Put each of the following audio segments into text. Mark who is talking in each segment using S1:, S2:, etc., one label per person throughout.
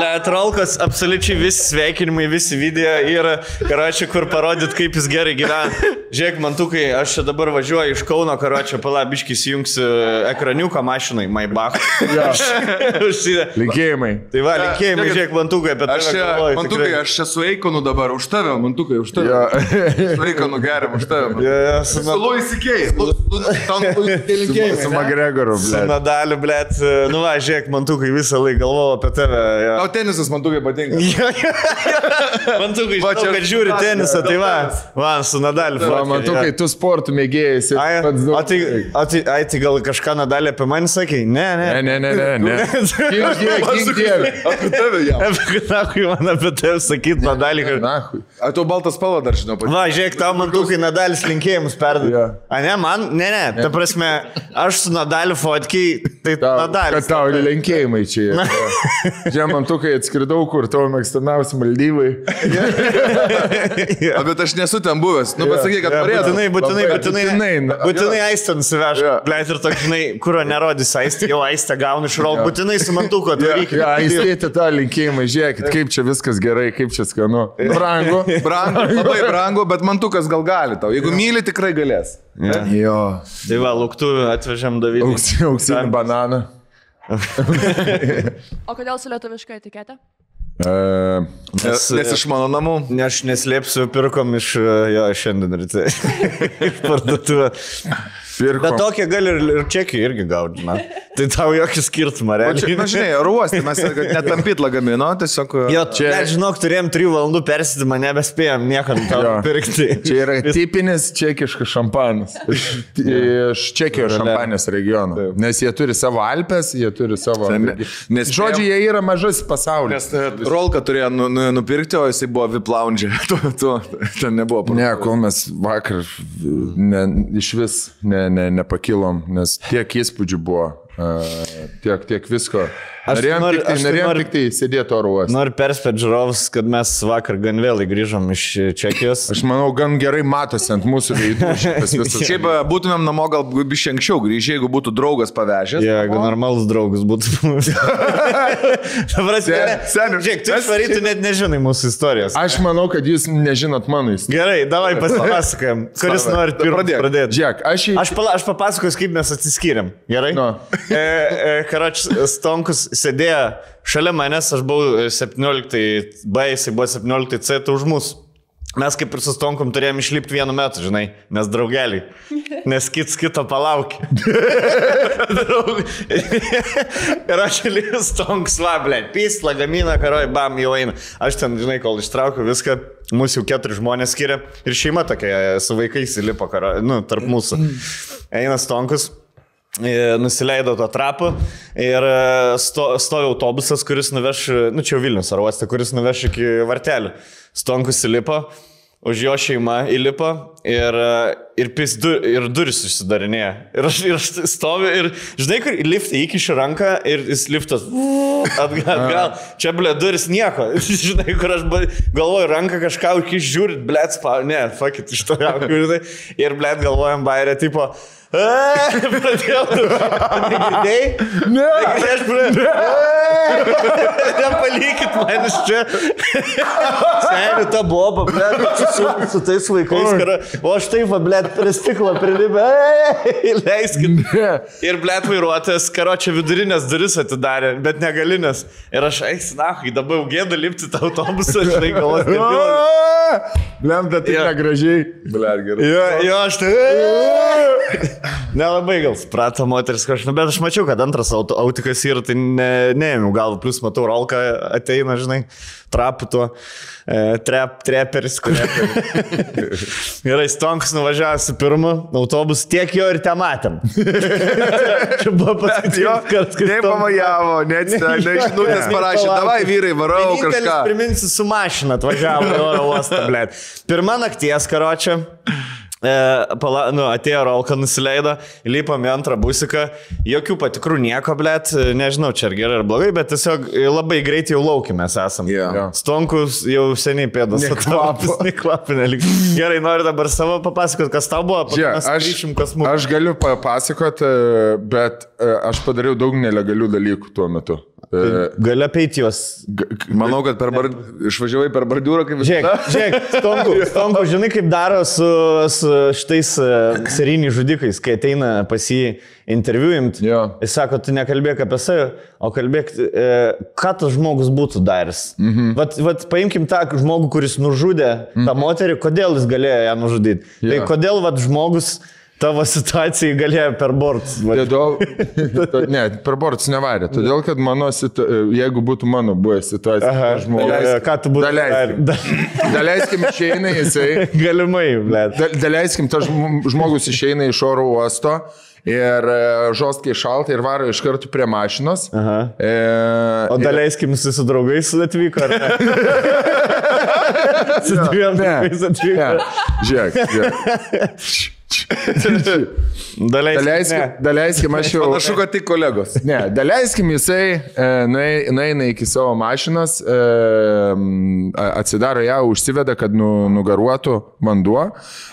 S1: Le, trolkas, absoliučiai visi sveikinimai, visi video yra, karočią, kur parodyt, kaip jis gerai gyvena. Žiūrėk, man tukai, aš čia dabar važiuoju iš Kauno, karočią, palabiškis jungsiu ekraniuką mašinai, my bach.
S2: Linkėjimai.
S1: tai va, linkėjimai,
S3: žiūrėkit,
S1: žiūrėk, man tukai, apie tai
S3: Aš čia, man tukai, aš čia su Eikonu dabar, už tave, man tukai, už tave. Su Eikonu geriam, už tave. man.
S1: Yes,
S3: Su Luisikėjai.
S2: Su Magregoru,
S1: Su
S2: ble.
S1: medaliu, blėt, nu va, žiūrėk, man tukai visą laiką galvoju apie tave. Jo.
S3: Tau tenisas man tukai patinka.
S1: Man tukai,
S3: Va,
S1: žinau,
S3: čia-
S1: kad žiūri tenisą, tai va, man su nadaliu.
S2: Va, man tu, kai tu sportų mėgėjai,
S1: Ai,
S2: pats
S1: a tai,
S2: daug.
S1: a tai, ai, tai gal kažką nadalį apie mane sakė? Ne, ne.
S2: Ne, ne, ne, ne. ne. Gink dieve, gink dieve.
S3: Apie tave jau.
S1: Apie ką kui man apie tai sakyt nadalį? Kad...
S2: Na,
S3: Ar tu baltą spalvą dar žinau pati?
S1: Va, žiūrėk, tau man tukai nadalis linkėjimus perdavė.
S2: Jo.
S1: A ne, man, ne, ne, ta prasme, aš su nadaliu fotkiai, tai
S2: kad
S1: nadalis.
S2: tau linkėjimai čia. yra. Čia man tu, kai atskridau, kur tavo mėgstamiausi Maldyvai.
S3: A, Bet aš nesu ten buvęs. Nu, pasakyk, kad
S1: Ja,
S3: norėtum.
S1: būtinai, būtinai,
S2: Labai
S1: būtinai,
S2: būtinai, na,
S1: būtinai, būtinai aistą nusiveš,
S2: Jo.
S1: yeah. bleit ir toks, žinai, kurio nerodys aistą, jau aistą gauni iš rol, būtinai su mantuku atvarykit.
S2: Ja, įstėti tą linkėjimą, žiūrėkit, kaip čia viskas gerai, kaip čia skanu. Brangu.
S3: Brangu, labai brangu, bet mantukas gal gali tau. Jeigu myli, tikrai galės.
S2: Jo,
S1: Tai va, lauktuvių atvežėm Davidą.
S2: auksinį, auksinį bananą.
S4: O kodėl su lietuviška etiketė?
S2: E,
S3: Nes, nes iš mano namų.
S1: Ne, aš neslėpsiu, pirkom iš e, jo šiandien ryte. iš parduotuvę. Bet
S2: Pirko.
S1: tokia gali ir, ir čekį irgi gauti, na. Tai tau jokį skirtumą,
S3: O Čia,
S1: realiai.
S3: na, žinai, ruosti, mes netampyt lagamino, tiesiog... e,
S1: Jo, čia.
S2: Čia-
S1: Net žinok, turėjom 3 valandų persėdimą, nebespėjom niekam tau
S2: Jo.
S1: pirkti.
S2: Čia yra tipinis čekiškas šampanas. Iš, iš Čekijos šampanės regiono. Nes jie turi savo Alpes, jie turi savo...
S3: nes-
S2: Nes žodžiu, jie yra mažas pasaulis.
S3: Nes e, rolką turėjo nu, nu, nupirkti, o jisai buvo viplaundžiai. Tuo metu ten nebuvo.
S2: Ne, kol mes vakar ne, iš vis ne, ne, nepakilom, nes tiek įspūdžių buvo, e, tiek, tiek visko.
S1: Aš
S2: Norėjom
S1: noriu-
S2: tik tai,
S1: aš tai
S2: norėjom
S1: noriu-
S2: tik tai sėdėti oro uoste.
S1: Noriu perspėti Nu žiūrovus, kad mes vakar gan vėlai grįžom iš e, Čekijos.
S2: Aš manau, gan gerai matosi ant mūsų veidų šitas visas.
S3: Šiaip e, būtumėm namo gal biškai anksčiau grįžę, jeigu būtų draugas pavežęs.
S1: Jeigu yeah, normalus draugas būtų mums.
S2: Sen-
S1: Seniai,
S2: seniau,
S1: žiūrėk, tu
S2: mes-
S1: išvarytum net nežinai mūsų istorijos.
S2: Aš manau, kad jūs nežinot mano istoriją.
S1: Gerai, davai pasipasakojam, kuris
S2: Sava.
S1: norit pirmą
S3: Pradėk.
S1: pradėti.
S2: Džek, aš į...
S1: Aš, pala, aš papasakosiu, kaip mes atsiskyrėm. Gerai?
S2: Nu.
S1: E, e, Karoč, Stonkus sėdėjo šalia manęs, aš buvau e, 17 B, jisai buvo 17 C, tai už mus. Mes kaip ir su Stonkum turėjom išlipti vienu metu, žinai, nes draugeliai. Nes kits kito palaukia. Draug- ir aš liu Stonks vablė. Pys, lagamina, karoj, bam, jau eina. Aš ten, žinai, kol ištraukiu viską, mūsų jau keturi žmonės skiria. Ir šeima tokia e, su vaikais įlipo, karoj, nu, tarp mūsų. Eina Stonkus. E, Nusileido to trapu ir e, sto, stovi autobusas, kuris nuveš, e, nu čia jau Vilnius ar uostė, kuris nuveš iki vartelių. Stonkus įlipo, už jo šeima įlipo ir, e, ir, pis du, ir duris užsidarinėja. Ir aš, ir aš stoviu ir, žinai, kur į liftą įkišiu ranką ir jis liftas atgal, atgal. Čia, ble, duris nieko. Žinai, kur aš ba- galvoju, ranką kažką įkišiu, žiūrit, ble, spau, ne, fakit, iš to jau, žinai. Ir, ble, galvojam, bairė, tipo. "E, Pradėjau. Girdėjai?
S2: Ne!
S1: Tai aš pradėjau. Nepalikit man iš čia. Seniai, ta boba, ble, su, su tais vaikais. Kara. O aš taip, ble, prie stiklo prilibę. Leiskit.
S2: Ne.
S1: Ir blėt vairuotojas, karočią vidurinės duris atidarė, bet negalinės. Ir aš, eik, nahui, dabar jau gėda lipti tą autobusą, žinai, galvos. debilas.
S2: Lemta tai
S1: Jo.
S2: negražiai.
S3: Ble, gerai.
S1: Jo, jo, aš tai. Nelabai gal suprato moteris kažką, bet aš mačiau, kad antras auto- autikas yra, tai ne- neėmiau galvo, plus matau, Rolka ateina, žinai, trapu tuo, e, trep, treperis, kur. Gerai, Stonks nuvažiavo su pirmu autobusu, tiek jo ir te matėm. Čia buvo pats jo,
S3: Jo,
S1: kad
S3: Nei pamajavo, net žinutės
S1: Ne.
S3: parašė, davai vyrai, varau
S1: Vienintelis,
S3: kažką.
S1: priminsiu, su mašina atvažiavo į oro uostą, blėt. Pirmą nakties, karočią. E, pala, nu, atėjo Rolka, nusileido, lypam į antrą busiką, jokių patikrų nieko, blėt, nežinau, čia ar gerai ar blogai, bet tiesiog labai greitai jau laukimės esam.
S3: Jo. Jo.
S1: Stonkus jau seniai pėdas
S2: Nekvapo.
S1: atvapus, neklapinė. Gerai, noriu dabar savo papasakot, kas tau buvo, paskui
S2: Čia,
S1: mes
S2: aš,
S1: grįšim, kas mūsų.
S2: aš galiu papasakot, e, bet e, aš padariau daug nelegalių dalykų tuo metu.
S1: Galiu apeiti juos.
S3: Manau, kad per bar... išvažiavai per bardiūrą kaip
S1: Žiūrėk, žiūrėk, stonku, stonku, žinai, kaip daro su, su šitais e, serijiniais žudikais, kai ateina pas jį interviu imti.
S2: Jo.
S1: Jis sako, tu nekalbėk apie save, o kalbėk, e, ką tas žmogus būtų daręs. Mhm. Vat, vat paimkim tą žmogų, kuris nužudė mhm. tą moterį, kodėl jis galėjo ją nužudyti.
S2: Jo.
S1: Tai kodėl vat žmogus tavo situacijai galėjo per bord. Vat,
S2: Todėl, to- ne, per bortus nevarė. Todėl, kad mano, situ, e, jeigu būtų mano buvę situacija,
S1: aha,
S2: tas žmogus.
S1: e, ką tu būtum
S2: Daleiskim. Daleiskim, išeina jisai.
S1: Galimai, blėt.
S2: Da- Daleiskim, tas žm- žmogus išeina iš oro uosto. Ir e, žostkai šalta ir varo iš karto prie mašinos.
S1: Aha.
S2: E,
S1: O daleiskim, jis su draugais atvyko, ar ne? su dviem draugais atvyko.
S2: Ne. Žiūrėk. žiūrėk.
S1: Daleiskim.
S2: Daleiskim, daleiskim, aš jau.
S3: Panašu, kad tik kolegos.
S2: Ne, daleiskim jisai e, nuei- nueina iki savo mašinos, e, m, a- atsidaro ją, užsiveda, kad nu, nugaruotų vanduo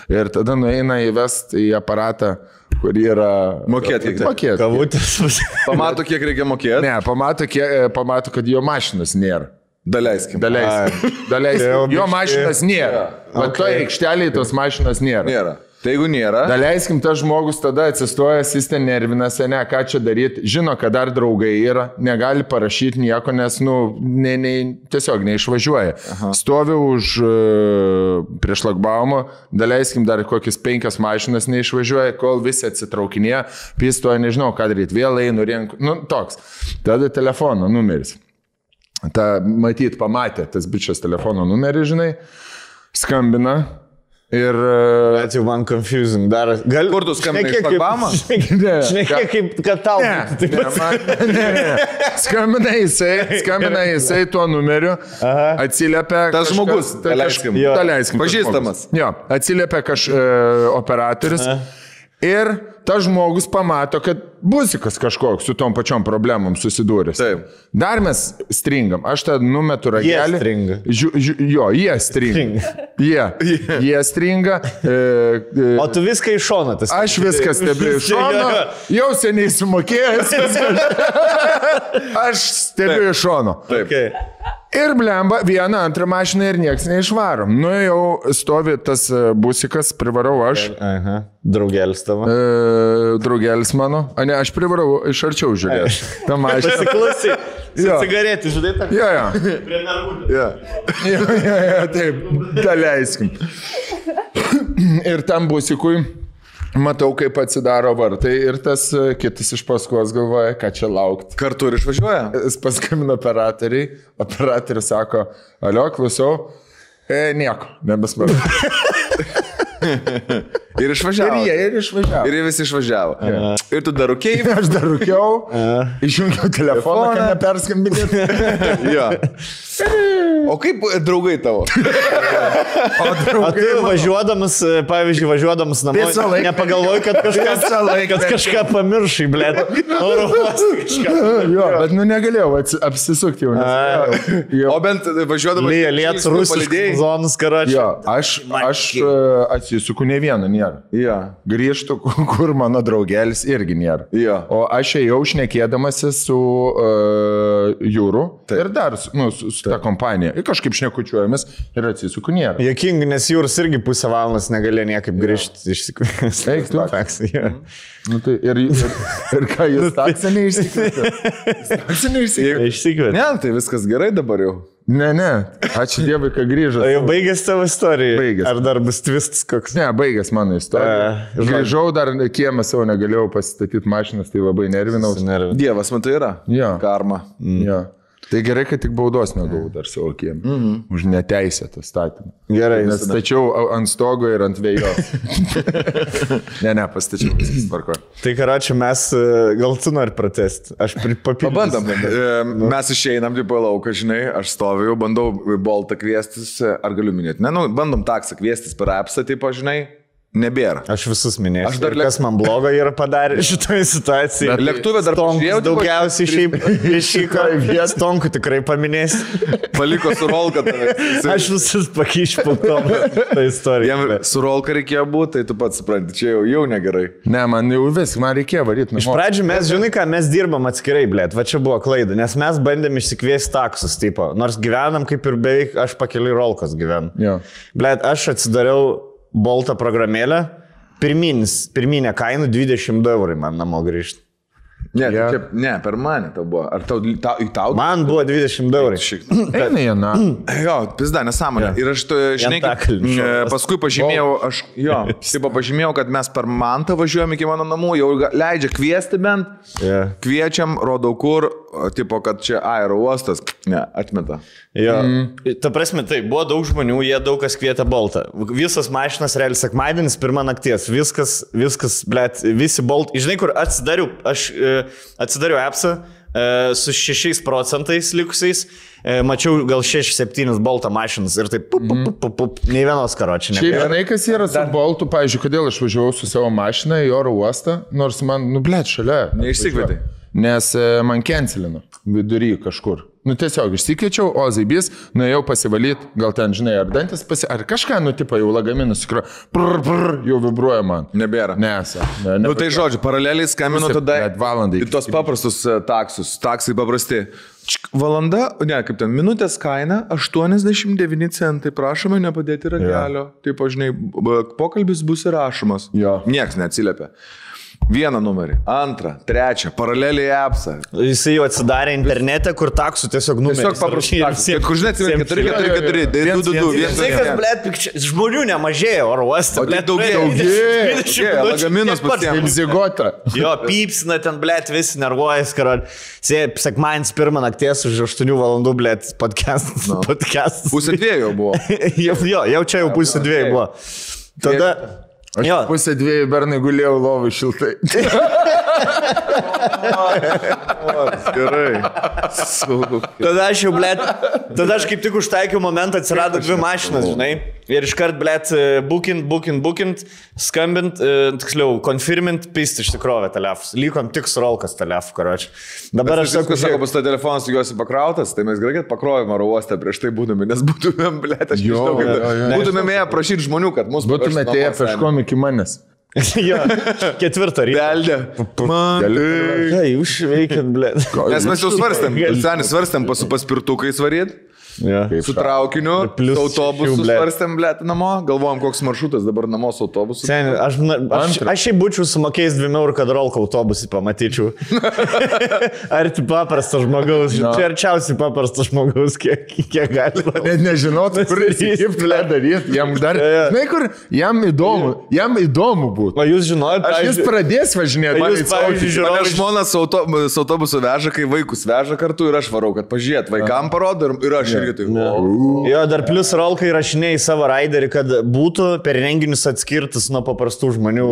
S2: ir tada nueina įvest į aparatą, kur yra...
S3: Mokėt kiek tai?
S1: Ne,
S2: Mokėti.
S1: kavutės.
S3: Pamato, kiek reikia mokėti.
S2: Ne, pamato, kie, e, pamato, kad jo mašinos nėra.
S3: Daleiskim.
S2: Daleiskim.
S1: Jau
S2: Daleiskim. Jo
S1: biškį.
S2: mašinos nėra. O toje aikštelėje tos mašinos nėra.
S3: Nėra. Tai jeigu nėra,
S2: Daleiskim, tas žmogus tada atsistoja, jis ten nervinasi, ne, ką čia daryti, žino, kad dar draugai yra, negali parašyti nieko, nes, nu, ne, ne, tiesiog neišvažiuoja. Aha. Stovi už e, prieš lakbaumą, daleiskim, dar kokias penkias mašinas neišvažiuoja, kol visi atsitraukinėja, pistoja, nežinau, ką daryti, vėl einu, renku, nu, toks. Tada telefono numeris. Ta, matyt, pamatė tas bičias telefono numerį, žinai, skambina. Ir e,
S1: Bet jau man confusing dar. Gal...
S3: Kur tu skambinai,
S1: Šnekėk
S3: iš
S1: kaip-
S3: Alabama?
S1: šnekėk-
S2: Ne.
S1: Šnekėk kaip, kad tau. būtų
S2: Ne,
S1: Taip
S2: ne,
S1: pat.
S2: man- ne, ne. Skambina jisai, skambina jisai tuo numeriu, atsiliepia.
S3: Tas žmogus, daleiskim.
S1: Jo.
S2: Daleiskim. tas
S3: Pažįstamas.
S2: žmogus. Jo, atsiliepia kažkoks operatorius. Ir tas žmogus pamato, kad busikas kažkoks su tom pačiom problemom susidūręs.
S3: Taip.
S2: Dar mes stringam. Aš tą numetu
S1: Jie
S2: ragelį.
S1: stringa.
S2: Žiū, žiū, jo, jie stringa. Jie. Jie stringa. E, e,
S1: O tu viską iš šono. Tas...
S2: Aš viską stebiu iš šono, jau seniai sumokėjęs. viskas. Aš stebiu iš šono.
S3: taip.
S1: Okay.
S2: Ir blemba, vieną, antrą mašiną ir nieks neišvaro. Nu jau stovi tas e, busikas, privarau aš,
S1: Aha. Draugelis tavo.
S2: e, draugelis mano, a ne, aš privarau iš arčiau žiūrėti. Ta mašina.
S1: Pasiklausy.
S2: Jo.
S1: Cigaretį, žinai, tą
S2: Jo, jo.
S1: prie narvų.
S2: Jo, jo, jo, jo, taip, daleiskim. Ir tam busikui matau, kaip atsidaro vartai ir tas e, kitas iš paskos galvoja, ką čia laukti.
S3: Kartu ir išvažiuoja.
S2: Jis paskambino operatoriai, operatorius sako, alio, klausau, e, nieko, nebesmaru.
S3: Ir
S2: Ir
S3: išvažiavo.
S2: jie ir išvažiavo.
S3: Ir jie visi išvažiavo. Ir tu dar rūkėjai.
S2: Ir aš dar rūkiau, išjungiau telefoną, kad neperskambinėt.
S3: Jo. O kaip e, draugai tavo?
S2: O
S1: O
S2: draugai
S1: tu važiuodamas, e, pavyzdžiui, važiuodamas namo,
S2: Visą laiką.
S1: nepagalvoji, kad kažkas,
S2: Visą laiką.
S1: kad kažką pamiršai, blė. Oro uoste kažką.
S2: Jo, bet nu negalėjau atsi- apsisukti jau.
S1: A.
S2: Nes, jo,
S3: O bent važiuodamas
S1: Lyja,
S3: į
S1: liet,
S3: žvilgsnių
S1: rusiškas
S3: palydėjai.
S1: zonas, karoči.
S2: Jo, aš, aš e, atsisuku ne vieną, nėra.
S3: Jo.
S2: Grįžtu, ku- kur mano draugelis irgi nėra.
S3: Jo.
S2: O aš ėjau šnekėdamasi su uh, jūru Taip. ir dar su- nu, su, su ta kompanija. Ir kažkaip šnekučiuojamis ir atsisuku nėra.
S1: Jokinga, nes jūros irgi pusę valandos negalėjo niekaip grįžti iš tikrųjų.
S2: Eik tu.
S1: Taksi, jo.
S3: Mhm.
S2: Nu, tai, ir, ir, ir ką jūs taksiniai išsikvėpėte? Taksiniai išsikvėpėte.
S1: Išsikvėt.
S3: Ne, tai viskas gerai dabar jau.
S2: Ne, ne. Ačiū Dievui, kad
S1: O
S2: grįžote.
S1: Tai jau baigėsi tavo istorija?
S2: Baigėsi.
S1: Ar dar bus tvistas koks?
S2: Ne, baigęs mano istorija.
S1: E, žodžiu.
S2: Grįžau dar kiemą savo, negalėjau pasistatyti mašinas, tai labai nervinau.
S1: Nervai.
S3: Dievas, man tai yra.
S2: Jo.
S3: Karma.
S2: Ja. Tai gerai, kad tik baudos negavau dar savo akiem. Mm -hmm. Už neteisėtą statymą.
S1: Gerai,
S2: Nes stačiau a- ant stogo ir ant vėjo. ne, ne, pastačiau viskas tvarko.
S1: Tai karoči, mes e, gal tu nori pratesti. Aš pri- papildysiu.
S3: Pabandom. E, Mes išeinam, tipo, į lauką, žinai, aš stoviu, jau bandau Boltą kviestis, ar galiu minėti. Ne, nu, bandom taksą kviestis per apsą, tipo, žinai. Nebėra.
S1: Aš visus minėjau. Aš
S3: Aš dar
S1: dar
S3: lėk-
S1: kas man blogo yra padarę šitoje situacijoje.
S3: Bet lėktuve dar pažiūrėjau, tipo,
S1: daugiausiai šiaip išvyko. Stonku tikrai paminės.
S3: Paliko su rolka. tave.
S1: Aš visus pakyšiu po to. Ta istorija.
S3: Jam su rolka reikėjo būti, tai tu pats supranti, čia jau, jau negerai.
S2: Ne, man jau vis, man reikėjo varyti.
S1: Iš pradžių mes, žinai ką, mes dirbam atskirai, blėt, va čia buvo klaida, nes mes bandėm išsikviesti taksus, tipo, nors gyvenam kaip ir beveik, aš pakeliui rolkos gyvenu.
S2: Jo.
S1: Blėt, aš atsidariau Boltą programėlę, pirminis, pirminė kaina 22 eurai man namo grįžti.
S3: Ne,
S2: Jo.
S3: yeah. čia, ne, per mane tau buvo. Ar tau, tau į tau?
S1: Man buvo 20 eurų.
S3: Šiek
S2: Eina, Jana.
S3: Jo, pizda, nesąmonė.
S1: Jo.
S3: Ir aš, tu- žinai, kaip,
S1: Antakalnis.
S3: e, paskui pažymėjau, aš, jo, taip pažymėjau, kad mes per mantą važiuojam iki mano namų, jau ga- leidžia kviesti bent,
S1: Jo.
S3: kviečiam, rodau kur, o, tipo, kad čia aerouostas, ne, atmeta.
S1: Jo. Mm. Ta prasme, tai buvo daug žmonių, jie daug kas kvietė Boltą. Visas mašinas, realiai sekmadienis, pirmą nakties, viskas, viskas, blėt, visi Bolt. Žinai, kur atsidariau, aš e, atsidariau appsą e, su 6 procentais likusiais, e, mačiau gal 6-7 Boltą mašinas ir taip, pup, pup, pup, pup, pup, nei vienos karočiai.
S2: Šiaip žinai, kas yra su Boltu, pavyzdžiui, kodėl aš važiavau su savo mašina į oro uostą, nors man, nu, blėt, šalia.
S3: Neišsikvietei?
S2: Nes e, man kencelino vidury kažkur. Nu, tiesiog išsikviečiau, o zaibys, nuėjau pasivalyti, gal ten, žinai, ar dantis pasi... Ar kažką nutipa jau lagaminus, kur... Prr, prr, jau vibruoja man.
S3: Nebėra.
S2: Nes. Ne,
S3: Na nu, tai žodžiu, paraleliai skambinu
S2: Pusė-
S3: tada
S2: net valandai
S3: į tos paprastus e, taksus, taksai paprasti. Čik, valanda, ne, kaip ten, minutės kaina 89 centai, prašome nepadėti ragelio. Yeah. Taip, žinai, b- pokalbis bus įrašomas.
S2: Jo.
S3: Niekas neatsiliepia. Vieną numerį, antrą, trečią, paraleliai Nu, apsa.
S1: Jis jau atsidarė internete, kur taksų tiesiog numirė.
S3: Tiesiog paprastai. Kad kur žinai, 4, 4,
S2: jo, jo.
S3: 4, 2, 2, 2,
S1: Ir
S3: 1,
S1: tai, kad, blėt, pikčia, žmonių nemažėjo oro uoste.
S3: O tik
S1: blet,
S3: daugėja,
S1: praėjo
S3: daugėja,
S1: 20
S3: daugėja,
S1: minučių,
S3: lagaminus
S1: tiek pat
S3: pasiėmė.
S2: Zigota.
S1: Jo, pypsina ten, blėt, visi nervuojas, kad sekmanis pirmą nakties už 8 valandų, blėt, podcastas.
S3: Nu.
S1: No. podcastas.
S3: Pusė dviejų jau buvo.
S1: jau, jo, jau čia jau pusė
S3: nu,
S1: dviejų buvo. Tada. Jo,
S2: Pusę dviejų bernai guliau lovai šiltai.
S3: Gerai. Su-
S1: tada aš jau, blėt, tada aš kaip tik užtaikiau momentą, atsirado dvi mašinas, žinai. Ir iškart, blėt, bukint, bukint, bukint, skambint, e, tiksliau, konfirmint, pist iš tikrovę telefus. Likom tik su rolkas telefų, karoči. Dabar
S3: Aš
S1: aš sakau,
S3: viskas sako, pas tą telefoną su juosi pakrautas, tai mes gerai, kad pakrovėm oro uostą prieš tai būdami, nes būtumėm, blė, aš
S2: Jo,
S3: žinau,
S2: jo, jo.
S3: kad būtumėm ėję prašyti žmonių, kad mūsų
S2: Būtumėte ėję kažkom iki manęs.
S1: jo, ketvirtą rytą.
S3: Beldė. Man. tai-
S1: Ei, užveikiant, blė.
S3: Nes mes jau svarstėm, senis svarstėm pas su paspirtukais varyt,
S1: Ja.
S3: su traukiniu,
S1: Plius
S3: su autobusu
S1: šešių, blet.
S3: svarstėm, blė, namo, galvojom, koks maršrutas dabar namo su autobusu.
S1: Seniai, aš, na, aš,
S2: Antra.
S1: aš šiaip būčiau sumokėjęs 2 eurų, kad rolką autobusį pamatyčiau. ar tu paprastas žmogaus, no. čia arčiausiai paprastas žmogaus, kiek, kiek gali.
S2: Net nežinotų, kur
S1: Tas
S2: jis kaip ble daryti. Jam dar...
S1: Jo, jo.
S2: Žinai, kur jam įdomu, jam įdomu būtų.
S1: O jūs žinojat,
S2: Aš jis pradės važinėti.
S1: Jūs,
S2: man į
S1: pavyzdžiui,
S2: caukį.
S1: žiūrovai-
S3: Mane žmona su, auto, su autobusu veža, kai vaikus veža kartu ir aš varau, kad pažiūrėt, vaikam parodo ir- ir aš irgi tai. o,
S1: Jo, dar plus rolkai rašinėjai savo raiderį, kad būtų per renginius atskirtas nuo paprastų žmonių.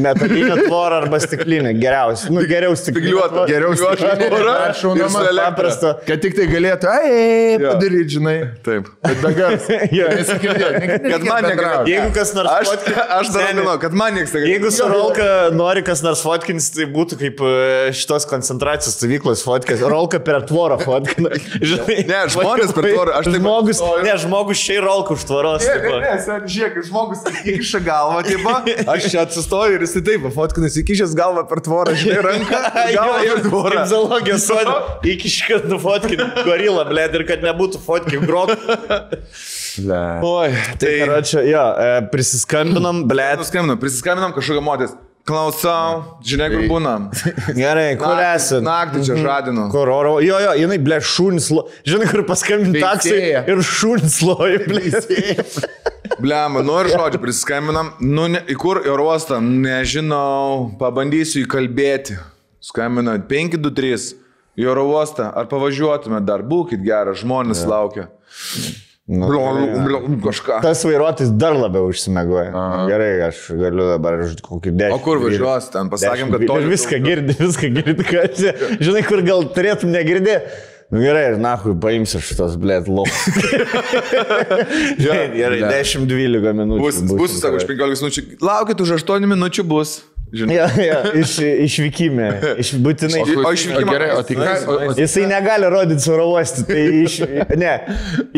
S1: Metalinė tvora arba stiklinė. Geriausia. Nu, geriau stiklinė.
S3: Spygliuota.
S1: tvora.
S2: Geriau
S3: Juos
S2: stiklinė
S3: tvora
S2: tvora
S3: ir
S2: šaunama.
S3: su elektra.
S1: Paprasta.
S2: Kad tik tai galėtų, ai,
S3: Jo.
S2: padaryti, žinai.
S3: Taip.
S2: Bet be garso.
S1: Jo.
S3: Kad
S2: Kad
S3: man negalėtų.
S1: Jeigu kas nors
S3: Aš,
S1: fotkina-
S3: aš dar
S1: Seni,
S3: žinau, kad man niekas negali.
S1: Jeigu su Rolka nori kas nors fotkins, tai būtų kaip e, šitos koncentracijos stovyklos fotkas. Rolka per tvorą fotkina. Žinai,
S3: Ne, žmonės per tvorą, aš taip-
S1: žmogus, ne, žmogus čia ir Rolka už tvoros. tipo.
S3: Žiūrėk, žmogus įkiša galvą, taip, aš čia atsistoju ir jisai taip, fotkinas įkišęs galvą per tvorą, žinai, ranką, galvą
S1: Jo,
S3: ir tvorą.
S1: kaip Zoologijos sodė. Iki kad nufotkin gorilą, blėd, ir kad nebūtų fotkin grot.
S3: Oi, tai...
S1: Ir čia, jo, e, prisiskambinom, blėd.
S3: Nuskambinom, prisiskambinom kažkokią moteris. Klausau, žinai, kur būna.
S1: Gerai, kur Mhm. esi?
S3: Naktį čia žadinu.
S1: Kur oro? Jo, jo, jinai, blė, šunis, lo... žinai, kur paskambinti taksai
S2: Veisėja.
S1: ir šunis loja, blė.
S3: Bliam, nu ir žodžiu, prisiskambinam. Nu, ne, į kur į oro uostą? Nežinau, pabandysiu įkalbėti. Skambina 523 į oro uostą. Ar pavažiuotume dar? Būkit geras, žmonės ja. laukia. Nu, blum, blum, kažką.
S1: Tas vairuotojas dar labiau užsimegoja. Gerai, aš galiu dabar už kokį 10.
S3: O kur važiuos? Ten pasakėm, kad to
S1: Ir viską girdi, viską girdi, kad čia, žinai, kur gal turėtum negirdėti. Nu gerai, ir nahui paimsiu šitos, blėt, lopas. gerai, 10-12 minučių.
S3: Bus, bus,
S1: busim
S3: sako, už
S1: tenai.
S3: 15 minučių. Laukit už 8 minučių bus. Žinai.
S1: Jo, jo, iš, išvykime. Iš, būtinai.
S3: O išvykimą-
S2: Gerai, o tai ką? o- o-
S1: Jisai negali rodyti su rauosti, tai iš, ne,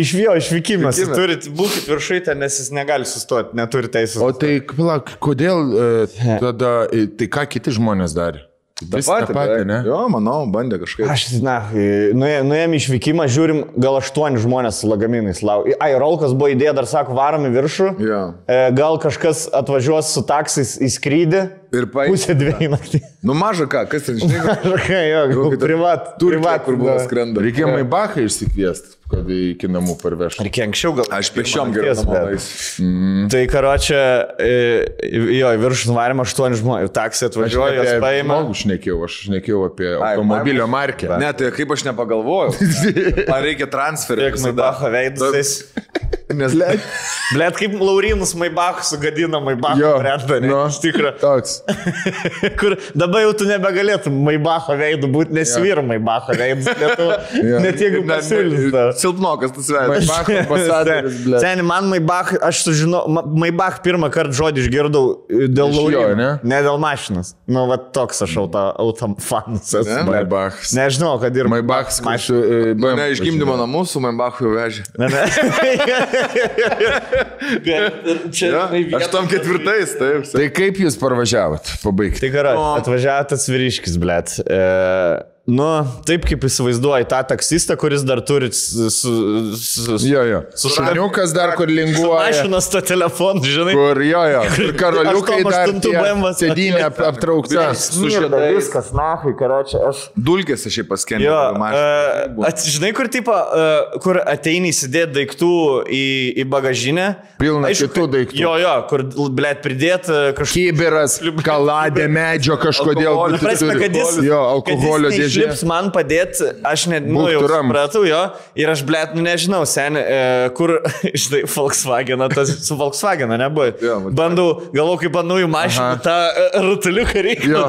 S1: iš jo išvykimas. Jūs turit būti viršai ten, nes jis negali sustoti, neturi teisės.
S2: O tai, plak, kodėl e, tada, e, tai ką kiti žmonės darė? Vis tą patį, ne?
S3: Jo, manau, bandė kažkaip.
S1: Aš, na, nuėjom, nuėjom išvykimą, žiūrim, gal aštuoni žmonės su lagaminais laukia. Ai, Rolkas buvo idėja, dar sako, varom į viršų.
S3: Jo.
S1: E, Gal kažkas atvažiuos su taksais į skrydį.
S3: Ir paim-
S1: Pusė dviejų naktį.
S3: Nu maža ką, kas ten, žinai,
S1: Žakai, jo, gal Nu, privat.
S3: turva,
S1: privat,
S3: kur buvo
S1: gal.
S3: skrenda.
S2: Reikėjo Maibachą išsikviesti, kad iki namų parvežtų.
S1: Reikia anksčiau gal.
S3: Aš pešiom
S1: Pirmą nakties, bet-
S3: gerai.
S1: Tai karočią, jo, į viršų nuvarymą aštuoni žmonės, taksai
S2: Aš
S1: atvažiuoja,
S2: apie
S1: jos paima.
S2: žmogų šnekėjau, aš šnekėjau apie automobilio markę.
S3: Ne, tai kaip aš nepagalvojau. Ar reikia transferį?
S1: Tiek Maibacho veidus.
S3: Nes
S1: Blet, kaip Laurinus Maibachas sugadina Maibacho
S2: Jo,
S1: brandą, Ah, ne?
S2: nu.
S1: Iš tikrųjų.
S2: Toks.
S1: Kur dabar jau tu nebegalėtum Maibacho veidų būti, nes jau yra Maibacho veidus. Lietuva, net jeigu pasiūlytum.
S3: Silpnokas tas veidas.
S2: Maibacho ambasadorius, ble.
S1: Seniai, man Maibach, aš sužinau, Ma- Maibach pirmą kartą žodį išgirdau e, dėl
S2: Iš jo,
S1: Laurino.
S2: ne?
S1: ne dėl mašinos. Nu, va toks aš auto, auto fanas esu.
S3: Ne?
S1: blet.
S2: Maibachas.
S1: Nežinau, kad ir
S2: Maibachas,
S1: Maš-
S2: aš... e, BM
S3: Ne, iš gimdymo
S2: važinėjo.
S3: namų su Mambachu vežė.
S1: Ne, ne. Bet ir čia,
S3: Ja,
S1: žinai, vieta-
S3: aš tam ketvirtais, taip.
S2: Tai kaip jūs parvažiavot? Pabaigti.
S1: Tai gerai,
S3: O.
S1: atvažiavo tas vyriškis, blėt. E, nu, taip kaip įsivaizduoji tą taksistą, kuris dar turi su... su, Tai su
S2: Jo, jo. Su šuniukas dar kur linguoja.
S1: Mašinas to telefonu, žinai.
S2: Kur jo, jo. Ir karaliukai dar
S1: 88
S2: tie
S1: BMW.
S2: sėdynė ap- aptraukta.
S3: Smirda viskas,
S1: nahui, karočią, aš.
S3: Dulkės aš jį paskendžiu.
S1: Jo, uh, žinai, kur, tipo, uh, kur ateini įsidėti daiktų į, į bagažinę.
S2: Pilna kitų daiktų.
S1: Jo, jo, kur, e, blėt, pridėti kažkokį...
S2: Kyberas, kaladė medžio kažkodėl.
S3: Alkoholis.
S2: būtų
S1: Prasme,
S2: turi.
S1: kad jis,
S2: Jo, alkoholio
S1: kad jis
S2: dėžė.
S1: išlips man padėti, aš net, nu,
S2: Būk
S1: jau
S2: tu ramus.
S1: supratau jo ir aš, blėt, nu, nežinau, sen, e, kur, žinai, Volkswagen, tas su Volkswagen, nebuvo.
S3: Jo, vat.
S1: Bandau, galvoju, kaip bandau jų mašiną,
S2: Aha.
S1: tą e, rutuliuką reikia.
S2: Jo.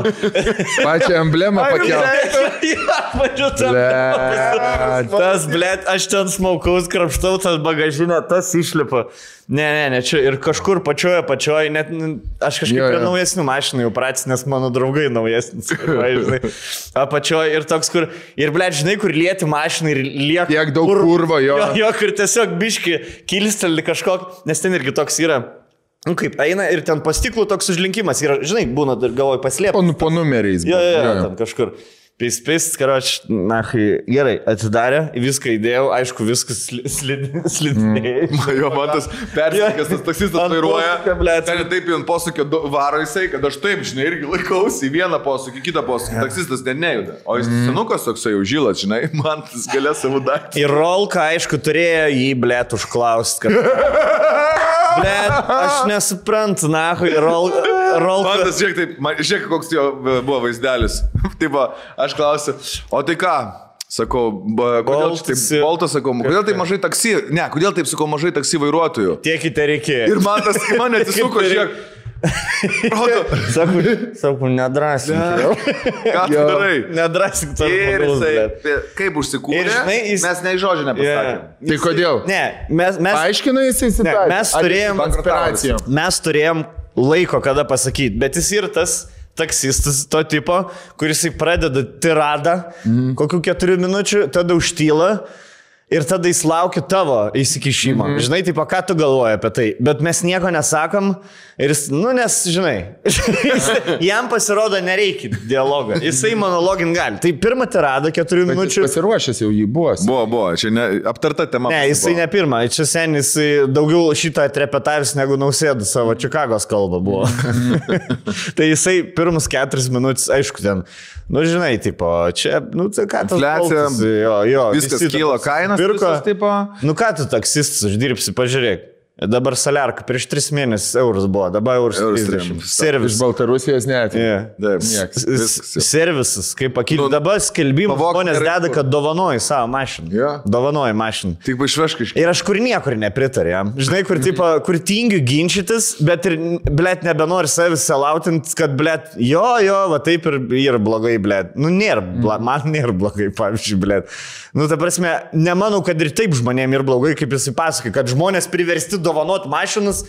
S2: Pačią emblemą
S1: nu,
S2: pakelti. Blet.
S1: Tas, blėt, aš ten smaukaus krapštau, tas bagažinė, tas išlipa. Ne, ne, ne, čia ir kažkur pačioje, pačioje, net n- aš kažkaip
S2: Jo,
S1: prie
S2: jo.
S1: naujesnių mašinų jau pratęs, nes mano draugai naujesnis. Apačioje ir toks, kur, ir blėt, žinai, kur lieti mašiną ir lieka.
S2: Tiek daug purvo, jo.
S1: jo. Jo, kur tiesiog biški kilsteli kažkokį, nes ten irgi toks yra. Nu kaip, eina ir ten pastiklų toks užlinkimas yra, žinai, būna, dar galvoj paslėpta.
S2: Po, nu- po numeriais.
S1: Jo,
S2: buvo.
S1: jo, jo, ten kažkur. Pis, pis, karoč, na, gerai, atidarė, viską įdėjau, aišku, viskas slidinėjo. Sli, sli,
S3: Jo, man tas persikęs, tas taksistas
S1: Ant
S3: vairuoja.
S1: posūkio, blet.
S3: Ten taip ant posūkio du- varo jisai, kad aš taip, žinai, irgi laikausi į vieną posūkį, į kitą posūkį. Taksistas ten nejuda. O jis
S1: Mhm.
S3: senukas toksai jau žylas, žinai, man jis galės savo daiktą.
S1: Ir Rolka, aišku, turėjo jį, blėt, užklausti. Kad... Blėt, aš nesuprantu, na, rol, Rolka.
S3: Man tas šiek tiek, man- žiūrėk, koks jo e, buvo vaizdelis. Taip, va, aš klausiu, o tai ką? Sakau, ba, kodėl čia
S1: Boltas ir- tai?
S3: taip, Boltas, sakau, kodėl taip mažai taksi, ne, kodėl taip sakau, mažai taksi vairuotojų?
S1: Tiekite reikėjo.
S3: Ir man tas, į mane atsisuko,
S1: Kaip tai?
S3: žiūrėk. Rodo,
S1: Sakau, sakau nedrąsiai.
S3: ką tu darai?
S1: Nedrąsiai, tu
S3: Ir jisai, kaip užsikūrė,
S1: Ir žinai, jis-
S3: mes nei žodžio nepasakėme.
S2: Tai kodėl?
S1: Ne, mes, mes
S2: Paaiškinai jisai situaciją.
S1: mes turėjom-
S2: konspiraciją.
S1: mes turėjom laiko, kada pasakyti, bet jis ir tas taksistas to tipo, kuris jį pradeda tiradą, mm. kokių keturių minučių, tada užtyla. Ir tada jis laukia tavo įsikišimo. Mm -hmm. Žinai, tai ką tu galvoji apie tai, bet mes nieko nesakom ir jis, nu, nes, žinai, jis, jam pasirodo nereikia dialogą. Jisai monologin gali. Tai pirmą tiradą keturių minučių.
S2: Pasiruošęs jau jį buvo.
S3: Buvo, buvo, čia ne, aptarta tema.
S1: Ne, jisai ne pirmą, čia senis jisai daugiau šitą atrepetavęs negu nausėdų savo Čikagos kalbą buvo.
S3: Mhm.
S1: tai jisai pirmus keturis minutės, aišku, ten, nu žinai, tipo, čia, nu tai ką tas
S3: Infliacija,
S1: baltas, jo, jo,
S3: Viskas
S1: visi ten
S3: kyla, kainas
S1: pirko.
S3: visas, tipo.
S1: Nu ką tu taksistas uždirbsi, pažiūrėk. Dabar saliarka prieš 3 mėnesius eurus buvo, dabar eurus
S3: Eurus
S1: 30.
S3: 30.
S2: Iš
S1: Servis.
S2: Baltarusijos net.
S1: Yeah.
S3: Taip,
S2: nieks,
S3: viskas jau.
S1: Servisas, kaip pakilti.
S3: Nu,
S1: Nu, dabar skelbimų
S3: pavok
S1: žmonės
S3: gerai,
S1: deda,
S3: kur.
S1: kad dovanoji savo mašiną.
S3: Jo.
S1: Dovanoji mašiną.
S3: Tik išvešk iš...
S1: Ir aš kur niekur nepritariu jam. Žinai, kur, tipo, kur tingiu ginčytis, bet ir, blėt, nebenori savęs selautinti, kad, blėt, jo, jo, va taip ir yra blogai, blėt. Nu, nėra, bla, man nėra blogai, pavyzdžiui, blėt. Nu, ta prasme, nemanau, kad ir taip žmonėm yra blogai, kaip jisai pasakoja, kad žmonės priversti dovanot mašinas,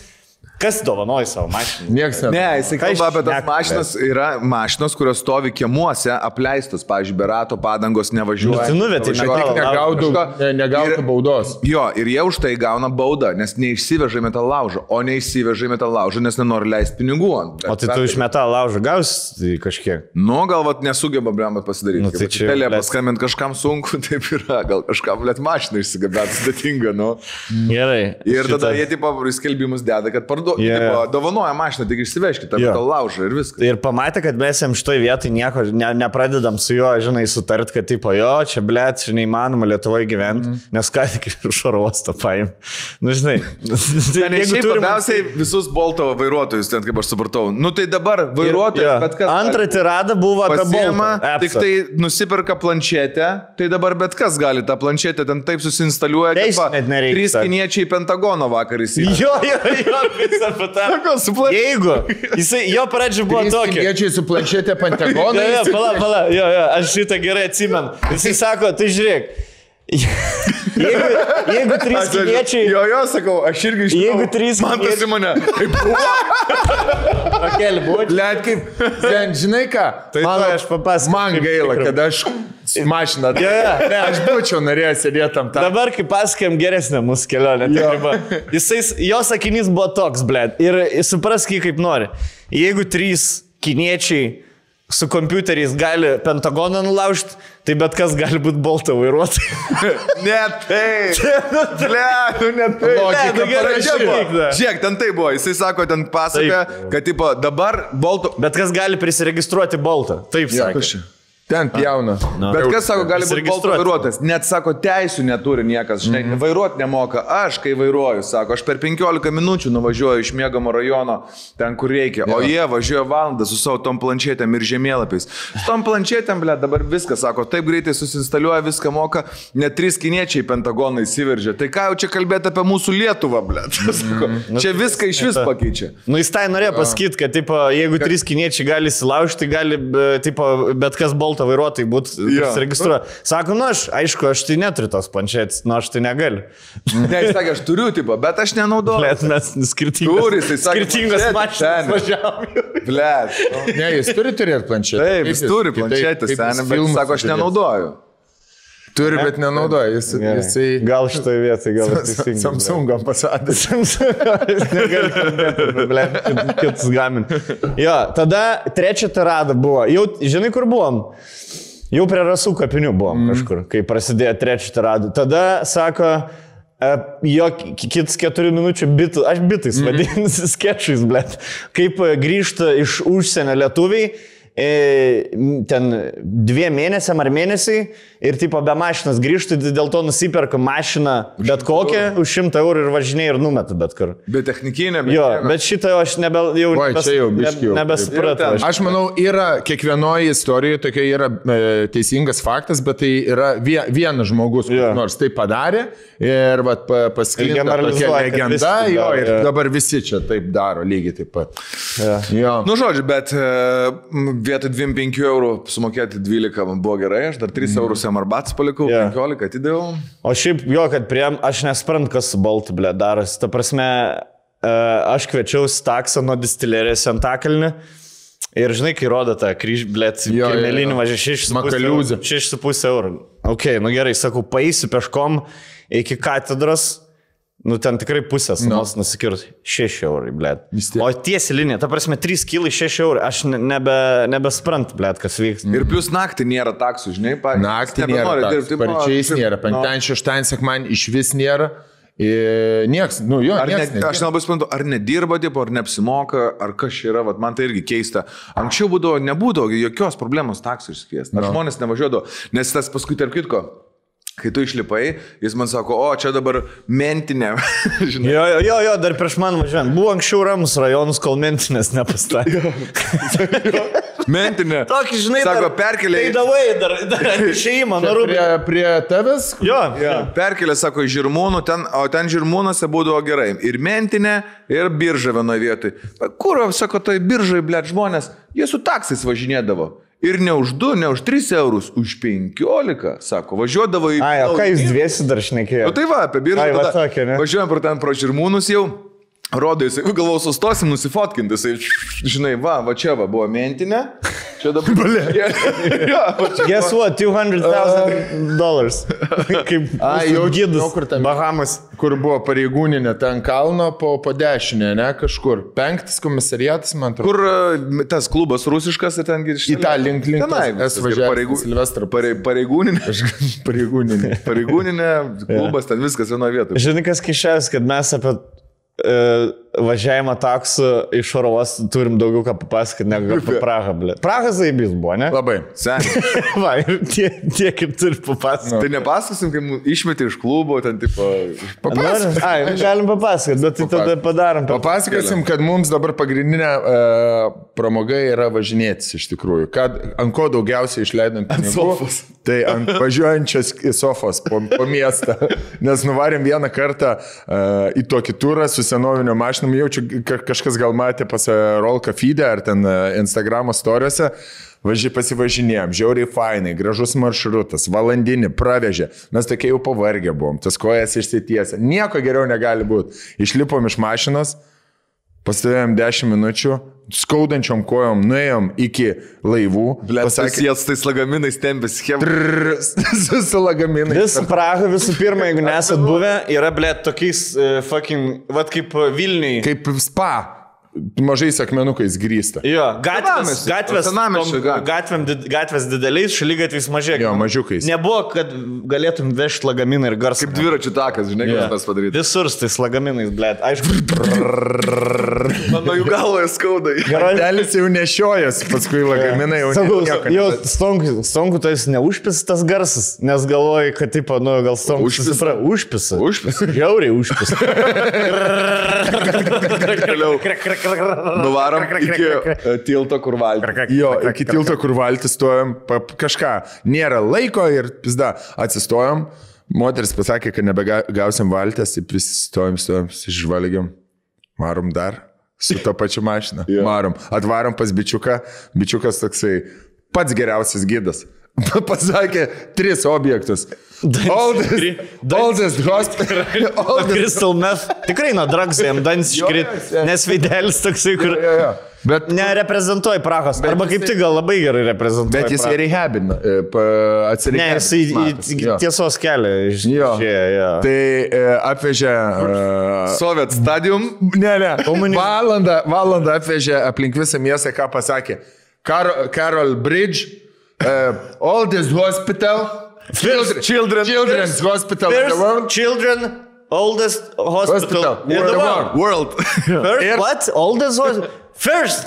S1: kas dovanoja savo mašiną.
S2: Niekas net.
S3: Ne, jisai
S1: Ką
S3: kalba
S1: jis
S3: apie tas
S1: šneka,
S3: mašinas, yra mašinos, kurios stovi kiemuose, apleistos, pavyzdžiui, berato padangos nevažiuoja.
S1: Nu, tai nuvertė,
S3: nevažiuoja.
S1: negalvo.
S2: Negaudau,
S3: Kažko-
S2: ne, negaudau
S3: Ir-
S2: baudos.
S3: Jo, ir jie už tai gauna baudą, nes neišsiveža į metalo laužą, o neišsiveža į metalo laužą, nes nenori leisti pinigų ant.
S1: O tai tu iš metalo laužo gausi tai kažkiek.
S3: Nu, gal vat nesugeba blemat pasidaryti.
S1: Nu,
S3: Kaip
S1: tai
S3: vat
S1: čia,
S3: Pelė
S1: blet.
S3: paskambint kažkam sunku, taip yra, gal kažkam liet mašiną išsigabėt sudėtinga, nu.
S1: Mhm. Gerai.
S3: Ir tada
S1: šitą-
S3: jie tipo skelbimus deda, kad parduoda,
S1: Jo, jo.
S3: yeah. dovanoja mašiną, tik išsivežkite,
S1: Jo.
S3: yeah. tą laužą ir viskas.
S1: Ir pamatė, kad mes jam šitoj vietoj nieko ne, nepradedam su juo, žinai, sutart, kad tipo jo, čia blėt, čia neįmanoma Lietuvoje gyventi, mm.
S3: Mhm.
S1: nes ką tik iš šarvosto paim. Na, Nu, žinai, tai
S3: Ten šiaip labiausiai visus Bolto vairuotojus, ten kaip aš supratau. Nu tai dabar vairuotojas, yeah. bet kas.
S1: Antra tirada buvo apie
S3: Pasiema,
S1: Boltą.
S3: tik tai nusiperka planšetę, tai dabar bet kas gali tą planšetę ten taip susinstaliuoja,
S1: Teist
S3: va,
S1: net nereikia,
S3: trys
S1: sako.
S3: kiniečiai į Pentagono vakarys.
S1: Jo, jo, jo, visą apie tą.
S3: Sako, su planšete.
S1: Jeigu, jisai, jo pradžia buvo tokia.
S2: Kiečiai su planšetė
S1: Jo,
S2: Pentagonai.
S1: jo, pala, pala, jo, jo, aš šitą gerai atsimenu. Jisai sako, tai žiūrėk. Jeigu, jeigu trys
S3: Aš-
S1: kiniečiai
S3: Jo, jo, sakau, aš irgi žinau.
S1: Jeigu trys
S3: Man tas
S1: kiniečiai-
S3: į mane.
S1: pakeli buvo,
S2: Let kaip. Ten, žinai ką?
S1: Tai
S2: Mano-
S1: tuoj aš papasakosiu,
S2: Man
S1: kaip
S2: gaila,
S1: tikra.
S2: kad aš su mašina.
S1: Jo, jo,
S2: Ne, aš būčiau norėjęs sėdėti tam tam.
S1: Dabar, kai pasakėm geresnę mūsų kelionę, tai riba. Jisai, jo sakinys buvo toks, blėt. Ir suprask jį kaip nori. Jeigu trys kiniečiai su kompiuteriais gali Pentagoną nulaužti, tai bet kas gali būti balto vairuotojas.
S3: Ne, tai. Ble, nu ne tai.
S2: Logika
S3: Ne, nu gerai,
S1: parašyta.
S3: čia buvo. Žiūrėk, ten tai buvo. Jisai sako, ten pasakoja, kad tipo, dabar Bolto.
S1: bet kas gali prisiregistruoti baltą. Taip, sakė.
S3: Kas čia?
S2: Ten pjauna.
S3: Bet kas sako, gali būti
S1: Prisiregistruoti.
S3: Bolto vairuotojas? Net sako, teisų neturi niekas, žinai,
S2: Mhm.
S3: mm. vairuoti nemoka. Aš, kai vairuoju, sako, aš per 15 minučių nuvažiuoju iš mėgamo rajono ten, kur reikia. O jie važiuoja valandą su savo tom planšetėm ir žemėlapiais. Su tom planšetėm, ble, dabar viskas, sako, taip greitai susinstaliuoja, viską moka, net trys kiniečiai į Pentagoną įsiveržė. Tai ką jau čia kalbėti apie mūsų Lietuvą, ble?
S2: Mhm.
S3: Sako,
S2: Nu tai
S3: čia viską iš vis pakeičia.
S1: Nu, jis tai norėjo pasakyti, kad, tipo, jeigu trys kiniečiai gali įsilaužti, gali, e, tipo, bet kas balto vairuotojai būtų
S3: Jo.
S1: prisiregistruoti. Sako, nu, aš, aišku, aš tai neturiu tos planšetės, nu, aš tai negaliu.
S3: Ne, jis sakė, aš turiu, tipo, bet aš nenaudoju.
S1: Bet mes skirtingos,
S3: Turi, jisai sakė,
S1: skirtingos
S3: planšetė,
S1: mašinas
S3: seni.
S1: važiavome.
S3: Ble.
S2: Ne, jis turi turėti planšetę.
S3: Taip,
S2: Kaip
S3: jis turi
S2: kitaip-
S3: planšetę,
S2: kaip jis
S3: seniai, bet
S2: filmus
S3: sako, aš
S2: žiūrės?
S3: nenaudoju.
S2: Turi, bet nenaudoja. Jis, jisai...
S1: Gal šitoje vietoje, gal aš teisingai.
S2: Samsungam pasadė.
S1: Kitas gamin. Jo, tada trečia tarada buvo. Jau, žinai, kur buvom? Jau prie rasų kapinių buvom mm. kažkur, kai prasidėjo trečia tarada. Tada sako, e, jo ki- kitas keturių minučių bitų, aš bitais mm. vadinasi, sketšais, blėt. Kaip e, grįžta iš užsienio lietuviai. e, m, Ten dviem mėnesiam ar mėnesiai ir tipo be mašinas grįžtų, dėl to nusiperka mašiną bet kokią už 100 eurų ir važinėjai ir numeta bet kur.
S3: Bet technikinė, bet...
S1: Jo,
S3: nieko.
S1: bet šitą aš nebe, jau,
S2: Oi,
S1: nebes-
S2: čia jau biškį jau.
S1: nebesupratau.
S3: Jau ten.
S1: Aš-
S2: Aš manau, yra kiekvienoje istorijoje tokia yra e, teisingas faktas, bet tai yra vie, vienas žmogus,
S1: Jo.
S2: yeah. nors tai padarė ir vat, pa,
S1: Ir
S2: pasklinda tokia
S1: generalizuoja, kad
S2: legenda,
S1: visi
S2: jo,
S1: daro,
S2: ir
S1: jo.
S2: dabar visi čia taip daro lygiai taip pat. Yeah. Jo.
S3: Nu, žodžiu, bet e, m, vietoj 25 eurų sumokėti 12 man buvo gerai, aš dar 3
S2: Mhm.
S3: mm. eurus jam arbatas palikau,
S1: Jo.
S3: yeah. 15 atidėjau.
S1: O šiaip jo, kad priem, aš nesprant, kas su Baltu, blė, darosi. Ta prasme, e, aš kviečiausi taksą nuo distilerės ant akalnį. Ir žinai, kai rodo tą kryžį, blė,
S2: Jo, jo, jo.
S1: kirmelinį važiuoja 6,5 eurų.
S2: Makaliūzė.
S1: 6,5 eurų. Ok, nu gerai, sakau, paėsiu peškom iki katedros. Nu, ten tikrai pusės, no. nors nusikirs 6 eurų, blėt.
S2: Vis tiek.
S1: O tiesi linija, ta prasme, 3 kilai 6 eurų, aš ne- nebe, nebesprant, blėt, kas vyksta.
S3: Ir plus naktį nėra taksų, žinai, pavyzdžiui.
S2: Naktį nėra,
S3: dirbti.
S2: paryčiais nėra,
S1: nu.
S3: nu,
S2: penktadienį, šeštadienį, sekmadienį iš vis nėra. Ir nieks, nu jo,
S3: Ar ne,
S2: nieks nedirba.
S3: aš nelabai suprantu, ar nedirba, tipo, ar neapsimoka, ar kas čia yra, vat, man tai irgi keista. Anksčiau būdavo, nebūdavo jokios problemos taksų išsikviesti. Ar
S2: No.
S3: žmonės nevažiuodavo, nes tas paskui, tarp kitko, Kai tu išlipai, jis man sako, o čia dabar mentinė. Žinai,
S1: Jo, jo, jo, jo, dar prieš man važiuojant. Buvo anksčiau ramus rajonus, kol mentinės nepastatė.
S3: mentinė.
S1: Tokį, žinai,
S3: Sako, perkėlė
S1: Tai
S3: į...
S1: davai, dar, dar išėjimą, narūpė.
S2: Prie, prie tavęs?
S1: Jo, jo.
S3: Yeah. Perkelė, sako, į Žirmūnų, ten, o ten Žirmūnuose būdavo gerai. Ir mentinė, ir birža vienoje vietoje. Kur, sako, toj biržai, ble, žmonės, jie su taksais važinėdavo. Ir ne už 2, ne už 3 eurus, už 15, sako, važiuodavo į...
S1: Ai, o ką jūs dviesi dar šnekėjote?
S3: Nu tai va, apie biržą.
S1: Ai, va,
S3: tada
S1: sakė, ne?
S3: Važiuojam pro ten pro žirmūnus jau. Rodo, jisai, galvau, sustosim, nusifotkinti, jisai, žinai, va, va čia va, buvo mentinė, čia dabar... Balė. ja, va Uh. čia.
S1: Guess what, 200,000 dollars. Kaip
S2: Ai, jau žinau,
S1: gydus.
S2: kur ten.
S1: Bahamas.
S2: Kur buvo pareigūninė, ten kalno po, po dešinę, ne kažkur. Penktas komisariatas, man atrodo.
S3: Kur e, tas klubas rusiškas ir tengi iš...
S2: Į tą link link.
S3: Tenai,
S2: Es važiavau. Pareigū... Silvestrą.
S3: Silvestrą. Pareigūninė.
S2: Pareigūninė.
S3: Pareigūninė, klubas, ten viskas vienoje vietoje.
S1: Žinai, kas kešės, kad mes apie e, važiavimą taksų iš oro uostų turim daugiau ką papasakoti negu apie Prahą. ble. Prahas zaibys buvo, ne?
S2: Labai.
S3: Seniai.
S1: Va, ir tiek, tiek kaip turi papasakoti.
S3: Tai nepasakosim, kai mu- išmetė iš klubo, ten tipo... iš-
S2: Papasakok.
S1: Ai, nu, galim papasakoti, bet tai tada padarom. per-
S2: Papasakosim, kad mums dabar pagrindinė e, pramoga yra važinėtis iš tikrųjų. Kad ant ko daugiausiai išleidom pinigų.
S3: sofos.
S2: Tai ant važiuojančios į sofos po, po miestą. Nes nuvarėm vieną kartą e, į tokį turą su senovinio mašinam. Jaučiu, ka- kažkas gal matė pas e, Rolka feedą ar ten e, Instagramo storiuose. Važiai pasivažinėjom, žiauriai fainai, gražus maršrutas, valandinį pravežė, mes tokie jau pavargę buvom, tas kojas išsitiesė, nieko geriau negali būti. Išlipom iš mašinos, pastovėjom 10 minučių, skaudančiom kojom nuėjom iki laivų,
S3: Ble, sakė, jie su tais lagaminais tempėsi schemą.
S2: "Trrr", su lagaminai.
S1: Visą Prahą visų pirma, jeigu nesat buvę, yra, ble, tokiais, uh, fucking, vad kaip e, Vilniui.
S2: Kaip spa, mažais akmenukais grįsta.
S1: Jo, gatvės,
S3: Senamiestis,
S1: gatvės,
S3: senamiesčio gatvė.
S1: gatvėm, did- gatvės dideliais, šalia gatvės mažai.
S2: Jo, mažiukais.
S1: Nebuvo, kad galėtum vežti lagaminą ir garsą.
S3: Kaip dviračių takas, žinai, yeah.
S1: Jo.
S3: kas mes padaryti.
S1: Visur su tais lagaminais, blėt. Aišku,
S3: Mano jų galvoje skauda.
S1: gerai.
S2: Delis jau nešiojas, paskui lagaminai jau
S1: Sakau,
S2: nieko
S1: jau
S2: nebedarė.
S1: stonku, stonku tai jis neužpis tas garsas, nes galvoji, kad taip, nu, gal stonku.
S3: Užpisa.
S1: Užpis.
S3: Užpisa.
S1: Žiauriai užpis.
S3: Toliau. Nuvarom iki e, tilto, kur valgyti.
S2: Jo, iki tilto, kur valtis stojom, pa- kažką, nėra laiko ir pizda, atsistojom, moteris pasakė, kad nebegausim valtis, taip visi stojom, stojom, išvalgiam, marom dar, su to pačiu mašina, yeah. marom, atvarom pas bičiuką, bičiukas toksai pats geriausias gydas. Pasakė tris objektus. Oldest, oldest hospital. Oldest,
S1: Crystal meth. Tikrai, na, drags jam dantis
S2: Jo,
S1: iškrit,
S2: jo, jo.
S1: nes veidelis toksai, kur...
S2: jo, jo. Bet,
S1: Nereprezentuoji Prahos. Arba kaip tik gal labai gerai reprezentuoji.
S2: bet jis
S1: Prahą.
S2: ir rehabina,
S1: Ne,
S2: atsirink.
S1: jisai į- į- tiesos kelią.
S2: Jo.
S1: Žinai,
S2: Tai e, apvežė. E,
S3: Soviet stadium.
S2: ne, ne.
S1: Komunizm.
S2: Valandą, valandą apvežė aplink visą miestą, ką pasakė. Kar, Carol Bridge, uh, Oldest Hospital. Children, children, Children's Hospital in the
S1: First
S2: world.
S1: children, oldest hospital,
S2: Hospital
S1: in the world.
S3: World.
S1: First, what? Oldest hospital? First.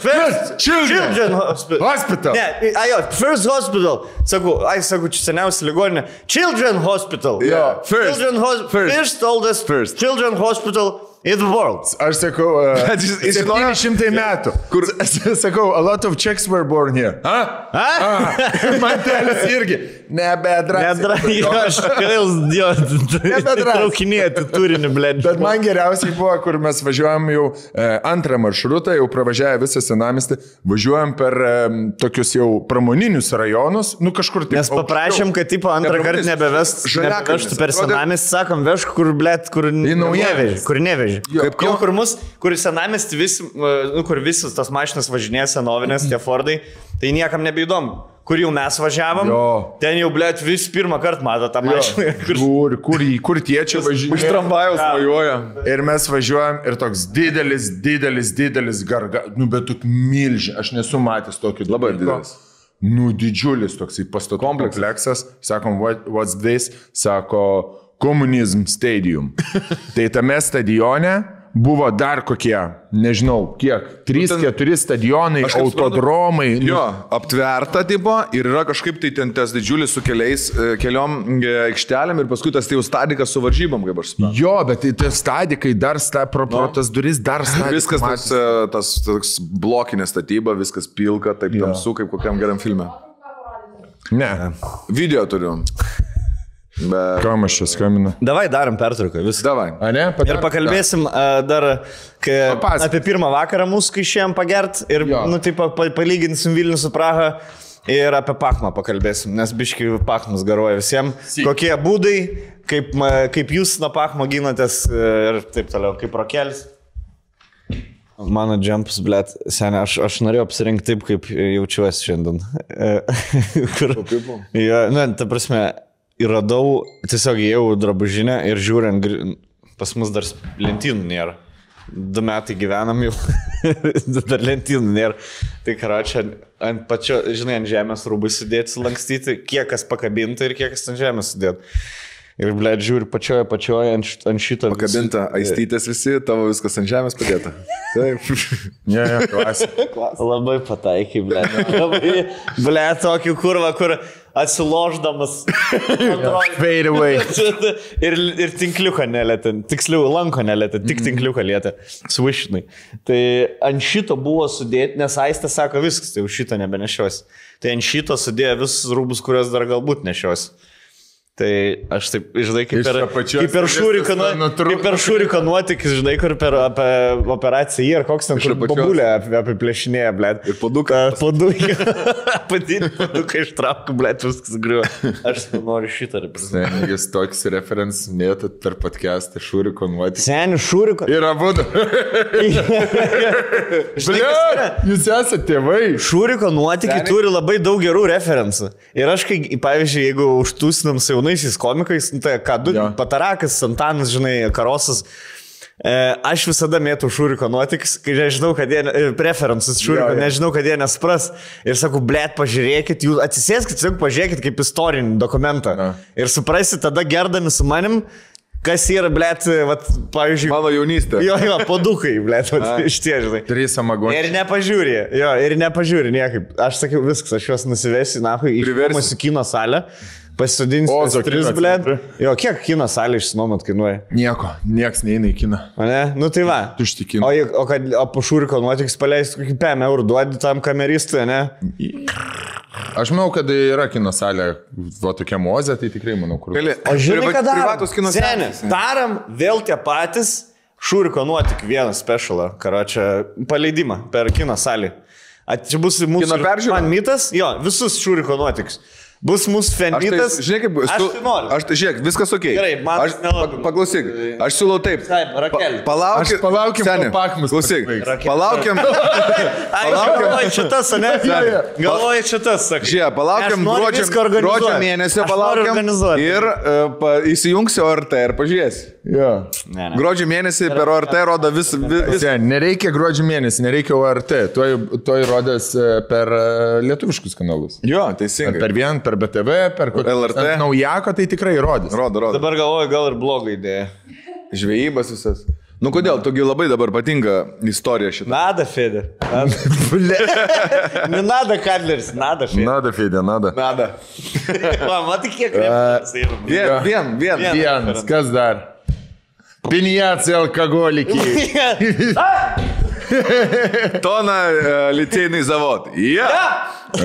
S1: First.
S2: children.
S1: Children hospital.
S2: Hospital.
S1: Ne, ajo, first hospital. Sakau, ai, sakau, čia seniausia ligoninė. Children hospital.
S2: Jo,
S3: first.
S1: Children hospital.
S3: First.
S1: First. oldest.
S3: First.
S1: Children hospital in the world.
S2: Aš sakau, uh,
S3: Bet jis- jis žinojo-
S2: 700 metų. Kur? Sakau, a lot of Czechs were born here. A?
S3: Ah.
S1: A?
S2: Mantelis irgi. Nebedra.
S1: Nedra, jo, aš vėl jo,
S2: Nebedrask.
S1: traukinėti turinį, blėt.
S2: Bet man geriausiai buvo, kur mes važiuojam jau e, antrą maršrutą, jau pravažiavę visą senamestį, važiuojam per e, tokius jau pramoninius rajonus, nu kažkur tai.
S1: Nes paprašėm, kad tipo antrą
S3: Nepamatys.
S1: kartą nebevest,
S3: Žaliakalnis.
S1: nebeveštų per
S3: Atrodė-
S1: senamestį, sakom, vežk, kur blėt, kur
S2: Į Naujavežį.
S1: neveži. Kur neveži.
S2: Jo.
S1: Kaip jau, kur mus, kur senamestį vis, nu, kur visos tos mašinas važinėja senovinės, tie Fordai, tai niekam nebeįdomu. Kur jau mes važiavam,
S2: Jo.
S1: ten jau blėt vis pirmą kartą mato tą mašiną.
S2: Kur, kur, kur, į- kur tie čia
S3: Iš
S2: važiuoja.
S3: tramvajaus mojuoja.
S2: Ir mes važiuojam ir toks didelis, didelis, didelis garga, nu bet tok milžin, aš nesu matęs tokio.
S3: Labai
S2: dalyko.
S3: didelis.
S2: Nu, didžiulis toksai pastatų
S3: Kompleksas.
S2: kompleksas. Sakom, what, what's this? Sako, komunizm stadium. tai tame stadione buvo dar kokie, nežinau, kiek, 3-4 stadionai,
S3: Nu, Aš kaip suprantu-
S2: autodromai. nu,
S3: Jo, aptverta tipo ir yra kažkaip tai ten tas didžiulis su keliais, e, keliom e, aikštelėm ir paskui tas tai jau stadikas su varžybom, kaip aš suprantu.
S2: Jo, bet tai tie stadikai dar sta, pro, pro tas duris dar stadikai.
S3: Nu. Viskas tas, e, tas toks blokinė statyba, viskas pilka, taip tamsu, kaip kokiam geram filmė.
S2: Ne.
S3: Video turiu. Bet...
S2: Kam aš čia skambinu?
S1: Davai darom pertrauką, viską.
S3: Davai.
S2: A ne?
S1: Ir pakalbėsim a, dar kai,
S2: Papasakok.
S1: apie pirmą vakarą mūsų, kai išėjom pagert ir,
S2: Jo.
S1: nu, taip, pa, palyginsim Vilnių su Praha ir apie Pakmą pakalbėsim, nes biški Pakmas garuoja visiems. Si. Kokie būdai, kaip, ma- kaip jūs nuo Pakmo ginatės ir taip toliau, kaip rokelis. Mano džempas, blėt, seniai, aš, aš norėjau apsirinkti taip, kaip jaučiuosi šiandien. E, Kur, jo, na, ta prasme, ir radau, tiesiog įėjau į drabužinę ir žiūrint, gri- pas mus dar s- lentynų nėra. Du metai gyvenam jau, dar lentynų nėra. Tai ką, čia ant pačio, žinai, ant žemės rūbai sudėti, lankstyti, kiek kas pakabinta ir kiek kas ant žemės sudėti. Ir, blėt, žiūri pačioje, pačioje ant, šit- ant šito. visų-
S3: Kabinta, aistytės visi, tavo viskas ant žemės padėta. Taip.
S2: Ne, ne, klasė.
S1: Labai pataikai, ble. Labai, ble, tokių kurva, kur atsiloždamas. atrodo,
S2: Fade away.
S1: ir, ir tinkliuką nelėtė, tiksliau lanko nelėtė,
S2: Mhm.
S1: tik tinkliuką lietė, swišinai. Tai ant šito buvo sudėti, nes aistė sako viskas, tai jau šito nebenešios. Tai ant šito sudėjo visus rūbus, kuriuos dar galbūt nešios. Tai aš taip, žinai, kaip
S2: Iš
S1: per,
S2: apačios
S1: kaip per
S2: viskas
S1: šūriką
S2: ten nutrūko.
S1: nuotikį, šūriko nuotykis, žinai, kur per apie operaciją ir koks ten kur
S3: apačios.
S1: babulė apie, apie plėšinėje, blė.
S3: Ir puoduką.
S1: Padukai. Padidinti padukai ištraukų, blė, viskas griuvo. Aš noriu šitą reprezentuoti.
S2: Jis toks referens, mėtat per podcastą šūriko nuotį.
S1: Senių šūriko.
S2: Ir abu.
S1: Žinai, kas yra?
S2: Jūs esate tėvai.
S1: Šūriko nuotykiai
S3: Seniai.
S1: turi labai daug gerų referencų. Ir aš, kai, pavyzdžiui, jeigu užtūsinam su jaunaisiais komikais, nu, tai ką du,
S2: Jo.
S1: Patarakas, Santanas, žinai, Karosas. E, aš visada mėtų šūriko nuotikius, kai nežinau, kad jie, e, preferences šūriko,
S2: Jo, jo.
S1: nežinau, kad jie nespras. Ir sakau, blėt, pažiūrėkit, jūs atsisėskit, tiesiog pažiūrėkit kaip istorinį dokumentą.
S2: Jo.
S1: Ir suprasit tada gerdami su manim, kas yra, blėt, vat, pavyzdžiui,
S3: Mano jaunystė.
S1: jo, jo, podukai, blėt, šitie, žinai.
S2: Trys amagonai.
S1: Ir nepažiūri, jo, ir nepažiūri niekaip. Aš sakiau, viskas, aš juos nusivesiu, na, į
S3: Priversi.
S1: mūsų kino salę, pasidinsiu
S2: Ozo
S1: tris
S2: kino
S1: blėt.
S2: centre.
S1: Jo, kiek kino salė išsinuomot kainuoja?
S2: Nieko, nieks neina į kiną.
S1: O ne? Nu tai va.
S2: Tušti kinai.
S1: O, jei- o kad apušūriko nuotiks paleist kokį 5 eurų duodi tam kameristui, ne?
S2: Aš manau, kad yra kino salė, va tokia mozė, tai tikrai manau, kur.
S3: Gali.
S1: O žinai,
S3: Priva-
S1: ką darom?
S3: Privatus kino
S1: Seni,
S3: salės.
S1: Darom vėl tie patys šūriko nuotik vieną specialą, karočią, paleidimą per kino salį. At, čia bus mūsų...
S3: Kino peržiūra?
S1: Man mitas, jo, visus šūriko nuotiks. Bus mūsų
S3: Aš tai,
S1: fenmitas.
S3: žinai, kaip,
S1: aš
S3: su-
S1: tai noriu.
S3: Aš tai, žiūrėk, viskas ok.
S1: Gerai, man
S3: aš,
S1: nelabai.
S3: Paklausyk, aš siūlau taip.
S1: Taip, Rakel.
S3: Palaukit,
S2: Aš palaukim, kol
S3: seni,
S2: pakmas
S3: Klausyk,
S2: pasibaigs.
S1: Rakel.
S3: palaukim.
S1: Ai,
S3: palaukiam.
S1: galvoju, čia tas, ne?
S3: Jo, jo.
S1: Galvoju, čia tas, sakai.
S3: Žiūrėk, palaukiam
S1: Aš noriu
S3: gruodžio,
S1: viską organizuot.
S3: gruodžio mėnesio,
S1: Aš noriu
S3: palaukiam.
S1: organizuot.
S3: Ir uh, pa, įsijungsi ORT ir pažiūrėsi.
S2: Jo.
S1: Ne, ne.
S3: Gruodžio mėnesį per ORT rodo vis, vis, vis
S2: Ne, nereikia gruodžio mėnesį, nereikia ORT, tuoj, tuoj rodės e, per e, lietuviškus kanalus.
S3: Jo,
S2: Ar
S3: teisingai.
S2: per vien, per BTV, per kokį
S3: LRT.
S2: ant naujako, tai tikrai rodys.
S3: Rodo, rodo.
S1: Dabar galvoju, gal ir blogai idėja.
S3: Žvejybas visas. Nu kodėl, togi labai dabar patinka istorija šitą.
S1: Nada, Fedė. Ne nada, Kadleris, nada, Fedė.
S2: Nada, Fidė, nada.
S3: Nada.
S1: Matai, kiek referencijų yra.
S3: Vien, vien, vien.
S1: Vien.
S2: Vienas, kas dar? Piniacija alkoholikiai.
S3: Tona litėjai e, zavod. Jie.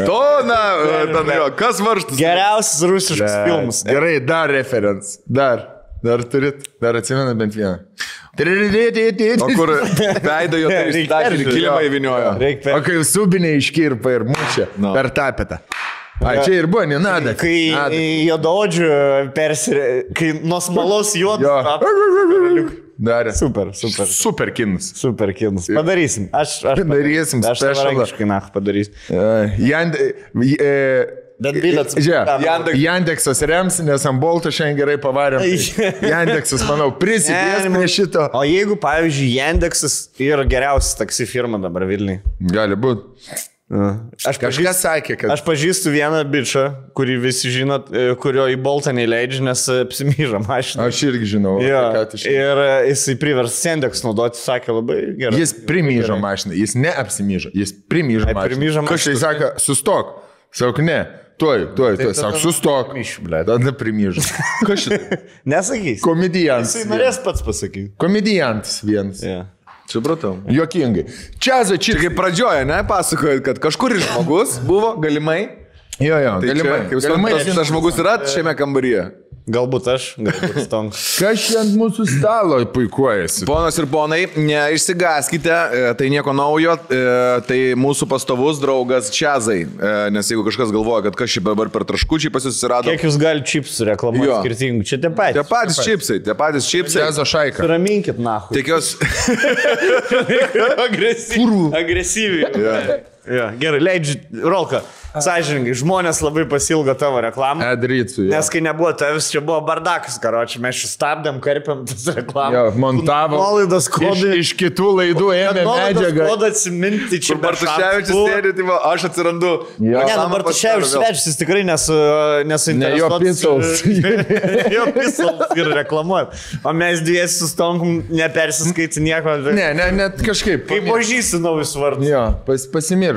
S3: Tona, e, ten jo, kas varštas.
S1: Geriausias rusiškas filmas.
S2: Gerai, dar referens. Dar. Dar turit, dar atsimenu bent vieną.
S3: O kur veido jo tai
S1: Reikia
S3: išdažė ir
S1: peržiūrėt.
S3: kilimą įviniojo.
S1: Reikia
S2: O kai subinė iškirpa ir mušia no.
S3: No.
S2: per tapetą. A, čia ir buvo, nenada.
S1: Kai juododžių persirė, kai nuo smalos juodo.
S2: Jo.
S1: tapo-
S2: Darė.
S1: Super, super.
S2: Super kinas.
S1: Super kinas. Padarysim. Aš, aš
S2: Padarysim
S1: Aš
S2: specialą.
S1: savarankiškai nach padarysiu.
S2: Jand... e-
S1: Bet bilietas-
S2: Žiūrėk,
S3: Yandex-
S2: Jandeksas rems, nes ant bolto šiandien gerai pavarėm. tai Jandeksas, manau, prisidės
S1: Animal-
S2: prie šito.
S1: O jeigu, pavyzdžiui, Jendeksas yra geriausias taksi firma dabar Vilniui.
S2: Gali būti.
S1: Aš
S2: Kažkas sakė, kad...
S1: Aš pažįstu vieną bičią, kurį visi žinot, e, kurio į boltą neįleidžia, nes e, apsimyža mašiną.
S2: Aš irgi žinau,
S1: Jo,
S2: apie ką tu šneki.
S1: ir e, jisai privers Sendeks naudoti, sakė labai gerai.
S2: Jis primyžo mašiną, jis neapsimyžo, jis primyžo
S1: Ai, primyžo
S2: mašiną. Kažkai
S1: mašiną. Tai
S2: sako, sustok. Sauk, ne, tuoj, tuoj, tuoj,
S1: tada
S2: sauk, sustok.
S1: primyšiu, ble.
S2: Tada primyžo. Kažkai.
S1: Nesakys.
S2: Komedijantas.
S1: Jisai
S2: vienas.
S1: norės pats pasakyti.
S2: Komedijantas vienas.
S1: Yeah.
S3: Supratau.
S2: Jokingai. Čia za
S3: Čia
S2: čips.
S3: kaip pradžioje, ne, pasakojot, kad kažkuris žmogus buvo galimai.
S2: Jo, jo,
S3: Tai
S2: galimai.
S3: čia, kaip
S2: galimai.
S3: suprantu, tas- tas žmogus yra šiame kambaryje.
S1: Galbūt aš, galbūt Stonks.
S2: Kas čia ant mūsų stalo puikuojasi?
S3: Ponas ir ponai, neišsigaskite, e, tai nieko naujo, e, tai mūsų pastovus draugas Čiazai. E, Nes jeigu kažkas galvoja, kad kas čia dabar per traškučiai pasisirado,
S1: Kiek jūs galite čipsų reklamuoti
S3: Jo.
S1: skirtingų? Čia tie
S3: tie
S1: patys.
S3: patys čipsai, tie patys čipsai.
S2: Cezo šaika.
S1: Raminkit, nahu.
S3: Tikiuosi,
S1: Agresyviai. Agresyviai. Yeah. Yeah. Gerai, leidžiu, Rolka, sąžininkai, žmonės labai pasilgo tavo reklamą.
S2: Edricui.
S1: Nes kai nebuvo tavęs, čia buvo bardakas, karoči, mes čia stabdėm, karpėm tas reklamą.
S2: Jo, montavo.
S1: Nuolaidas kodai.
S2: Iš, iš kitų laidų ėmė medžiagą.
S1: Kodą atsiminti čia.
S3: kur Bartuševičius sėdi, tai va, aš atsirandu.
S1: Ne,
S3: Samą
S1: dabar Bartuševičius
S3: pasidaro vėl.
S1: svečias, jis tikrai nesu, nesuinteresuotas.
S2: Ne, jo pistols.
S1: jo pistols ir reklamuojam. O mes dviesi su Stonkum nepersiskaitė nieko.
S2: Ne, ne, net kažkaip.
S1: Kaip pažįsti naujus vardus.
S2: Jo, pas, pasimiršom.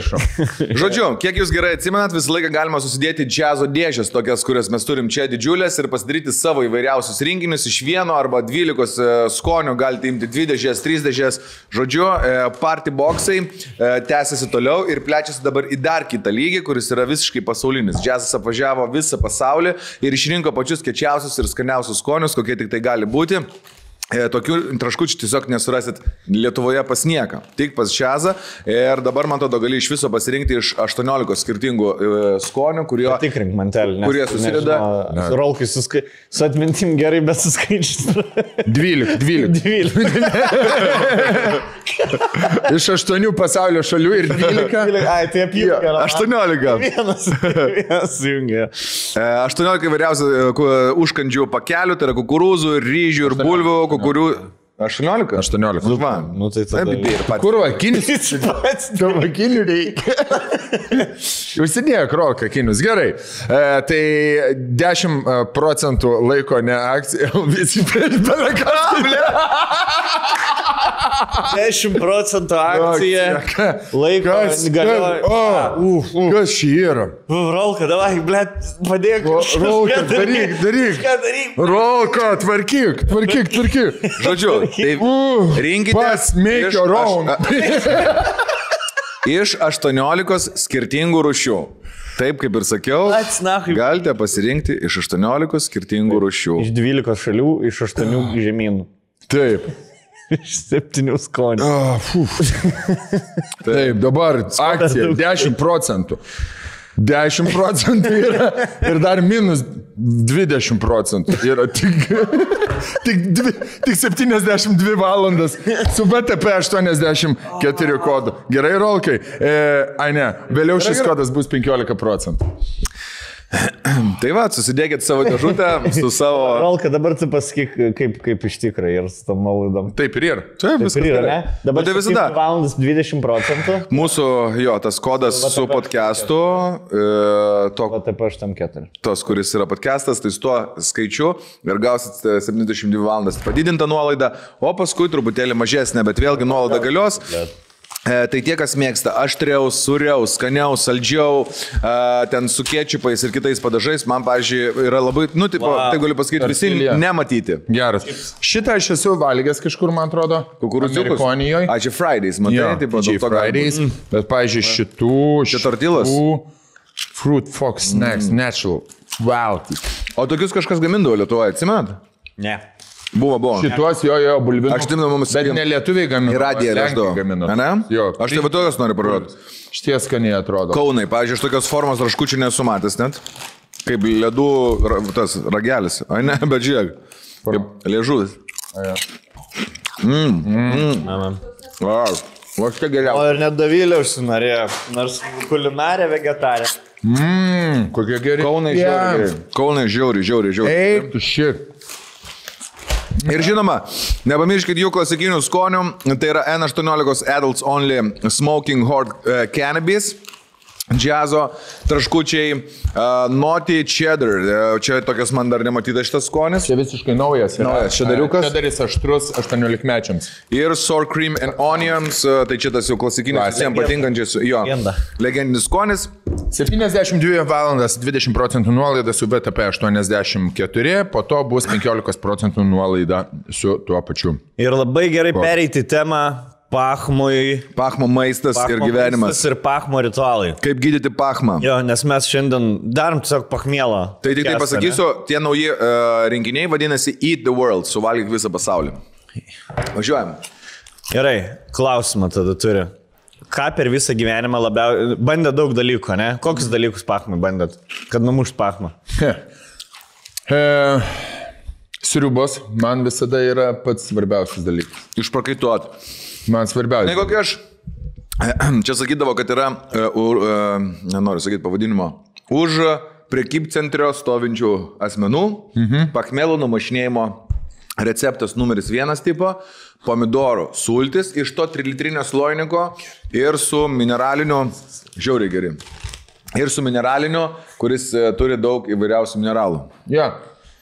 S3: Žodžiu, kiek jūs gerai atsimenat, visą laiką galima susidėti džiazo dėžės, tokias, kurias mes turim čia didžiulės ir pasidaryti savo įvairiausius rinkinius iš vieno arba dvylikos e, skonių, galite imti dvi dėžės, trys dėžės. Žodžiu, e, party boxai e, tęsiasi toliau ir plečiasi dabar į dar kitą lygį, kuris yra visiškai pasaulinis. Džiazas apvažiavo visą pasaulį ir išrinko pačius kečiausius ir skaniausius skonius, kokie tik tai gali būti. E, Tokių traškučių tiesiog nesurasit Lietuvoje pas nieką, tik pas šiazą. Ir dabar, man atrodo, gali iš viso pasirinkti iš 18 skirtingų e, skonių, kurio...
S1: Tikrink mantelį.
S3: Kurie susideda-
S1: Su Rolkai suskai... su atmintim gerai, bet suskaičius.
S2: 12, 12.
S1: 12.
S2: Iš 8 pasaulio šalių ir 12.
S1: Ai, tai apie
S2: Jo,
S3: 18.
S1: Vienas, vienas jungia.
S3: E, 18 įvairiausių e, ku- užkandžių pakelių, tai yra kukurūzų, ir ryžių, ir bulvių, kukurių. 18?
S2: 18.
S3: Va.
S1: Nu tai tada.
S3: Abi ir patys.
S2: Kur akinis?
S1: Jis pats.
S2: Tavo akinių reikia. Užsidėjo kroką akinius. Gerai. E, tai 10 procentų laiko ne akcija. Visi prieš belekablę.
S1: 10 procentų akcija. Laiko
S2: Kas?
S1: galioja.
S2: Galioja. O, uf, uf. Kas šį yra?
S1: Rolka, davai, ble, padėk.
S2: O,
S1: kažką
S2: Rolka, daryk, daryk.
S1: Ką daryk?
S2: Rolka, tvarkyk, tvarkyk, tvarkyk.
S3: Žodžiu, tai
S2: Uh,
S3: rinkitės
S2: Pats make
S3: iš
S2: your
S3: aš-
S2: own.
S3: iš 18 skirtingų rušių. Taip kaip ir sakiau,
S1: Pats nachui.
S3: galite pasirinkti iš 18 skirtingų rušių.
S1: Iš 12 šalių, iš 8
S3: Ah.
S1: žemynų.
S2: Taip.
S1: Iš 7 skonių.
S3: Ah.
S2: A, fuf. Taip, dabar akcija 10 procentų. 10 procentų yra ir dar minus 20 procentų. Yra tik, tik, dvi, tik 72 valandas su BTP 84 kodu. Gerai, Rolkai. E, ai ne, vėliau šis kodas bus 15 procentų.
S3: Tai va, susidėkit savo dėžutę su savo...
S1: Rolka, dabar tu pasakyk, kaip, kaip iš tikrai ir su tom nuolaidom.
S2: Taip ir yra.
S3: Taip,
S1: Taip ir yra, ne? Dabar
S3: Bet tai visada.
S1: Valandas 20 procentų.
S3: Mūsų, jo, tas kodas su podcastu, e, to,
S1: O taip aš tam keturi.
S3: tos, kuris yra podcastas, tai su tuo skaičiu ir gausit e, 72 valandas padidintą nuolaidą, o paskui truputėlį mažesnę, bet vėlgi nuolaida galios. E, Tai tie, kas mėgsta aštriau, suriau, skaniau, saldžiau, e, ten su kečupais ir kitais padažais, man, pažiūrėjau, yra labai, nu, tipo,
S1: Wow.
S3: tai galiu pasakyti, visi
S2: Tortilja.
S3: nematyti.
S2: Geras. Šitą aš esu valgęs kažkur, man atrodo,
S3: Kukurūziukus.
S2: Konijoje.
S3: Ačiū Fridays, matai, taip tai pat
S2: Didžiai Fridays, bet, pavyzdžiui,
S3: Mm.
S2: šitų... Čia
S3: tortilas?
S2: Fruit Fox Snacks
S3: Mm.
S2: Natural. Wow.
S3: O tokius kažkas gamindavo Lietuvoje, atsimenat?
S1: Ne.
S3: Buvo, buvo.
S2: Šituos jo, jo, bulvinų.
S3: Aš atsimenu, mums
S2: Bet
S3: irgi-
S2: ne lietuviai gamina.
S3: Į radiją
S2: lenkai
S3: leždavo.
S2: gamina.
S3: Ane?
S2: Jo.
S3: Aš tai va tokios noriu parodyti.
S2: Šties skaniai atrodo.
S3: Kaunai, pavyzdžiui, aš tokios formos raškučių nesu matęs net. Kaip ledų ra- tas ragelis. Ai ne, bet žiūrėk. Kaip liežuvis. Mm,
S2: Mm.
S3: Vau. O čia
S1: O
S3: geriau.
S1: ir net Davilė užsinorėjo, nors kulinarė vegetarė.
S2: Mm, kokie geri.
S3: Kaunai
S2: Jam.
S3: žiauri. Kaunai žiauri, žiauri, žiauri.
S2: Eik, tu šit.
S3: Ir žinoma, nepamirškit jų klasikinių skonių. Tai yra N18 Adults Only Smoking Hard eh, e, Cannabis. Džiazo traškučiai, uh, noti cheddar. Uh, čia tokias man dar nematytas šitas skonis.
S2: Čia visiškai naujas. yra.
S3: Naujas čedariukas.
S2: Čia darys aštrus 18-mečiams.
S3: Ir sour cream and onions. Uh, tai čia tas jau klasikinis,
S2: Klasika.
S3: visiems patinkančias. Jo.
S1: Legenda.
S3: Legendinis skonis.
S2: 72 valandas 20 procentų nuolaida su BTP 84, po to bus 15 procentų nuolaida su tuo pačiu.
S1: Ir labai gerai pereiti temą pachmui.
S3: Pachmo maistas ir
S1: pachmo
S3: gyvenimas.
S1: maistas Ir pachmo ritualai.
S3: Kaip gydyti pachmą.
S1: Jo, nes mes šiandien darom tiesiog pachmėlą.
S3: Tai tik tai
S1: kestą,
S3: pasakysiu, tie nauji uh, renginiai vadinasi Eat the World, suvalgyk visą pasaulį. Važiuojam.
S1: ne? Gerai, klausimą tada turiu. Ką per visą gyvenimą labiausiai... Bandė daug dalykų, ne? Kokius dalykus pachmui bandėt? Kad numušt pachmą.
S2: He. E, sriubos man visada yra pats svarbiausias dalykas.
S3: Išprakaituot.
S2: Man
S3: Ne
S2: svarbiausias.
S3: kokia aš. Čia sakydavo, kad yra, uh, uh, nenoriu sakyti pavadinimo, už prekybcentrio stovinčių asmenų, mhm. pakmelų numašinėjimo receptas numeris vienas tipo, pomidorų sultis iš to trilitrinio sloiniko ir su mineraliniu, žiauriai geri, ir su mineraliniu, kuris e, turi daug įvairiausių mineralų.
S2: Ja.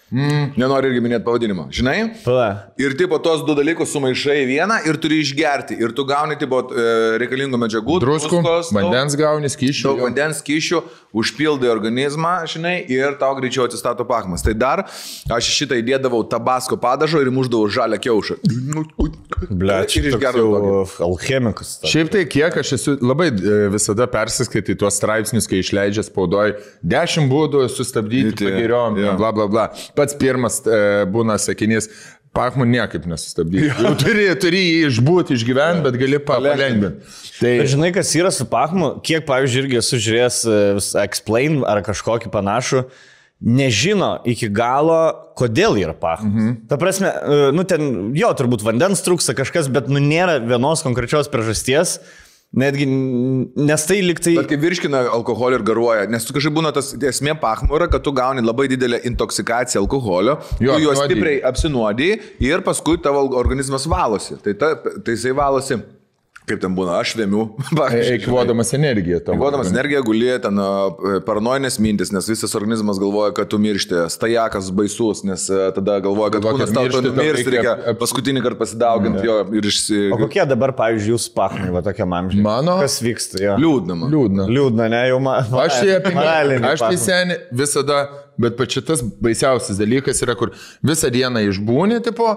S3: Nenoriu irgi minėti pavadinimo, žinai?
S1: Pala.
S3: Ir tipo tos du dalykus sumaišai į vieną ir turi išgerti. Ir tu gauni tipo e, reikalingų medžiagų,
S2: Druskų,
S3: druskos,
S2: vandens gauni,
S3: daug, daug
S2: skyšių.
S3: vandens kišių, užpildai organizmą, žinai, ir tau greičiau atsistato pakmas. Tai dar aš į šitą įdėdavau tabasko padažo ir muždavau žalę kiaušą.
S1: Ble, čia toks
S3: ir išgerdavau. tokį.
S1: jau alchemikas. toks.
S2: Šiaip tai kiek aš esu labai e, visada persiskaitai tuos straipsnius, kai išleidžia spaudoj 10 būdų sustabdyti
S3: Įti,
S2: geriom,
S3: jo.
S2: bla bla bla. Pats pirmas e, būna sakinys, pakmų niekaip nesustabdyti. Jau turi, turi jį išbūti, išgyventi, bet gali pa- palengvinti. Tai
S1: Bet Žinai, kas yra su Pachmu, kiek, pavyzdžiui, irgi esu žiūrėjęs e, vis Explain ar kažkokį panašų, nežino iki galo, kodėl yra Pachmas. Mhm. Ta prasme, e, nu ten jo, turbūt vandens trūksta kažkas, bet nu nėra vienos konkrečios priežasties, netgi, n- nes tai liktai...
S3: Bet kai virškina alkoholį ir garuoja, nes tu kažkaip būna tas esmė pachmo yra, kad tu gauni labai didelę intoksikaciją alkoholio,
S2: Jo,
S3: jo, tu juos
S2: apsinuodiji.
S3: stipriai apsinuodį ir paskui tavo organizmas valosi. Tai, ta, tai jisai valosi, kaip ten būna, aš vėmiu.
S2: eikvodamas e, energiją. tavo.
S3: Guodamas energiją gulė ten a, paranojinės mintis, nes visas organizmas galvoja, kad tu miršti, stajakas baisus, nes a, tada galvoja, kad
S2: Galvoja, kad
S3: kūnas tau
S2: miršti,
S3: to
S2: tau reikia
S3: numiršti,
S2: Mm.
S3: reikia
S2: ap- ap-
S3: paskutinį kartą pasidaugint jo ir išsi...
S1: O kokie dabar, pavyzdžiui, jūs Pachmai, va tokia amžiai?
S2: Mano?
S1: Kas vyksta? Jo.
S3: Liūdna.
S2: Liūdna.
S1: Liūdna, ne, jau man.
S2: Aš tai apie
S1: moralinį
S2: Aš tai
S1: Pachmą.
S2: seniai visada, bet pačias baisiausias dalykas yra, kur visą dieną išbūni, tipo,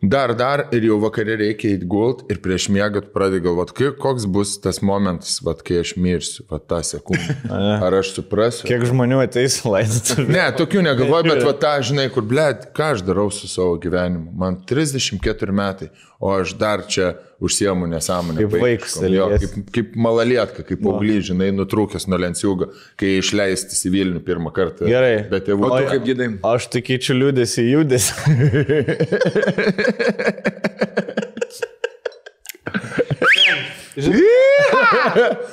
S2: dar, dar ir jau vakarė reikia įgult ir prieš miegą tu pradedi galvoti, koks bus tas momentas, vat, kai aš mirsiu, vat, tą sekundę. Ar aš suprasiu?
S1: Kiek žmonių ateis laidoti?
S2: Ne, tokių negalvoju, bet va tą, žinai, kur, ble, ką aš darau su savo gyvenimu. Man 34 metai, o aš dar čia užsiemu nesąmonę.
S1: Kaip vaikas
S2: vaikiškom. Jo,
S1: elgiesi.
S2: kaip, kaip malalietka, kaip paauglys, žinai, nutrūkęs nuo lenciūgo, kai išleistis į Vilnių pirmą kartą.
S1: Gerai.
S2: Bet tėvų.
S3: O tu kaip gydai?
S1: Aš tai keičiu liūdėsi į judesį.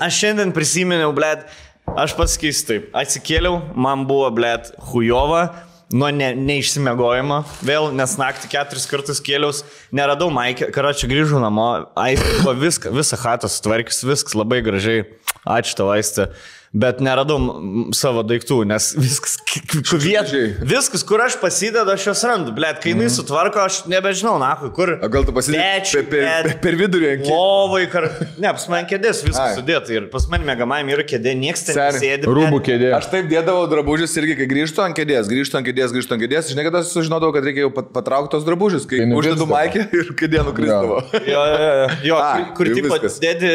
S1: Aš šiandien prisiminiau, blėt, aš pasakysiu taip. Atsikėliau, man buvo, blėt, hujova. Nuo ne, neišsimiegojimo, vėl, nes naktį keturis kartus kėliaus, neradau Maikė, karočią grįžau namo, aistė buvo viską, visą hatą sutvarkius, viskas labai gražiai, ačiū tau aistė, bet neradau mm, savo daiktų, nes viskas, k- k- kur viet,
S3: Gražiai. Mhm.
S1: viskas, kur aš pasidedu, aš juos randu, blėt, kai jinai sutvarko, aš nebežinau, na, kur.
S3: O gal tu
S1: Pečių,
S3: pasidėji per, per,
S1: bet-
S3: per vidurį? ant kė-
S1: Lovai, kar... ne, pas man kėdės
S3: Ai.
S1: viskas sudėta ir pas man mėgamajam yra kėdė, nieks ten
S3: Seri,
S1: nesėdi.
S2: Rūbų
S1: kėdė.
S2: kėdė.
S3: Aš taip dėdavau drabužius irgi, kai grįžtu ant kėdės, grįžtu ant kėdės, grįžtu ant kėdės, žinai, kad aš sužinodavau, kad reikia jau pat- patraukt tos drabužius, kai
S2: Kai nuvirsdavo.
S3: uždedu maikę ir kėdė nukrisdavo.
S1: Jo, jo, jo, jo
S3: A,
S1: kur, kur,
S3: jau
S1: tipo,
S3: viskas.
S1: dėdi,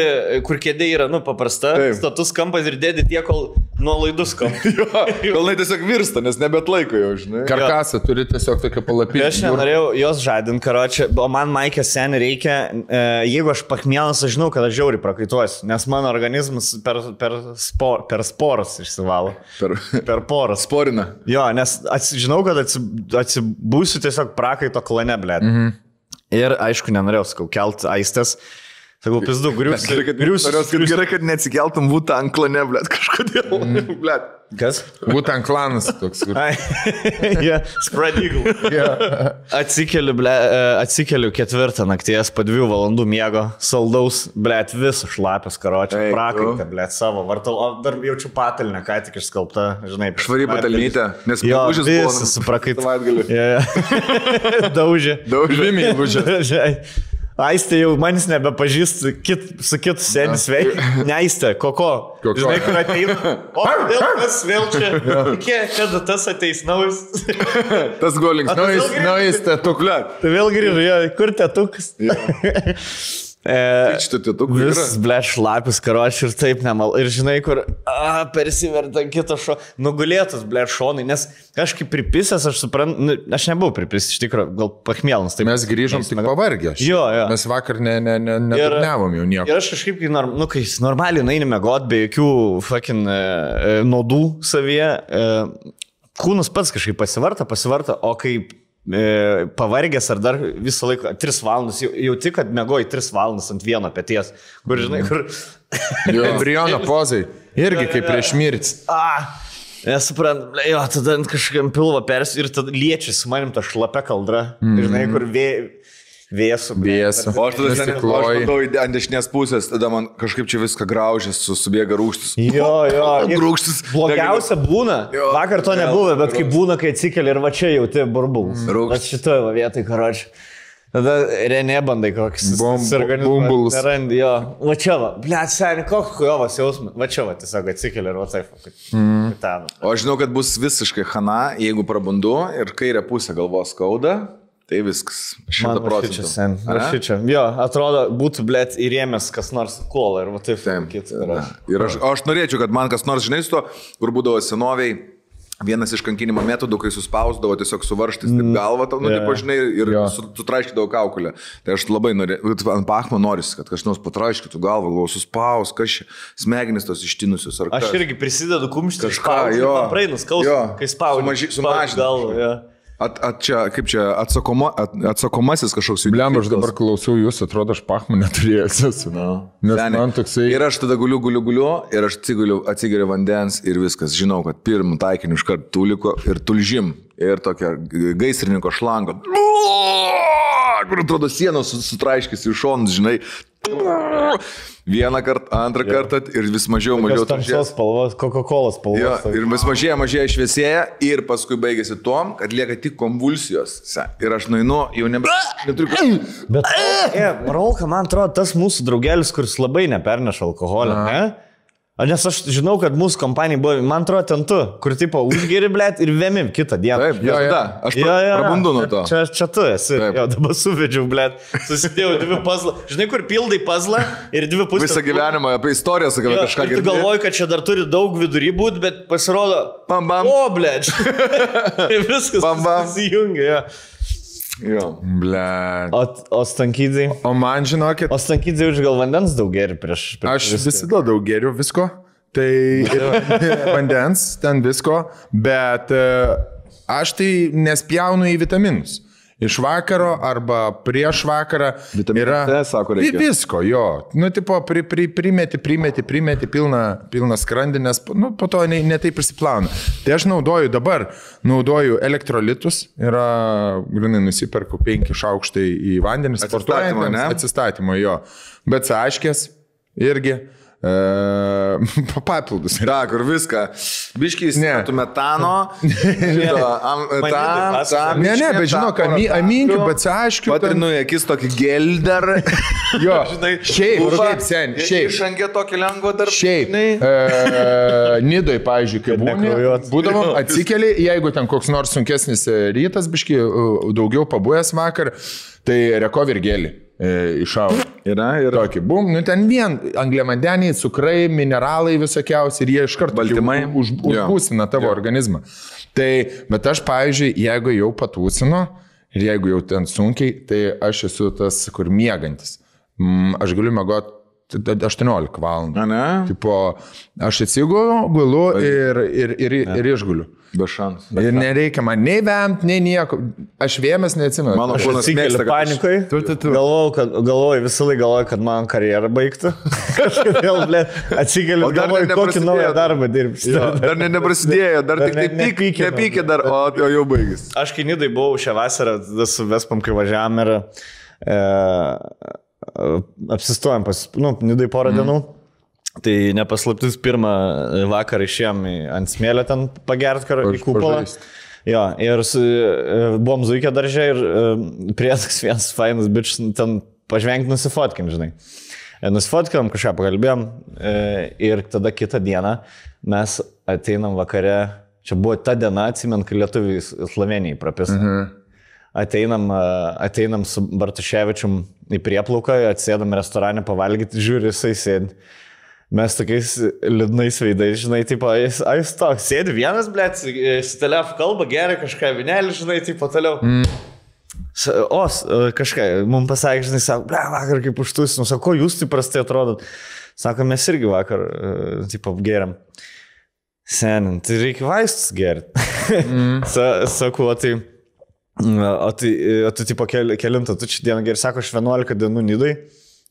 S1: kur kėdė yra, nu, paprasta,
S3: Taip.
S1: status kampas ir dėdi tie, kol nuo laidus kampas.
S3: Jo, Kalnai tiesiog virsta, nes nebet laiko jau, žinai.
S2: Karkasą turi tiesiog tokią palapinę.
S1: Aš nenorėjau jos žadinti, karočią, o man Maikė seniai reikia, e, jeigu aš pakmėlas, aš žinau, kad aš žiauriai prakaituosiu, nes mano organizmas per, per, spor, per sporas išsivalo.
S3: Per,
S1: Per poras.
S3: sporina.
S1: Jo, nes atsi, žinau, kad atsi, atsibūsiu tiesiog prakaito klane, blė. Mm -hmm. Ir aišku, nenorėjau, sakau, kelt aistės. Sakau, pizdu, griusi.
S3: Gerai, kad, norėjau sakyt, gerai, kad neatsikeltum būtų ant klane, blėt, kažkodėl. Mm. Blėt.
S1: Kas?
S2: Būtent klanas toks. kur-
S1: Ai, jie spread eagle.
S2: Jo.
S1: Atsikeliu, ble, e, atsikeliu ketvirtą nakties, po dviejų valandų miego, saldaus, ble, visą šlapęs karočią,
S3: Ei, tu.
S1: prakaitą, ble, savo vartau, o dar jaučiu patalinę, ką tik išskalbta, žinai, prieš
S3: Švari
S1: savaitgalį.
S3: patalytė, nes
S1: Jo,
S3: lūžis buvo
S1: visą suprakaitą.
S3: savaitgalį.
S1: Daužė.
S3: Daužymį.
S1: Aistė jau manis nebepažįst, kit, su kitu seniu sveiki. Ne Aistė, koko.
S2: Koko.
S1: Žinai, kur ateina. O, vėl tas, vėl čia. Kie, kada tas ateis naujas.
S3: Tas golings. Nu,
S2: Naujas, naujas tetuklė.
S1: Tai vėl grįžai, kur tetukas.
S3: Tai šitų tetukų yra.
S1: Vis, ble, šlapis karoč ir taip nemal. Ir žinai, kur, a, persiverta kito šo, nugulėtas, ble, šonai, nes aš kaip pripisęs, aš suprantu, nu, aš nebuvau pripisęs, iš tikrųjų, gal pakmėlnas, taip.
S2: Mes grįžom tik pavargę. šiaip.
S1: Jo, jo.
S2: Mes vakar neturnavom jau nieko.
S1: Ir aš kažkaip, kai, norm, nu, kai normaliai naini mėgot, be jokių fucking e, e, naudų savyje, e, kūnas pats kažkaip pasivarta, pasivarta, o kai e, pavargęs ar dar visą laiką 3 valandas, jau, jau tik, kad mėgoji 3 valandas ant vieno pėties, kur žinai, kur...
S2: Embriono pozai. Irgi kaip prieš mirtį.
S1: A, Nesuprantu, ble, jo, tada ant kažkam pilvo pers ir tada liečia su manim tą šlapę kaldrą, mm. žinai, kur vė- vėsu. ble,
S2: Vėsu.
S1: per-
S3: O aš tada šiandien
S2: Nusikloji.
S3: klausau ant dešinės pusės, tada man kažkaip čia viską graužė, su- subėga rūštis.
S1: Jo, jo. ir
S3: Brūkštis.
S1: Blogiausia būna. Jo,
S3: Jo,
S1: vakar to
S3: vėl
S1: nebuvo, bet kai
S3: brūkštis. Mm,
S1: būna, kai atsikeli ir va čia jauti burbulus.
S3: Brūkštis.
S1: Vat šitoje va vietoje, karoči. Tada renė bandai kokius
S2: Bum- bumbulus.
S1: Randi, jo. Va čia va. Ble, seniai, koks kujovas jausmas. Va čia va, tiesiog atsikeli ir va taip. va, kad-
S3: Mm.
S1: kad ten.
S3: O aš žinau, kad bus visiškai hana, jeigu prabundu ir kairę pusę galvos skauda, tai viskas.
S1: Man
S3: Šimta
S1: va šičia,
S3: procentų.
S1: sen. va
S3: Ane?
S1: šičia. Jo, atrodo, būtų, ble, įrėmęs kas nors kolą ir va taip.
S3: Taip.
S1: Kitą,
S3: Na, Ir aš, aš norėčiau, kad man kas nors, žinai, su to, kur būdavo senoviai, vienas iš kankinimo metodų, kai suspausdavo tiesiog suvarštis mm. galvą, tau, nu,
S1: Jo.
S3: yeah. pažinai, ir
S2: Jo.
S3: yeah. sutraiškydavo kaukulę. Tai aš labai norėjau, ant pachmo norisi, kad kažkas nors patraiškytų galvą, galvoju, suspaus, kas čia, smegenis tos ištinusius ar
S1: Aš
S3: kas.
S1: irgi prisidedu kumštį.
S3: Kažką,
S1: spaudžiu,
S3: jo.
S1: man Praeinu, skausmas,
S3: Jo.
S1: kai spaudžiu.
S3: Sumaži-
S1: spaudžiu
S3: sumažina
S1: galvą,
S3: kažkaip.
S1: jo.
S3: At, at čia, kaip čia, atsakoma, at, atsakomasis kažkoks
S2: Bliam, aš dabar klausau jūs, atrodo, aš pachmų neturėjau sesu. Nes
S3: Seni.
S2: man toksai...
S3: Nu. Ir aš tada guliu, guliu, guliu, ir aš atsigaliu, atsigeriu vandens ir viskas. Žinau, kad pirmų taikinių iškart tuliko ir tulžim. Ir tokia g- gaisrininko šlanga. Kur atrodo sienos su- sutraiškis iš šonus, žinai. Vieną kartą, antrą kartą ir vis mažiau, mažiau
S1: Tokios tamsios spalvos, Coca-Cola
S3: Jo,
S1: spalvos.
S3: ir vis mažėja, mažėja šviesėja ir paskui baigėsi tom, kad lieka tik konvulsijos. Se, Ir aš nuinu, jau nebe... neturiu ką-
S1: Bet, e, Rolka, man atrodo, tas mūsų draugelis, kuris labai neperneša alkoholio, ne? A, Nes aš žinau, kad mūsų kompanija buvo, man atrodo, ten tu, kur tipo užgeri, blėt, ir vėmim kitą dieną.
S3: Taip, jo,
S2: Jo, jo.
S3: jo. Aš pra, prabundu nuo to.
S1: Čia, čia tu esi.
S3: Taip.
S1: Jo, dabar suvedžiau, blėt. Susidėjau dvi puzzle. Žinai, kur pildai puzzle ir dvi pusės.
S3: Visą gyvenimą apie istorijas, apie
S1: Jo,
S3: kažką
S1: ir tu galvoji, kad čia dar turi daug vidury būt, bet pasirodo,
S3: Bam, bam.
S1: o, blėt. Viskas
S3: Bam, bam.
S1: įsijungia. Jo.
S3: Jo.
S2: Ble.
S1: O, o stankydai?
S2: O man, žinokit,
S1: O stankydai už gal vandens daug geri prieš. prieš
S2: Aš visada daug geriu visko, tai ir vandens, ten visko, bet e, aš tai nespjaunu į vitaminus. Iš vakaro arba prieš vakarą
S3: Vitamino
S2: yra
S3: C, sako, reikia.
S2: Vi- Visko, jo. Nu, tipo, pri, pri, primeti, primeti, primeti pilną, pilną skrandį, nes nu, po to ne- netaip prisiplauna. Tai aš naudoju dabar, naudoju elektrolitus, yra, grinai, nusiperku penki šaukštai į vandenį,
S3: Atsistatymo,
S2: sportuojantiems,
S3: ne?
S2: atsistatymo jo. Bet saiškės irgi. E, papildus.
S3: Da, kur viską. Biškiai, ne. Tu metano. Šito, am,
S1: Man irgi
S3: tam,
S1: pasakojo.
S3: tam,
S2: Ne, ne, bet žinok, ami- aminkių, bet aiškiu, ten-
S3: Patrinu į akis tokį geldar.
S2: Jo, šiaip, šiaip, sen, šiaip.
S3: Išangė tokį lengvą dar.
S2: Šiaip,
S3: žinai.
S2: e, Nidoj, pavyzdžiui, kai būni,
S1: nekraujuot.
S2: būdavom atsikeli, jeigu ten koks nors sunkesnis e, rytas, biški, e, daugiau pabuvęs vakar, tai reko virgelį e, išaugo.
S3: Yra, yra.
S2: Tokį, bum, nu ten vien angliamandeniai, cukrai, mineralai visokiausi ir jie iš karto tokį
S3: Baltymai.
S2: už,
S3: Jo.
S2: užbūsina tavo organizmą. Tai, bet aš, pavyzdžiui, jeigu jau patūsinu ir jeigu jau ten sunkiai, tai aš esu tas, kur miegantis. Mm, Aš galiu mėgoti 18 valandų.
S3: Na, ne.
S2: Tipo, aš atsiguliu, gulu ir, ir, ir, ir išguliu.
S3: Be šansų.
S2: Ir nereikia man nei vemt, nei nieko. Aš vėmės neatsimenu.
S3: Mano
S1: Aš
S3: kūnas mėgsta
S1: atsikeliu
S3: kad aš-
S1: panikoj.
S2: Tu, tu, tu.
S1: Galvoju, kad, galvoju, visą laiką galvoju, kad man karjerą baigtų. Kažkaip vėl, ble, atsikeliu,
S3: O dar
S1: galvoju,
S3: net
S1: kokį naują
S3: neprasidėjo.
S1: darbą dirbsiu.
S3: Dar ne, neprasidėjo, dar,
S1: Dar
S3: dar tik
S1: ne-
S3: taip ne,
S1: nepykino.
S3: pykė, nepykė dar, o, o jau baigis.
S1: Aš kai Nidai buvau šią vasarą, tada su Vespam, kai važiavam ir e, e, apsistojom pas, nu, Nidai porą
S3: Mhm.
S1: mm. dienų. Tai nepaslaptis, pirmą e, vakarą išėjom į- ant smėlio ten pagerti karo į
S2: Paž-
S1: kupolą.
S2: pažaist.
S1: Jo, ir su, e, buvom zuikė daržė ir e, priesakas vienas fainas bičias ten pažvengti nusifotkim, žinai. E, Nusifotkinom, kažką pakalbėjom e, ir tada kitą dieną mes ateinam vakare, čia buvo ta diena, atsimint, kai lietuviai Slovenijai prapis. Mhm. Ateinam, e, ateinam su Bartuševičium į prieplauką, atsėdam restorane pavalgyti, žiūri, jisai sėdi. Mes tokiais liūdnais veidais, žinai, tipo, jis, ai, jis toks, sėdi vienas, blė, su telefu kalba, geria kažką, vinelį, žinai, tipo, toliau. Mm. O, s- e, kažką, mums pasakė, žinai, sako, blė, vakar kaip užtusinau, sako, "Ko jūs taip prastai atrodot. Sako, mes irgi vakar, e, tipo, geriam. Senin, tai reikia vaistus gerti. Mm. Sa, sakau, o tai, o tai, o tai, tipo, kel, kelintą, tu čia dieną geri, sako, aš 11 dienų nidai.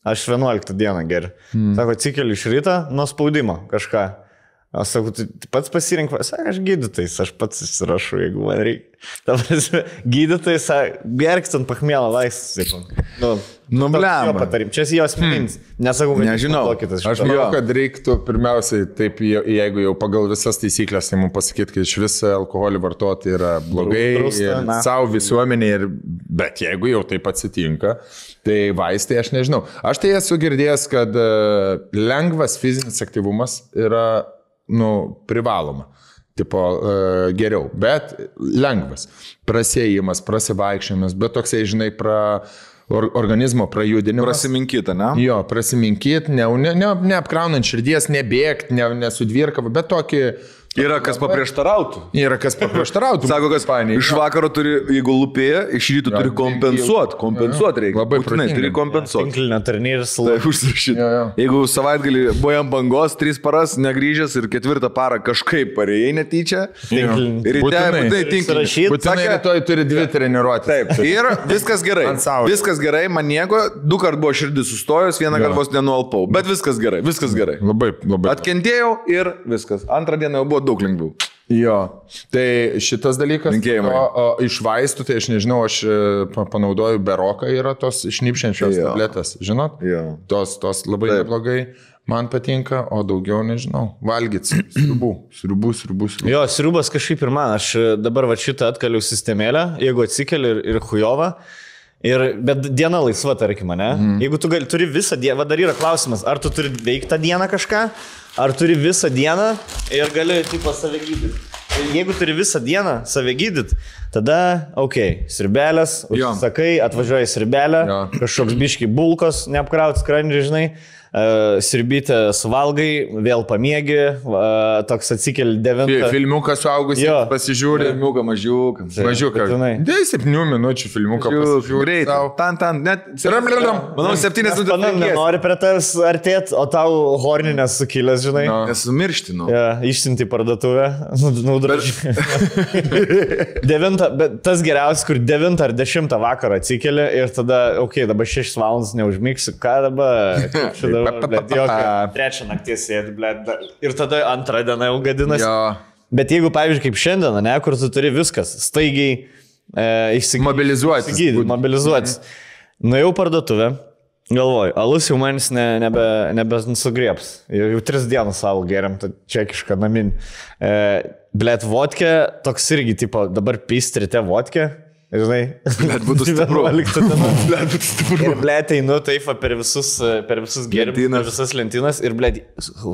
S1: Aš 11 dieną geriu. Mm. Sako, atsikeliu iš ryto nuo spaudimo kažką. Aš sakau, tu pats pasirink, sakai, aš gydytais, aš pats įsirašau, jeigu man reikia. Ta prasme, Gydytais, gerkit ant pakmėlą vaistus. Nu,
S3: Nu,
S1: toks
S3: blemba.
S1: jo Patarim, čia jos minimis. Hmm. Nesakau, kad
S3: Nežinau.
S1: Mokytis,
S2: Aš manau, kad reiktų pirmiausiai, taip, je- jeigu jau pagal visas taisyklės, tai mums pasakyti, kad iš viso alkoholį vartoti yra blogai,
S1: Drausta,
S2: ir
S1: na.
S2: savo visuomeniai, ir, bet jeigu jau taip atsitinka, tai vaistai aš nežinau. Aš tai esu girdėjęs, kad e, lengvas fizinis aktyvumas yra, nu, privaloma. Tipo e, geriau, bet lengvas. Prasėjimas, prasivaikščiojimas, bet toksai, žinai, pra, or, organizmo prajudinimas.
S3: Prasiminkyta, ne?
S2: Jo, prasiminkit, ne, ne, ne, neapkraunant širdies, nebėgti, ne, nesudvirkavo, bet tokį
S3: Yra kas paprieštarautų.
S2: yra kas paprieštarautų.
S3: Sako, kas
S2: Ispanijai.
S3: Iš vakaro turi, jeigu lupėja, iš ryto
S2: Jo,
S3: turi kompensuoti. Kompensuoti reikia.
S2: Labai
S3: Būtinai
S2: protinga.
S3: turi kompensuoti.
S1: Tinklinio turnyras
S3: Tai
S1: labai.
S3: užsirašyti.
S2: Jo, jo.
S3: Jeigu savaitgalį buvai ant bangos, tris paras negryžęs ir ketvirtą parą kažkaip parėjai netyčia.
S1: Tinklinį.
S3: Ir ryte
S2: Būtinai.
S3: būtinai tinklai.
S1: Užsirašyt.
S2: Būtinai
S3: Sakė-
S2: rytoj turi dvi treniruotės.
S3: Taip. Ir viskas gerai.
S2: Ant saulės.
S3: Viskas gerai, man nieko, du kart buvo širdis sustojus,
S2: Jo.
S3: vieną
S2: Mm.
S3: kartą vos nenualpau. Bet viskas gerai, viskas gerai.
S2: Labai, labai.
S3: Atkentėjau ir viskas. Antrą dieną jau buvo daug lengviau.
S2: Jo, tai šitas dalykas.
S3: Linkėjimai.
S2: O, o iš vaistų, tai aš nežinau, aš e, pa- panaudoju beroką, yra tos išnipšiančios
S3: Jo.
S2: tabletės, žinot?
S3: Jo.
S2: Tos, tos labai
S3: Taip.
S2: Taip. neblogai man patinka, o daugiau nežinau. Valgyti sriubų, sriubų, sriubų, sriubų.
S1: Jo, sriubas kažkaip ir man, aš e, dabar va šitą atkaliu sistemėlę, jeigu atsikeliu ir, ir hujovą. Ir, bet diena laisva, tarkim, ne? Mm. Jeigu tu gali, turi visą dieną, va dar yra klausimas, ar tu turi veikti tą dieną kažką, ar turi visą dieną ir gali, tipo, save gydyti. Jeigu turi visą dieną save gydyti, tada, okei, okay, sirbelės,
S3: Jo.
S1: sakai, atvažiuoji sirbelę,
S2: Jo.
S1: kažkoks biški bulkos, neapkraut skrandžiai, žinai, e, sirbytę suvalgai, vėl pamiegi, e, toks atsikeli 9.
S2: Filmiuką suaugusį
S1: Jo.
S2: pasižiūrė,
S3: Mažiuką, mažiuką.
S2: Mažiuką.
S1: Būtinai.
S2: Dėl 7 minučių filmuką pasižiūrėti.
S3: Greitai. Tan, tan, net.
S2: Ram, ram, ram.
S3: Manau, septynės
S1: Nes panam
S3: reikės.
S1: nenori prie tavęs artėti, o tau horninės sukilęs, žinai. No.
S2: No.
S3: Esu mirštinu.
S1: Ja, išsinti į parduotuvę, nu, nudražyti. Devinta, bet tas geriausias, kur 9 ar 10 vakarą atsikeli ir tada, okei, okay, dabar 6 valandas neužmigsiu, ką dabar, kaip čia dabar,
S2: Pa, pa, pa,
S1: blėt,
S2: pa,
S1: jo,
S2: pa.
S1: trečią naktį sėdi, blėt, da- ir tada antrą dieną jau gadinasi.
S2: Jo.
S1: Bet jeigu, pavyzdžiui, kaip šiandien, ne, kur tu turi viskas, staigiai e, išsigydyti.
S2: Mobilizuotis.
S1: Išsigydyti,
S2: Būt-
S1: mobilizuotis.
S3: Mhm.
S1: Nuėjau į parduotuvę, galvoju, alus jau manis ne, nebe, nebesugriebs. Jau, jau tris dienas alų geriam, tą čekišką naminį. E, Blet vodkė, toks irgi, tipo, dabar pystrite vodkė. Žinai,
S3: Blet, būtų stipru.
S1: 11 diena.
S3: Blet, būtų
S1: Ir
S3: stipru.
S1: blėt einu taip va per visus, e, per visus gėrimus,
S3: Lentynas.
S1: per visas lentynas ir blėt,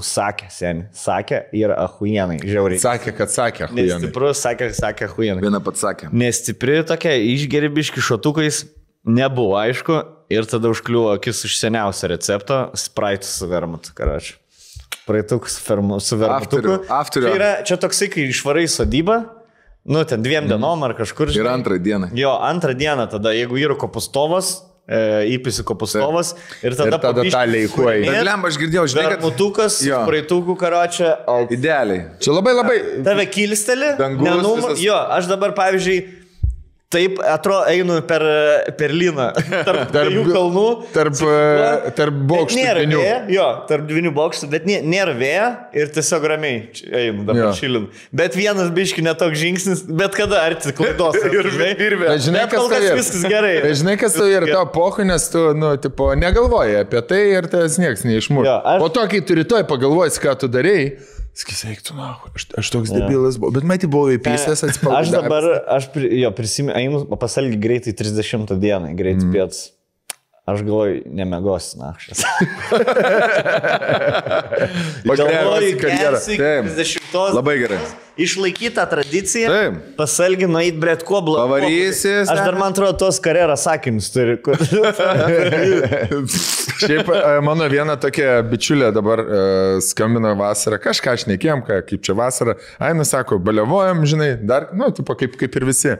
S1: sakė, seniai, sakė, yra ahuienai, žiauriai.
S2: Sakė, kad sakė. chujonai.
S1: Nestiprus, sakė, sakė, huijanai.
S3: Vieną pats sakė.
S1: Nestipri tokia, išgeribiški šotukais, nebuvo aišku, ir tada užkliuvo akis už seniausią receptą - Sprite su vermutu, karačiu. Praeitukas su vermutu.
S3: Afteriu, afteriu.
S1: Čia, yra- čia toksai, kai išvarai sodybą, nu ten dviem dienom ar kažkur.
S3: Mhm. Ir
S1: žinai.
S3: antrą dieną.
S1: Jo, antrą dieną tada, jeigu yra kopustovas, įpisiko pastovas ir tada,
S2: Ir tada
S1: po biškį
S2: tą leikuoji.
S1: surinėt.
S3: Bet lemba, aš girdėjau, žinai, kad...
S1: Vermutukas,
S3: Jo.
S1: praeitukų karočią, o
S3: Idealiai.
S2: Čia labai labai...
S1: tave kilsteli.
S3: Dangus
S1: nenum-
S3: visas.
S1: Jo, aš dabar pavyzdžiui, taip atrodo, einu per, per lyną. Tarp, tarp jų kalnų.
S2: tarp,
S1: cirkuliuoju.
S2: e, tarp
S1: Bet
S2: bokštų
S1: Nėra
S2: dvynių.
S1: vėjo, jo, tarp dvinių bokštų, bet nė, nėra vėjo ir tiesiog ramiai čia einu dabar
S2: Jo.
S1: šilin. Bet vienas biški netoks žingsnis, bet kada arti klaidos. ir virvė.
S2: Bet žinai,
S1: Bet
S2: kas
S1: kol
S2: tai
S1: kas
S2: yra.
S1: viskas gerai.
S2: Bet žinai, kas tai yra tavo pohu, nes tu, nu, tipo, negalvoji apie tai ir tas niekas neišmūrė.
S1: Jo, aš-
S2: O to, kai tu rytoj pagalvoji, ką tu darėjai, sakysi, eik tu, na, aš, aš toks debilas buvau, bet matai, buvau įpysęs atsipalaidavęs.
S1: Aš dabar, aš pri- jo, prisimenu, einu pasalgi greitai 30 dieną, greit mm. pėts. Aš galvoju, nemegos nakštas. Galvoju,
S2: Pagalvoji karjerą.
S1: gersi iki
S3: Taip.
S1: 30.
S3: Labai gerai.
S1: Išlaikytą tradiciją.
S3: Taip.
S1: Pasalgi nueit bret kuo blogiau.
S3: Pavarysi,
S1: Aš dar man atrodo tos karjeros sakinius turiu. kur-
S2: Šiaip e, mano viena tokia bičiulė dabar e, skambino vasarą, kažką aš nekėjom, ką, kaip čia vasara. Aina sako, baliavojam, žinai, dar, nu, tipo, kaip, kaip ir visi.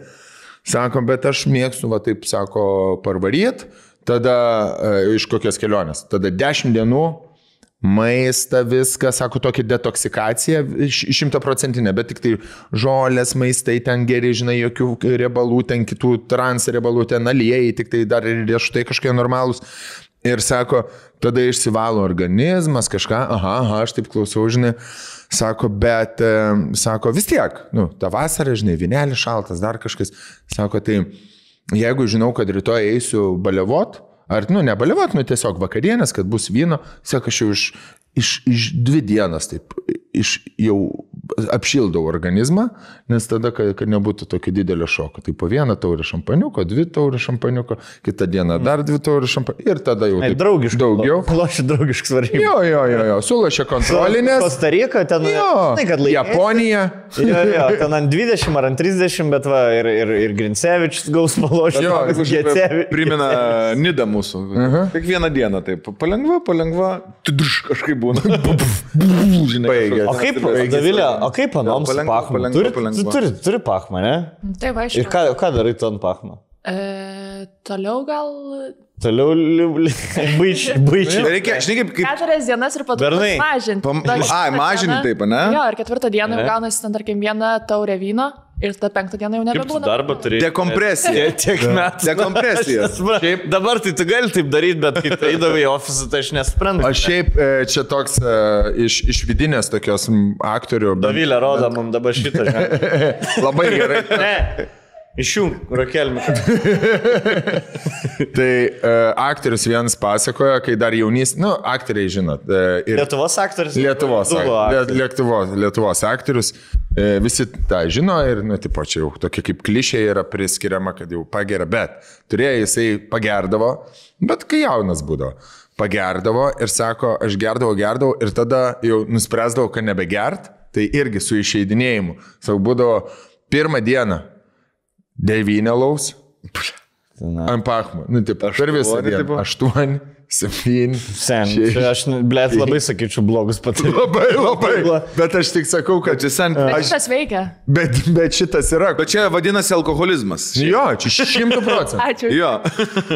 S2: Sako, bet aš mėgstu, va taip sako, parvaryt, tada e, iš kokios kelionės. Tada 10 dienų maistą, viską, sako, tokia detoksikacija, šimtaprocentinė, bet tik tai žolės, maistai ten geri, žinai, jokių riebalų, ten kitų trans riebalų, ten aliejai, tik tai dar ir riešutai kažkokie normalūs. Ir sako, tada išsivalo organizmas, kažką, aha, aha aš taip klausau, žinai, sako, bet, e, sako, vis tiek, nu, ta vasara, žinai, vinelis šaltas, dar kažkas, sako, tai jeigu žinau, kad rytoj eisiu baliavot, ar, nu, ne baliavot, nu, tiesiog vakarienės, kad bus vyno, sako, aš jau iš, iš, iš dvi dienas taip, iš jau apšildau organizmą, nes tada, kad, kad nebūtų tokio didelio šoko. Tai po vieną taurę šampaniuko, dvi taurę šampaniuko, kitą dieną dar dvi taurę šampaniuko ir tada jau
S1: Ai,
S2: taip
S1: Draugiškas.
S2: Daugiau.
S1: Lošiu draugiškas varžybas.
S2: Jo, jo, jo, jo, sulašė kontrolinės.
S1: Kostarika ten.
S2: Jo,
S1: Tai kad laimėjo.
S2: Japonija.
S1: Jo, jo, ten ant 20 ar ant 30, bet va, ir, ir, ir Grincevičius gaus palošį.
S2: Jo,
S1: Gecevičius.
S3: Primena Nida mūsų. Kiekvieną dieną taip. Palengva, palengva. Tu duš kažkaip būna. Žinai,
S2: Baigė.
S1: O
S3: kažkoks-
S1: kaip,
S3: Baigėsi.
S1: Davilė, o kaip anoms
S3: palengva,
S1: pachmą?
S3: palengva,
S1: Turi, tu
S3: palengva.
S1: turi, turi pachmą, ne?
S4: Taip, aišku.
S1: Ir ką, ką darai tu ant pachmą?
S4: E, toliau gal
S1: Toliau
S3: Čia
S1: baičiai.
S3: Reikia, žinai, kaip, kaip
S4: keturias dienas ir pat
S1: Bernai,
S4: mažinti.
S3: pam-
S4: Tada šitą
S3: Ai, mažini
S4: dieną-
S3: taip, ane?
S4: Jo, ir ketvirtą dieną jau
S1: Ne.
S4: gaunasi ten, tarkim, vieną taurę vyno ir tą penktą dieną jau nebebūna.
S1: turi?
S3: dekompresija.
S1: Tiek metų.
S3: Dekompresija.
S1: Aš nesuprantu. Dabar tai tu gali taip daryti, bet kai tai įdavai į ofisą, tai aš nesprantu.
S2: O šiaip e, čia toks e, iš, iš vidinės tokios m, aktorių. bet
S1: Davilė rodo mums dabar šitą. žinai.
S2: Labai gerai.
S1: Ne. Iš jų, Rokelmi.
S2: Tai e, aktorius vienas pasakojo, kai dar jaunys, nu, aktoriai žinot. E, ir
S1: Lietuvos aktorius.
S2: Lietuvos,
S1: Buvo
S2: ak-
S1: aktorius.
S2: Liet- Lietuvos, Lietuvos aktorius. E, Visi tą žino ir, nu, tipo, čia jau tokia kaip klišė yra priskiriama, kad jau pagera, bet turėjo jisai pagerdavo, bet kai jaunas būdavo, pagerdavo ir sako, aš gerdavau, gerdavau ir tada jau nuspręsdavau, kad nebegert, tai irgi su išeidinėjimu. Sako, būdavo pirmą dieną devynė laus,
S1: Na.
S2: ant pachmų, nu, tipo, per visą
S3: Aštuoni, tipo.
S2: dieną. Aštuoni, septyni,
S1: Sen, čia aš, blėt, labai sakyčiau blogus patarimus.
S2: Labai, labai. Bet aš tik sakau, kad
S3: Čia
S2: jis.
S3: sen.
S4: Bet šitas veikia.
S2: Bet, bet šitas yra.
S3: Bet čia vadinasi alkoholizmas.
S2: Jo, čia šimtų procentų.
S4: Ačiū.
S3: Jo.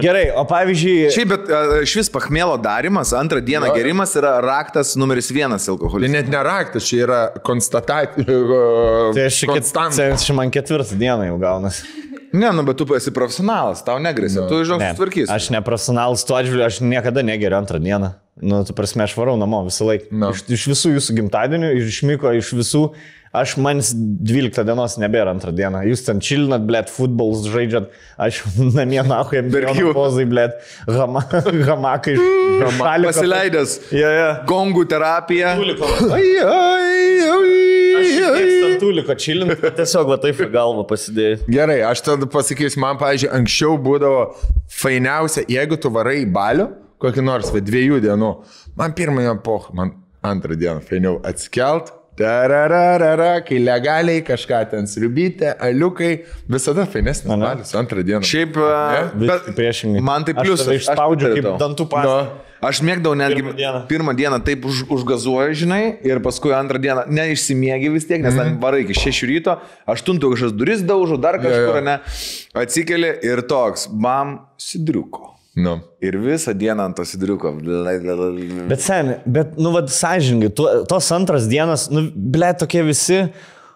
S1: Gerai, o pavyzdžiui,
S3: Šiaip, bet e, šis pachmėlo darimas, antrą dieną
S2: Jo.
S3: gerimas yra raktas numeris vienas
S2: Tai
S3: alkoholizmas.
S2: net neraktas, čia yra konstatacija.
S1: tai aš
S2: konstantas.
S1: šiandien man ketvirtą dieną jau gaunasi.
S3: Ne, nu, bet tu esi profesionalas, tau negrėsia, tu žinok, sutvarkys.
S1: Aš Nu, ne profesionalas tuo atžvilgiu, aš niekada negeriu antrą dieną. Nu, tu prasme, aš varau namo visą laiką.
S2: Nu.
S1: Iš, iš visų jūsų gimtadienių, iš Miko, iš visų. Aš man 12 dienos nebėra antrą dieną. Jūs ten čilinat, blėt, futbolus žaidžiat, aš namie nahujem, bergiu
S3: Bergiu.
S1: pozai, blėt, hama, hamakai. Hamakai.
S3: Pasileidęs
S1: Jo, jo.
S3: gongų terapiją.
S1: Tuliko.
S3: Ai, ai, ai, ai.
S1: Tuliko čilint, bet tiesiog va taip ir galvą pasidėjai.
S2: Gerai, aš tada pasakysiu, man, pavyzdžiui, anksčiau būdavo fainiausia, jeigu tu varai į balių, kokį nors, bet dviejų dienų. Man pirmąją pochą, man antrą dieną fainiau atskelt. Tarararara, kai legaliai kažką ten sriubytė, aliukai, visada fainesnis
S1: Ane?
S2: balius antrą dieną.
S3: Šiaip, e,
S2: Ne?
S1: Bet priešingai.
S3: man tai
S1: Aš
S3: pliusas.
S1: tave
S3: aš
S1: Išspaudžiu
S3: pritariu
S1: kaip
S3: tau.
S1: dantų
S2: Nu,
S1: pasą.
S3: Aš mėgdavau netgi
S1: Pirmą dieną.
S3: pirmą dieną taip už, užgazuoju, žinai, ir paskui antrą dieną neišsimiegi vis tiek, nes mm -hmm.
S1: Mhm.
S3: ten varai iki 6 ryto, 8 kažkas duris daužo, dar kažkur,
S2: jo.
S3: ne, atsikeli ir toks, bam, sidriuko.
S2: Nu.
S3: Ir visą dieną ant to sidriuko.
S2: Mhm.
S1: Bet sen, bet, nu, vad, sąžininkai, tu, tos antras dienas, nu, ble, tokie visi.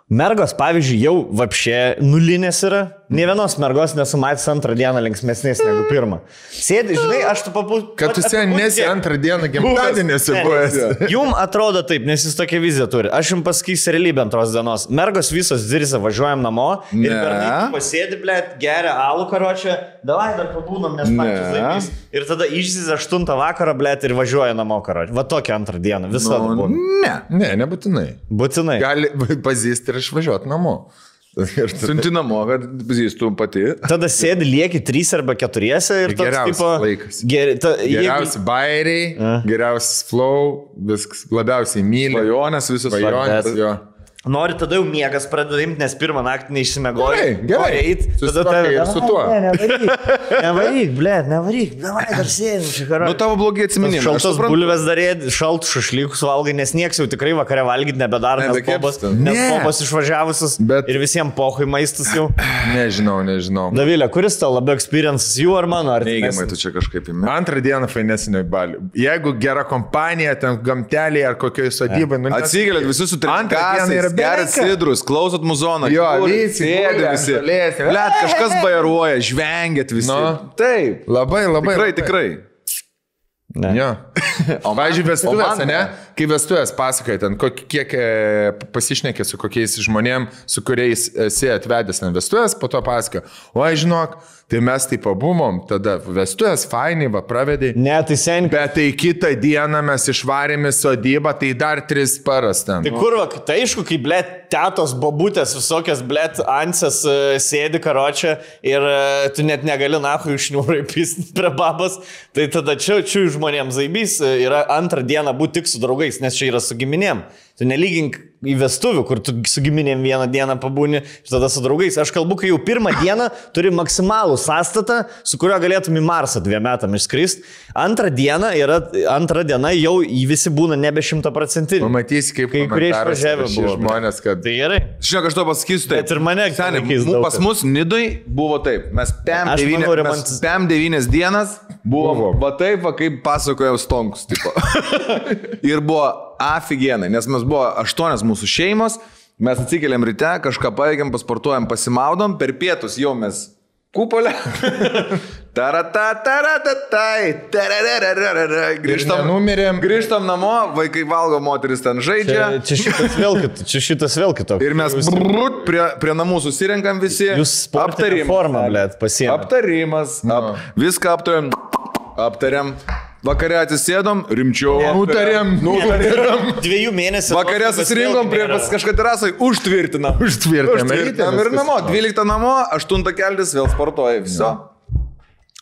S1: Mergos, pavyzdžiui, jau vapšė nulinės yra. Ne
S2: Mhm.
S1: vienos mergos nesu matęs antrą dieną linksmesnės negu pirmą. Sėdi, žinai, aš tu papūsiu.
S2: Kad tu sen nesi antrą dieną gimtadienėse buvęs.
S1: Jums atrodo taip, nes jis tokia vizija turi. Aš jums pasakysiu realybę antros dienos. Mergos visos dirisa, važiuojam namo ir
S3: Ne.
S1: bernai pasėdi, ble, geria alų karočią, davai dar pabūnam, nes
S3: Ne.
S1: pačius laikys. Ir tada išsis 8 vakarą, ble, ir važiuoja namo karočią. Va tokia antrą dieną, visą nu,
S3: Nu,
S1: būna.
S3: ne.
S2: Ne, nebūtinai.
S1: Būtinai.
S2: Gali pazīsti ir išvažiuoti namo. Ir tu
S3: Siunti namo, kad pažįstum pati.
S1: Tada sėdi, lieki trys arba keturiese ir toks
S2: Geriausias
S1: tipo...
S2: laikas.
S1: Ger, ta,
S2: geriausi bairiai, geriausias flow, viskas labiausiai myli.
S3: Klajonės visos.
S2: Vajonės,
S1: Bet-
S2: jo.
S1: Jeigu nori, tada jau miegas pradeda imti, nes pirmą naktį neišsimiegoji.
S2: Gerai, gerai.
S1: Nori eit, Tada
S2: Susitvarkai
S1: tave...
S2: ir su tuo.
S1: Ne, nevaryk. Nevaryk, ble, nevaryk. Davai, dar sėdim čia karo.
S3: Nu tavo blogi
S1: Minim,
S3: atsiminimai. aš
S1: šaltas
S3: suprantu.
S1: bulves darė, šaltus šašlykus valgai, nes nieks jau tikrai vakare valgyti nebedaro,
S3: Ne,
S1: nes
S3: be
S1: pobas,
S3: kepsnio.
S1: nes
S2: Ne.
S1: pobas išvažiavusius
S2: Bet-
S1: ir visiems pohui maistas jau.
S2: Nežinau, nežinau.
S1: Davilė, kuris tau labiau experiences, jų ar mano? Ar
S3: Neigiamai tu čia kažkaip įmė.
S2: Antrą dieną fainesnio į balį. Jeigu gera kompanija, ten gamtelėje ar kokioje sodyboje, nu, nes-
S3: Atsigėlėt visi su
S2: Antrą dieną
S3: trinkasais,
S2: yra
S3: gerat
S2: belenka.
S3: sidrus, klausot muzoną.
S2: Jo,
S3: žiūrit,
S2: lysi,
S3: sėdi
S2: guli ant
S3: visi.
S2: žolės.
S3: Blet, kažkas bairuoja, žvengėt visi.
S2: Nu.
S3: Taip.
S2: Labai, labai.
S3: Tikrai, tikrai.
S1: Ne.
S2: Jo. O, pavyzdžiui, vestuvės,
S3: o man-
S2: ne? Kai vestuvės pasakoja, ten, kok, kiek e, pasišnekė su kokiais žmonėm, su kuriais esi atvedęs ten vestuvės, po to pasakoja, o, ai, žinok, tai mes taip pabumom, tada vestuvės fainai, va, pravedai.
S1: Ne, tai seniai.
S2: Bet tai kitą dieną mes išvarėme sodybą, tai dar tris paras ten.
S1: Tai kur, va, tai aišku, kai, blė, tėtos babutės visokias, blė, ansės e, sėdi karočią ir e, tu net negali nahui išniūrai pisnti prie babas, tai tada čia, čia žmonėms zaibys e, yra antrą dieną būti tik su draugais, nes čia yra su giminėm. Tu nelygink į vestuvių, kur tu su giminėm vieną dieną pabūni ir tada su draugais. Aš kalbu, kai jau pirmą dieną turi maksimalų sąstatą, su kuriuo galėtum į Marsą dviem metam išskristi. Antrą dieną yra, antra diena jau į visi būna nebe šimtaprocentinį.
S2: Pamatysi, Nu, kaip
S1: Kai kurie
S2: komentaruose
S1: išvažiavę
S2: rašys
S1: buvo.
S2: Žmonės, kad...
S1: Tai gerai.
S3: Žinok, aš to pasakysiu taip.
S1: Bet ir mane
S3: Seniai,
S1: pakeis
S3: mu-
S1: daug
S3: pas
S1: kas.
S3: mus Nidai buvo taip. Mes PEM
S1: Aš
S3: 9,
S1: manau,
S3: mes
S1: remontas-
S3: PEM 9 dienas buvom.
S2: Buvom.
S3: Buvo. Va taip, va kaip pasakojau Stonkus. tipo. Ir buvo aфиgenai, nes mes buvo aštuonios mūsų šeimos, mes atsikeliam ryte, kažką paėgiam, pasportuojam, pasimaudom, per pietus jau mes kupolę. Tarata, tarata, tai, tararararara. Grįžtam,
S2: nenumirėm.
S3: grįžtam namo, vaikai valgo, moteris ten žaidžia.
S1: Čia, čia šitas vėl kitoks. Čia šitas vėl kitoks.
S3: Ir mes brut, prie, prie namų susirenkam visi.
S1: Jūs sportinę
S3: Aptarim-
S1: formą, Nu. blėt, pasiemėte.
S3: Aptarimas. Ap, viską aptariam. Aptariam. Vakare atsisėdom, rimčiau.
S2: Nutarėm, nutarėm.
S1: Dviejų mėnesių.
S3: Vakare
S1: atostogas
S3: susirinkom
S1: vėl
S3: prie
S1: nėra.
S3: pas kažką terasai, užtvirtinam.
S2: Užtvirtinam.
S3: Užtvirtinam ir namo. 12 namo, 8 keltis, vėl sportuoja. Viso.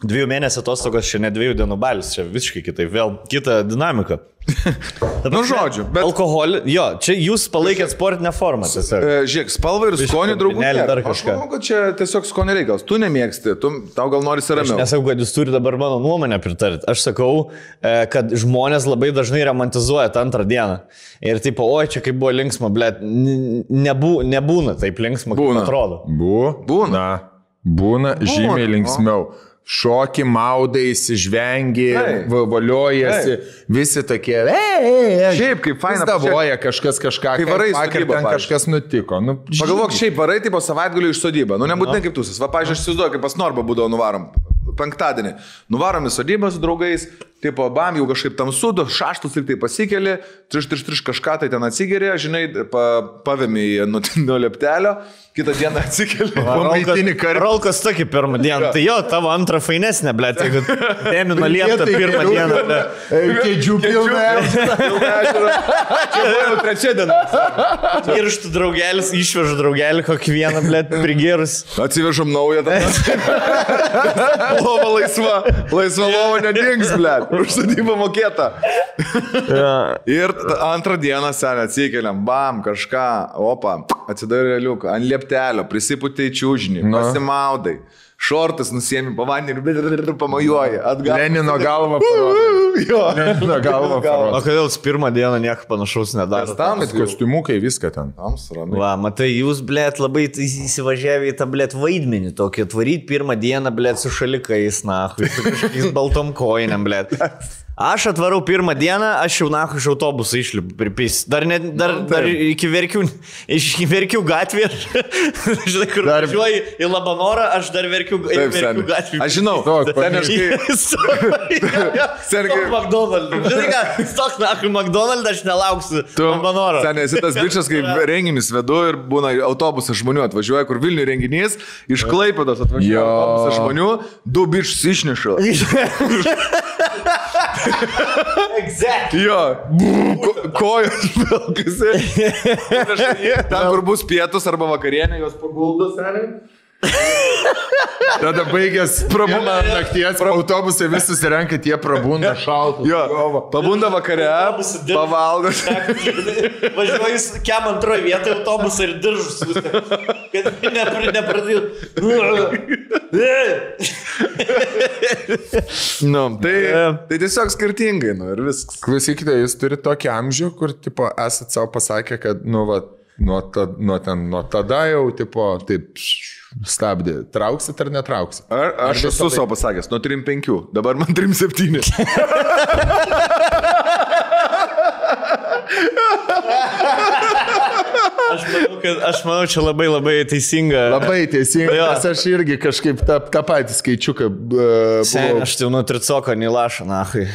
S1: Dviejų mėnesių atostogos čia ne dviejų dienų balis, čia visiškai kitaip, vėl kita dinamika. Ta prasme,
S3: Nu, žodžiu, bet-
S1: Alkoholį, jo, čia jūs palaikėt sportinę formą tiesiog.
S3: E, Žiūrėk, spalva ir
S1: Biškį
S3: skonį draugų.
S1: kampinėlį,
S3: nėra.
S1: dar
S3: Aš
S1: kažką.
S3: manau, kad čia tiesiog skonio reikalas. Tu nemėgsti, tu, tau gal nori
S1: Aš
S3: ramiau.
S1: nesakau, kad jūs turite dabar mano nuomonę pritarti. Aš sakau, e, kad žmonės labai dažnai romantizuoja tą antrą dieną. Ir taip, oi, čia kaip buvo linksma, ble, nebū, nebūna taip linksma, kaip
S3: Būna.
S1: atrodo.
S2: Bū,
S3: Būna. nu.
S2: būna. Būna žymiai linksmiau. Šoki, maudai, žvengi,
S3: Taip.
S2: valiojasi, visi tokie. "Ei, ei, ei."
S3: Šiaip kaip faina
S2: Vis Davoja kažkas kažką.
S3: Kai varai į
S2: vakar
S3: sodybą,
S2: ten
S3: pavyzdžiui.
S2: kažkas nutiko. Nu,
S3: Pagalvok,
S2: žymiai.
S3: šiaip varai, tai po savaitgalių iš sodybą. Nu, nebūtinai kaip tūsis. Va, pažiūrėjau, aš įsivaizduoju, kaip pas Norba būdavo nuvarom. Penktadienį. Nuvarom į sodybą su draugais, taip, bam, jau kažkaip tamsu, du šeštus ir tai pasikeli, triš, triš, triš kažką tai ten atsigeria, žinai, pa, pavėmi į nu, nutinio leptelio, kitą dieną atsikeli.
S2: Pamaitinį kartą.
S1: Rolkas tokį pirmą dieną. Tai jo, tavo antrą fainesnė, ble, jeigu temino lietą
S2: Lietai
S1: pirmą
S2: geriau.
S1: dieną. Ble.
S2: Ei, Kėdžių pilna.
S3: Čia buvo jau trečia diena.
S1: Irštų draugelis, išvežu draugelį kokį vieną, ble, prigėrus.
S3: Atsivežam naują tą. Lova laisva. Laisva lova nedings, ble. Užsadybą mokėta. Ir ta- antrą dieną senę atsikeliam, bam, kažką, opa, atsidari realiuką, ant lieptelio, prisiputai čiūžinį,
S2: Na.
S3: pasimaudai, šortus nusiemi, pavandenį, pamajuoji, atgal.
S2: Lenino galva. parodai.
S3: Jo.
S2: Na,
S1: O
S2: galva. Galva.
S1: kodėl jis pirmą dieną nieko panašaus
S3: Nes
S1: nedaro?
S3: tam,
S2: Kad kostiumukai viską ten.
S3: Tams ramiai.
S1: Va, matai, jūs, blėt, labai įs- įsivažiavę į tą, blėt, vaidmenį tokį atvaryti pirmą dieną, blėt, su šalikais, na, su kažkokiais baltom koinėm, blėt. Aš atvarau pirmą dieną, aš jau nahu iš autobuso išlipu, pripys. Dar, net, dar,
S3: Nu,
S1: dar iki verkių, iš iki verkių gatvė, žinai, kur
S2: Dar-
S1: dar... važiuoju į Labanorą, aš dar verkių,
S3: Taip,
S1: Taip, verkių
S3: seni.
S1: gatvę.
S3: Aš žinau,
S2: Tok,
S3: ten aš kai... Sergi-
S1: Sergiai. McDonald's. Žinai ką, stok, na, McDonald's aš nelauksiu.
S3: Tu,
S1: Labanoro.
S3: Seniai, esi tas bičias, kai renginis vedu ir būna autobusas žmonių atvažiuoja, kur Vilnių renginys, iš Klaipados atvažiuoja
S2: Jo.
S3: autobusas žmonių, du bičius išneša.
S1: Exactly.
S3: Jo, ko, kojos vilkasi. Ir aš jį Ten, kur bus pietus arba vakarienė, jos paguldo, seniai.
S2: Tada baigęs prabūna nakties, autobusai vis susirenka, tie prabūna šaltų.
S3: Jo, pabunda vakare,
S1: Autobusą dirba.
S3: pavalgo.
S1: Važiuoju, su kiam antroje vietoje autobusą ir diržus. viską. Kad nepr- nepradėtų.
S3: Nu, tai,
S1: Jo.
S3: tai tiesiog skirtingai, nu ir viskas.
S2: Klausykite, jūs turite tokį amžių, kur, tipo, esat savo pasakę, kad, nu, va, nuo, ta, nuo, ten, nuo tada jau, tipo, taip, stabdė, trauksit ar netrauksit.
S3: Ar, aš esu savo pasakęs, nuo 3-5, dabar man 3-7.
S1: Aš manau, kad aš manau, čia labai labai teisinga.
S2: Labai teisingai,
S1: Jo.
S2: nes aš irgi kažkaip tą, tą patį skaičiuką e,
S1: Sen,
S2: buvau.
S1: aš tai nuo tricoko nelašą, na, kai.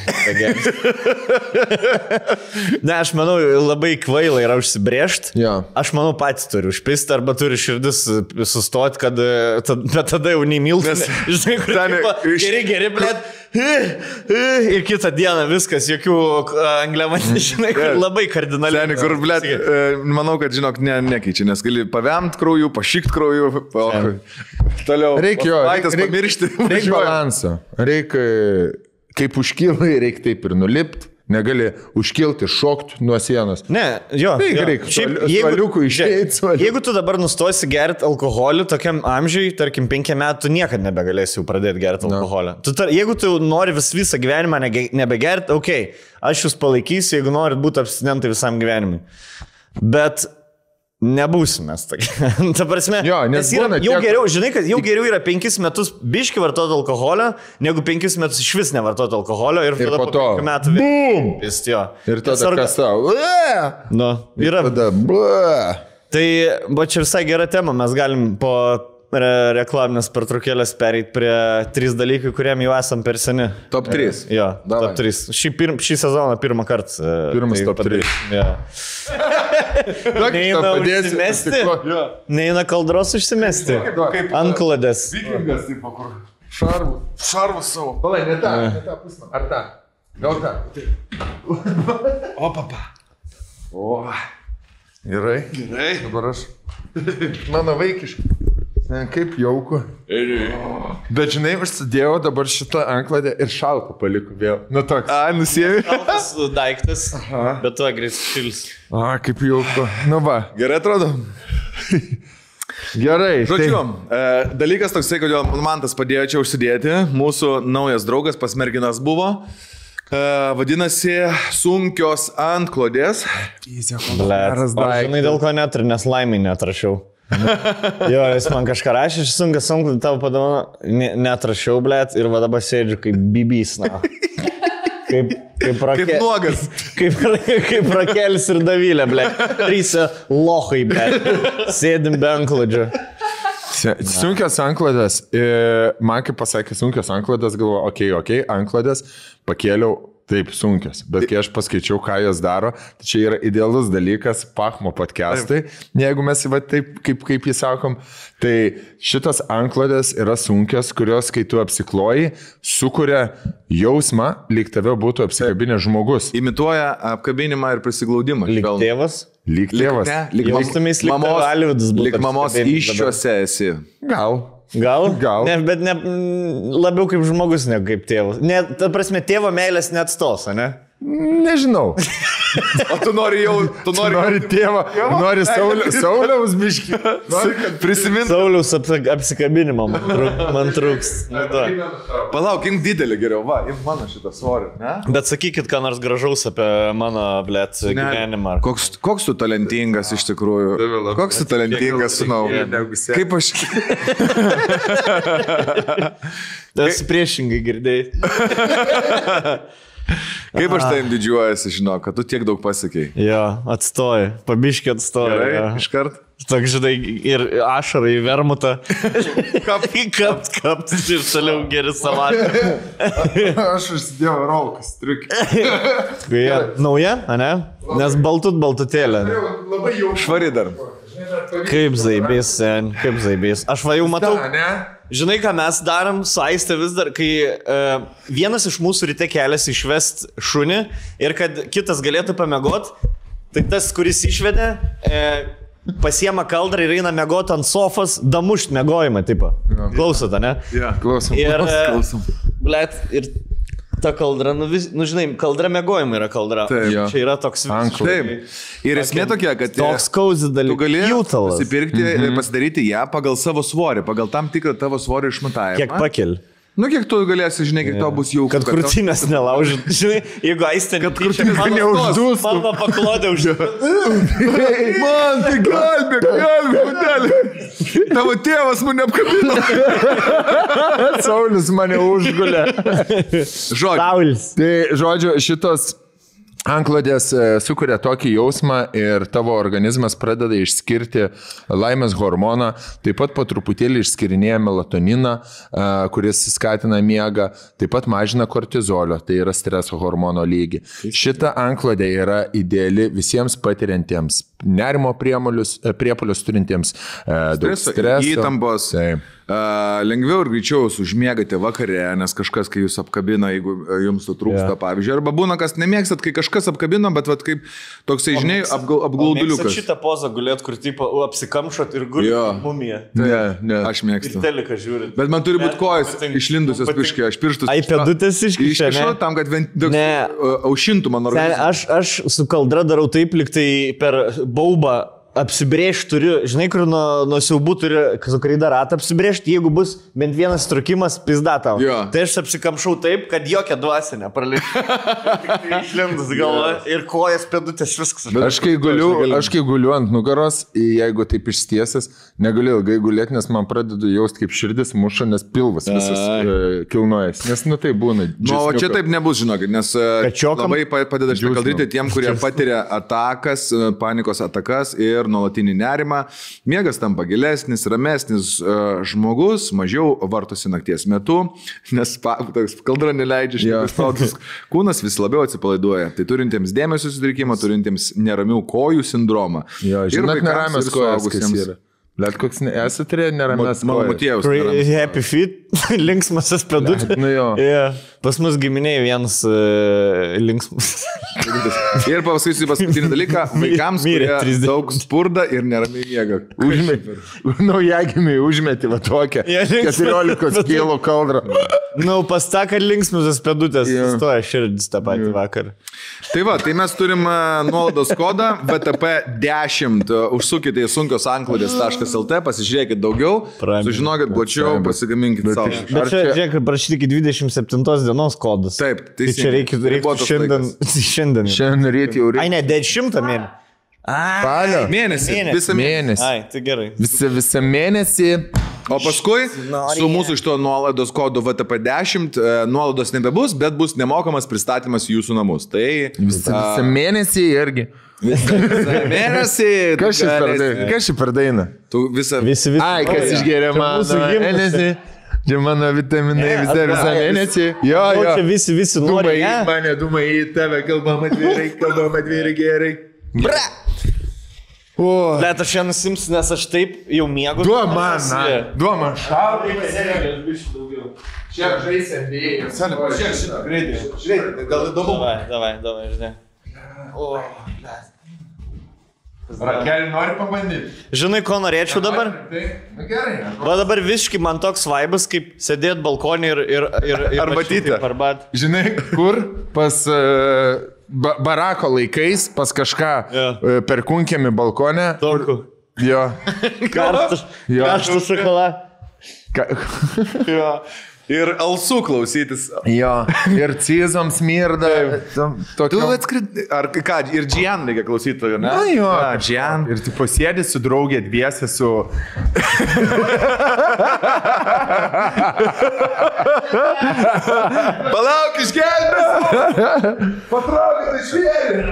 S1: ne, aš manau, labai kvaila yra užsibriežti.
S2: Jo.
S1: Aš manau, patys turi užpisti arba turi širdis sustoti, kad e, tad- bet tada jau nei miltas.
S3: Nes-
S1: Žinai, kur
S3: Ten
S1: tipo,
S3: iš-
S1: geri, geri, blėt. Ir kitą dieną viskas, jokių e, angliavandenių, žinai, kur
S3: Ne.
S1: labai kardinaliai.
S3: Lenį, kur, blėt, e, manau, kad, žinok, ne, nekeičia, nes gali pavemt krauju, pašykt krauju, o, toliau.
S2: Reikia jo.
S3: Vaitas
S2: reik-
S3: pamiršti.
S2: Reikia
S3: važiuoja.
S2: balanso. Reikia, kaip užkylai, reikia taip ir nulipti. Negali užkilti, šokti nuo sienos.
S1: Ne, jo.
S2: Tai
S1: jo.
S2: reikia suoli- suoliukų išeit,
S1: žiūrėk,
S2: suoliukų.
S1: Jeigu tu dabar nustosi gerti alkoholį tokiam amžiui, tarkim, penkia metų, tu niekada nebegalėsi jau pradėti gerti alkoholį. Tu tar, jeigu tu jau nori vis visą gyvenimą nege- nebegerti, okei, okay, aš jūs palaikysiu, jeigu norit būti abstinentai visam gyvenimui. Bet nebūsime tokie. Ta prasme,
S2: Jo, nes
S1: yra,
S2: būna
S1: jau
S2: tie, kur-
S1: geriau, žinai, kad jau geriau yra penkis metus biški vartoti alkoholio, negu penkis metus iš vis nevartoti alkoholio ir,
S2: Ir
S1: tada
S2: po to.
S1: penkių metų
S2: Bum!
S1: vis jo.
S2: Ir tada
S1: Tiesiog-
S2: kas tau? E!
S1: Nu, yra
S2: Tada. Bla.
S1: Tai, va čia visai gera tema, mes galim po re reklaminės pertraukėlės pereiti prie trys dalykų, kuriem jau esam per seni.
S3: Top 3.
S1: Jo,
S3: Davai.
S1: top 3. Šį, pirm, šį sezoną pirmą kartą. e,
S2: Pirmas top
S1: padarė- Jo.
S2: Duok,
S1: Neina
S2: tau padėsiu.
S1: užsimesti?
S2: Tipo, jo.
S1: Neina kaldros užsimesti.
S2: Kaip-
S1: Anklades.
S3: Vikingas, taip, kur.
S2: Šarvus.
S3: Šarvas savo.
S2: Palai, ne tą, ne tą pusę. Ar tą? Gal tą?
S3: O, papa. O,
S2: Gerai.
S3: gerai.
S2: Dabar aš. Mano vaikiškai. Ne, Kaip jauku. Bet žinai, užsidėjau dabar šitą anklodę ir šaltą palikau vėl. Nu toks.
S3: A, nusėmė.
S1: Kaltas daiktas. Bet tu agresivus šils.
S2: A, kaip jauku. Nu va.
S3: Gerai atrodo.
S2: Gerai. tai-
S3: Žodžiu, e, dalykas toksai, kodėl man tas padėjo čia užsidėti, mūsų naujas draugas pas merginas buvo, e, vadinasi, sunkios antklodės.
S1: Geras daiktas. Žinai, dėl ko net ir nes laimį netrašiau. jo, jis man kažką rašė, aš sunku, sunku, tau padavau, ne, netrašiau, blėt, ir va dabar sėdžiu kaip bibys, na. Kaip, kaip, rake...
S3: Kaip nuogas.
S1: kaip, kaip rakelis ir davylė, blėt. Trys lohai, blėt. Sėdim be anklodžio.
S2: Se- Sunkios anklodės. E, Man kaip pasakė sunkios anklodės, galvoju, okei, okei, anklodės, pakėliau taip sunkios. Bet kai aš paskaičiau, ką jos daro, tai čia yra idealus dalykas, pachmo podcastai. Jeigu mes va taip, kaip, kaip jį sakom, tai šitas anklodės yra sunkios, kurios, kai tu apsikloji, sukuria jausmą, lyg tave būtų apsikabinęs žmogus.
S3: Imituoja apkabinimą ir prisiglaudimą.
S1: Lyg
S3: Švelnų.
S1: tėvas.
S2: Lyg tėvas.
S3: Ne, lyg mam-
S1: Jaustumės lyg
S3: mamos,
S1: tave Alvydas būtų
S3: lyg mamos
S1: apsikabinęs
S3: iščiose esi.
S2: Gal.
S1: Gal?
S2: Gal.
S1: Ne, bet ne, mm, labiau kaip žmogus, negu kaip tėvas. Ne, ta prasme, tėvo meilės net stos, ne?
S2: Nežinau.
S3: O tu nori jau, tu nori,
S2: Nori tėvą, nori Saulė- Sauliaus biškį. Nori, kad
S3: prisimint.
S1: Sauliaus apsi- apsikabinimo man trūk- man trūks. Nu, da.
S3: Palauk, imk didelį geriau, va, imk mano šitą svorį, ne?
S1: Bet sakykit, ką nors gražaus apie mano, blėt, gyvenimą. ar-
S3: Koks, koks tu talentingas iš
S2: Tave
S3: tikrųjų.
S2: labai-
S3: Koks tu talentingas, sunau.
S2: negu sėdi.
S3: Kaip aš.
S1: Tas Tai priešingai girdėjai.
S3: Kaip aš tavim didžiuojasi, žinau, kad tu tiek daug pasiekiai.
S1: Jo, atstoji, pabiškiai atstoji.
S3: Gerai,
S1: jo.
S3: iškart.
S1: Toks, žinai, ir ašarai į vermutą.
S3: Kapt.
S1: Kapt, kapt, ir toliau geri salatą.
S2: Aš užsidėjau raukas, triukį.
S1: Ja, nauja, ne? Nes baltut baltutėlė.
S2: Labai jau
S3: Švari dar.
S1: Kaip zaibės, sen, kaip zaibės. Aš va jau matau.
S2: ne?
S1: Žinai, ką mes darom su Aiste vis dar, kai uh, vienas iš mūsų ryte keliasi išvest šunį ir kad kitas galėtų pamiegot, tai tas, kuris išvedė, uh, pasiema kaldrą ir eina miegot ant sofos, damušt miegojimą, tipo. Klausote, ne?
S2: Klausom.
S1: Ir,
S3: klausom.
S1: Blet, ir ta kaldra, nu, vis, nu žinai, kaldra mėgojimai yra kaldra.
S3: Taip.
S1: Jo. Čia yra toks
S2: Anklai.
S3: Taip. Ir esmė tokia, kad... e,
S1: Toks Mhm. kauzi
S3: Tu
S1: dalykas.
S3: gali
S1: Jūtalas.
S3: nusipirkti ir pasidaryti ją pagal savo svorį, pagal tam tikrą tavo svorio išmatavimą.
S1: Kiek pakeli.
S3: Nu, kiek tu galėsi, žinai, kiek tau bus jau.
S1: Kad krūtinės nelaužyt. Žinai, jeigu aistė, kad
S3: krūtinės neuždūstų.
S1: Mano paklodė už...
S3: Man, tai galbė, galbė, galbė. Tavo tėvas mane apkabino.
S2: Saulis mane užgulė.
S3: Žodžiu.
S1: Saulis.
S2: Tai žodžiu, šitos anklodės e, sukuria tokį jausmą ir tavo organizmas pradeda išskirti laimės hormoną, taip pat po truputėlį išskirinėja melatoniną, e, kuris skatina miegą, taip pat mažina kortizolio, tai yra streso hormono lygį. Šita anklodė yra ideali visiems patiriantiems nerimo priepuolius e, priepuolius turintiems e, daug
S3: Streso,
S2: streso.
S3: įtampos.
S2: Taip.
S3: A, Lengviau ir greičiau jūs užmiegate vakare, nes kažkas, kai jūs apkabina, jeigu e, jums to trūksta,
S1: Jo.
S3: yeah. pavyzdžiui, arba būna, kas nemėgstat, kai kažkas apkabina, bet vat, kaip toksai, žinai, apgal-
S1: Mėgstat
S3: apglauduliukas.
S1: Šitą pozą gulėt, kur tipo u, apsikamšot ir
S3: Jo.
S1: gulit mumiją.
S2: Ne, ne.
S3: Aš
S1: Ir
S3: mėgstu.
S1: teliką žiūrit.
S3: Bet man turi
S1: Ne,
S3: būti kojas
S1: patinka.
S3: išlindusios
S1: Patinka.
S3: piškiai, aš pirštus.
S1: Ai, pėdutės iškišę,
S3: iškišau. Iškišau
S1: ne?
S3: tam, kad vent, toks,
S1: Ne.
S3: ne. aušintų mano
S1: Sen,
S3: organizmą.
S1: aš, aš su kaldra darau taip, liktai per baubą apsibrėžti turiu, žinai, kur nuo, nuo siaubų turiu, kad su kreida ratą apsibrėžti, jeigu bus bent vienas trukimas, pizda tau.
S3: Jo.
S1: Tai aš apsikamšau taip, kad jokia dvasinė pralėkė. Išlindus galva ir kojas pėdutės viskas.
S3: Nu,
S2: Aš kai, guliu, aš kai guliu ant nugaros, jeigu taip ištiesęs, negaliu ilgai gulėti, nes man pradedu jausti kaip širdis muša, nes pilvas visas
S3: Ai.
S2: e, kilnojas. Nes, nu tai būna.
S3: Na, o čia taip nebus, žinokit, nes e,
S1: Kačiokam?
S3: labai pa- padeda šitą
S2: Džiaugsmą.
S3: kalbėti tiem, kurie patiria atakas, e, panikos atakas ir nuolatinį nerimą. Miegas tampa gilesnis, ramesnis e, žmogus, mažiau vartosi nakties metu, nes pa- toks kaldra neleidžia
S2: Jo.
S3: išnaudoti. Kūnas vis labiau atsipalaiduoja. Tai turintiems dėmesio sutrikimą, turintiems neramių kojų sindromą.
S2: Jo,
S3: Ir
S2: žinot,
S3: vaikams,
S2: neramės
S3: ir
S2: kojas kas
S3: suaugusiems.
S2: yra. Bet koks ne, esi turėjęs neramės
S3: Mano
S2: kojas.
S3: motiejus.
S1: Happy feet, linksmasis pėdutės.
S2: Nu jo.
S1: Yeah. Pas mus giminiai vienas uh, linksmas.
S3: Ir pasakysiu paskutinį dalyką. Vaikams,
S1: Mirė
S3: kurie
S1: 30.
S3: daug spurda ir neramiai miega.
S2: Užmeti. Naujagimiai užmeti va tokią.
S1: Jo, linksmas.
S2: 14 kilo kaldrą.
S1: Na, Nu, pas tą, kad linksmasis pėdutės.
S2: Jo.
S1: Yeah. Stoja širdis tą patį yeah. vakar.
S3: Tai va, tai mes turim e, nuolaidos kodą VTP10. E, Užsukite į sunkiosantklodės.lt, pasižiūrėkite daugiau,
S1: Prime.
S3: sužinokit plačiau,
S2: Prime.
S3: pasigaminkite
S1: Nu,
S2: Bet
S3: savo.
S2: iš-
S1: Bet
S2: Ar
S1: čia,
S2: čia-
S1: čia... žiūrėk, prašyti iki 27 dienos kodas.
S3: Taip,
S1: tai čia
S3: teisingai.
S1: reikia, reikia
S3: Ribotas
S1: šiandien. šiandien.
S2: Šiandien ryte jau
S1: Ai,
S2: reikia.
S1: ne, 10 mėnesį.
S2: Spalio.
S3: Mėnesį,
S1: Mėnesį.
S3: visą mėnesį.
S2: Mėnesį.
S1: Ai, tai gerai.
S2: Visą, visą mėnesį.
S3: O paskui
S1: Norija.
S3: su mūsų šito nuolaidos kodu VTP10 e, nuolaidos nebebus, bet bus nemokamas pristatymas į jūsų namus. Tai
S2: Visą, visą mėnesį irgi.
S3: visą mėnesį.
S2: Kas šį per
S3: galėsite-
S2: dainą? Kas šį per dainą?
S3: Tu visą.
S1: Visi, visi.
S2: Ai, kas išgeria mano
S1: mūsų himnas.
S2: mėnesį. Čia mano vitaminai
S1: Ne,
S2: visą, visą
S1: atgal.
S2: mėnesį.
S1: O
S2: Jo, jo.
S1: Nu,
S2: Nu,
S1: čia visi, visi
S2: Dūmai
S1: nori.
S2: į
S1: ne?
S2: mane, dūmai į tave, kalbam atvirai, kalbam atvirai gerai.
S1: Bra!
S2: O,
S1: Bet aš šiandien simsiu, nes aš taip jau mėgau.
S2: duo man, na, duo man. Čia žaisė vėjas. Čia šitą greitai.
S3: Žiūrėkite, gal įdomu.
S1: Davai, davai, davai, žinai.
S2: Rakeli nori pabandyti.
S1: Žinai, ko norėčiau dabar?
S2: Na gerai.
S1: Va dabar visiškai man toks vaibas, kaip sėdėt balkonį ir... ir, ir, ir
S3: Arbatytę.
S1: Arba.
S2: Žinai, kur pas e, ba barako laikais pas kažką
S1: Jo.
S2: yeah. per kunkėmi balkonę.
S1: Tonku.
S2: Jo.
S1: Karštas.
S2: Jo.
S1: Karštas šokolą.
S2: Ka
S3: Jo. Ir alsų klausytis.
S2: jo. Ir cizom smirda.
S3: Tu
S2: Tokiu...
S3: atskridai. Ar ką, ir Džian reikia klausytojų, ne?
S2: Na jo.
S3: Na, Džian.
S5: Ir tu posėdė su draugė dviesi su...
S3: Palauk, išgelbės! Patraukit iš vėlių!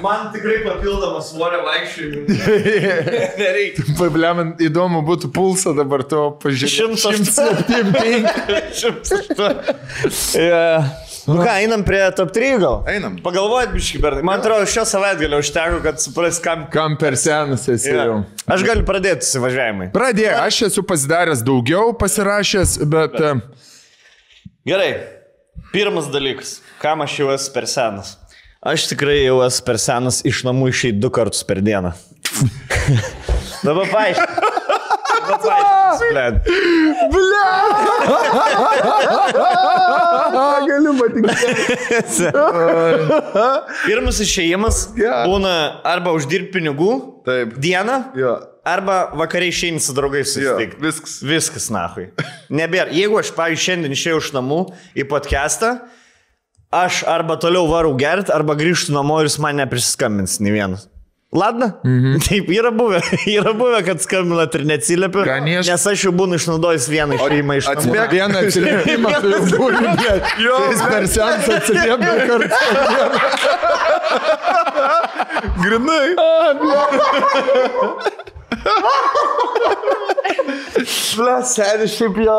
S1: Man tikrai papildomas svorio vaikščiojimas. Nereikia.
S2: Pabliam, įdomu būtų pulsą dabar to pažiūrėti.
S1: 175. 108. Ja. Nu ką, einam prie top 3 gal?
S3: Einam.
S1: Pagalvojot, biški, bernai. Man atrodo, šio savaitgalio užteko, kad supras, kam.
S2: Kam per senas esi
S1: yra.
S2: jau.
S1: Aš galiu pradėti suvažiavimai.
S2: Pradėjau, aš esu pasidaręs daugiau, pasirašęs, bet... e, bet.
S1: Gerai. Pirmas dalykas, kam aš jau esu per senas. Aš tikrai jau esu per senas iš namų išėjai du kartus per dieną. Dabar paaiškink. Dabar paaiškink. blet.
S2: Galiu patikėti.
S1: Pirmas išėjimas
S3: Jo.
S1: būna arba uždirbti pinigų
S3: Taip.
S1: dieną,
S3: Jo.
S1: arba vakariai išėjim su draugais
S3: Jo.
S1: susitikti.
S3: Viskas.
S1: Viskas nahui. Nebėra. Jeigu aš, pavyzdžiui, šiandien išėjau iš namų į podcastą, aš arba toliau varau gerti, arba grįžtu namo ir jis man neprisiskambins nei vienas. Ladna? Mhm. Taip, yra buvę, yra buvę, kad skambinat ir neatsiliepiu.
S2: Ganeš-
S1: Nes aš jau būnu išnaudojęs vieną išėjimą iš namų.
S3: atspėk-
S2: Vieną atsiliepimą turiu būti. tai Jis per senas atsiliepė kartu.
S3: Grinai.
S1: Atspės, seniai šiaip jo.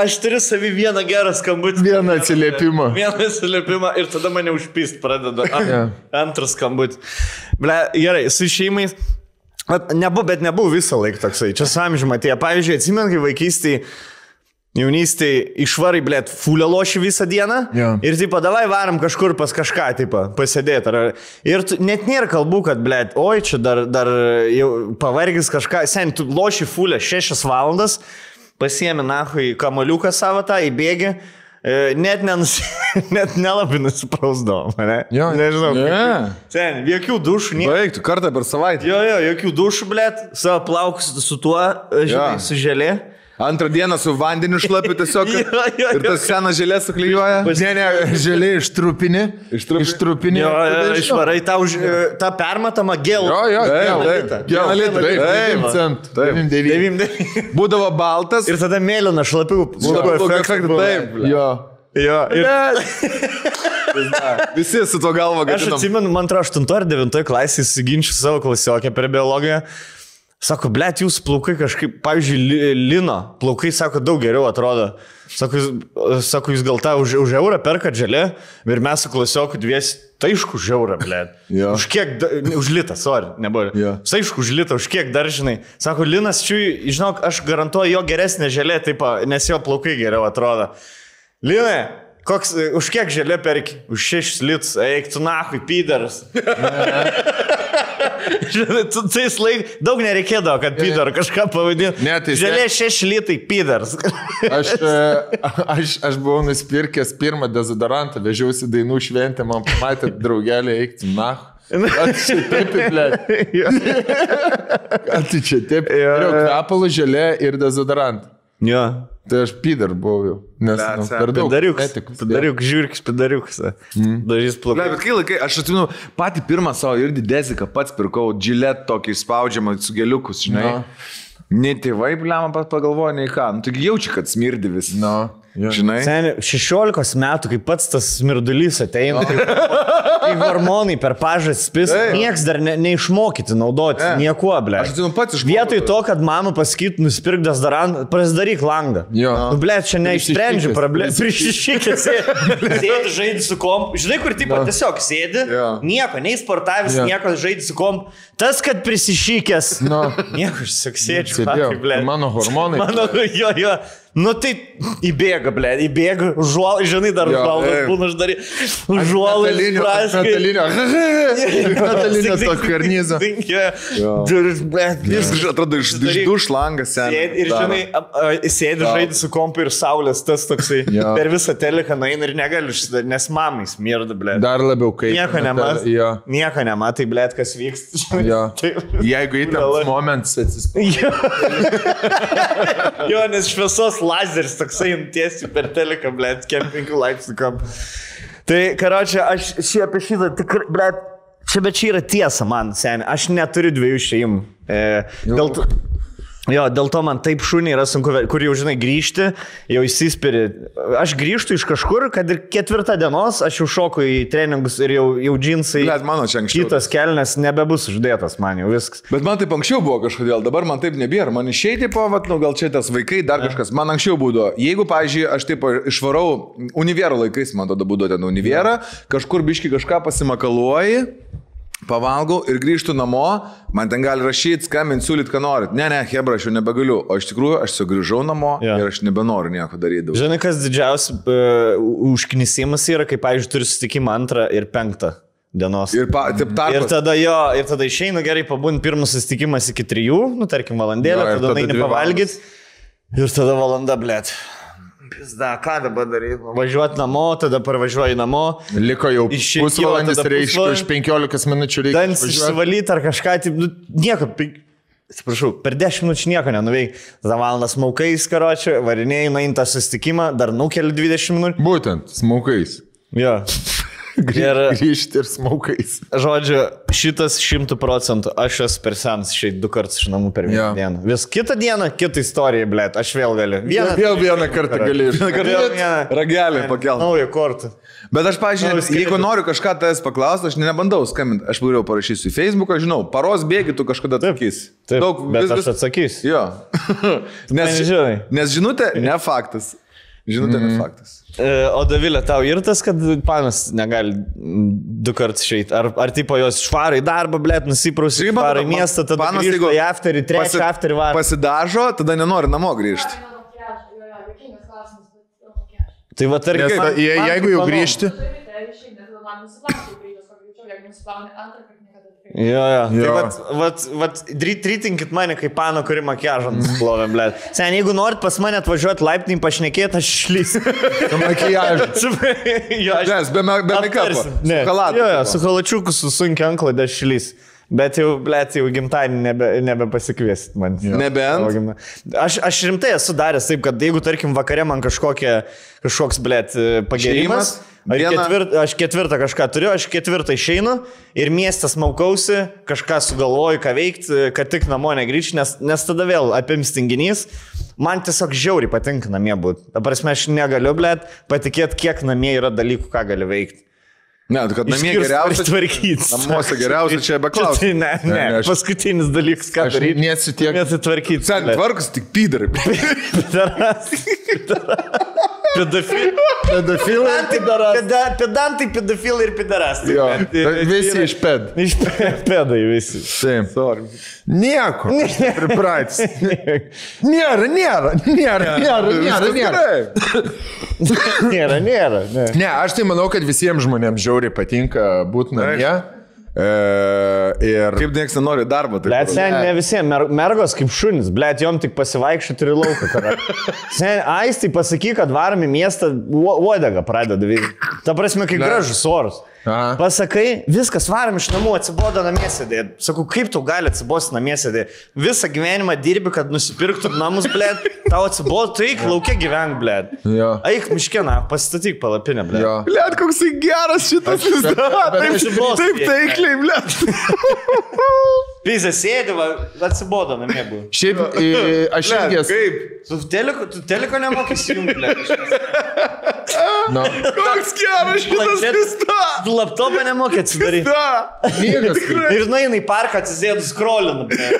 S1: aš turiu savį vieną gerą skambutį.
S2: Vieną atsiliepimą.
S1: Vieną atsiliepimą ir tada mane užpist pradeda. An,
S2: Jo.
S1: yeah. Antras skambutis. Ble, gerai, su šeimais. Vat Nebu, bet nebuvo visą laiką toksai. Čia samžymą atėjo. Pavyzdžiui, atsimenu, kai vaikystėje, jaunystėje išvarai, ble, fulę lošį visą dieną.
S2: Jo.
S1: Ir taip, davai varam kažkur pas kažką, taip, pasėdėti. Ar... Ir tu, net nėra kalbų, kad, ble, oi, čia dar, dar jau pavargis kažką. Sen, tu loši fulę 6 valandas, pasiemi nahui kamaliuką savo tą, įbėgi. e, Net, nenus, net nelabai nusiprausdom, ne?
S2: Jo.
S1: Nežinau.
S3: Ne.
S1: Sen, jokių dušų, nieko.
S3: Baigtų kartą per savaitę.
S1: Jo, jo, jokių dušų, blėt, savo plaukus su tuo, e, žinai,
S3: Jo.
S1: su želė.
S3: Antrą dieną su vandeniu šlapiu tiesiog.
S1: Jo, jo,
S3: ir tas
S1: jo.
S3: senas žėlės suklyjuoja.
S1: Pas-
S2: Ne, ne, žaliai ištrupinį.
S3: Ištrupini.
S2: Ištrupinį.
S1: Jo, jo, išvarai tą, už, e, tą permatamą gelą.
S2: Jo, jo,
S3: Taip,
S2: gel,
S3: taip,
S2: taip,
S3: vieną litrą.
S2: taip,
S3: Taip,
S2: 9 centų,
S3: taip.
S2: 9,9.
S1: Devym devym.
S3: Būdavo baltas.
S1: Ir tada mėlyna šlapių.
S3: Šlapių
S1: efektų
S3: efektų,
S1: būna.
S3: taip. blet.
S2: Jo.
S1: Jo, ir
S3: Visi su to galva
S1: aš
S3: gadinam.
S1: atsimenu, man atrodo, 8 ar 9 klasėje įsiginčiau savo klasiokę per biologiją. Sako, blėt, jūs plaukai kažkaip, pavyzdžiui, li- lino, plaukai, sako, daug geriau atrodo. Sako, jūs, sako, jūs gal tą už, už eurą perkat žalę ir mes su klasioku dviesi, tai aišku, už eurą, blėt.
S3: Jo.
S1: Už kiek, da- ne, už litą, sorry, nebuvo.
S3: Jo.
S1: Tai aišku, už litą, už kiek dar žinai. Sako, linas, čia, žinok, aš garantuoju jo geresnė žalė, taip, nes jo plaukai geriau atrodo. Linai, koks, e, už kiek žalė perki? Už 6 litus, eik tu nahui, pydaras. Žinai, tu tais laik daug nereikėdavo, kad pydar kažką pavadinti.
S2: Ne, tai
S1: žalė 6 litai, pydaras.
S2: Aš, e, aš, aš buvau nusipirkęs pirmą dezodorantą, vežiausi dainų šventę, man pamatė draugelį eikti, na. Aš čia taip, blė. Aš čia taip. Ir kvepalų želė ir dezodorantą.
S1: jo.
S2: Tai aš pidar buvau jau. Nes
S3: Bet,
S2: nu,
S3: se,
S2: per daug.
S1: Pidariukas.
S2: etikos. Mhm.
S1: Pidariukas, žiūrkis, pidariukas. Mm. Dažys
S3: Ne,
S1: plaukai.
S3: bet kai laikai, aš atsimenu, patį pirmą savo irgi deziką pats pirkau, džilet tokį spaudžiamą su geliukus, žinai.
S2: No.
S3: No. Ne tėvai, blema, pat pagalvoja, nei ką. Nu, taigi jauči, kad smirdi vis.
S2: No, jo.
S3: Žinai.
S1: Seniai, 16 metų, kai pats tas smirdulys ateina, kai, kai hormonai per pažas spis,
S3: Taip.
S1: nieks dar ne, neišmokyti naudoti,
S3: Ne.
S1: nieko, ble.
S3: Aš atsimenu, pats išmokau
S1: Vietoj
S3: to.
S1: to, kad mama pasakytų, nusipirk dasdarant, prasidaryk langą.
S2: Jo.
S1: Nu, ble, čia neišsprendžiu
S2: Prisišikęs,
S1: problemų. Prišišykis, sėdi, žaidži su kom. Žinai, kur tipo, tiesiog sėdi,
S3: Jo.
S1: nieko, nei sportavęs,
S2: Jo.
S1: nieko, žaidži su kom. Tas, kad prisišykęs.
S2: No.
S1: Nieko, aš tiesiog sėdžiu.
S2: Sėdėjau.
S1: papi, ble.
S2: Mano hormonai.
S1: Mano, jo, jo. Nu tai įbėga, ble, įbėga, žuol, žinai, dar
S2: Jo,
S1: žuolai
S2: ei.
S1: būna uždari, žuolai
S2: Metalinio, metalinio. Metalinio to karnizo.
S1: Jis
S3: Jis iš- atrodo iš, iš
S1: Daryk.
S3: duš langas sen.
S1: Sėdi ir žinai, ap- a, sėdi žaidži su kompu ir saulės tas toksai
S2: Jo.
S1: per visą teleką naina ir negali užsidaryti, nes mamai smirda, ble.
S2: Dar labiau kaip.
S1: Nieko nematai,
S2: Jo.
S1: nieko nematai, ble, kas vyksta. žinai.
S2: Jo.
S1: Taip.
S2: Jeigu įtampas
S1: Mielai.
S2: momentas atsispėjo.
S1: Jo. jo, nes šviesos lazeris toksai imtiesi per teleką, ble, kiem 5 laipsnių kam. Tai, karočią, aš šį apie šitą tikrai, ble, čia bet čia yra tiesa man, seniai, aš neturiu dviejų šeimų. E, dėl, to, jo, dėl to man taip šuniai yra sunku, ve- kur jau, žinai, grįžti, jau įsispiri. Aš grįžtu iš kažkur, kad ir ketvirtą dienos aš jau šoku į treningus ir jau, jau džinsai.
S3: Blet, mano čia anksčiau.
S1: Kitas kelnes nebebus uždėtas man jau viskas.
S3: Bet man taip anksčiau buvo kažkodėl, dabar man taip nebėra. Man išeiti po, vat, nu, gal čia tas vaikai, dar kažkas. Man anksčiau būdavo. Jeigu, pavyzdžiui, aš taip išvarau, univero laikais, man tada būdavo ten univera, kažkur biški kažką pasimakaluoji. Pavalgau ir grįžtu namo, man ten gali rašyti, skambinti, siūlyti, ką norit. Ne, ne, Hebra, aš jau nebegaliu. O iš tikrųjų, aš sugrįžau namo
S1: Jo.
S3: yeah. ir aš nebenoriu nieko daryti. daugiau.
S1: Žinai, kas didžiausias uh, užknisimas yra, kai, pavyzdžiui, turi susitikimą antrą ir penktą dienos.
S3: Ir pa, taip tarpas.
S1: ir tada jo, ir tada išeina gerai, pabūn pirmas susitikimas iki trijų, nu, tarkim, valandėlę,
S3: Jo, ir
S1: tada, tada
S3: tada
S1: eini
S3: dvi
S1: pavalgyti. Ir tada valanda, blėt. Pizda, ką dabar daryti? Važiuoti namo, tada parvažiuoji namo.
S2: Liko jau
S1: Iš-
S2: pusvalandis
S1: jo, tada
S2: ir iš,
S1: pusvalandis.
S2: už 15 minučių reikia.
S1: Dans
S2: išvažiuot.
S1: išsivalyti ar kažką, tai, nu, nieko. pi- Atsiprašau, per 10 minučių nieko nenuveik. Tada valandas maukais, karočiui, varinėjai, nueini tą susitikimą, dar nukeli 20 minučių.
S2: Būtent, smaukais.
S1: Jo.
S2: Grįž,
S1: Ir-
S2: grįžti ir smaukais.
S1: Žodžiu, šitas šimtų procentų, aš esu per senas, šiai du kartus iš namų per vieną
S2: Jo.
S1: yeah. dieną. Vis kitą dieną, kitą istoriją, blė, aš vėl galiu. Vieną
S2: Vėl vieną kartą gali išvažiuoti.
S1: kartą.
S3: Ragelį pakelt.
S1: Naują kortą.
S3: Bet aš,
S1: Nu,
S3: pažiūrėjau,
S1: viską
S3: jeigu
S1: reikia-
S3: noriu kažką tas paklausti, aš nebandau skambinti. Aš geriau parašysiu į Facebooką, žinau, paros bėgi tu kažkada atsakys.
S1: Taip, Daug, bet vis, aš atsakysiu.
S3: Jo. nes,
S1: mane žinai.
S3: nes žinutė,
S1: Mhm.
S3: ne faktas. Žinutė, ne faktas.
S1: E, O Davilė, tau ir tas, kad panas negali mm, du kartus išeiti. Ar, ar tipo jos švarai darbą, blė, nusiprausi,
S3: Sakyk, man
S1: švarai
S3: atrodo, man-
S1: miestą, tada grįžta į afterį, trečią
S3: pasi-
S1: afterį varą.
S3: pasidažo, tada nenori namo grįžti.
S6: Jo, jo, makiažą, jo, jo, juokingas klausimas, bet jo, makiažą.
S1: Tai va, tarkim,
S2: Nes,
S1: man-
S2: je,
S1: man
S2: jeigu
S1: tai
S2: jau
S1: malonu.
S2: grįžti,
S6: Žaibite, išeina, tada man nusiplauna, kai jos greičiau, jeigu nusiplauna antrą kartą, niekada tikrai.
S1: Jo, jo.
S2: Jo.
S1: jo. Tai vat, vat, vat, dritinkit mane kaip pano, kuri makiažą
S3: Mhm.
S1: nusplovė, ble. Sen, jeigu norit pas mane atvažiuoti laiptinį pašnekėti, aš šlys.
S2: nu, makiažą.
S1: jo, aš...
S3: Nes, be, me- be make-upo.
S1: aptarsim.
S3: su
S1: Ne,
S3: Chalatu.
S1: Jo, jo, su halačiuku, su sunkia anklaida aš šlys. Bet jau, ble, jau gimtadienį nebe, nebepasikviesit man.
S3: Nebent.
S1: Savo gimta- Aš, aš rimtai esu daręs taip, kad jeigu, tarkim, vakare man kažkokia, kažkoks, ble, pagėrimas.
S3: Išėjimas,
S1: Aš
S3: dieną-
S1: ketvirtą ketvirt, aš ketvirtą kažką turiu, aš ketvirtą išeinu ir miestas maukausi, kažką sugalvoju, ką veikti, kad tik namo negryžti, nes, nes tada vėl apims tinginys. Man tiesiog žiauriai patinka namie būti. Dabar aš negaliu, blėt, patikėti, kiek namie yra dalykų, ką galiu veikti.
S3: Ne, tai kad namie geriausia.
S1: tvarkyti.
S3: Namuose geriausia čia be klausimų.
S1: tai Ne, ne, ne,
S2: ne,
S1: ne
S2: aš-
S1: paskutinis dalykas, ką
S2: Aš
S1: daryti.
S2: nesitiek.
S1: Nesitvarkyti.
S3: Sen, tvarkas tik pydari.
S1: Pedofilai.
S2: Pedofilai.
S1: Peda- Pedantai, pedofilai ir pedarastai.
S2: Jo,
S1: Bet, ir- ir-
S2: visi iš ped.
S1: Iš pedai visi.
S2: Taip. Nieko. Pripratęs. Nėra, nėra, nėra, nėra, nėra, nėra.
S1: Nėra, nėra. Ne.
S2: Ne, aš tai manau, kad visiems žmonėms žiauriai patinka būti namie. E, ir
S3: Kaip nieks nenori darbo. tai
S1: Blet,
S3: kur-
S1: sen, ne visiems. Mer mergos kaip šunis, blet, jom tik pasivaikščioti ir į lauką. kara. Sen, aistai pasakyk, kad varom į miestą, uodega pradeda veikti. Ta prasme, kai gražus oras.
S2: Aha.
S1: Pasakai, viskas varom iš namų, atsibodo namie sėdėti. Sakau, kaip tau gali atsibosti namie sėdėti? Visą gyvenimą dirbi, kad nusipirktum namus, blet, tau atsibodo, tai eik laukia gyvenk, blet.
S2: Jo.
S1: Eik miškina, pastatyk palapinę, blet.
S2: jo.
S3: Liet, koks jis geras šitas visas.
S2: bet aš
S1: ir bosą
S3: Taip
S1: dėdė.
S3: taikliai, liet.
S1: Pizė sėdi, va, atsibodo namie buvo.
S2: Šiaip e, aš irgi esu.
S3: Kaip?
S1: Tu teliko, tu teliko nemokėsi jungti, ble.
S2: Nu,
S3: Koks geras šitas
S1: Planšetė.
S3: visas.
S1: Laptopą nemokėsi daryti.
S2: knygas.
S1: Ir nueina į parką atsisėdus skrolinu, ble.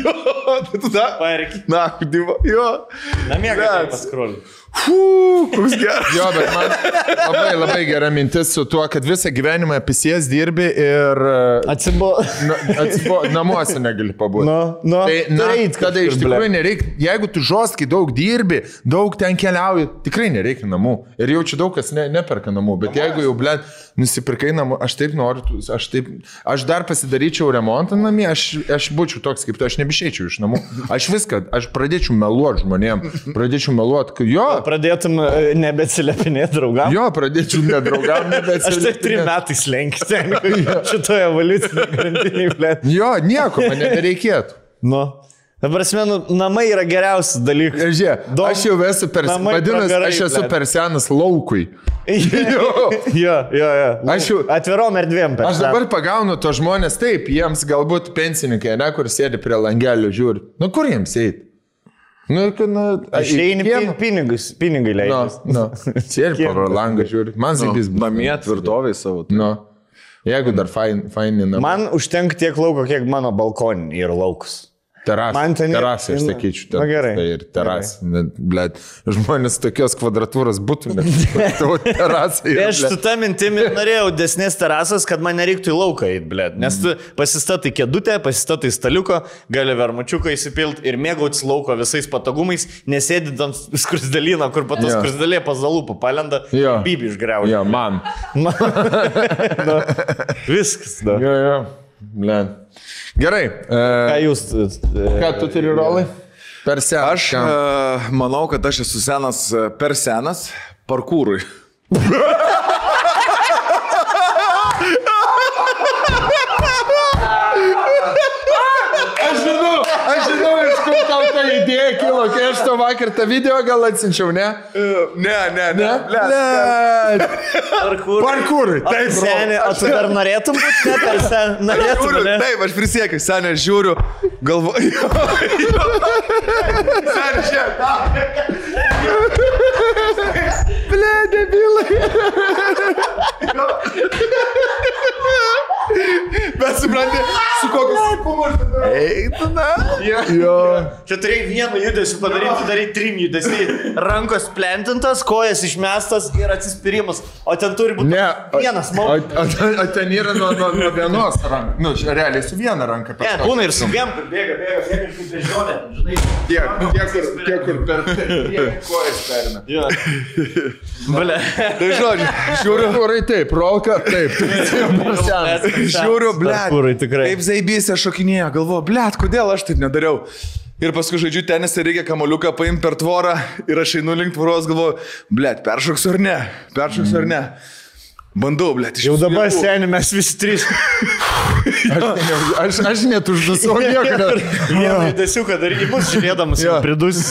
S3: Jo, tai tada.
S1: Pairki.
S3: Na, diva, jo.
S1: Namie gali
S3: Blet.
S1: paskrolinu.
S3: Fū, koks geras.
S2: Jo, bet man labai labai gera mintis su tuo, kad visą gyvenimą apie sijas dirbi ir e,
S1: Atsibodo.
S2: na, atsibo, namų namuose negali pabūti.
S1: Nu, nu,
S2: tai, na,
S1: turi eit
S2: tada
S1: kažkur,
S2: iš
S1: blet.
S2: tikrųjų nereikia, jeigu tu žostkai daug dirbi, daug ten keliauji, tikrai nereikia namų. Ir jaučiu daug kas ne, neperka namų, bet jeigu jau, blė, nusipirkai namų, aš taip noriu, tų- aš taip, aš dar pasidaryčiau remontą namie, aš, aš būčiau toks kaip tu, aš nebišėčiau iš namų. Aš viską, aš pradėčiau meluoti žmonėm, pradėčiau meluoti, kad jo,
S1: Pradėtum e, nebeatsilepinėti draugam.
S2: jo, pradėčiau nedraugam, bet...
S1: Aš tai trim metais lenkti šitoje evoliucinėje grandinėje, ble.
S2: Jo, nieko, man nereikėtų.
S1: Nu. Ta prasme, nu, namai yra geriausias dalykas.
S2: Žiūrėk,
S1: Dom-
S2: aš jau esu per,
S1: namai
S2: vadinasi,
S1: pragarai,
S2: aš esu
S1: blet.
S2: per senas laukui. Jo.
S1: Jo, jo, jo. Nu,
S2: Aš jau-
S1: Atvirom erdvėm. per
S2: Aš
S1: tą.
S2: dabar pagaunu to žmonės, taip, jiems galbūt pensininkai, ne, kur sėdi prie langelio žiūri. Nu kur jiems eiti? Nu, kad, nu,
S1: Išeini pin- pinigus, pinigai
S2: Nu,
S1: leidžiasi.
S2: nu, sėdi pro langą žiūri.
S1: Nu,
S2: Man sakys,
S3: nu, Namie tvirtoviai savo.
S2: Nu, jeigu dar fain- fainina.
S1: Man užtenka tiek lauko, kiek mano balkoninė yra laukas.
S2: Terasą.
S1: Man ten-
S2: terasą, aš
S1: nu,
S2: sakyčiau.
S1: nu, gerai.
S2: Tai ir terasą. Blet, žmonės tokios kvadratūros būtų, bet tavo terasą.
S1: Tai
S2: yra,
S1: aš
S2: blet.
S1: su tą mintimi ir norėjau desnės terasas, kad man nereiktų į lauką eiti, blė. Nes tu pasistatai kėdutę, pasistatai staliuko, gali vermačiuką įsipilti ir mėgautis lauko visais patogumais, nesėdint ant skrusdelyno, kur patos
S2: Jo.
S1: yeah. skrusdelė pazalupų palenda,
S2: Jo.
S1: yeah. bibi išgriauja.
S2: Jo, man.
S1: Viskas. nu. Da.
S2: Jo, jo. Blen. Gerai.
S1: Ką
S2: E,
S1: jūs...
S2: ką tu turi rolai? Per seną.
S3: Aš e, manau, kad aš esu senas, e, per senas parkūrui.
S2: Aš žinau, aš žinau, iš kur tau ta idėja kilo, kai aš to vakar tą video gal atsinčiau, ne?
S3: E, Ne, ne, ne.
S2: Ble.
S1: Ar kur?
S2: Parkūrui.
S1: Taip,
S2: Taip,
S1: seniai, o tu dar norėtum būti ne per seniai? Norėtum,
S3: Žiūriu,
S1: ne?
S3: taip, aš prisiekiu, senė, aš žiūriu, galvoju. Senė, čia.
S2: Ble, debilai.
S3: Bet supranti, su kokiu sunkumu aš tada. Eita, na.
S2: Jo.
S1: Čia turi vieną judesių padaryti, darai trim judesių. Rankos plentintas, kojas išmestas ir atsispyrimas. O ten turi būti
S2: Ne. o-
S1: vienas
S2: O,
S1: mokymas.
S2: o, ten- o ten yra nuo, nuo, nuo vienos rankos. Nu, čia realiai su viena ranka.
S1: Ne,
S2: pastovi.
S1: būna ir su dviem. Bėga, bėga, bėga, kaip bežionė. Žinai,
S2: Tiek, tiek, ir- tiek ir per. Tiek kojas perina.
S1: jo. Ble.
S3: Tai žodžiu, žiūriu.
S2: Parkūrai taip, rolka taip. Per seną.
S3: Žiūriu, ble.
S1: Parkūrai tikrai.
S3: Taip zaibysė šokinėja, galvoju, ble, kodėl aš taip nedariau. Ir paskui žaidžiu tenisą, reikia kamoliuką paimti per tvorą ir aš einu link tvoros, galvoju, ble, peršoksiu ar ne, peršoksiu ar ne. Bandau, ble, iš
S1: Jau
S3: visų
S1: dabar
S3: jėgų.
S1: seniai mes visi trys.
S2: Aš, aš net uždusau niekada.
S1: Vieną judesių, kad dar į mus žiūrėdamas jau
S2: Jo.
S1: pridus.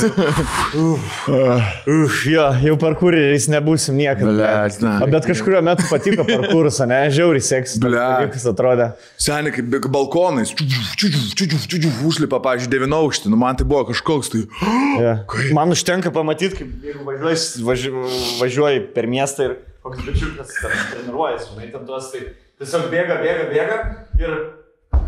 S1: Uf, jo, jau parkūriais nebūsim niekada.
S2: Blet, na.
S1: O bet kažkurio metu patiko parkūras, ne? Žiauriai seksas.
S3: Blet.
S1: Kas atrodė.
S3: Seniai, kaip bėga balkonais, užlipa, pavyzdžiui, devino aukštį, nu man tai buvo kažkoks tai.
S1: Ja. Man užtenka pamatyti, kaip jeigu važiuoji, važi, važiuoji per miestą ir koks bičiukas ten treniruojasi, žinai, ten tuos tai tiesiog bėga, bėga, bėga ir...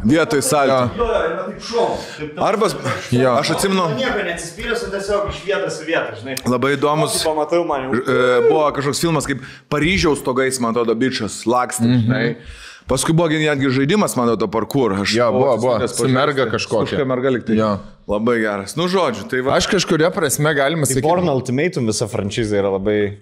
S3: Vietoj Tai salto.
S1: Jo, ir man taip šau. Taip, taip,
S3: Arba,
S2: Jo.
S3: aš atsimenu,
S1: Nu, Nieko neatsispyręs, o tiesiog iš vietos į vietą, žinai.
S3: labai įdomus.
S1: Aš pamatau man jau.
S3: e, buvo kažkoks filmas kaip Paryžiaus togais, man atrodo, bičias, lakstė.
S2: Mhm.
S3: Mm -hmm. Paskui buvo gi netgi žaidimas, man atrodo, parkur. Aš
S2: Jo, buvo,
S3: buvau
S2: buvo,
S3: atsisukęs
S2: su merga
S3: pažiūrėti.
S2: kažkokia.
S3: Su Kažkokia merga liktai.
S2: Jo.
S3: tai. Labai geras. Nu, žodžiu, tai va.
S2: Aš kažkuria prasme galima sakyti.
S1: Born Ultimatum visa franšizė yra labai...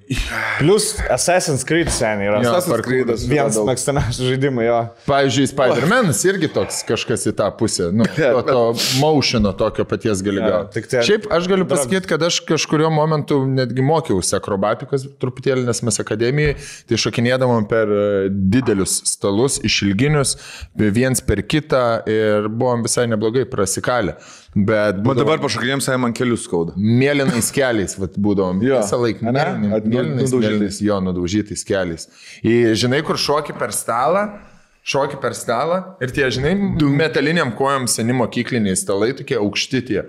S1: Plus Assassin's Creed seniai yra.
S2: Jo.
S3: Assassin's
S2: parkur.
S3: Creed'as yra
S1: Vienas
S3: daug.
S1: mėgstamiausių žaidimų jo.
S2: Pavyzdžiui, Spider-Man'as irgi toks kažkas į tą pusę. Nu, to, to motiono tokio paties gali
S1: Jo,
S2: gauti.
S1: tik tai-
S2: Šiaip aš galiu pasakyti, kad aš kažkurio momentu netgi mokiausi akrobatikos truputėlį, nes mes akademijai, tai šokinėdavom per e, didelius stalus, išilginius, viens per kitą ir buvom visai neblogai prasikalę. Bet
S3: Man
S2: būdavo-
S3: dabar pašokinėjom, sai man kelius skauda.
S2: mėlynais keliais vat, būdavom.
S3: Jo.
S2: Visą laiką
S3: Ane?
S2: mėlynai-
S3: At- nu-
S2: mėlynais,
S3: nudaužytais.
S2: mėlynais, jo, nudaužytais keliais. Ir žinai, kur šoki per stalą, šoki per stalą ir tie, žinai, metaliniam kojam seni mokykliniai stalai, tokie aukšti tie.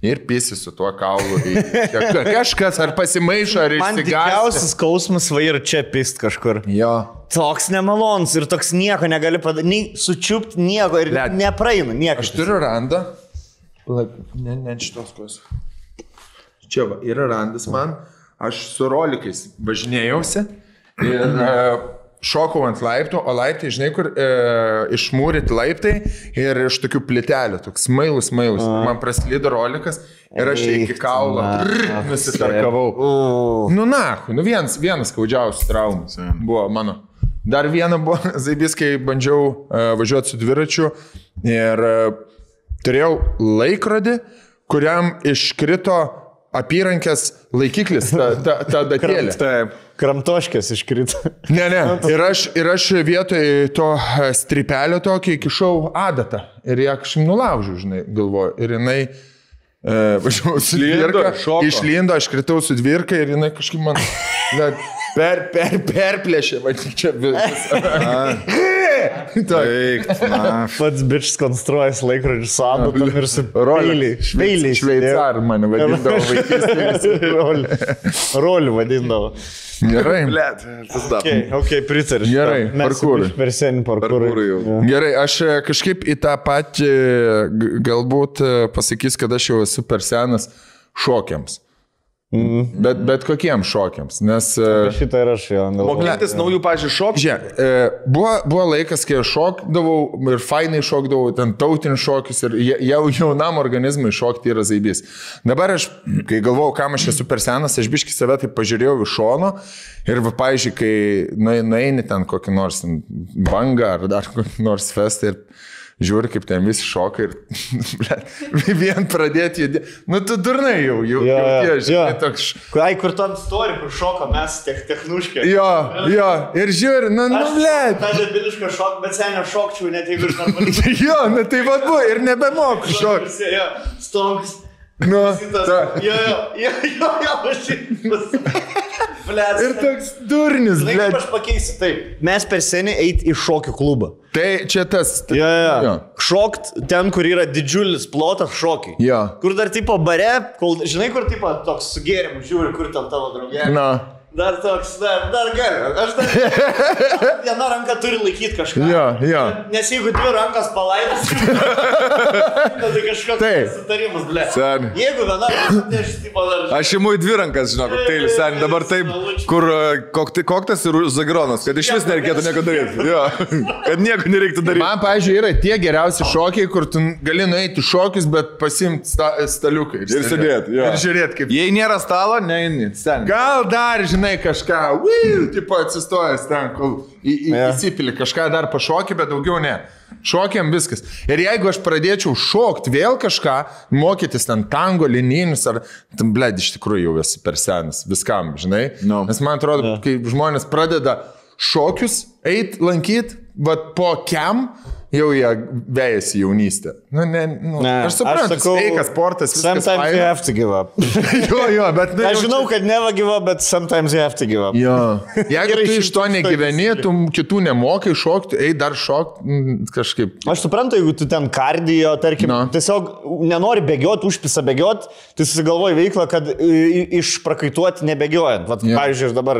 S2: Ir pisi su tuo kaulu. į- Ka- Kažkas ar pasimaišo, ar
S1: Man
S2: išsigąsta.
S1: didžiausias skausmas va ir čia pist kažkur.
S2: Jo.
S1: toks nemalonus ir toks nieko negali padaryti, nei sučiupti nieko ir
S2: Blet.
S1: nepraeina nieko.
S2: Aš turiu randą. Palauk, Ne, ne ant šitos kojos. Čia va, yra randas man. Aš su rolikais važinėjausi ir e, šokau ant laiptų, o laiptai, žinai, kur e, išmūryti laiptai ir iš tokių plitelių, toks mailus, mailus. Man praslydo rolikas ir aš
S1: Eik
S2: iki kaulo
S1: tu, na,
S2: brrr, nusitarkavau.
S1: U.
S2: Nu, na, nu vienas, vienas skaudžiausias traumas buvo mano. Dar viena buvo, Zaibis, kai bandžiau uh, važiuoti su dviračiu ir uh, turėjau laikrodį, kuriam iškrito apyrankės laikiklis, ta, ta, ta datėlė.
S3: Taip.
S1: Kramtoškės iškrito.
S2: Ne, ne. Ir aš, ir aš vietoj to e, stripelio tokį įkišau adatą ir ją kažkaip nulaužiau, žinai, galvoju. Ir jinai e, važiavau su
S3: Slindo,
S2: dvirka,
S3: šoko.
S2: išlindo, aš kritau su dvirka ir jinai kažkaip man ne, per, per, perplėšė, vadin čia viskas.
S3: Taip. Na,
S1: Pats bičias konstruojas laikrodžius su adatom ir su peiliai. Šveiliai.
S2: Šveicar mane vadindavo vaikystėje.
S1: Rolių vadindavo.
S2: Gerai.
S3: blėt, tas dar.
S1: Gerai, okay, pritariu.
S2: Gerai, parkūrai.
S1: Per seniai parkūrai.
S3: Parkūrai jau.
S2: Gerai, aš e, kažkaip į tą patį e, g- galbūt e, pasakys, kad aš jau esu per senas šokiams. Mm. Bet, bet kokiems šokiams, nes... e,
S1: Šitą ir aš jo.
S3: Moklintis naujų, pažiūrėjau, šokį.
S2: Žiūrėk, e, buvo, buvo laikas, kai aš šokdavau ir fainai šokdavau, ten tautinis šokis ir ja- jau jaunam organizmui šokti yra zaibys. Dabar aš, kai galvojau, kam aš esu per senas, aš biški save taip pažiūrėjau iš šono ir, va, pavyzdžiui, kai nuei- nueini ten kokį nors ten bangą ar dar kokį nors festą ir žiūri, kaip ten visi šoka ir ble, vien pradėti judėti. Nu, tu durnai jau, jau,
S1: Jo,
S2: jau,
S1: jo,
S2: jau, jau,
S1: jo.
S2: jau toks... š-
S1: Ai, kur tam story, kur šoko mes tiek techniškai.
S2: Jo, jo, ir žiūri, nu, nu, blėt.
S1: Ta debiliška šok, bet seniai šokčiau, net jeigu aš normaliai.
S2: Jo, na tai vad buvo ir nebemoku šokti.
S1: Jo, stonks.
S2: Nu,
S1: Kitas.
S2: ta,
S1: Jo, jo, jo, jo, jo, aš šitas. Blės.
S2: ir toks durnis,
S1: Žinai, kaip
S2: blėt.
S1: aš pakeisiu, taip. Mes per seniai eit į šokių klubą.
S2: Tai čia tas.
S1: Jo, jo, jo.
S2: Jo.
S1: Šokt ten, kur yra didžiulis plotas šokiai.
S2: Jo.
S1: Kur dar tipo bare, kol, žinai, kur tipo toks su gėrimu žiūri, kur ten tavo draugė.
S2: Na,
S1: Dar toks, dar, dar galiu. Aš dar. Viena ranka turi laikyti kažką.
S2: jo, jo.
S1: Nes jeigu dvi rankas palaidas, tai kažkoks
S2: Taip.
S1: sutarimas, ble.
S3: Sen.
S1: Jeigu viena ranka, tai aš tipo dar.
S3: Aš imu į dvi rankas, žinok, kokteilis, sen dabar taip, kur e, kokte- koktas ir zagronas, kad iš vis nereikėtų nieko daryti. Jo, kad nieko nereiktų daryti.
S2: Man, pažiūrėjau, yra tie geriausi šokiai, kur tu gali nueiti į šokius, bet pasimti sta, staliukai.
S3: Ir sėdėt, jo.
S2: Ir žiūrėti, kaip.
S3: Jei nėra stalo, neini, sen.
S2: Gal dar, žinai, kažką, uiu, tipo atsistojęs ten, kol į, į,
S1: Jo.
S2: įsipili, kažką dar pašokį, bet daugiau ne. Šokiam viskas. Ir jeigu aš pradėčiau šokti vėl kažką, mokytis ten tango, linijinius ar, tam, bled, iš tikrųjų jau esi per senas viskam, žinai.
S1: Nu.
S3: No.
S2: Nes man atrodo, yeah. kai žmonės pradeda šokius eit lankyti, bet po kiam jau jie vėjasi jaunystę. Nu, ne, nu, ne, aš suprantu, sveikas sportas, viskas.
S1: Sometimes you
S2: faina.
S1: have to give up.
S2: jo, jo, bet... Nu,
S1: Tai Aš
S2: jau
S1: žinau, kad never give up, bet sometimes you have to give up.
S2: Jo. Jeigu
S1: Gerai,
S2: tu iš to
S1: šimtas
S2: negyveni, tu kitų nemokai šokti, eik dar šokti kažkaip.
S1: Aš suprantu, jeigu tu ten kardijo, tarkim, no.
S2: No.
S1: tiesiog nenori bėgioti, užpisa bėgioti, tai susigalvoji veiklą, kad e, i- išprakaituoti nebėgiojant. Vat,
S2: Jo.
S1: yeah. Pavyzdžiui, aš dabar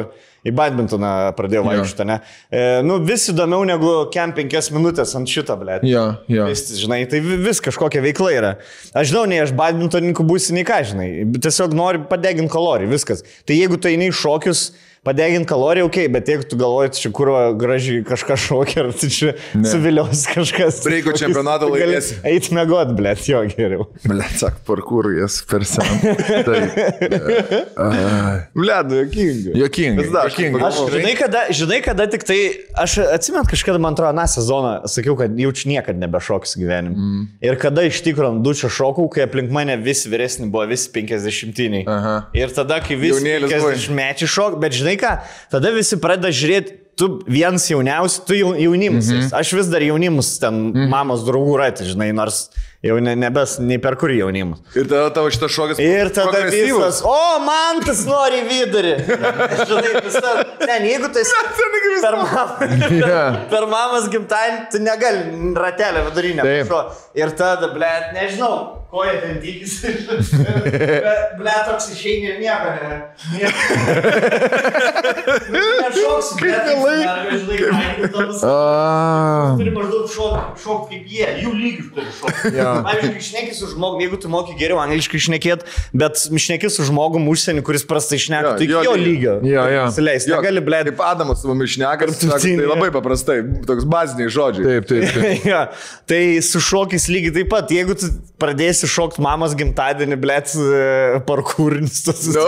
S1: į badmintoną pradėjau
S2: Jo.
S1: vaikščioti, ne? E, nu, vis įdomiau negu kem penkias minutės ant šito, blėt.
S2: Jo, jo.
S1: Vis, žinai, tai vi- vis kažkokia veikla yra. Aš žinau, nei aš badmintoninku būsiu, nei ką, žinai. bet Tiesiog nori padeginti kalorijų, viskas. Tai jeigu tu eini į šokius, padeginti kalorijų, okei, okay, bet jeigu tu galvoji, čia kur gražiai kažką šokia, ar tai čia suvilios kažkas. tai
S3: Breiko čempionato laimėsi.
S1: Eit mėgot, blėt, jo geriau.
S2: Blet, sak, parkūrijas per seną.
S3: Bledu, jokinga.
S2: Jokinga.
S3: Vis dar aš
S2: jokinga.
S1: Aš, žinai, kada, žinai, kada tik tai, aš atsimenu, kažkada man atrodo, na sezoną sakiau, kad jaučiu niekada nebešoksiu gyvenime. Mm. Ir kada iš tikrųjų ant dučio šokau, kai aplink mane vis vyresni buvo, visi penkiasdešimtiniai.
S2: Aha.
S1: Ir tada, kai visi
S3: Jaunėlis buvai.
S1: penkiasdešimtmečiai šok, bet žinai ką, tada visi pradeda žiūrėti. Tu vienas jauniausias, tu jau- jaunimus. Mm -hmm. Aš vis dar jaunimus ten mm -hmm. mamos draugų ratė, žinai, nors jau ne, nebes, nei per kur jaunimus.
S3: Ir tada tavo šitas šokis.
S1: Ir tada
S3: progresyvus.
S1: visas, o man tas nori į vidurį. Žinai, visas, ten, jeigu tu esi per,
S2: Jo.
S1: mam, per mamas gimtadienį, tu negali ratelio vidurinio.
S2: Taip.
S1: Ir tada, blėt, nežinau.
S7: koja ten dygis. Bet, ble, toks išeini ir nieko ne. nieko- Nu, Nešoks, kaip vėlai. Turi maždaug šokti šok kaip jie, jų lygių turi šokti.
S1: Pavyzdžiui, išneki su žmogumi, jeigu tu moki geriau angliškai išnekėti, bet išneki su žmogumi užsienį, kuris prastai išneka,
S3: Jo,
S1: tai
S3: jo
S1: jo lygio.
S3: lygio.
S2: Jo, jo.
S1: Sileis,
S3: Jo,
S1: negali blėti.
S3: Kaip Adamas su mumis šneka, ir sako,
S1: Tarptautinė.
S3: tai labai paprastai, toks baziniai žodžiai.
S2: Taip, taip. taip.
S1: jo, tai su šokiais lygiai taip pat. Jeigu tu pradėsi šokti mamos gimtadienį, blėt, e, parkūrinis tas
S3: Nu.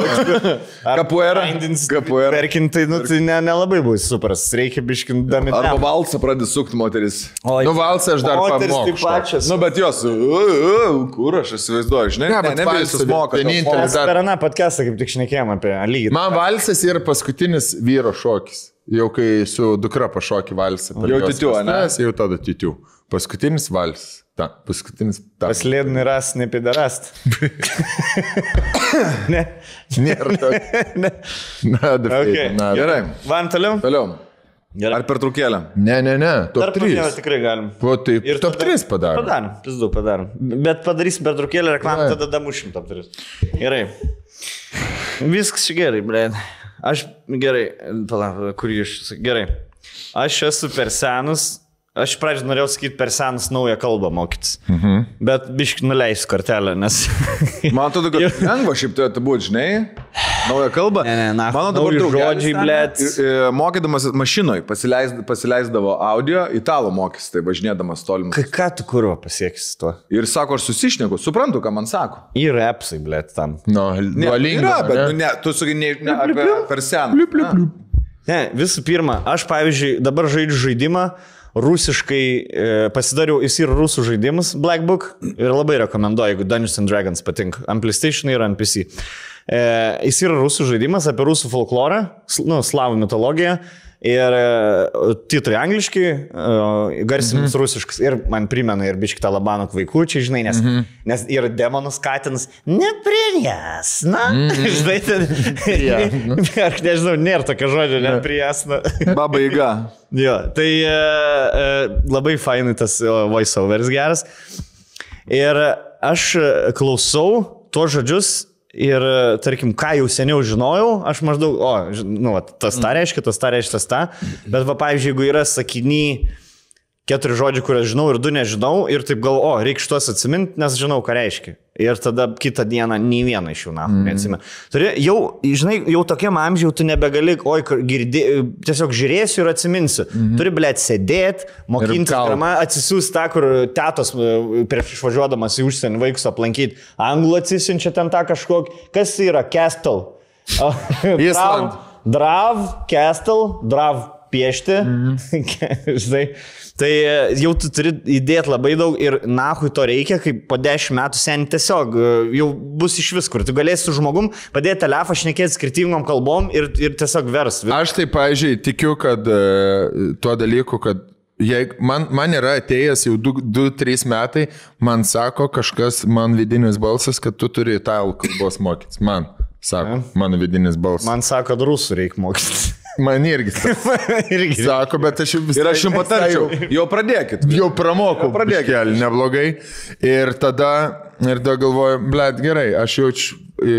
S3: Kapuera. Kapuera.
S1: Perkint, tai nu, tai ne- nelabai bus supras. Reikia biškinti dami.
S3: Arba valsą pradės sukti moteris.
S2: Nu, valsą aš dar pamoku.
S1: Taip pačias.
S3: Nu,
S1: Nu,
S3: bet jos, u, u, kur aš įsivaizduoju, žinai,
S2: Ne,
S3: ne,
S2: bet
S3: ne, ne visus
S2: valsą
S3: moka. tau
S2: vienintelis.
S3: moka.
S1: mes
S2: dar-
S1: per aną podcastą kaip tik šnekėjom apie lygį.
S2: Man valsas yra paskutinis vyro šokis. Jau kai su dukra pašoki valsą. per
S3: Jau
S2: jos
S3: titiu, ane?
S2: vestuves, Jau tada titiu. Paskutinis valsas. Ta, paskutinis. Ta.
S1: Paslėdini ras, nepidarast. ne.
S2: Nėra tokio.
S1: ne.
S2: Na, dabar.
S1: Okay.
S3: Gerai,
S1: Van toliau?
S3: toliau.
S1: Gerai.
S3: Ar pertraukėlę?
S2: Ne, ne, ne.
S1: Dar
S2: Top
S1: po vieną
S2: 3.
S1: tikrai galim.
S2: Po taip.
S1: Ir
S2: Ir top
S1: tada-
S2: 3 padarė.
S1: Padarom, pizdu padarom. Bet padarysim pertraukėlę reklamą,
S2: Gerai.
S1: tada damušim tam tris. Gerai. Viskas čia gerai, ble. Aš gerai, palauk, kur jūs. Gerai. Aš esu per senus. Aš pradžioje norėjau sakyti per senus naują kalbą mokytis. Mhm. Bet biškai nuleisiu kortelę, nes...
S3: Man atrodo, kad lengva šiaip turėtų būti, žinai, nauja kalba.
S1: Ne, ne, na,
S3: Mano dabar
S1: nauji
S3: draugelis
S1: žodžiai,
S3: ten,
S1: blet.
S3: i- i, Mokydamas mašinoje pasileis, pasileisdavo audio, italų mokys, tai važinėdamas tolimus.
S1: Ka- Ką tu kurvo pasieksi su tuo?
S3: Ir sako, aš susišneku, suprantu, ką man sako.
S1: Yra apsai, ble, tam.
S2: Nu,
S3: Ne,
S2: valinga.
S3: yra, bet nu, ne, tu sakai, ne, ne apie, per seną. Pliu, pliu, pliu.
S1: Ne, visų pirma, aš pavyzdžiui dabar žaidžiu žaidimą, rusiškai e, pasidariau, jis yra rusų žaidimas, Black Book, ir labai rekomenduoju, jeigu Dungeons and Dragons patinka, ant PlayStation ir ant PC. E, jis yra rusų žaidimas apie rusų folklorą, sl- nu, slavų mitologiją. Ir e, titrai angliški, e, garsinis mhm. rusiškas. Ir man primena ir biškitą labanok vaikųčiai, žinai, nes, mhm. nes ir demonus katinas, ne prie jas, na, mhm. nu. žinai, ten. Aš nežinau, nėra tokio žodžio, ne prie jas, na.
S3: Babaiga.
S1: Jo, tai e, e, labai fainai tas e, voiceoveris geras. Ir aš e, klausau tuos žodžius ir, e, tarkim, ką jau seniau žinojau, aš maždaug, o, ži- nu, vat, tas tą reiškia, tas tą reiškia, tas tą. Bet, va, pavyzdžiui, jeigu yra sakiny keturi žodžiai, kuriuos žinau ir du nežinau, ir taip galvo, o, reikia šitos atsiminti, nes žinau, ką reiškia. Ir tada kitą dieną nei vieną iš jų, na, mm. neatsimenu. Turi, jau, žinai, jau tokiam amžiui tu nebegali, oi, kur girdė, tiesiog žiūrėsiu ir atsiminsiu. Mm. Turi, blė, sėdėti, mokinti
S2: kalt.
S1: gramą, atsisiųsti tą, kur tėtos e, prieš išvažiuodamas į užsienį vaikus aplankyti. Anglų atsisinčia ten tą kažkokį, kas tai yra, castle. O,
S2: Island.
S1: Drav- Drav, castle, drav piešti. Mhm. Žinai, tai e, jau tu turi įdėti labai daug ir nahui to reikia, kai po dešimt metų sen tiesiog e, jau bus iš viskur. Tu galėsi su žmogum padėti telefą, šnekėti skirtingom kalbom ir, ir tiesiog vers. Vi-
S2: Aš tai, pažiūrėjau, tikiu, kad e, tuo dalyku, kad jeig, man, man yra atėjęs jau 2-3 metai, man sako kažkas, man vidinis balsas, kad tu turi italų kalbos mokytis. Man sako, mano vidinis balsas. Man,
S1: Man sako, kad rusų reikia mokytis.
S2: man irgi taip
S1: Irgi.
S2: sako, bet aš jau vis
S3: Ir aš jums patarčiau, jau pradėkit.
S2: Jau pramokau.
S3: Jau pradėkit.
S2: biškelį, neblogai. Ir tada, ir tada galvoju, blėt, gerai, aš jaučiu į,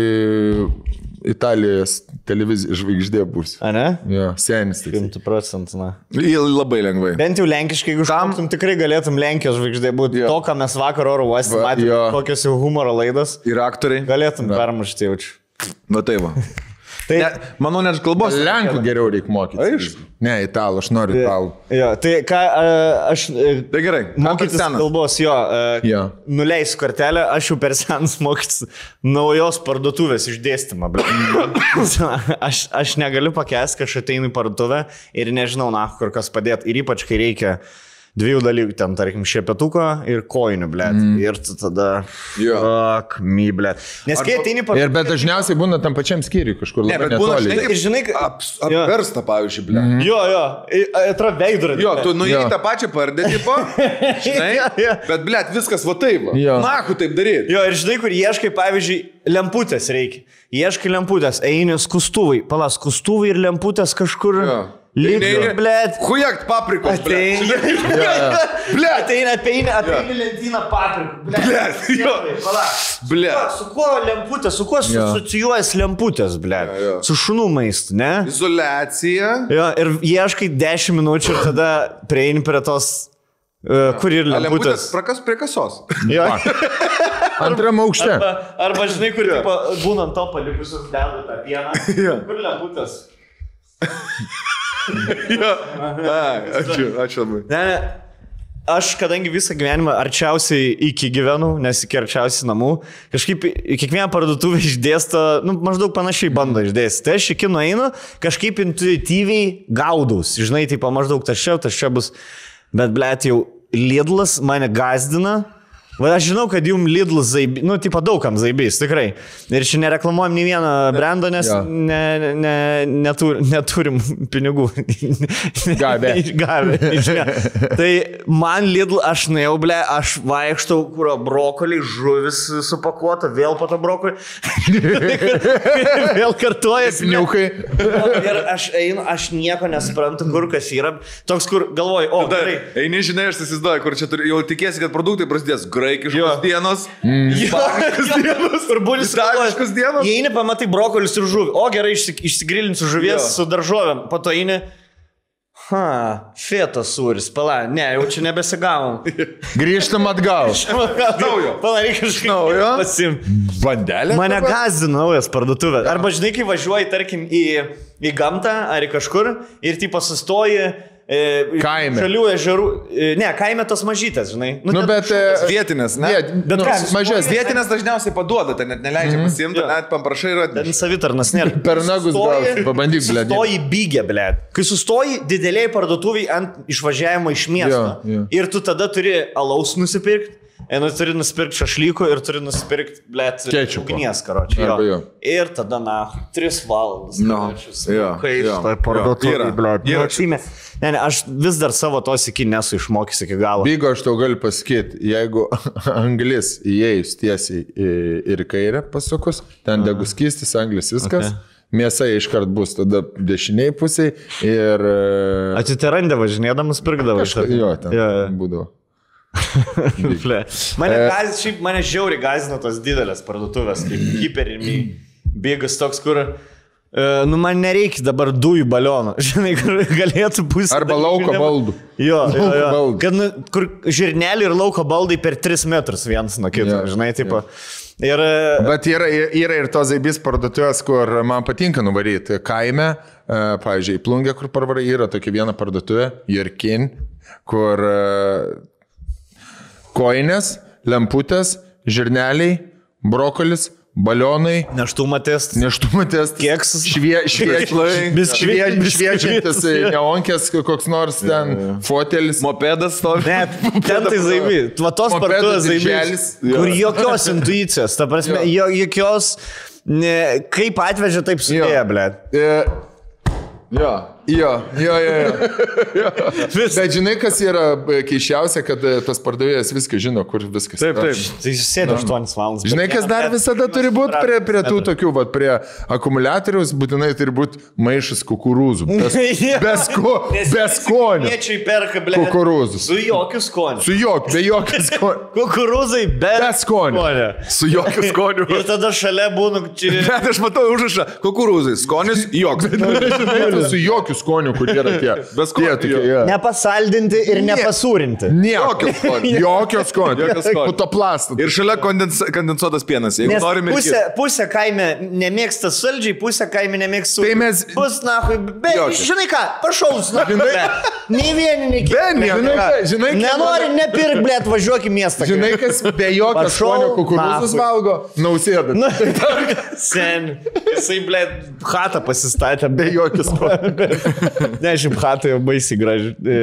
S2: Italijos televizijos žvaigždė būsiu.
S1: Ar ne?
S2: Jo, senis. toksai.
S1: 100 procentų, na.
S3: Į Labai lengvai.
S1: Bent jau lenkiškai, jeigu
S3: Tam-
S1: šoktum, tikrai galėtum Lenkijos žvaigždė būti.
S3: Jo.
S1: To, ką mes vakar oro uoste
S2: Va,
S1: matėme,
S2: jo.
S1: kokios jau humoro laidos,
S3: Ir aktoriai.
S1: galėtum permušti jaučiu.
S3: Na tai va.
S1: Tai,
S3: Ne, manau, net kalbos.
S2: Lenkų geriau reikia mokytis.
S3: Aišku.
S2: Ne, italų, aš noriu italų.
S1: jo, tai ką a, aš... e,
S3: Tai gerai,
S1: Mokytis
S3: senas.
S1: kalbos, jo, e,
S2: Jo.
S1: jo. nuleisiu kortelę, aš jau per senas mokytis naujos parduotuvės išdėstymą. blet. aš, aš negaliu pakęsti, kad aš ateinu į parduotuvę ir nežinau, na, kur kas padėti. Ir ypač, kai reikia dviejų dalykų, ten, tarkim, šepetuko ir kojinių, ble. Mm. Ir tu tada...
S3: Jo.
S1: Ak, my, ble. Nes kai
S3: Arba-
S1: ateini į
S2: Ir
S1: parduotuvę...
S2: bet dažniausiai būna tam pačiam skyriui kažkur.
S3: Ne,
S2: labai
S3: bet būna,
S2: netoli.
S3: žinai,
S1: Ir žinai,
S3: žinai,
S1: ka-
S3: aps, apversta, pavyzdžiui, ble.
S1: Jo, jo, atrodo veidrodį.
S3: Jo, tu nuėjai
S2: Jo.
S3: tą pačią pardę, tipo, žinai,
S1: Jo, jo.
S3: bet, ble, viskas va taip.
S2: Jo.
S3: Na, ku taip daryti.
S1: Jo, ir žinai, kur ieškai, pavyzdžiui, lemputės reikia. Ieškai lemputės, eini skustuvai, palas, skustuvai ir lemputės kažkur.
S3: Jo.
S1: Lygiai, blėt.
S3: Hujakt paprikos, ble.
S1: Blėt, ateina, ateina, ateina.
S7: Eini lentyną paprikų. Ble.
S3: Blet, jo. Ble.
S1: Su kuo lemputė, su kuo asocijuojas lemputės, blėt?
S3: Jo, jo.
S1: Su šunų maistu, ne?
S3: Izolacija.
S1: Jo, ir ieškai 10 minučių ir tada prieini prie tos, uh, kur ir
S3: Lemputės.
S1: lemputės.
S3: Prakas prie kasos.
S1: Jo.
S2: Antram aukšte.
S1: Arba, arba žinai, kur tipo, būna ant to palikusios dedų tą pieną. Kur lemputės?
S3: Ai, Ačiū, ačiū labai.
S1: Ne, ne. Aš, kadangi visą gyvenimą arčiausiai iki gyvenau, nes iki arčiausiai namų, kažkaip į kiekvieną parduotuvę išdėsto, nu, maždaug panašiai bando išdėstyti. Tai aš iki nueinu, kažkaip intuityviai gaudus, žinai, tai pamaždaug tas čia, tas čia bus, bet blėt jau Lidlas mane gazdina. Va, aš žinau, kad jums Lidlas zaibys, nu, tipo daugam zaibys, tikrai. Ir čia nereklamuojam nei vieną brandą, nes
S2: jo.
S1: ne, ne, netur, neturim pinigų.
S2: Gavę.
S1: Gavę. išne. tai man Lidl, aš nuėjau, ble, aš vaikštau, kurio brokoliai, žuvis supakuota, vėl po to brokoliai. vėl kartuojasi. ble.
S2: Niukai.
S1: Ir aš einu, aš nieko nesuprantu, kur kas yra. Toks, kur galvoju, o,
S3: Dar,
S1: gerai.
S3: eini, žinai, aš įsivaizduoju, kur čia turi, jau tikėsi, kad produktai prasidės graikiškos dienos.
S1: Mm. Ispaniškas dienos. Ir bulis
S3: Ispaniškos dienos.
S1: Jei eini, pamatai brokolius ir žuvį. O gerai, išsi- išsigrilinsiu žuvies
S3: Jo.
S1: su daržovėm. Po to eini. Ha, fietas sūris, pala, ne, jau čia nebesigavom.
S2: Grįžtam atgal.
S3: Naujo.
S1: Pala, reikia kažkaip
S3: Naujo.
S1: Pasim.
S2: Vandelė.
S1: Mane gazdina naujas parduotuvė. Arba žinai, kai važiuoji, tarkim, į, į gamtą ar į kažkur ir tipo sustoji. E,
S2: Kaime.
S1: Žalių ežerų. e, Ne, kaime tos mažytės, žinai.
S2: Nu,
S1: ten
S2: bet. e,
S3: Vietinės, ne?
S2: Viet,
S1: Bet
S2: nu,
S1: ką, su
S2: mažesnė.
S3: Vietinės dažniausiai paduoda, tai net neleidžia pasiimti,
S1: Mm. Jo.
S3: net paprašai yra.
S1: Ten savitarnas nėra.
S2: Per nagus gausi, pabandyk, blet.
S1: Sustoji bygė, ble. Kai sustoji dideliai parduotuviai ant išvažiavimo iš miesto.
S2: Jo, jo.
S1: Ir tu tada turi alaus nusipirkti. Nu, turi nusipirkti šašlyko ir turi nusipirkti, ble,
S2: Kečupo.
S1: ugnies, karočiui.
S2: Arba jo.
S1: Ir tada, na, tris valandas.
S3: No. Jo, jo. Jo, yra. Yra.
S1: Ne, nu, ne, aš vis dar savo tos iki nesu išmokęs iki galo.
S2: Bygo aš tau galiu pasakyti, jeigu anglis įėjus tiesiai į- ir į kairę pasukus, ten degus kystis, anglis viskas, mėsa iškart bus tada dešiniai pusiai ir... e,
S1: Atiterandė važinėdamas pirkdavai.
S2: Kažka, jo, ten
S1: Jo,
S2: jo,
S1: jo.
S2: būdavo.
S1: Ble. Mane,
S2: E.
S1: gaz, šiaip mane žiauriai gazina tos didelės parduotuvės, kaip hiper ir mi. Bėgas toks, kur, e, nu, man nereikia dabar dujų balionų, žinai, kur galėtų būti.
S2: Arba lauko baldų.
S1: Jo, jo,
S2: Lauko
S1: jo.
S2: baldų.
S1: Kad, nu, kur žirnelį ir lauko baldai per 3 metrus vienas nuo kito,
S2: Jo,
S1: žinai, tipo. Ir e,
S2: Bet yra, yra ir tos zaibys parduotuvės, kur man patinka nuvaryti. Kaime, e, pavyzdžiui, į Plungę, kur parvarai, yra tokia viena parduotuvė, Jurkin, kur e, koinės, lemputės, žirneliai, brokolis, balionai,
S1: neštumą testas.
S2: neštumo testas.
S1: Keksas.
S2: Švie, švie, švie,
S1: Biskvitai,
S2: švie,
S1: biskvitai,
S2: šviečiantis e,
S1: jo.
S2: neonkės, koks nors ten fotelis.
S3: Mopedas stovi.
S1: Ne, ten tai zaibi. Va tos
S2: Mopedo
S1: parduotuvės zaibi.
S2: dirželis.
S1: Kur jokios intuicijos, ta prasme, jo, jokios, ne, kaip atvežė, taip sudėjo, ble.
S2: E,
S3: Jo.
S2: Jo, jo, jo. jo. Bet žinai, kas yra e, keiščiausia, kad e, tas pardavėjas viską žino, kur viskas. Taip,
S1: Tai jis sėdi 8 valandas.
S2: Žinai, kas dar visada turi būti prie, prie tų tokių, vat, prie akumuliatoriaus, būtinai turi būti maišas kukurūzų. Bes, bes, ko, bes skonio.
S1: Miečiai perka, ble.
S2: Kukurūzus.
S1: Su jokiu skoniu.
S2: Su jok, be jokio skonio.
S1: Kukurūzai be,
S2: Be skonio.
S3: Su jokiu skoniu.
S1: Ir tada šalia būna čia.
S3: Bet aš matau užrašą. Kukurūzai. Skonis joks.
S2: Nu, Su jokiu skoniu, kur yra tie.
S3: Be skonio,
S2: Tie,
S3: jo.
S2: tokie, jo.
S1: Nepasaldinti ir nepasūrinti.
S2: Nieko.
S3: Jokio skonio.
S2: Jokio skonio.
S3: Jokio skonio.
S2: Putoplastą.
S3: Ir šalia kondens, kondensuotas pienas. Jeigu
S1: Nes
S3: norime.
S1: pusė, pusė kaime nemėgsta saldžiai, pusė kaime nemėgsta saldžiai.
S2: Tai mes-
S1: Bus, na, be...
S3: Jokio.
S1: Žinai ką, pašaus, na, be. Nei vieni, nei kiti.
S2: Žinai, ką- žinai, kiek-
S1: Nenori, nepirk, blė, atvažiuok į miestą.
S2: Žinai, kas be jokio
S1: Pašau
S2: skonio kukurūzus
S1: nachui.
S2: valgo? Nausėda.
S1: Nu, sen. Jisai, blė, hatą pasistatė.
S2: Be jokio skonio.
S1: Ne, šiaip hatą jau baisiai graži. E,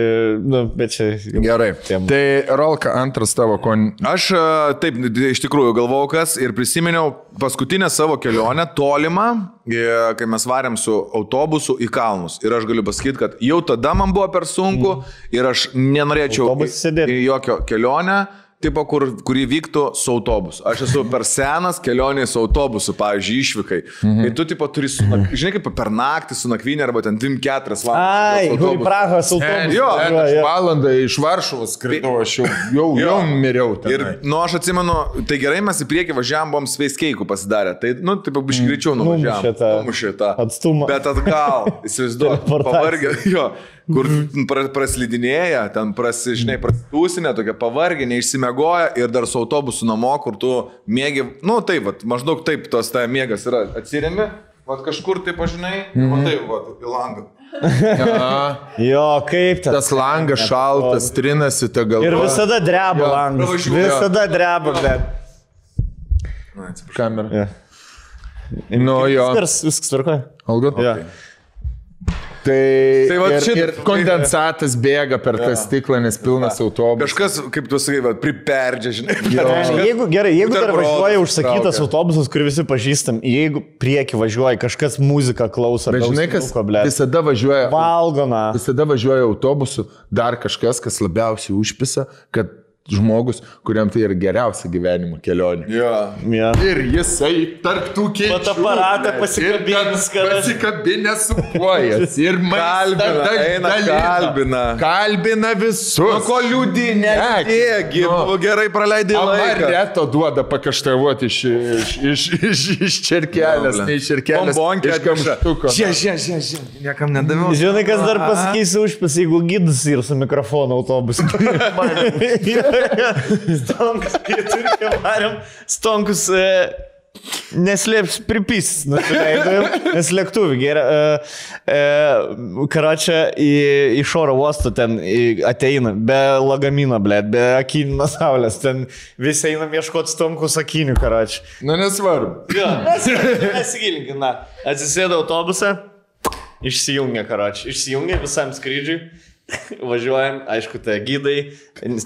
S1: nu, bet čia...
S2: Gerai.
S1: Tem.
S2: Tai Rolka antras tavo kon...
S3: Aš a, taip, iš tikrųjų galvojau, kas ir prisiminiau paskutinę savo kelionę tolimą, e, kai mes varėm su autobusu į kalnus. Ir aš galiu pasakyti, kad jau tada man buvo per sunku ir aš nenorėčiau
S1: Autobuse Mm. sėdėt.
S3: į jokio kelionę. tipo, kur, kurį vyktų su autobusu. Aš esu per senas kelionė su autobusu, pavyzdžiui, išvykai. Mhm. Ir tu, tipo, turi, su, nak- žinai, kaip per naktį su nakvynė arba ten 2-4 valandas.
S1: Ai,
S3: su
S1: kur į
S3: autobusu.
S1: Prahą su
S2: Ne,
S1: autobusu.
S2: E, jo,
S1: važiuoja,
S2: ne, aš
S1: jo.
S2: valandą iš Varšuvos skridau, aš jau, jau, jau miriau.
S3: Ir,
S2: tenai.
S3: nu, aš atsimenu, tai gerai mes į priekį važiavam, buvom space cake pasidarę. Tai, nu, taip, biškai greičiau nuvažiavam.
S1: Mm. Numušė tą
S3: Numušė tą.
S1: atstumą.
S3: Bet atgal, įsivaizduoju,
S1: Teleportacija.
S3: pavargę, jo, kur
S1: Mhm.
S3: pra, praslidinėja, ten prasi, žinai,
S1: Mm.
S3: prastūsinė, tokia pavargė, neišsimegoja ir dar su autobusu namo, kur tu mėgi, nu, taip, vat, maždaug taip, tos ta mėgas yra atsiriami, va kažkur tai pažinai, mm.
S1: Mhm.
S3: va taip, va, į langą.
S2: Ja,
S1: Jo, kaip tas.
S2: tas langas šaltas, trinasi ta galva.
S1: Ir visada dreba
S2: Jo,
S1: langas.
S3: pravažiuoja.
S1: Visada dreba, bet.
S3: Na, atsiprašau.
S2: Kamera.
S1: Jo.
S2: Nu jo.
S1: Viskas, viskas tvarkoja.
S2: Algo?
S1: Jo.
S2: Tai,
S3: Tai
S2: tai
S3: vat
S2: ir,
S3: šit-
S2: ir kondensatas bėga per tą stiklą, nes pilnas autobusas.
S3: Kažkas, kaip tu sakai, va, priperdžia, žinai.
S1: Ne, Jeigu gerai, jeigu dar
S3: Buterbrod
S1: važiuoja užsakytas
S3: traukia.
S1: autobusas, kurį visi pažįstam, jeigu prieki važiuoja kažkas muziką klauso,
S2: Bet
S1: be
S2: žinai, kas
S1: ausinuko, blet.
S2: visada važiuoja,
S1: valgona.
S2: visada važiuoja autobusu, dar kažkas, kas labiausiai užpisa, kad žmogus, kuriam tai yra geriausia gyvenimo kelionė.
S3: Jo.
S1: Ja.
S2: Ir jisai tarptų kėdžių.
S1: Fotoaparatą
S2: bled, ir
S1: pasikabinęs,
S2: ten
S1: kad-
S2: Pasikabinęs su kojas. Ir maistą
S3: Kalbina,
S2: da-
S3: eina,
S2: dalina.
S3: kalbina.
S2: Kalbina visus.
S3: Nu, ko liūdį, ne?
S2: Nek,
S3: Tiegi,
S2: nu.
S3: nu. gerai praleidai laiką.
S2: Amareto duoda pakaštavoti iš, iš, iš, iš, iš čerkelės,
S3: Jo, ble.
S2: ne iš čerkelės.
S3: Bombonkė
S2: iš kamštuko.
S3: Žia, žia, žia, žia. Niekam nedaviau.
S1: Žinai, kas dar pasakys užpis, jeigu gidas ir su mikrofonu autobusu. stonkus, kai turime varėm, stonkus e, neslėps pripys, nusileidom, nes lėktuvį gerai. E, e, Karočią į, iš oro uosto ten į, ateina, be lagamino, ble, be akinių nuo saulės, ten visi einam ieškoti stonkus akinių, karočią.
S2: Nu nesvarbu.
S1: Jo, nesigilinkina. Atsisėda autobusą, išsijungia karočiui, išsijungia visam skrydžiui. Važiuojam, aišku, tai gydai,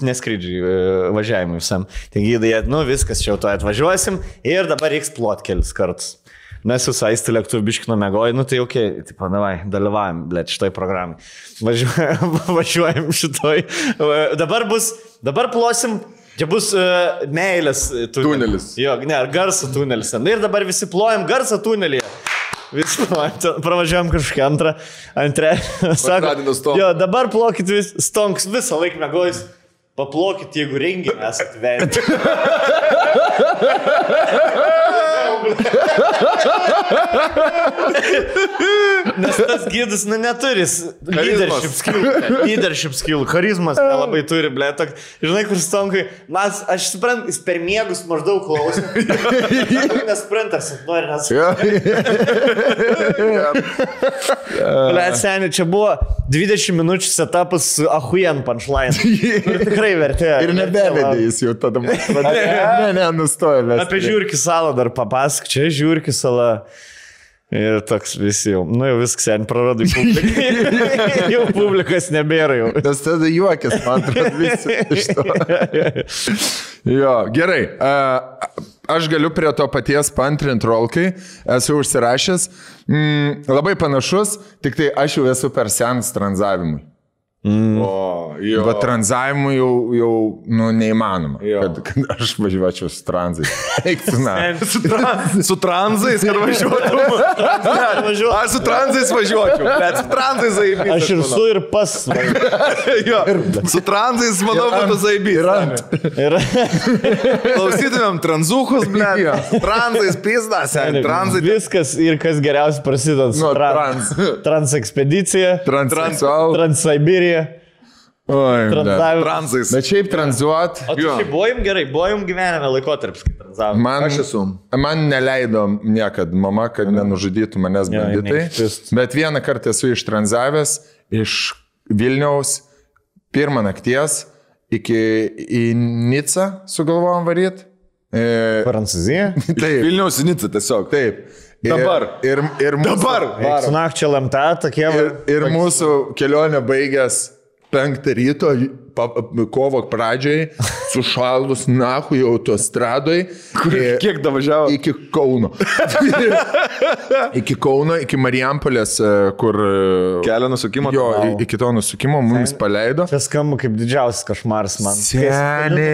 S1: neskrydžiai, važiavimui visam. Tai gydai, nu viskas, čia jau to atvažiuosim ir dabar reiks plot kelis kartus. Mes visai stilektų biškino mėgoju, nu tai jau, okay, tai panavai, dalyvavom, blė, šitoj programai. Važiuojam, važiuojam šitoj. va, Dabar bus, dabar plosim, čia bus uh, meilės e,
S3: Tunelis.
S1: Jo, ne, ar garso tunelis. ten. Na ir dabar visi plojam garso tunelį. Vis plojam, ten pravažiuojam kažkokį antrą, antrę.
S3: Pažadino stonk.
S1: jo, dabar plokit vis, stonks visą laiką mėgojus. Paplokit, jeigu renginį esate veidę. Nes tas gydas, nu, neturi. s- Leadership skill. ble. Leadership skill. Charizmas nelabai turi, ble. Tok, žinai, kur stonkai. Mes, aš suprantu, jis per mėgus maždaug klauso. Nesuprantu, ar jis nori, nes Bet seniai, čia buvo 20 minučių setapas su Ahuien punchline. Nu, Tikrai vertė.
S2: Ir nebevedė jis jau tada. man atrodo. Ne, ne, nustoja. vesti.
S1: Apie žiūrkį salą dar papasak, čia žiūrkį salą. Ir toks visi jau, nu jau viskas, seniai praradai publiką. jau publikas nebėra jau.
S2: Nes tada juokės, man atrodo, visi iš to. Jo, gerai. A, Aš galiu prie to paties pantrinti rolkai, esu užsirašęs. Mm, labai panašus, tik tai aš jau esu per senas tranzavimui.
S3: O, jo.
S2: Mm. Bet tranzavimui jau, jau nu, neįmanoma,
S3: Jo.
S2: kad, kad aš važiuočiau su tranzai. Eik tu, na.
S3: Su, tran, su tranzais ir važiuotum.
S1: Važiuoju.
S3: Aš su tranzais važiuočiau, bet su tranzais zaibys.
S1: Aš ir su, ir pas.
S3: Jo, su tranzais, manau, būtų zaibys.
S2: Ir ant.
S1: Ir
S3: Klausytumėm tranzukus, ble.
S2: Jo.
S3: Tranzais pizdas, sen. Tranzai.
S1: viskas ir kas geriausiai prasideda su
S2: Nuo
S1: trans.
S2: Nu, trans.
S1: Trans ekspedicija,
S2: Transeksual.
S1: trans Sibirija,
S2: Oi, blet.
S1: transavimas.
S3: Tranzais.
S2: Bet šiaip tranzuot.
S1: O tu
S3: Jo.
S1: šiaip buvom gerai, buvom gyvenime laikotarpis, kai transavom.
S2: Man,
S3: Aš esu.
S2: Man neleido niekad mama, kad nenužudytų manęs
S1: Jo, jinai
S2: banditai.
S1: išpist.
S2: Bet vieną kartą esu ištranzavęs iš Vilniaus pirmą nakties iki į Nicą sugalvojom varyti. E,
S1: Prancūzija?
S2: taip,
S3: Vilniaus Nica tiesiog.
S2: taip. Ir,
S3: Dabar.
S2: Ir, ir mūsų,
S3: Dabar.
S1: Su nakčia lemta, tokie. va.
S2: Ir, ir mūsų kelionę baigęs penktą ryto pa, kovo pradžiai, sušalus nahui autostradoj. e,
S3: Kiek davažiavo?
S2: Iki Kauno. iki Kauno, iki Marijampolės, e, kur... e,
S3: Kelio nusukimo.
S2: Jo, i- iki to nusukimo mums paleido.
S1: Čia skamba kaip didžiausias košmaras man.
S2: Senė.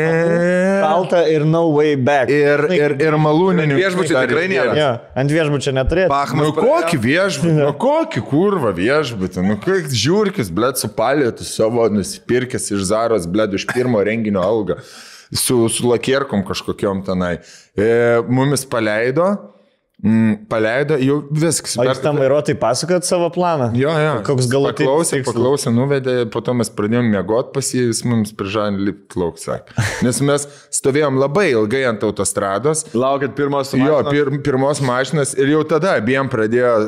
S1: Kalta ir no way back.
S2: Ir, ir, ir malūninį.
S3: Viešbučiai tikrai nėra.
S1: Jo, ant viešbučio neturėtų.
S2: Nu
S3: Pachmas.
S2: kokį viešbutį, nu kokį kurvą viešbutį, nu kaip žiūrkis, blėt, su palėtu savo nusipirkęs iš Zaros, blėt, už pirmo renginio algą, su, su lakierkom kažkokiam tenai. E, mumis paleido, mm, paleido, jau viskas.
S1: O jūs tam vairuotojai pasakojat savo planą?
S2: Jo, jo.
S1: Koks galutinis
S2: Paklausė,
S1: tikslas?
S2: paklausė, nuvedė, po to mes pradėjome miegoti pas jį, jis mums prižanė lipti lauk, sakė. Nes mes stovėjom labai ilgai ant autostrados,
S3: Laukit pirmos.
S2: Jo,
S3: mašinos.
S2: pir, pirmos mašinas ir jau tada abiem pradėjo e,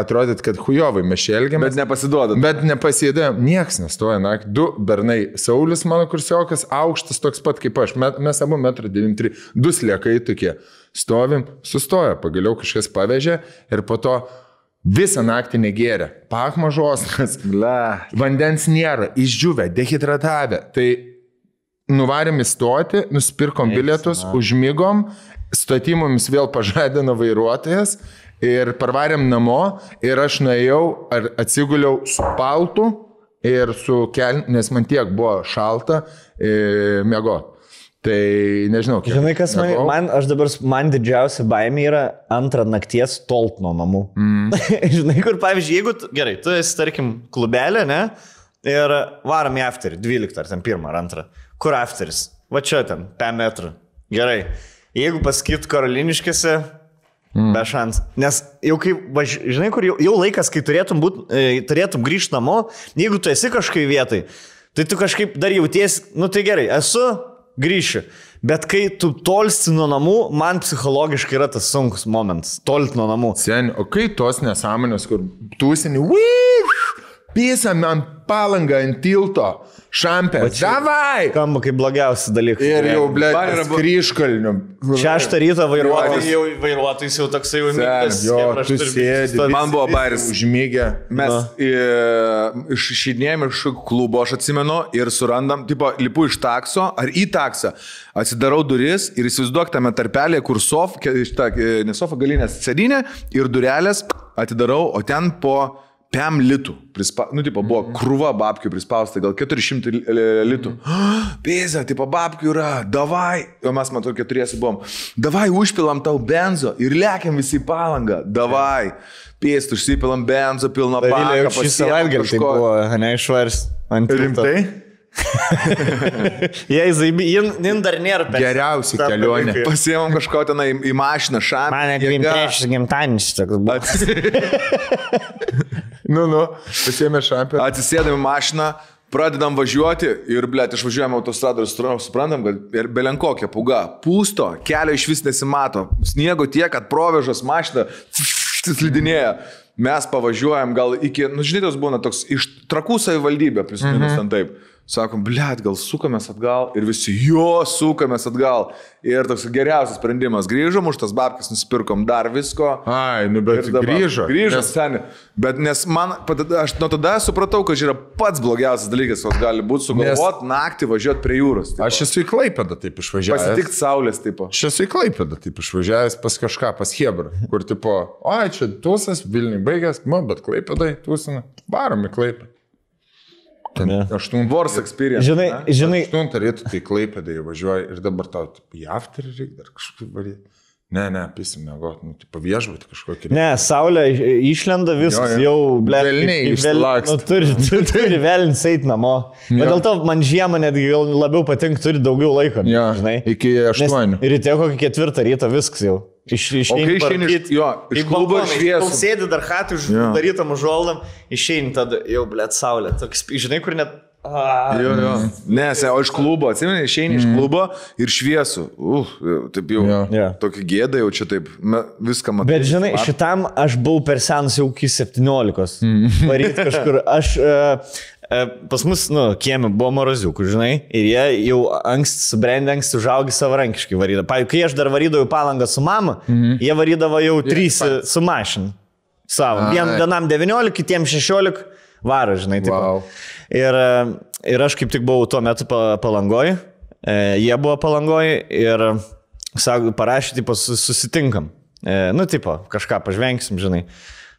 S2: atrodyti, kad hujovai mes čia
S3: Bet
S2: elgiamės.
S3: nepasiduodat.
S2: Bet nepasėdėjom, nieks nestoja naktį. Du bernai, Saulis mano kursiokas, aukštas toks pat kaip aš, met, mes abu 1,93 m, du sliekai tokie. Stovim, sustoja, pagaliau kažkas pavežė ir po to visą naktį negėrė. Pak mažos, kas
S3: Ble.
S2: vandens nėra, išdžiūvę, dehidratavę. Tai nuvarėm į stotį, nusipirkom bilietus, užmygom, stotį mums vėl pažadino vairuotojas ir parvarėm namo ir aš nuėjau ar atsiguliau su paltu ir su kelniu, nes man tiek buvo šalta, mėgo. Tai nežinau, kiek.
S1: Žinai, kas man,
S2: miegojau.
S1: man, aš dabar, man didžiausia baimė yra antrą nakties tolt nuo namų. Mm. Žinai, kur, pavyzdžiui, jeigu, tu- gerai, tu esi, tarkim, klubelė, ne, ir varom į afterį, 12 ar ten 1 ar 2, kur afteris, va čia ten, 5 metrų. Gerai, jeigu pasakyt karoliniškėse, mm. be šansų, nes jau kai, važ... žinai, kur jau, jau laikas, kai turėtum, būt, e, turėtum grįžti namo, jeigu tu esi kažkai vietai, tai tu kažkaip dar jauties, nu tai gerai, esu, grįšiu. Bet kai tu tolsti nuo namų, man psichologiškai yra tas sunkus momentas. Tolti nuo namų.
S2: Sen, o kai tos nesąmonės, kur tūsini, pysam ant palangą, ant tilto, šampė.
S1: čia-
S2: Davai!
S1: Skamba kaip blogiausias dalykas.
S2: Ir jau, ble,
S3: Man yra bu-
S2: kryškalnių.
S1: Šeštą ryto vairuotojas
S3: Baris.
S1: jau, vairuotojas jau toksai jau
S2: Sen,
S1: įmintas.
S2: jo, tu sėdi.
S3: Man buvo baris.
S2: Užmygę.
S3: Mes e, iš- išeidinėjom iš klubo, aš atsimenu, ir surandam, tipo, lipu iš takso ar į taksą, atsidarau duris ir įsivaizduok tame tarpelėje, kur sof, ke- šita, e, ne sofa galinė, sėdinė ir durelės atidarau, o ten po 5 litų, prispa, nu, tipo, buvo krūva babkių prispausta, gal 400 li- li- litų. Pėza, tipo, babkių yra, davai, o mes, matau, keturiesi buvom, davai, užpilam tau benzo ir lėkiam visi į palangą, davai, pėst, užsipilam benzo, pilną
S1: Vilė,
S3: baką,
S1: jau šį savaitgalį tai buvo, ne, išvars. Ant
S2: Rimtai?
S1: Jei, zaibi, jin, jin dar nėra per.
S2: Geriausia
S1: tą
S2: kelionė.
S1: dalyką.
S3: Pasiemam kažko ten į, į mašiną, šamą.
S1: Mane 23 gimtadienis toks buvo.
S2: Nu, nu, pasiemė šampę.
S3: Atsisėdam į mašiną, pradedam važiuoti ir, blėt, išvažiuojam autostradą ir stro- suprantam, kad ir belenkokia puga, pūsto, kelio iš vis nesimato, sniego tiek, kad provežas mašina slidinėja. Mes pavažiuojam gal iki, nu žinai, tas būna toks iš trakų savivaldybė, prisiminus ten taip. Sakom, blėt, gal sukamės atgal ir visi jo sukamės atgal. Ir toks geriausias sprendimas, grįžom už tas babkas, nusipirkom dar visko.
S2: Ai, nu, bet
S3: Ir dabar.
S2: grįžo.
S3: Grįžo, nes...
S2: Nes-
S3: seniai. Bet nes man, pada- aš nuo tada supratau, kad čia yra pats blogiausias dalykas, kas gali būti sugalvot nes... naktį važiuoti prie jūros. tipo.
S2: Aš esu į Klaipėdą taip išvažiavęs.
S3: Pasitikt saulės tipo.
S2: Aš esu į Klaipėdą, taip išvažiavęs pas kažką, pas Hebrą, kur tipo, o čia tūsas, Vilniui baigęs, man, bet Klaipėdai tūsina, varom į Klaipėdą. Ten
S1: Ne.
S2: aštuntą.
S3: Wars experience.
S1: Žinai, žinai,
S2: Aštuntą ryto, tai Klaipėdai važiuoji ir dabar tau tipo, į afterį reikia dar kažkaip varyti. Ne, ne, pisim, mėgot, nu, tipo viešbutį kažkokį.
S1: Ne, saulė i- išlenda viskas,
S2: Jo, jo.
S1: jau, ble,
S2: Velniai
S1: kaip- kaip vel-
S2: išsilaksto.
S1: Nu, turi, turi, turi velnis eit namo. Bet
S2: Jo.
S1: dėl to man žiemą netgi gal labiau patinka, turi daugiau laiko.
S2: Jo,
S1: žinai.
S2: iki
S1: Nes
S2: aštuonių.
S1: Ryte kokį ketvirtą rytą viskas jau. Iš, iš,
S3: O kai išeini iš, jo, iš klubo šviesų.
S1: Sėdi dar hatų uždarytam užuoldam, išeini tada jau, ble, saulė. Toks, žinai, kur net... A,
S3: Jo, jo. Ne, se, o iš klubo, atsimeni, išeini iš klubo ir šviesų. Uf, taip jau.
S2: Mhm. Jo.
S1: Jo.
S3: Tokį gėdą jau čia taip, me, viską matau.
S1: Bet žinai, šitam aš buvau per senas jau iki 17. Varyt kažkur. Aš, e, e, pas mus, nu, kiemė buvo moroziukų, žinai, ir jie jau anksti subrendę, anksti užaugę savarankiškai varydavo. Pavyzdžiui, kai aš dar varydavau į palangą su mama, jie varydavo jau trys e, su mašinu. Savo. Vien, vienam 19, kitiems 16. varo, žinai, taip.
S2: Vau.
S1: Ir, e, ir aš kaip tik buvau tuo metu pa, palangoj, e, jie buvo palangoj ir sako, parašyti, tipo, su- susitinkam. E, nu, tipo, kažką pažvengsim, žinai.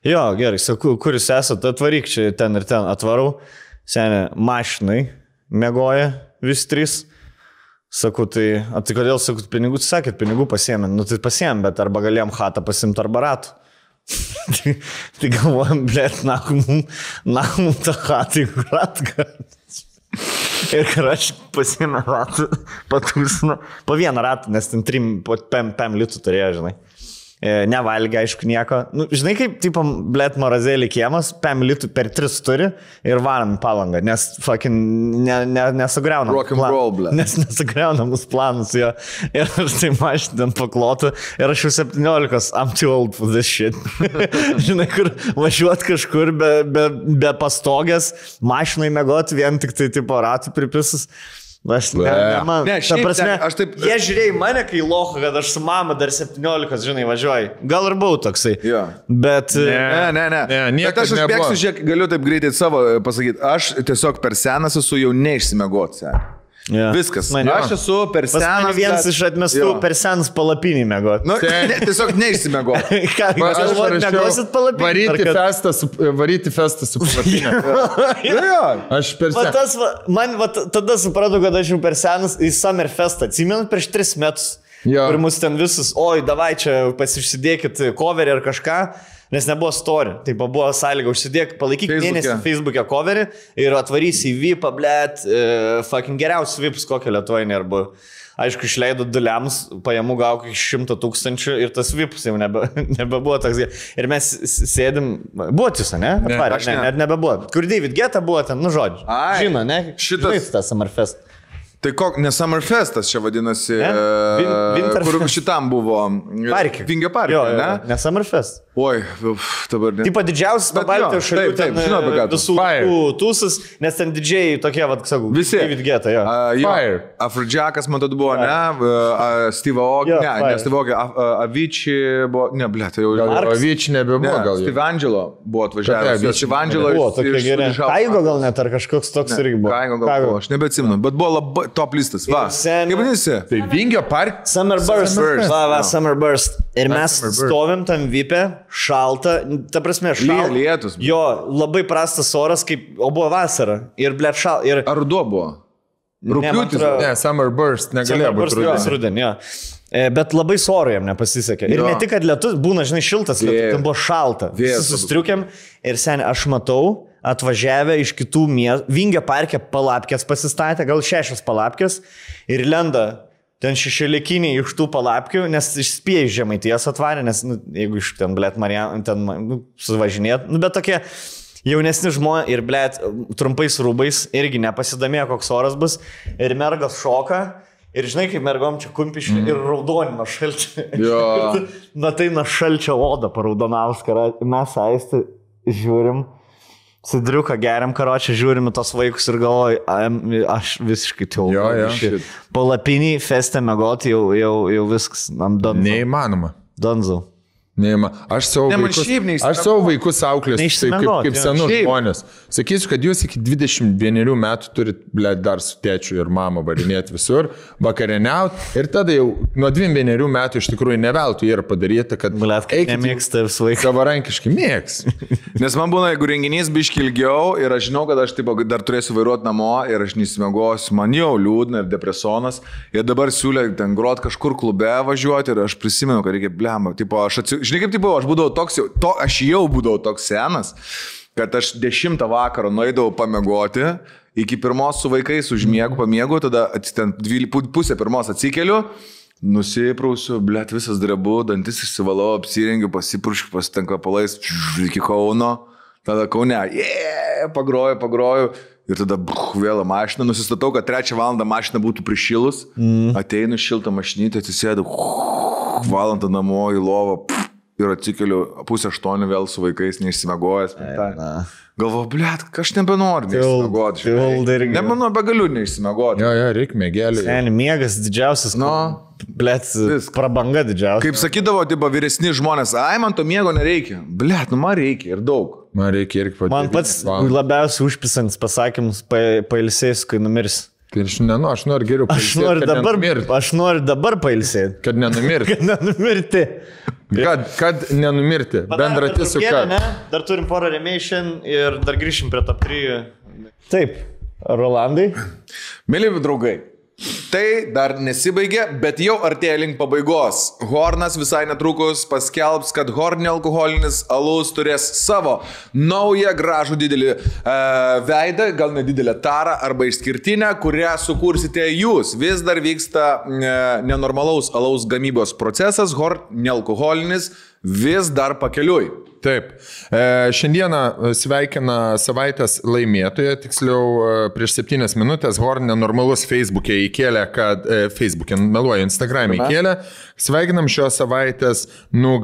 S1: Jo, gerai, sakau, kuris esate, atvaryk čia ten ir ten, atvarau. Seniai, mašinai mėgoja vis trys. Sakau, tai, a, tai kodėl, sakau, pinigų, tai sakėt, pinigų pasiemėm, nu tai pasiemėm, bet arba galėjom hatą pasimti arba ratų. tai, tai galvojam, blėt, na, mum, na, mum tą hatą į ratką. Ir kai aš pasiėmė ratą, patūsino, po vieną ratą, nes ten trim, po pem, pem litų turėjo, žinai. E, Nevalgia, aišku, nieko. Nu, žinai, kaip, tipo, blėt morazėlį kiemas, pem litų per tris turi ir varam į palangą, nes, fucking, ne, ne, nesugriaunam.
S3: Rock and
S1: plan-
S3: roll, blet.
S1: Nes nesugriaunamus planus jo. Ir aš tai mašinam paklotų. Ir aš jau 17, I'm too old for this shit. Žinai, kur važiuot kažkur be, be, be pastogės, mašinai mėgoti, vien tik tai tipo ratų pripisus. Aš ne, ne, man,
S3: Ne,
S1: ta
S3: šiaip
S1: prasme,
S3: ten, aš taip-
S1: Jie žiūrėjo į mane, kai loho, kad aš su mama dar 17, žinai, važiuoju. Gal ir buvau toksai.
S3: Jo.
S1: Bet... e, Ne.
S3: Ne, ne, ne.
S2: Ne, niekad
S3: Bet aš
S2: nebuvo.
S3: užbėgsiu, žiūrėk, galiu taip greitai savo e, pasakyti. Aš tiesiog per senas esu jau neišsimegoti.
S1: Ja.
S3: Viskas.
S1: Man,
S3: aš esu per
S1: Pas mane
S3: senas.
S1: vienas
S3: bet-
S1: iš atmestų
S3: Jo.
S1: per senas palapinį mėgoti.
S3: Nu, ne, tiesiog neišsimegoti.
S1: Ką,
S2: Aš
S1: galvojat,
S2: parašiau,
S1: mėgosit palapinį?
S2: Varyti festą su, varyti festą su palapinė.
S3: Jo, jo.
S2: Aš per
S1: Va
S2: seną.
S1: tas, va, man va, t- tada supratau, kad aš jau per senas į Summerfestą. Atsimenu prieš tris metus.
S2: Jo.
S1: Ir mus ten visus, oi, davai čia pasišsidėkit coverį ar kažką, nes nebuvo story. Tai pa- buvo sąlyga, užsidėk, palaikyk
S3: Feisbuke.
S1: Facebook'e. mėnesį Facebook'e coverį ir atvarysi į VIP, blėt, e, fucking geriausius VIPs, kokią Lietuvoje nerbu. Aišku, išleido duliams, pajamų gauk iki 100 tūkstančių ir tas VIPs jau nebe, nebebuvo toks. ge- Ir mes s- sėdim, buvo tiesa, ne? Atvarė,
S3: aš
S1: ne,
S3: ne.
S1: ne, nebebuvo. Kur David Geta buvo ten, nu žodžiu.
S3: Ai,
S1: Žino, ne?
S3: šitas-
S1: Šitas tas Summerfest.
S3: Tai kok, ne Summerfestas čia vadinasi,
S1: Ne? Vin-
S3: e,
S1: Winterfest.
S3: kur šitam buvo. e,
S1: Parke.
S3: Vingio parke,
S1: Jo, jo,
S3: ne?
S1: jo, ne Summerfest.
S3: Oi, uf, dabar ne.
S1: Taip pat didžiausias nuo
S3: Bet jo,
S1: Baltijos šalių
S3: taip, taip,
S1: ten
S3: žinau, apie ką
S1: e,
S3: tu.
S1: visų
S2: Fire.
S1: tų tūsas, nes ten didžiai tokie, vad, sakau,
S3: Visi.
S1: David Geta, jo.
S3: A, jo,
S2: Fire.
S3: Afrodžiakas, man atrodo, buvo, ne? A, Steve Aoki,
S1: Jo,
S3: ne,
S1: Fire.
S3: ne Steve Aoki, A- A- Avicii buvo, ne, ble, tai jau
S2: Gal
S1: Marks?
S2: Ovyč
S3: Ne,
S2: nebebuvo, gal
S3: Steve
S2: jau.
S3: Angelo buvo
S2: Tokia
S3: atvažiavęs.
S2: Avicii.
S3: Jis Steve Angelo
S1: Buvo
S3: iš-
S1: tokie
S3: iš
S1: geri.
S3: Sudižavo-
S1: Taigo gal net ar kažkoks toks irgi buvo.
S3: Kaigo gal buvo, aš nebeatsimenu, bet buvo labai top listas. Va.
S1: Ir sen-
S3: Kaip vadinasi?
S2: Tai Vingio park.
S1: Summerburst.
S3: Summerburst,
S1: Va, va,
S3: jo.
S1: Summerburst. Ir mes
S2: Summerburst.
S1: stovim tam vypę, šalta, ta prasme, šalta.
S3: Lyja lietus.
S1: Jo, labai prastas oras, kaip, o buvo vasara. Ir blėt šalta. Ir
S3: Ar ruduo buvo?
S1: man
S3: Rūpiutis.
S1: atrodo-
S2: Ne, Summer Burst negalėjo būti.
S1: rudenį.
S2: rudenį.
S1: rudenį jo. E, Bet labai soro jam nepasisekė. Ir
S3: Jo.
S1: jo. ne tik, kad lietus, būna, žinai, šiltas,
S3: Vėjas.
S1: lietus, ten buvo šalta.
S3: Vėjas
S1: Visi sustriukiam ir seniai aš matau, atvažiavę iš kitų miestų, Vingio parke palapkės pasistatė, gal šešias palapkės ir lenda. Ten šešėlikiniai iš tų palapkių, nes išspėjai žemai ties atvarė, nes nu, jeigu iš ten, blėt, Marijan, ten nu, suvažinėt, nu, bet tokie jaunesni žmonės ir, blėt, trumpais rūbais irgi nepasidomėjo, koks oras bus, ir mergas šoka, Ir žinai, kaip mergom čia kumpiškai mm. ir raudonina šalčio.
S3: Jo.
S1: Na tai na šalčio oda paraudonavus, kara, mes aisti žiūrim, sidriuką geriam, karočią žiūrim į tos vaikus ir galvoju, "Am- aš visiškai tilpau.
S2: Jo, jo.
S1: Palapiniai, festę mėgoti jau, jau, jau viskas, am donzau.
S2: Neįmanoma.
S1: Donzau.
S2: Neįma. Aš savo
S3: Ne, man
S2: vaikus,
S3: šiaip
S2: aš
S3: neišsimiegot.
S2: savo vaikus auklės tai kaip,
S1: Neišsimiegot,
S2: kaip
S1: jo.
S2: senus
S3: Šiaip.
S2: žmonės. Sakysiu, kad jūs iki 21 metų turit, ble, dar su tėčiu ir mama varinėti visur, vakarieniauti ir tada jau nuo 21 metų iš tikrųjų neveltui yra padaryta, kad
S1: Blet, kaip nemėgsta visą laiką.
S2: savarankiškai mėgs.
S3: Nes man būna, jeigu renginys biški ilgiau ir aš žinau, kad aš taip, dar turėsiu vairuoti namo ir aš nesimegosiu, man jau liūdna ir depresonas. Jie dabar siūlė ten grot kažkur klube važiuoti ir aš prisimenu, kad reikia blemą. Tipo, aš atsi... Žinai, kaip tipo, aš būdavau toks jau, to, aš jau būdavau toks senas, kad aš dešimtą vakaro nueidavau pamegoti. Iki pirmos su vaikais užmiegu, pamiegu, tada atsi- ten dvyli- pu- pusę pirmos atsikeliu, Nusiprausiu, blėt, visas drebu, dantis išsivalau, apsirengiu, pasipurškiu, pasitenka palais, iki Kauno, tada Kaune, yeah, pagroju, pagroju. Ir tada bruch, vėl į mašiną, nusistatau, kad trečią valandą mašina būtų prišilus, mm. ateinu šiltą mašinytę, atsisėdu, bruch, valandą namo į lovą pff, ir atsikeliu pusę aštuonių vėl su vaikais, neišsimegojęs. Galvoju, blėt, aš nebenoriu neišsimegoti.
S1: tild irgi.
S3: Nemanau, begaliu neišsimegoti.
S2: Jo, jo, reikia mėgelį.
S1: Ten mėgas didžiausias.
S3: Nu,
S1: Blet,
S3: viskas.
S1: prabanga didžiausia.
S3: Kaip sakydavo, tipo, vyresni žmonės, ai, man to miego nereikia. Blet, nu man reikia ir daug.
S2: Man reikia irgi padėti.
S1: Man pats labiausiai užpisants pasakymus pa, pailsėjus, kai numirs.
S2: Tai aš nenoriu, aš noriu geriau
S1: Aš
S2: pailsėt,
S1: noriu
S2: kad
S1: dabar,
S2: nenumirt.
S1: aš noriu dabar pailsėti.
S2: Kad nenumirti.
S1: Nenumirti.
S2: Kad, kad nenumirti. Bendratis su
S1: pertraukėlę,
S2: ką.
S1: ne? Dar turim porą remėjų šiandien ir dar grįšim prie top 3. Taip, Rolandai.
S3: Mėly draugai, tai dar nesibaigė, bet jau artėja link pabaigos. Hornas visai netrukus paskelbs, kad Hornio alkoholinis alus turės savo naują gražų didelį e, veidą, gal nedidelę tarą arba išskirtinę, kurią sukursite jūs. Vis dar vyksta e, nenormalaus alaus gamybos procesas, Hornio alkoholinis vis dar pakeliui.
S2: Taip. E, šiandieną e, sveikina savaitės laimėtoja, tiksliau e, prieš septynias minutės Horne normalus Facebook'e įkėlė, kad e, Facebook'e, meluoju, Instagram'e įkėlė. Sveikinam šios savaitės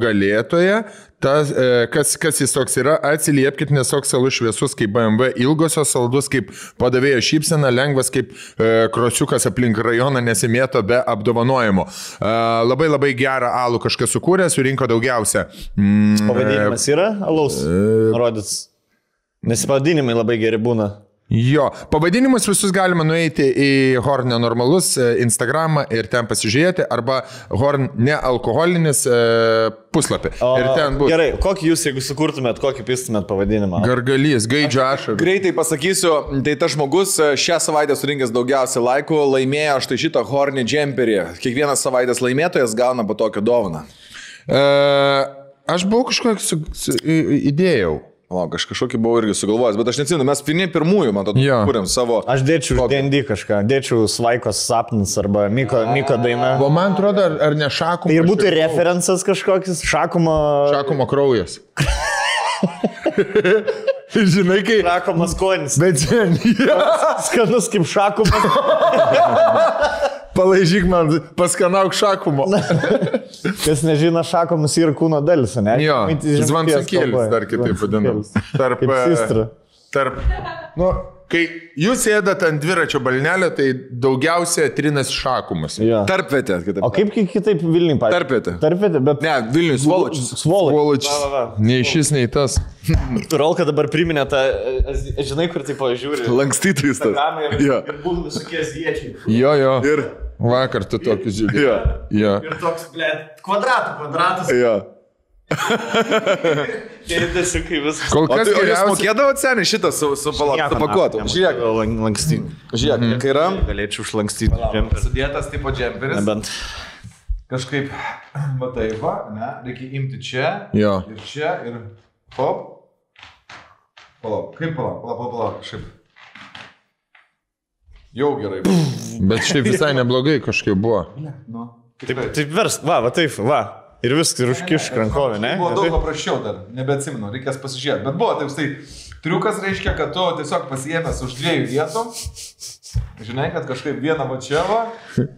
S2: nugalėtoją. Tas, e, kas, kas jis toks yra, atsiliepkit, nes toks salus šviesus kaip BMW, ilgosios saldus kaip padavėjo šypsena, lengvas kaip e, krosiukas aplink rajoną nesimėto be apdovanojimo. E, labai labai gerą alų kažkas sukūrė, surinko daugiausia. Mm,
S1: Pavadinimas yra alaus.
S2: E.
S1: Nurodytas. Nes pavadinimai labai geri būna.
S2: Jo, pavadinimus visus galima nueiti į Horn nenormalus e, Instagramą ir ten pasižiūrėti, arba Horn nealkoholinis e, puslapį.
S1: O,
S2: ir ten bus.
S1: Gerai, kokį jūs, jeigu sukurtumėt, kokį pistumėt pavadinimą?
S2: Gargalys, gaidžio ašarų.
S3: Greitai pasakysiu, tai tas žmogus e, šią savaitę surinkęs daugiausiai laikų laimėjo štai šitą Horny Jumperį. Kiekvienas savaitės laimėtojas gauna po tokią dovaną.
S2: E, aš buvau kažkokį su, su, į- įdėjau.
S3: O, aš kažkokį buvau irgi sugalvojęs, bet aš neatsimenu, mes vieni pirmųjų, man atrodo,
S2: Jo.
S3: kūrėm savo.
S1: Aš dėčiau už
S3: Kokį?
S1: DND kažką, dėčiau Svaikos sapnas arba Miko, Miko daina.
S2: O man atrodo, ar, ar ne šakumo.
S1: Tai ir būtų
S2: kažkaip-
S1: referencas kažkoks, šakumo.
S2: Šakumo kraujas. Žinai, kai.
S1: Šakumas konis.
S2: Bet žinai,
S1: Skanus kaip šakumas.
S2: palaižyk man, paskanauk šakumo.
S1: Kas nežino, šakumas yra kūno dalis, ne?
S2: Jo,
S1: Tai žinai, kalboje.
S2: zvansikėlis dar kitaip vadinamas.
S1: Zvansikėlis.
S2: Tarp,
S1: Kaip
S2: e,
S1: sistra.
S2: tarp, nu, kai jūs sėdate ant dviračio balnelio, tai daugiausia trinas šakumas.
S1: Jo.
S3: Tarpvietė, kitaip.
S1: O kaip ki- kitaip Vilniui,
S3: Tarpvietė.
S1: Tarpvietė, bet...
S3: Ne, Vilnius, Voločius.
S1: Svolo.
S2: Voločius.
S1: Va, va, va.
S2: Nei šis, nei tas.
S1: Rolka dabar priminė tą, e, e, žinai, kur tai pažiūri.
S3: Lankstytis tas.
S1: Instagramai
S3: Jo.
S1: ir būtų visokie zviečiai.
S2: Jo, jo.
S3: Ir.
S2: Vakar tu tokius žiūrėjai.
S3: Jo.
S2: Jo.
S7: Ir toks, ble, kvadratų, kvadratas.
S3: Jo.
S1: Tai tiesiog kaip viskas.
S2: Kol
S3: O
S2: kas
S3: tai o jūs
S2: geriausia.
S3: mokėdavo seniai šitą su, su palatu pakuotu. Žiūrėk,
S1: lankstinį.
S3: žiūrėk, mhm. kai yra.
S1: Galėčiau užlankstyti. džemperį.
S5: Sudėtas tipo džemperis.
S1: Nebent.
S5: Kažkaip, va taip, va, ne, reikia imti čia.
S2: Jo.
S5: Ir čia, ir hop. Palauk, kaip palauk, palauk, palauk, kažkaip. Jau gerai.
S2: Bet šiaip visai neblogai kažkaip buvo.
S5: Nu,
S1: Taip, taip versk, tai- va, va taip, va. Ir viskas, ir užkišk rankovę, ne?
S5: Buvo daug
S1: Taip.
S5: paprasčiau dar, nebeatsimenu, reikės pasižiūrėti. Bet buvo taip, tai triukas reiškia, kad tu tiesiog pasiemęs už dviejų vietų. Žinai, kad kažkaip vieną va čia va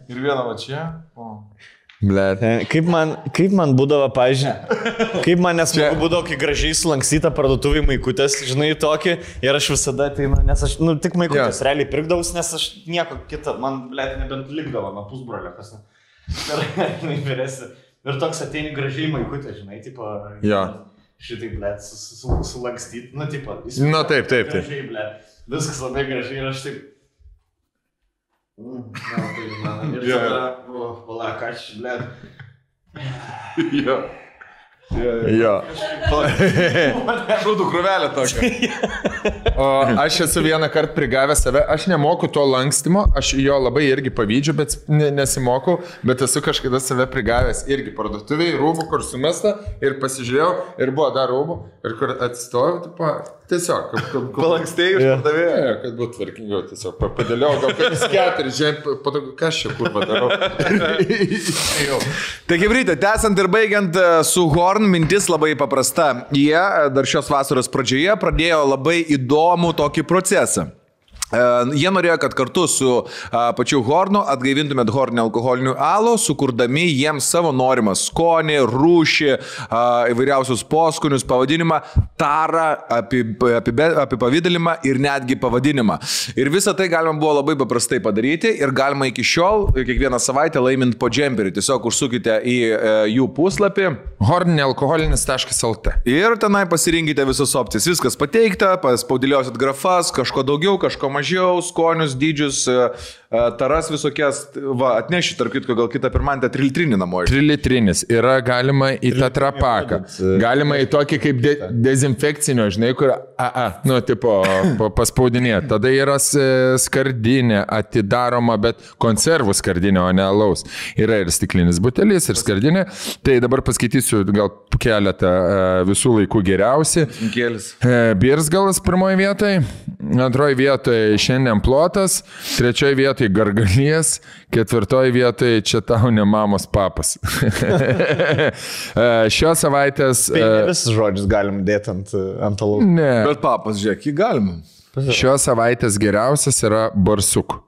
S5: ir vieną va čia. O.
S2: Blet.
S1: Ten, Kaip man, kaip man būdavo, pažiūrėjau, kaip man nesmagu būdavo, kai gražiai sulankstyta parduotuvė maikutės, žinai, tokį, ir aš visada ateinu, nes aš, nu, tik maikutės yeah. realiai pirkdavus, nes aš nieko kito, man, ble, nebent likdavo, na, pusbrolio, kas, ne. Ir, vyresi. ir toks ateini gražiai maikutė, žinai, tipo.
S2: Jo.
S1: Šitai, ble, sulankstyti, nu, tipo. jis-
S2: Na, taip, taip, taip.
S1: Gražiai, ble, viskas labai gražiai ir aš taip. Mm, na, tai, man, ir
S5: Jo.
S1: tada, o, palauk, aš, ble.
S5: Jo.
S2: Jo.
S5: Šūdų krūvelė tokia.
S2: O aš esu vieną kartą prigavęs save, aš nemoku to lankstimo, aš jo labai irgi pavydžiu, bet ne, nesimokau, bet esu kažkada save prigavęs irgi parduotuviai, rūbų, kur sumesta ir pasižiūrėjau, ir buvo dar rūbų, ir kur atsistojau, tipo, tiesiog, kaip, kaip, kaip
S5: Palankstėjai už tave.
S2: Ne, kad būtų tvarkingiau, tiesiog pa- padėliau, gal kokius keturis, žinai, patogu, kas čia kur padarau.
S3: Tai kaip ryte, tęsant ir baigiant e, su Horn, mintis labai paprasta. Jie e, dar šios vasaros pradžioje pradėjo labai įdomų tokį procesą. E, Jie norėjo, kad kartu su a, pačiu Hornu atgaivintumėt Hornį alkoholinių alų, sukurdami jiems savo norimą skonį, rūšį, a, įvairiausius poskonius, pavadinimą, tarą, api- apibe- apipavydalimą ir netgi pavadinimą. Ir visą tai galima buvo labai paprastai padaryti ir galima iki šiol kiekvieną savaitę laimint po džemperį. Tiesiog užsukite į e, jų puslapį.
S2: Hornealkoholinis.lt.
S3: Ir tenai pasirinkite visas opcijas. Viskas pateikta, paspaudėliosit grafas, kažko daugiau, kažko mažiau, skonius, dydžius, e, e, taras visokias. Va, atnešit, tarp kitko, gal kitą pirmantę trilitrinį namo. iš-
S2: Trilitrinis yra galima į tetrapaką. Galima į tokį kaip de dezinfekcinio, žinai, kur, a, a, nu, tipo, pa- paspaudinė. Tada yra s- skardinė atidaroma, bet konservų skardinė, o ne alaus. Yra ir stiklinis butelis, ir skardinė. Tai dabar paskaitysiu gal keletą e, visų laikų geriausi.
S3: Kėlis.
S2: E, Birsgalas pirmoje vietoje, antroje vietoje šiandien plotas, trečioje vietoje gargalijas, ketvirtoje vietoje čia tau ne mamos papas. E, Šios savaitės...
S1: Tai ne
S2: e,
S1: visus žodžius galim dėti ant, ant alaus.
S2: Ne,
S3: Bet papas, žiūrėk, jį galima.
S2: šios savaitės geriausias yra barsuk.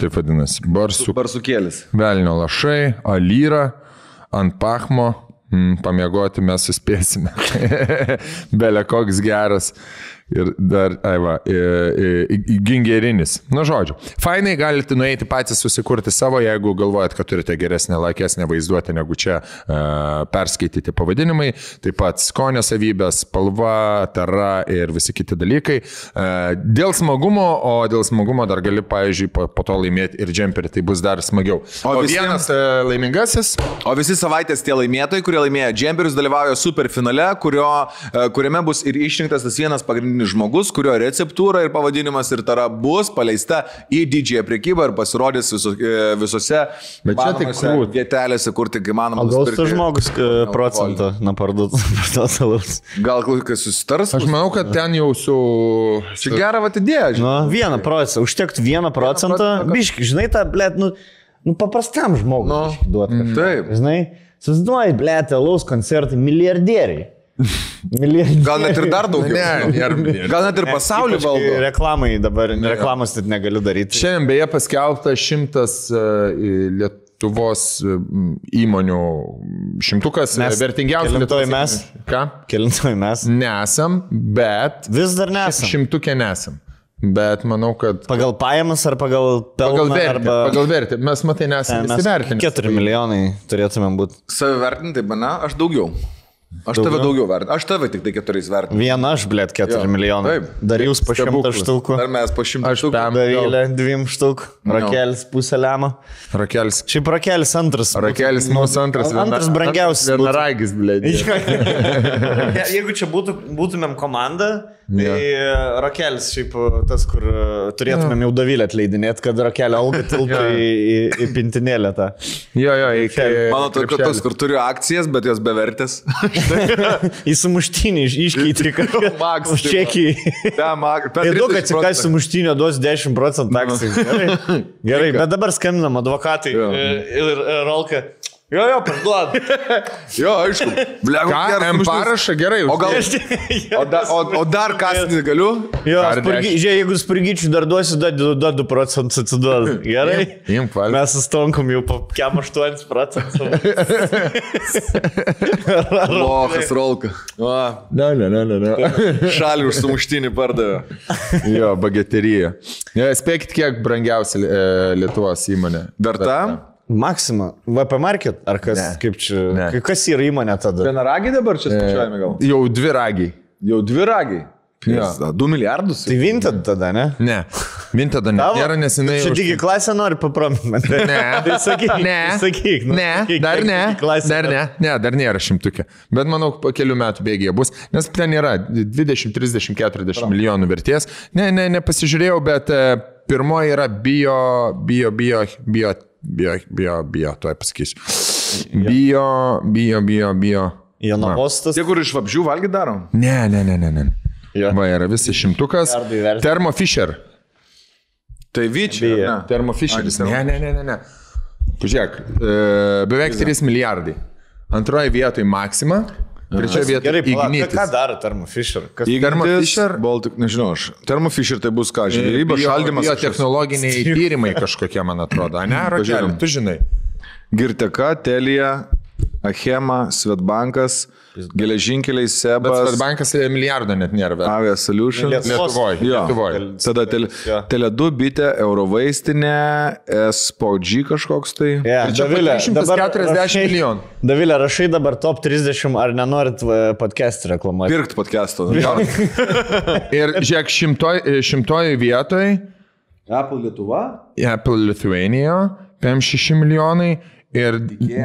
S2: Taip vadinasi, barsuk.
S3: Barsukėlis.
S2: Velnio lašai, alyra, ant pachmo, mm, pamiegoti mes suspėsime. Belė koks geras. Ir dar, ai va, i- i- i- gingerinis. Nu, žodžiu. Fainai galite nueiti patys susikurti savo, jeigu galvojat, kad turite geresnę, laikesnę vaizduotę negu čia e, perskaityti pavadinimai. Taip pat skonio savybės, spalva, tara ir visi kiti dalykai. E, Dėl smagumo, o dėl smagumo dar gali, pavyzdžiui, po, po to laimėti ir džemperį, tai bus dar smagiau.
S3: O
S2: O
S3: visiems-
S2: vienas e, laimingasis.
S3: O visi savaitės tie laimėtojai, kurie laimėjo džemperius, dalyvauja superfinale, kurio, e, kuriame bus ir išrinktas tas vienas pagrindinis žmogus, kurio receptūra ir pavadinimas ir tara bus paleista į didžiąją priekybą ir pasirodys viso, e, visose
S2: Bet čia tik
S3: įmanomose
S2: krūt.
S3: vietelėse, kur tik įmanoma.
S1: O gal tas
S3: nusipirkti.
S1: žmogus e, procentą naparduotas alaus?
S3: Gal kas susitars?
S2: Aš manau, kad ten jau su...
S3: Čia gerą atidėję, žinai.
S1: Nu, vieną procentą, užtektų vieną procentą. Biški, žinai, tą, blėt, nu, nu paprastam žmogui
S3: Nu,
S1: nu, duoti. Mm.
S3: taip.
S1: Žinai, susiduoji, blėt, alaus koncertai, milijardieriai. Milijardieriai.
S3: Gal net ir dar daugiau.
S2: Ne, ir-
S3: Gal net ir pasaulį
S1: Ypač kai
S3: valdo.
S1: Reklamai dabar, reklamos net negaliu daryti.
S2: Šiandien beje paskelbta šimtas e, į Lietuvos e, m, įmonių šimtukas
S1: Mes
S2: vertingiausių.
S1: kelintoj
S2: Lietuvos
S1: mes?
S2: įmonių. Ką?
S1: Kelintoj
S2: Mm.
S1: mes.
S2: Nesam, bet
S1: Vis dar nesame.
S2: šimtukė nesam. Bet manau, kad
S1: Pagal pajamas ar pagal pelną?
S2: pagal vertę.
S1: arba...
S2: Pagal vertę. Mes matai nesame
S1: Mes
S2: įsivertinę. Tai
S1: 4 milijonai turėtumėm būti.
S3: Savivertinti, mane, aš daugiau. Aš tave daugiau vertinu. Aš tave tik tai keturiais vertinu.
S1: Viena aš, blėt, 4
S3: Jo,
S1: milijonai.
S3: taip.
S1: Dar jūs po šimtą
S2: Stebuklas.
S1: štukų.
S3: Ar mes po šimtą
S2: Aš
S3: štukų?
S2: pem.
S1: Darylė dviem štuk, Rakelis pusę lemą.
S2: Rakelis.
S1: Šiaip Rakelis antras. būtų.
S2: Rakelis mūsų antras.
S1: An- antras brangiausias būtų.
S2: Vienaragis, blė.
S1: Je- Jeigu čia būtų, būtumėm komanda, tai yeah. Rakelis šiaip tas, kur e, turėtumėm jau Davilę atleidinėti, kad Rakelio alga tilptų į, į, į pintinėlę tą.
S2: Jo, jo, iki.
S3: Mano tokia toks, kur turiu akcijas, bet jos bevertės.
S1: Į sumuštinį iš- iškeitė kažką.
S3: Maks, tipo.
S1: Čekį.
S3: Ten, ak- per
S1: Tai daug
S3: 30
S1: atsikas
S3: procentų.
S1: sumuštinio duos 10 procentų akcijų. Gerai. Gerai, bet dabar skambinam advokatai
S3: Jo.
S1: e, ir e, Rolka. Jo, jo, parduod.
S3: Jo, aišku. Blegu,
S2: Ką, M parašą gerai.
S3: O gal... O, da, o, o dar kasnį galiu?
S1: Jo,
S2: Dar
S1: spurgi,
S2: dešimt.
S1: žiūrėk, jeigu spurgyčių dar duosiu, dar 2 procentus atsiduodu. Gerai?
S2: Imk, valgyk.
S1: Mes sustonkom jau po 8 procentų.
S3: Lohas rolka. O,
S2: Ne, ne, ne, ne. ne.
S3: Šalį už sumuštinį pardavė.
S2: Jo, bageterija. Ja, spėkit, kiek brangiausia e, Lietuvos įmonė.
S3: Dar tą?
S1: Maksima, VP Market ar kas, ne. kaip čia,
S2: Ne.
S1: ne. kas yra įmonė tada?
S3: Vienaragiai dabar čia skaičiuojame gal?
S2: E, Jau dvi ragiai.
S3: Jau dvi ragiai.
S2: Jo.
S3: 2 milijardus.
S1: Tai Vinted tada, ne?
S2: Ne. Vintada net
S1: Tavo?
S2: nėra, nes jinai...
S1: Čia
S2: už- tai-
S1: digi klasė nori paprominti mane.
S2: Ne.
S1: Tai sakyk,
S2: Ne.
S1: sakyk, nu,
S2: Ne,
S1: sakyk,
S2: dar
S1: kiek
S2: ne.
S1: Digi klasė
S2: Dar
S1: yra.
S2: ne. Ne, dar nėra šimtukė. Bet manau, po kelių metų bėgėje bus, nes ten yra 20, 30, 40 milijonų vertės. Ne, ne, nepasižiūrėjau, bet e, pirmoji yra bio, bio, bio, bio, bio, bio, bio, tuoj pasakysiu. Bio, bio, bio, bio.
S1: Jonavostas.
S3: Tie, kur iš vabžių valgy darom?
S2: Ne, ne, ne, ne, ne.
S1: Jo.
S2: Va, yra visas šimtukas.
S1: Milijardai vertė.
S2: Thermo Fisher.
S3: Tai vyčiai.
S1: Bija.
S3: ar ne?
S2: Thermo Fisheris.
S3: Ai,
S2: Ne, ne, ne, ne. ne. Pažiūrėk, e, beveik 3 milijardai. Antroji vietoje Maxima. Trečia vieta.
S1: Gerai, pala, ką,
S2: Ignitis.
S1: ką daro Thermo Fisher? Kas...
S2: Thermo Fisher?
S3: Baltic, nežinau, aš. Thermo Fisher tai bus ką, žvėrybos, šaldymas.
S2: Jo
S3: kažkoks.
S2: technologiniai tyrimai kažkokie, man atrodo. Ne, Rogelim,
S3: Pažiūrim.
S2: tu žinai.
S3: Girteka, Telija, Achema, Svetbankas, geležinkeliai,
S2: Bet
S3: Sebas,
S2: Svetbankas milijardo net nėra. bet-
S3: Avia Solution.
S1: Lietuvos.
S2: Lietuvoje.
S3: Jo.
S2: Lietuvoje.
S3: Tada tele,
S1: Jo.
S3: tele 2, bitė, Eurovaistinė, SPG kažkoks tai.
S1: Yeah,
S2: Ir čia
S1: Davilė, dabar
S2: 140
S1: rašai-
S2: milijonų.
S1: Davilė, rašai dabar top 30, ar nenorit va, podcast reklamuoti?
S3: Pirkt podcast'o. nu,
S2: Ir žiūrėk, šimtoj, šimtoji vietoje
S7: Apple Lietuva.
S2: Apple Lithuania, 56 milijonai ir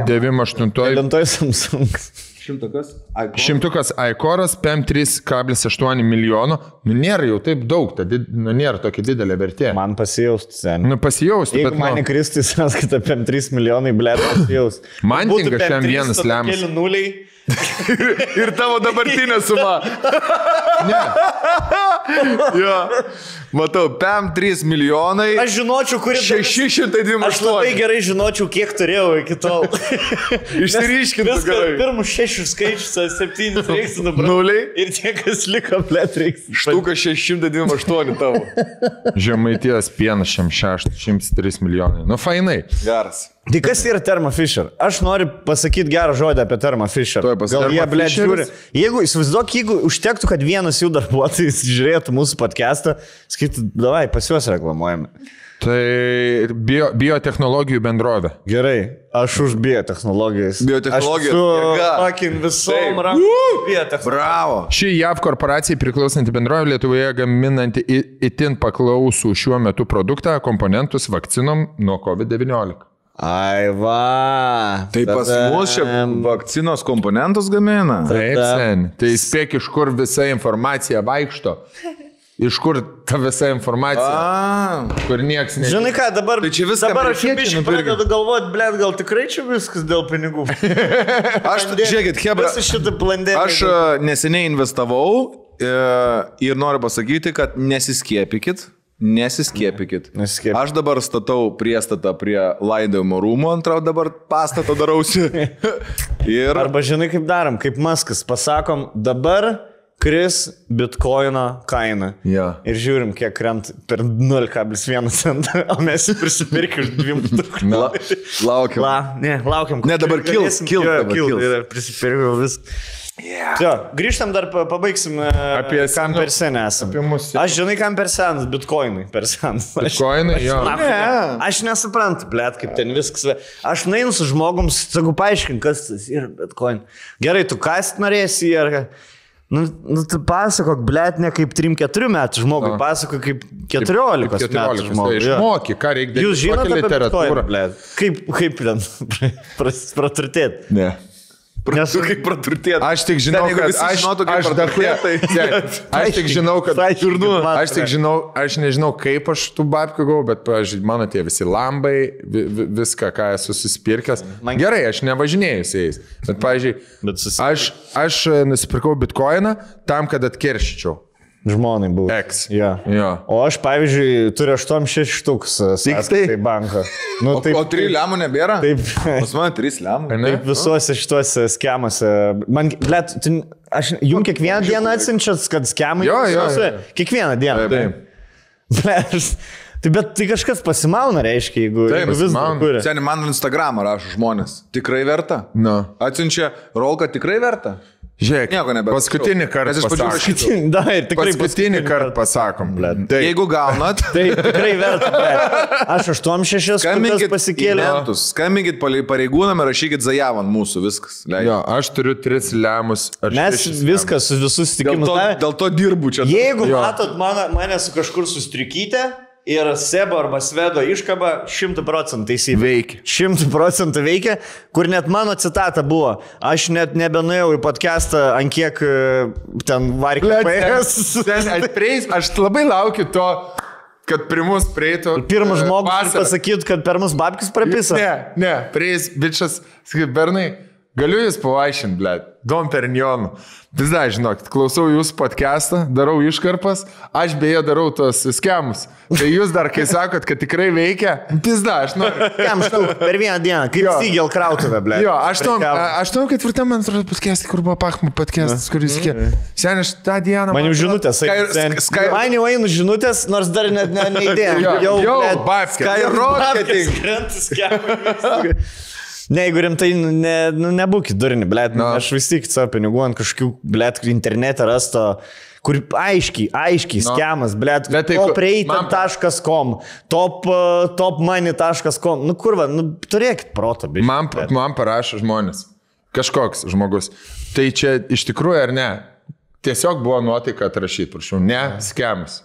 S2: 98.
S1: Lentoj Samsung.
S7: Šimtakas. Icon.
S2: Šimtukas Aikoras, PM3,8 milijono. Nu, nėra jau taip daug, ta, did- nu, nėra tokia didelė vertė.
S1: Man pasijausti, seniai.
S2: Nu, pasijausti,
S1: Jeigu
S2: bet nu.
S1: man
S2: man...
S1: įkristų į sąskaitą PM3 milijonai, blė, pasijaus.
S2: Man tinka šiam vienas lemas.
S1: Keli nuliai.
S3: Ir tavo dabartinė suma.
S2: Ne,
S3: Jo. Matau, PM 3 milijonai.
S1: Aš žinočiau, kuri... dalis- Aš labai
S3: 628.
S1: gerai žinočiau, kiek turėjau iki tol.
S3: Išsiryškintų
S1: Viską
S3: gerai.
S1: pirmus šešius skaičius, ar septynis reiks dabar.
S3: Nuliai.
S1: Ir tie, kas liko, blė, reiks.
S3: Štuka 628 tavo.
S2: žemaities pienas šiam 603 milijonai. Nu, fainai.
S3: Geras.
S1: Tai kas yra Thermo Fisher? Aš noriu pasakyti gerą žodį apie Thermo Fisher.
S3: Tuoj pas-
S1: Gal jie,
S3: Thermo
S1: ble, žiūri.
S3: Fisheris?
S1: Jeigu, įsivaizduok, jeigu užtektų, kad vienas jų darbuotojas žiūrėtų mūsų podcastą, skaitytų, davai, pas juos reklamuojame.
S2: Tai bio, biotehnologijų bendrovė.
S1: Gerai, aš už biotehnologijas. Aš
S3: Biotechnologijos,
S1: su
S3: jėga.
S1: fucking
S3: Taip.
S1: visom rankom. Biotechnologijos.
S3: Bravo.
S2: Ši JAV korporacijai priklausanti bendrovė Lietuvoje gaminanti i- itin paklausų šiuo metu produktą, komponentus vakcinom nuo COVID-19.
S1: Ai, va.
S3: Tai pas
S1: Tada-
S3: mus čia vakcinos komponentus gamina.
S2: Taip,
S1: Tada-
S2: sen. Tai spėk, iš kur visa informacija vaikšto. Iš kur ta visa informacija,
S3: A,
S2: kur nieks nežino.
S1: Žinai ką, dabar,
S3: Tai čia viską
S1: dabar aš jau
S3: amerikiečiai
S1: biškai
S3: nupirkę.
S1: pradedu galvoti, ble, gal tikrai čia viskas dėl pinigų.
S3: aš, žiūrėkit, Hebra,
S1: Visą šitą blenderį.
S3: aš a, neseniai investavau e, ir noriu pasakyti, kad nesiskiepykit, nesiskiepykit.
S1: Nesiskiepykit.
S3: Aš dabar statau priestatą prie laidojimo rūmų, antrą dabar pastatą darausi. Ir
S1: Arba žinai, kaip darom, kaip Maskas, pasakom, dabar kris bitkoino kaina.
S2: Jo.
S1: Ir žiūrim, kiek krent per 0,1 centą, o mes jį prisipirkim už 2,5.
S3: la, laukiu.
S1: La, ne, laukiam.
S3: Ne, dabar kils, kils dabar, kils.
S1: Ir prisipirkau viską. Yeah. Jo, grįžtam dar, pa- pabaigsim. Apie
S2: Apie
S1: kam
S2: senus-
S1: per senę esame.
S2: apie mus-
S1: Aš žinai, kam per senas, bitkoinai per senas. Aš-
S2: Bitkoinai,
S1: aš-
S2: jo.
S1: na,
S3: Ne.
S1: Aš nesuprantu, blėt, kaip ten viskas. ve- Aš nainu su žmogum, sakau, paaiškink, kas tas yra bitkoin. Gerai, tu kas norėsi, ar... ką? Nu, nu, tu pasakok, blėt, ne kaip 3-4 metų žmogui,
S2: Jo.
S1: pasakok kaip 14, 14
S2: Kaip tai
S1: metų
S2: 14
S1: žmogui. jo.
S2: Išmoki, ką reikia daryti.
S1: Jūs žinote
S2: Kokią
S1: literatūrą,
S2: literatūrą.
S1: ble. Kaip, kaip ten pras- praturtėt?
S3: Ne.
S1: Nes
S3: Kaip praturtėti.
S2: Aš tik žinau,
S3: Ten, jeigu
S2: kad
S3: visi
S2: aš,
S3: žinotų, kaip
S2: aš, dar,
S3: parduotuvėj, tai-
S2: ne, aš tik žinau, kad
S1: Saiškiai, man
S2: Aš tik
S1: atrodo.
S2: žinau, aš nežinau, kaip aš tų babkių gavau, bet, pavyzdžiui, mano tie visi lambai, vi, vi, viską, ką esu susipirkęs.
S1: Mhm. Man- Mhm.
S2: Gerai, aš nevažinėjau su jais, bet, pavyzdžiui,
S1: Bet susi-
S2: aš, aš e, nusipirkau bitkoiną tam, kad atkeršyčiau.
S1: Žmonai buvo.
S2: Eks.
S1: Ja.
S2: Jo.
S1: O aš, pavyzdžiui, turiu 8-6 štuks.
S3: Tik
S1: Tai banką. Nu,
S3: O, o trijų lemų nebėra?
S1: Taip.
S3: Pas mane trys lemų.
S2: Ne?
S1: Taip visuose šituose skemuose. Man, blėt, tu, aš, jum kiekvieną dieną atsinčiat, kad skemai.
S2: Jo, jo,
S1: visuose? Kiekvieną dieną.
S2: Taip.
S1: Blet, aš- Tai bet tai kažkas pasimauna, reiškia, jeigu,
S2: Taip,
S1: jeigu vis dar
S2: pasimauna.
S1: kuria.
S3: Seniai man Instagramą rašo žmonės. Tikrai verta?
S2: Na.
S3: Atsiunčia rolką, tikrai verta?
S2: Žiūrėk,
S3: Nieko nebėra.
S2: Paskutinį
S3: Nes
S2: kartą.
S3: iš pradžių
S2: pasakom.
S3: rašyčiau.
S1: Da, ir tikrai
S2: Paskutinį kartą pasakom.
S3: Taip. Jeigu gaunat,
S1: Tai tikrai verta. blet. Aš 8-6 štukas
S3: skambinkit
S1: pasikėliau.
S3: į mentus, Skambinkit palei pareigūnam ir rašykit zajavan mūsų, viskas. leidžiu.
S2: Jo, aš turiu tris lemus. ar
S1: Mes
S2: šešis
S1: viską su visus
S3: Dėl
S1: sutikimus
S3: to,
S1: davėm.
S3: dėl to dirbu čia.
S1: Jeigu jo.
S2: Jo.
S1: matot mane, mane su kažkur sustrikyti ir sebo arba svedo iškaba 100 procentų teisybė.
S2: Veikia.
S1: 100 procentų veikia, kur net mano citata buvo. Aš net nebenuėjau į podcastą, ant kiek e, ten variklių
S2: Blet,
S1: PS.
S2: Ten atpreis, aš labai laukiu to, kad primus prieitų.
S1: Pirmas
S2: e,
S1: žmogus
S2: vasarą.
S1: pasakyt, kad per mus babkis prapisa.
S2: Ne, ne, prieis bičias, sakai, bernai, Galiu jūs pavaišinti, ble, Dom Pernion. Vis dar, žinokit, klausau jūsų podcastą, darau iškarpas, aš beje darau tos skemus. Tai jūs dar, kai sakot, kad tikrai veikia, vis dar, aš noriu.
S1: Kam štuk per vieną dieną, kaip
S2: Jo.
S1: Sigel krautuvė, ble.
S2: Jo, aš tom,
S1: Prekiavo.
S2: aš tom ketvirtam, man atrodo, paskesti, kur buvo Pachmo paskestas, kuris iki. Seniai, aš tą dieną.
S1: Mhm. Man jau žinutės.
S3: Sky-
S1: eina, seni.
S3: Sky-
S1: Man jau einu žinutės, nors dar net ne, neįdėjau.
S2: Jo, jau,
S1: blet,
S2: babkė.
S3: Skyrocketing.
S1: babkės krentas kiaurė. Ne, jeigu rimtai, nu, ne, nu, nebūkit durni, blėt, no.
S2: No.
S1: aš vis tik savo pinigų ant kažkokių, blėt, internete rasto, kur aiškiai, aiškiai,
S2: No.
S1: no. skemas, blėt,
S2: Bet tai ku- man-
S1: topreitė.com, top, uh, topmoney.com, nu kurva, nu turėkit protą, bičiuli.
S2: Man, man parašo žmonės. Kažkoks žmogus. Tai čia iš tikrųjų ar ne? Tiesiog buvo nuotaika atrašyti, prašau. Ne, skemas.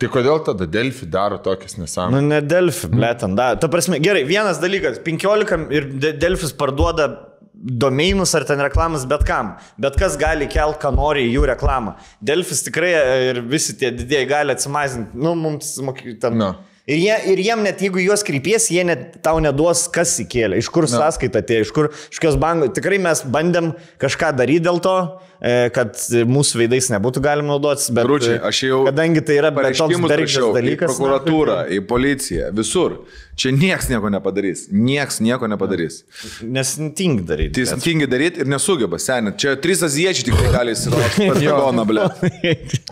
S2: Tai kodėl tada Delfi daro tokias
S1: Nu,
S2: nesąmonės?
S1: ne Delfi,
S3: Mhm.
S1: blėtant, da. Ta prasme, gerai, vienas dalykas, 15 ir De- Delfis parduoda domeinus ar ten reklamas bet kam. Bet kas gali kelt, ką nori į jų reklamą. Delfis tikrai e, ir visi tie didieji gali atsimazinti. Nu, mums moky- ten.
S2: Nu.
S1: Ir, jie, ir jiem net jeigu į juos kreipies, jie net tau neduos, kas įkėlė, iš kur sąskaita atėjo, iš kur, iš kokios bankos. Tikrai mes bandėm kažką daryti dėl to, e, kad e, mūsų veidais nebūtų galima naudotis, bet e,
S3: Ručiai, aš jau
S1: kadangi tai yra bet toks
S3: pareiškimus rašiau
S1: bergždžias
S3: dalykas,
S1: dalykas.
S3: į prokuratūrą, į policiją, visur. Čia nieks nieko nepadarys. Nieks nieko nepadarys.
S1: Nes tink daryti.
S3: Teisingi daryti ir nesugeba, seniai. Čia trys aziečiai tik tai gali įsitraukti. Pentagoną, ble.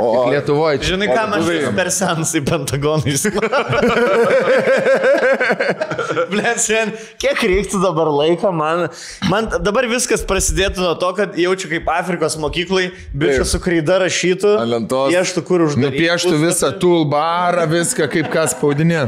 S3: O
S2: Lietuvoje čia.
S1: Žinai, ką man žinai per sensai Pentagonai įsivaizdavo. Blėt, šiandien, kiek reiktų dabar laiko, man, man dabar viskas prasidėtų nuo to, kad jaučiu kaip Afrikos mokyklai, bičiu su kreida rašytų,
S3: Ant lentos.
S1: pieštų, kur užduotų.
S2: Nupieštų visą tulbarą, viską, kaip kas spaudinė.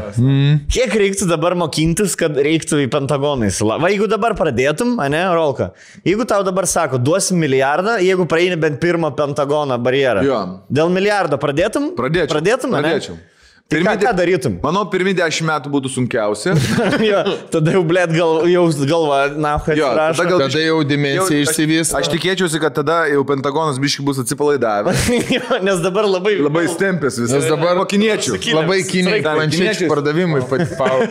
S1: Kiek reiktų dabar mokintis, kad reiktų į Pentagoną įsilaužti? Va, jeigu dabar pradėtum, ane, Rolka, jeigu tau dabar sako, duosim milijardą, jeigu praeini bent pirmą Pentagono barjerą.
S3: Jo.
S1: Dėl milijardo pradėtum?
S3: Pradėčiau.
S1: Pradėtum, ane?
S3: Pradėčiau.
S1: Tai ką,
S3: Pirmi-
S1: ką darytum?
S3: Manau, pirmie dešimt metų būtų sunkiausia.
S1: jo, tada jau blėt gal, jau galva, na, kad
S3: Jo, tada
S1: prašau.
S3: gal-
S2: Tada jau dimensija
S3: Jau- aš-
S2: išsivys.
S3: Aš tikėčiausi, kad tada jau Pentagonas biški bus atsipalaidavęs.
S1: Nes dabar labai...
S3: Labai stempęs visas.
S2: Nes dabar-
S3: mokiniečių.
S2: Labai kiniai
S1: Sraigtas.
S2: planšečių
S3: kiniečiais.
S2: pardavimai pati pau.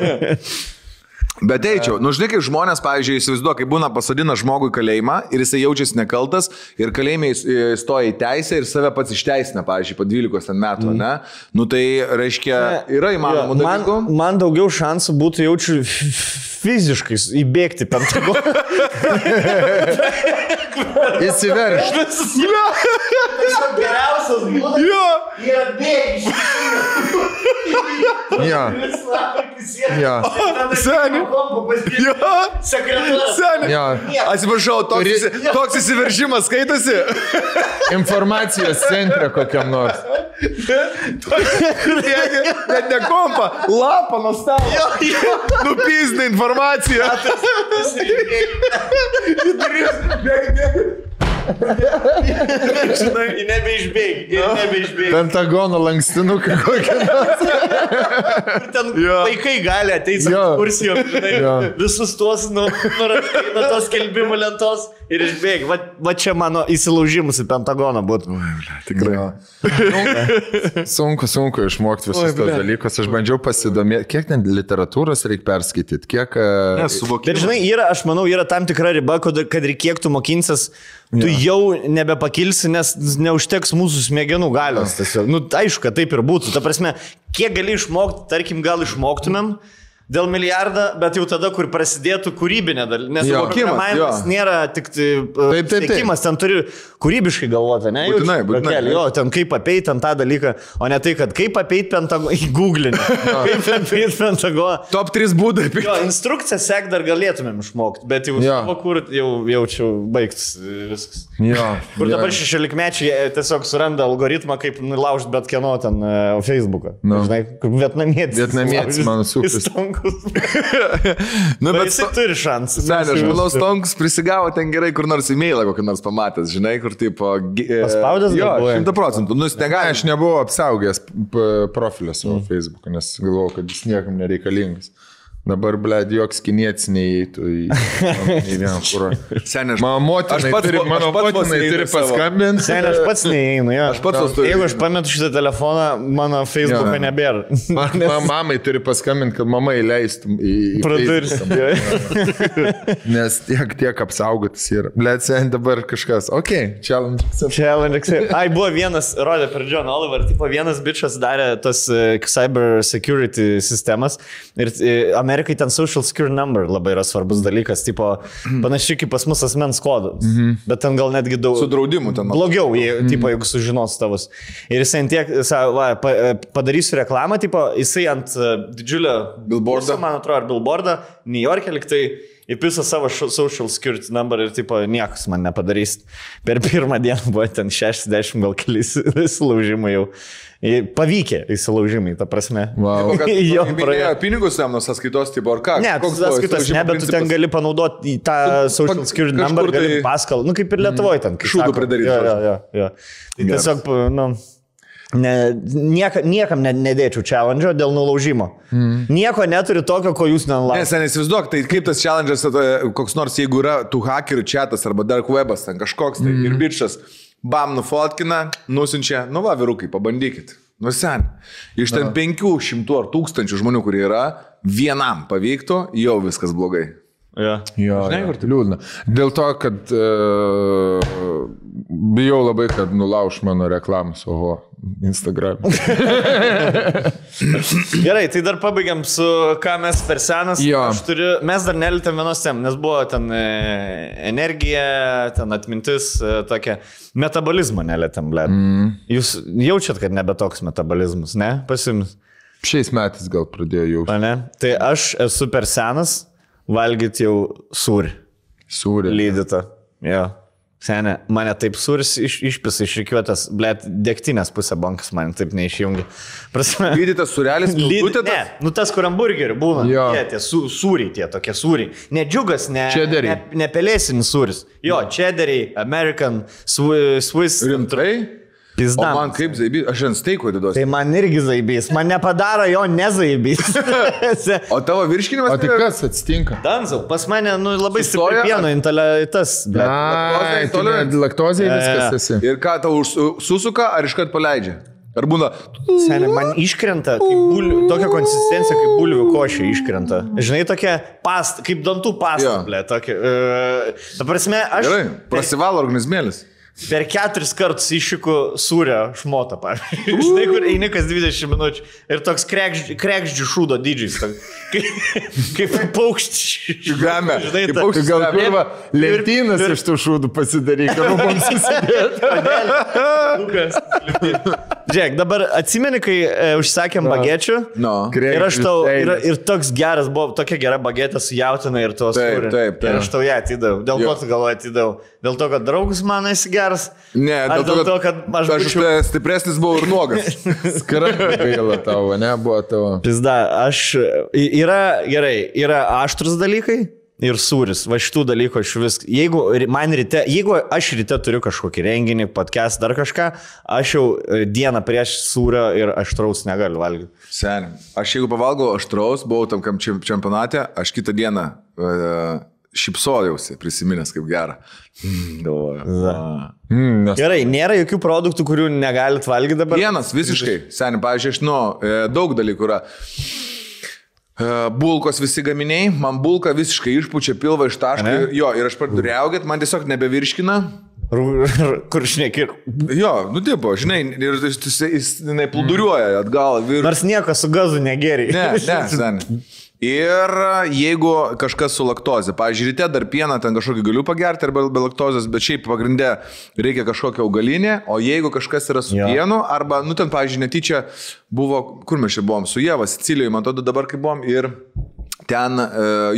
S3: Bet eičiau, nu žinai, kaip žmonės, pavyzdžiui, įsivaizduoja, kai būna pasadina žmogų į kalėjimą ir jisai jaučiasi nekaltas ir kalėjime jis e, stoja į teisę ir save pats išteisina, pavyzdžiui, po 12 ten metų, mm. ne? Nu tai reiškia, yra įmanomų
S1: Mhm. Jo,
S3: dalykų.
S1: man, man daugiau šansų būtų jaučiu f- fiziškai s- įbėgti Pentagoną.
S2: Įsiverš.
S7: Geriausias būdas
S3: Jo!
S7: yra bėgti.
S2: Jo. Jo.
S3: Seni.
S7: Seniai.
S3: Jo!
S7: Sekretorius.
S3: Seniai!
S2: Jo.
S3: Atsiprašau, toks,
S2: Kuri-
S3: įsi, toks įsiveržimas skaitasi.
S2: Informacijos centre kokiam nors.
S3: Tiegi, Net ne kompa, lapą nuo stalo. Nupysna informaciją.
S1: Žinai, nebeišbėgi, nebeišbėgi.
S2: Pentagono lankstinuką kokią nors.
S1: ten
S3: Jo.
S1: jo. vaikai gali ateiti su
S2: Jo.
S1: kursijom, žinai,
S2: Jo.
S1: jo. visus tuos nu- nurašai nuo tos kelbimų lentos ir išbėgi. Va, va čia mano įsilaužimus į Pentagoną būtų.
S2: Tikrai. Sunku, sunku išmokti visus tos dalykus. Aš bandžiau pasidomėti, kiek ten literatūros reikia perskaityti, kiek... e,
S1: Bet
S3: Nesuvokiu.
S1: žinai, yra, aš manau, yra tam tikra riba, kad kad ir kiek tu mokinsies, tu ja. jau nebepakilsi, nes neužteks mūsų smegenų galios. tiesiog. Nu, aišku, kad taip ir būtų. Ta prasme, kiek gali išmokti, tarkim, gal išmoktumėm. Dėl milijardą, bet jau tada, kur prasidėtų kūrybinė dalis. Nes
S2: Jo.
S1: programavimas
S3: Jo.
S1: nėra tik taip,
S2: Taip, taip, taip.
S1: siekimas, ten turi kūrybiškai galvoti, ne?
S3: Būtinai,
S1: Jaučiu,
S3: būtinai.
S1: Rakelį, Jo, ten kaip apeiti ten tą dalyką, o ne tai, kad kaip apeiti pentagoną, įgooglinti. Kaip apeiti pentagoną.
S3: Top 3 būdai.
S1: Jo, instrukciją sek dar galėtumėm išmokti, bet jau,
S2: Jo.
S1: ja. kur jau jaučiau baigtas viskas.
S2: Jo.
S1: Kur
S2: jo.
S1: dabar 16 mečiai tiesiog suranda algoritmą, kaip nulaužti bet kieno ten e, Facebooką.
S2: Nu.
S1: No. Žinai, kur vietnamietis.
S2: Vietnamietis, mano sūnus.
S1: Stonkus.
S3: Nu,
S1: Bet
S3: bet
S1: jis turi šansą.
S3: Senė,
S1: Mes
S3: aš
S1: jau-
S3: manau, Stonks prisigavo ten gerai, kur nors e-mailą kokį nors pamatęs, žinai, kur tipo... gi- e,
S1: Paspaudęs
S3: Jo,
S1: galvoja.
S3: šimta procentų. Nu, jis negali,
S2: Aš
S3: Mm.
S2: nebuvau apsaugęs p- profilio savo Facebook'e, nes galvojau, kad jis niekam nereikalingas. Dabar, ble, joks kinietis neįeitų į, į vieną kurą.
S3: Seniai, aš
S2: Mano motinai
S3: Aš pats
S2: turi,
S3: vo-
S2: mano
S3: aš pats vos
S2: motinai
S3: įeinu
S2: turi
S3: į savo.
S2: paskambinti.
S1: Seniai, aš pats neįeinu, jo.
S3: Aš pats esu-
S1: Jeigu aš pametu šitą telefoną, mano
S2: Jo, jo.
S1: Facebook'e nebėra.
S2: Man, man, mamai turi paskambinti, kad mama įleistum į... į
S1: Pradursi.
S2: Facebooką. Nes tiek, tiek apsaugotas yra. Blet, sen dabar kažkas. Ok, challenge.
S1: Challenge. accept. Ai, buvo vienas, rodė per John Oliver, tipo vienas bičias darė tas e, cyber security sistemas ir e, Amerikai ten social secure number labai yra svarbus dalykas, tipo panašiai kaip pas mus asmens kodas, bet ten gal netgi daug.
S3: su draudimu ten. Mm.
S1: Blogiau, jei, tipo, jeigu sužinos tavus. Ir jisai ant tiek, sa- va, pa, e, padarysiu reklamą, tipo, jisai ant e, didžiulio
S3: Billboardo.
S1: kurso, Man atrodo, ar billboardą, New York'e liktai įpisa savo šo- social security number ir, tipo, niekas man nepadarys. Per pirmą dieną buvo ten 60 gal keli įsilaužimai jau. Į- Pavykė įsilaužimai, ta prasme.
S2: Wow.
S3: O kad
S1: Jo,
S3: įminėjo
S1: praėjo.
S3: pinigus jam nuo sąskaitos, tipo, ar ką?
S1: Ne,
S3: Koks buvo
S1: sąskaitos, ne,
S3: įsilaužimo
S1: bet tu ten
S3: principas?
S1: gali panaudoti į tą
S3: Tu
S1: social
S3: pag-
S1: security
S3: kažkur
S1: number, gali
S3: tai-
S1: paskalą, nu kaip ir Lietuvoje ten. kai
S3: Šūdų
S1: sako.
S3: pridaryt,
S1: Jo, jo,
S3: žodžiu.
S1: jo, jo. Tai
S3: Geras.
S1: tiesiog, nu, ne, nieka, niekam ne, nedėčiau challenge dėl nulaužimo.
S3: Mhm.
S1: Mm. Nieko neturiu tokio, ko jūs
S3: Ne,
S1: nenulaužite.
S3: seniai, įsivaizduok, tai kaip tas challenge'as, e, koks nors, jeigu yra tų hakerių čatas arba dark webas, ten kažkoks tai
S2: Mhm.
S3: ir bičias, bam, nufotkina, nusinčia, nu va, vyrukai, pabandykit. Nu sen, iš ten penkių šimtų ar tūkstančių žmonių, kurie yra, vienam pavyktų, jau viskas blogai.
S1: Ja.
S2: Jo, Žinai, jo. liūdna. Dėl to, kad uh, bijau labai, kad nulauš mano reklamas, oho, Instagram.
S1: Gerai, tai dar pabaigiam su ką mes per senas.
S2: Jo.
S1: Aš Turiu, mes dar nelitėm vienos tem, nes buvo ten e, energija, ten atmintis, e, tokia metabolizmo nelitėm, bleb. Mm. Jūs jaučiat, kad nebe toks metabolizmas, ne? Pasimis.
S2: Šiais metais gal pradėjau jau
S1: Ne? Tai aš esu per senas valgyti jau sūrį,
S2: sūrį.
S1: lydytą. Jo. Senė, mane taip sūris iš, išpisa išrikiuotas, blėt, dėktinės pusė bankas man taip neišjungia. Prasme.
S3: Gydytas surelis,
S1: Lydė,
S3: lydutė,
S1: ne, nu tas, kur hamburgerių būna. Jo.
S2: Jo.
S1: Tie, tie su, sūriai, tie tokie sūriai. Ne džiugas, ne, ne,
S2: Čederiai.
S1: ne pelėsinis sūris. Jo, čederiai, American, Swi- Swiss.
S3: rimtai. O
S1: Pizda.
S3: man kaip zaibi, aš ant steiko atiduosiu.
S1: Tai man irgi zaibys, man nepadaro jo nezaibys. Se-
S3: O tavo virškinimas
S2: O tai
S3: yra-
S2: kas atsitinka?
S1: Danzau, pas mane nu, labai
S3: Sustoja,
S1: stipriai pieno intelektas.
S2: Ai,
S3: laktozė,
S2: tu ne
S3: intolerant.
S2: laktozė viskas esi.
S3: Ir ką tau už- susuka, ar iškart paleidžia? Ar būna,
S1: Senė, man iškrenta, kaip bulvių, tokia konsistencija, kaip bulvių košė iškrenta. Žinai, tokia pasta, kaip dantų pasta,
S3: Jo.
S1: ble, tokia. e, Ta prasme, aš tai
S3: gerai,
S1: per,
S3: prasivalo organizmėlis.
S1: per keturis kartus išiku sūrio šmotą, pavyzdžiui. Žinai, kur eini kas 20 minučių ir toks krekž- krekždžių šūdo dydžiais, toks, kaip, kaip paukštis.
S3: Žemė.
S1: Žinai,
S3: Kaip
S1: ta-
S3: paukštis
S2: Tu gal
S3: stebi.
S2: pirmą lentynas
S1: ir-
S2: iš tų šūdų pasidaryk, kad mums susidėtų.
S1: Lukas. Žiūrėk, dabar atsimeni, kai e, užsakėm bagečių.
S3: No.
S1: Ir aš tau, ir,
S2: Kreivas.
S1: ir toks geras buvo, tokia gera bagetė su jautina ir tuos.
S3: Taip, taip, taip.
S1: Ir aš tau ją atidavau. Dėl ko
S3: Jo.
S1: tu galvoji atidavau? Dėl to, kad draugas man esi geras?
S3: Ne,
S1: Ar dėl to, kad aš
S3: aš
S1: būčiau...
S3: būčiau... stipresnis buvau ir nuogas.
S2: Skrandį gaila tavo, ne, buvo tavo.
S1: Pizda, aš... i- Yra, gerai, yra aštrus dalykai. Ir sūris, va šitų dalykų aš vis, jeigu ri- man ryte, jeigu aš ryte turiu kažkokį renginį, podcast, dar kažką, aš jau e, dieną prieš sūrio ir aštraus negaliu valgyti.
S3: Seniai, aš jeigu pavalgau aštraus, buvau tam kam čem- čempionate, aš kitą dieną uh, šipsojausi, prisiminęs kaip gerą. Mm, Galvoju. a.
S2: Mm, nes
S1: Gerai, nėra jokių produktų, kurių negalit valgyti dabar.
S3: Vienas visiškai, seniai, pavyzdžiui, aš nu, e, daug dalykų yra. E, Bulkos visi gaminiai, man bulka visiškai išpučia pilvą iš taško.
S1: Ane?
S3: Jo, ir aš pradedu reaugėt, man tiesiog nebevirškina.
S1: Ru- ru- Kur šneki.
S3: Jo, nu tipo, žinai, ir jis, jis, jis jinai pluduriuoja atgal. Vir...
S1: Nors nieko su gazu negeriai.
S3: Ne, ne, seniai. Ir jeigu kažkas su laktoze, pavyzdžiui, ryte dar pieną ten kažkokį galiu pagerti arba be laktozės, bet šiaip pagrindė reikia kažkokią augalinę, o jeigu kažkas yra su
S1: Jo.
S3: ja. pienu, arba, nu ten, pavyzdžiui, netyčia buvo, kur mes čia buvom, su Jėva, Sicilijoje, man atrodo dabar kai buvom, ir ten e,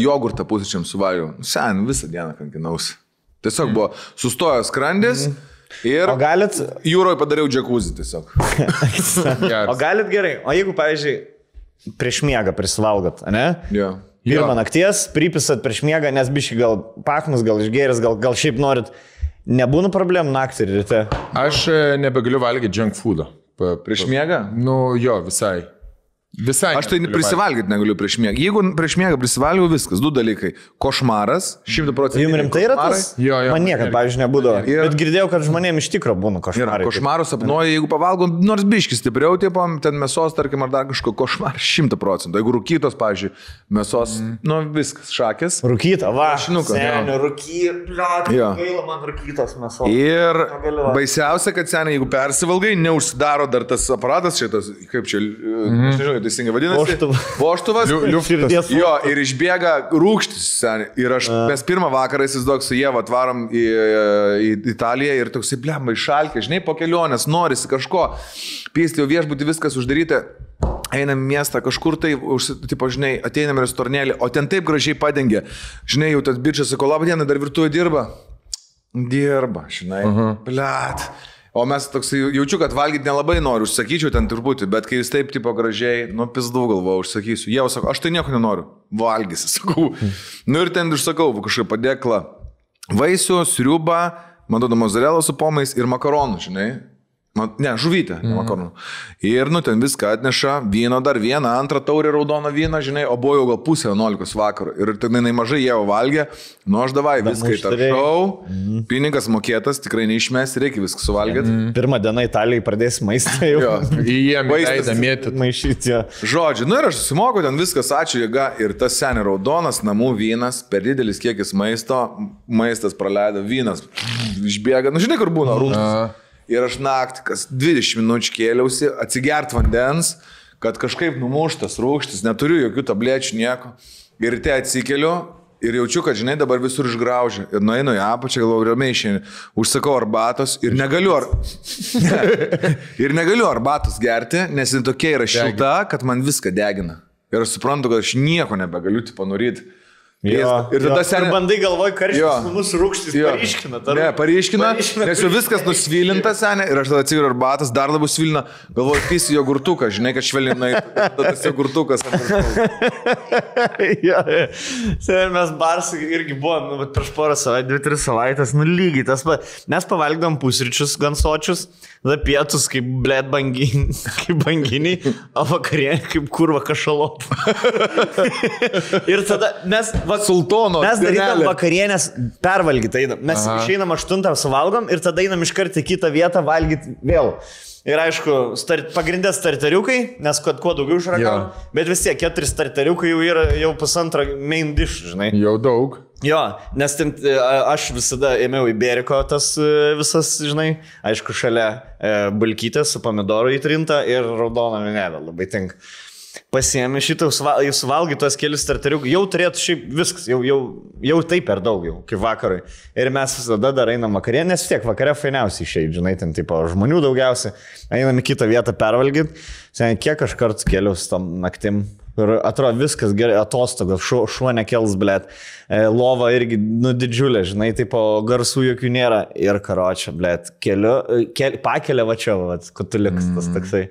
S3: jogurtą pusryčiam suvaliu. Sen, visą dieną kankinausi. Tiesiog buvo sustojęs skrandis ir
S1: Mhm. O galit,
S3: jūroje padariau džekuzį tiesiog.
S1: o
S2: geras.
S1: galit gerai. O jeigu, pavyzdžiui, prieš miegą prisivalgot, ne?
S3: Jo.
S1: Pirmą nakties, pripisat prieš miegą, nes biški gal paknus, gal išgeris, gal, gal šiaip norit. Nebūna problemų naktį ir ryte.
S2: Aš e, nebegaliu valgyti junk foodo. Pa-
S3: Prieš
S2: pa-
S3: miegą?
S2: Nu jo, visai. Visai.
S3: Aš tai
S2: negaliu
S3: prisivalgyti negaliu prieš miegą. Jeigu prieš miegą prisivalgiau viskas, du dalykai. Košmaras, šimtų procentų.
S1: Jums rimtai yra tas?
S2: Jo, jo.
S1: Man niekad, pavyzdžiui, nebūdavo.
S3: Ir-
S1: Bet girdėjau, kad žmonėms iš tikro būna
S3: Yra
S1: košmarai.
S3: košmarų sapnuoju, jeigu pavalgom, nors biškis stipriau, tipo, ten mėsos, tarkim, ar dar kažko košmaras, šimtų procentų. Jeigu rūkytos, pavyzdžiui, mėsos, mm. nu viskas, šakės.
S1: Rūkyta, va.
S3: Kiaušinuką,
S1: Seniai,
S3: Jo.
S1: rūkyta. Gaila man rūkytos mėsos.
S3: Ir
S1: Negaliu valgyt.
S3: baisiausia, kad seniai, jeigu persivalgai, neužsidaro dar tas aparatas šitas, kaip čia, mm. aš nežinau, kaip teisingai vadinasi.
S1: Vožtuvas.
S3: Voštuvas.
S2: Mhm. Liu- liu-
S1: Širdies.
S3: Jo, ir išbėga rūkštis, seniai. Ir aš, mes pirmą vakarą įsivaizduok su jie atvarom į, į Italiją ir toksai, blemba, išalkė, žinai, po kelionės, norisi kažko. Pysti jau viešbutį, viskas uždaryta. Einam į miestą kažkur tai, užsi- tipo, žinai, ateinam į restoranėlį, o ten taip gražiai padengia. Žinai, jau tas bičias sako, labą dieną, dar virtuvė dirba. Dirba, žinai. Uh -huh. Blet. O mes toksai jaučiu, kad valgyti nelabai noriu, užsakyčiau ten turbūt, bet kai jūs taip tipo gražiai, nu pizdu galvo, užsakysiu. Jie jau sako, aš tai nieko nenoriu, valgysi, sakau. Nu ir ten užsakau kažkaip padėklą. Vaisių, sriubą, man duoda mozzarella su pomais ir makaronų, žinai. Man, ne, žuvytė, mm. makaronų. Ir nu ten viską atneša, vyno dar vieną, antrą taurę raudono vyno, žinai, o buvo jau gal pusę 11 vakarų. Ir ten jinai mažai jie jau valgė, nu aš davai viską
S1: muštarei.
S3: įtaršau, mm. pinigas mokėtas, tikrai neišmės, reikia viską suvalgyti. Mm.
S1: Pirmą dieną Italijai pradės maistą jau
S3: Jo.
S2: Į jiem
S3: Vaistas-
S2: leidą mėtyti.
S1: maišyti. jo.
S3: Žodžiu, nu ir aš susimoku, ten viskas, ačiū jėga. Ir tas seniai raudonas namų vynas, per didelis kiekis maisto, maistas praleido, vynas išbėga, nu žinai, kur būna rūkas. Ir aš naktį, kas 20 minučių kėliausi, atsigert vandens, kad kažkaip numuštas rūkštis, neturiu jokių tablečių, nieko. Ir te atsikeliu. Ir jaučiu, kad, žinai, dabar visur išgraužia. Ir nueinu į apačią, lauriamiai šiandien. Užsakau arbatos ir negaliu, ar... ir negaliu arbatos gerti, nes jin tokia yra šilta, kad man viską degina. Ir aš suprantu, kad aš nieko nebegaliu panoryti.
S1: Jo,
S3: ir tada
S1: jo. Ir bandai galvoj
S3: Jo.
S1: karštis, sunus rūkštis,
S3: Jo.
S1: paryškina. tą
S3: Ne,
S1: rū-
S3: paryškina,
S1: paryškina,
S3: nes jau
S1: kur-
S3: viskas nusvilinta, senė, ir aš tada atsigeriu arbatas, dar labiau svilina, galvoju, pisi jogurtuką, žinai, kad švelninai, tada tas jogurtukas. ant viršaus.
S1: jo, jo. Seniai, mes barsai irgi buvom, nu, vat prieš porą savaitų, dvi, tris savaitės, nu lygiai tas pats. Mes pavalgdom pusryčius gansočius, tada pietus kaip blėt banginiai, kaip banginiai, o vakarė kaip kurva kašalop. Ir tada mes, va,
S3: Sultono
S1: Mes darydavom
S3: dienelė.
S1: vakarienės pervalgyti, einam. Mes Aha. išeinam aštuntą suvalgom ir tada einam iš karto į kitą vietą valgyti vėl. Ir aišku, start, pagrindė starteriukai, nes kuo, kuo daugiau išrakau,
S2: Jo.
S1: bet vis tiek keturi starteriukai jau yra jau pusantrą main dish, žinai.
S2: Jau daug.
S1: Jo, nes ten, e, a- aš visada ėmiau Iberiko tas e, visas, žinai, aišku, šalia e, bulkytę su pomidoru įtrinta ir raudoną vinelę labai tinka. Pasiemi šitą, suva- jūs valgy tuos kelius starteriukus, jau turėtų šiaip viskas, jau, jau, jau taip per daug jau, kaip vakarui. Ir mes visada dar einam vakarė, nes vis tiek vakare fainiausiai išeidžiu, žinai, ten tipo žmonių daugiausiai, einam į kitą vietą pervalgyti, sen kiek aš kartų kelius tam naktim. Ir atrodo viskas gerai, atostogas, šuo, šuo nekels, blėt. E, Lova irgi, nu, didžiulė, žinai, tipo garsų jokių nėra. Ir karočią, blėt, keliu, e, kel, pakelia va čia, va, kutulikas tas toksai.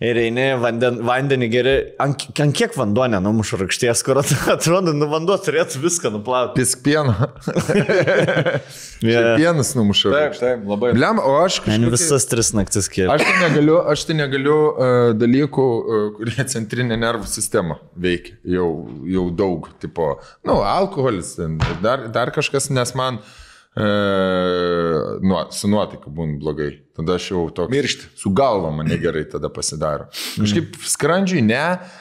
S1: Ir eini vanden, vandenį geri, ant, ant kiek vanduo nenumuša rakšties, kur at- atrodo, nu vanduo turėtų viską nuplauti.
S2: Pisk pieno.
S1: Yeah.
S2: Pienas numušau.
S3: Taip, taip, labai.
S2: Bliam, o aš
S1: Man
S2: kažkaip...
S1: visas tris naktis kėlė.
S2: Aš tai negaliu, aš tai negaliu uh, dalykų, uh, kurie centrinė nervų sistema veikia jau, jau daug, tipo, nu, alkoholis, ten, dar, dar kažkas, nes man uh, nu, su nuotaika būna blogai. Tada aš jau toks.
S3: Miršti.
S2: Su galva mane gerai tada pasidaro. Kažkaip skrandžiui ne,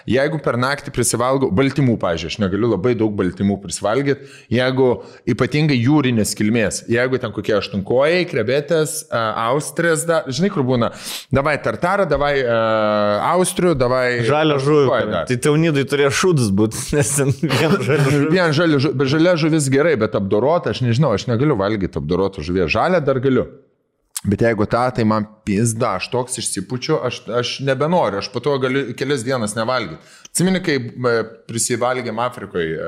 S2: jeigu per naktį prisivalgau, baltymų, pažiūrėjau, aš negaliu labai daug baltymų prisivalgyti, jeigu ypatingai jūrinės kilmės, jeigu ten kokie aštunkojai, krebetės, a, austrės, da, žinai kur būna, davai tartarą, davai a, austrių, davai...
S1: Žalio
S2: aštunkojai
S1: žuvį.
S2: dar.
S1: Tai taunydai turėjo šūdus būti, nes ten vien žalio žuvį.
S2: Vien žalia, žu- bet žalia žuvis gerai, bet apdorota, aš nežinau, aš negaliu valgyti apdorotą žuvį. Žalia dar galiu. Bet jeigu tą, tai man pizda, aš toks išsipučiu, aš, aš nebenoriu, aš po to galiu kelias dienas nevalgyti. Atsimeni, kai e, prisivalgėm Afrikoje, e,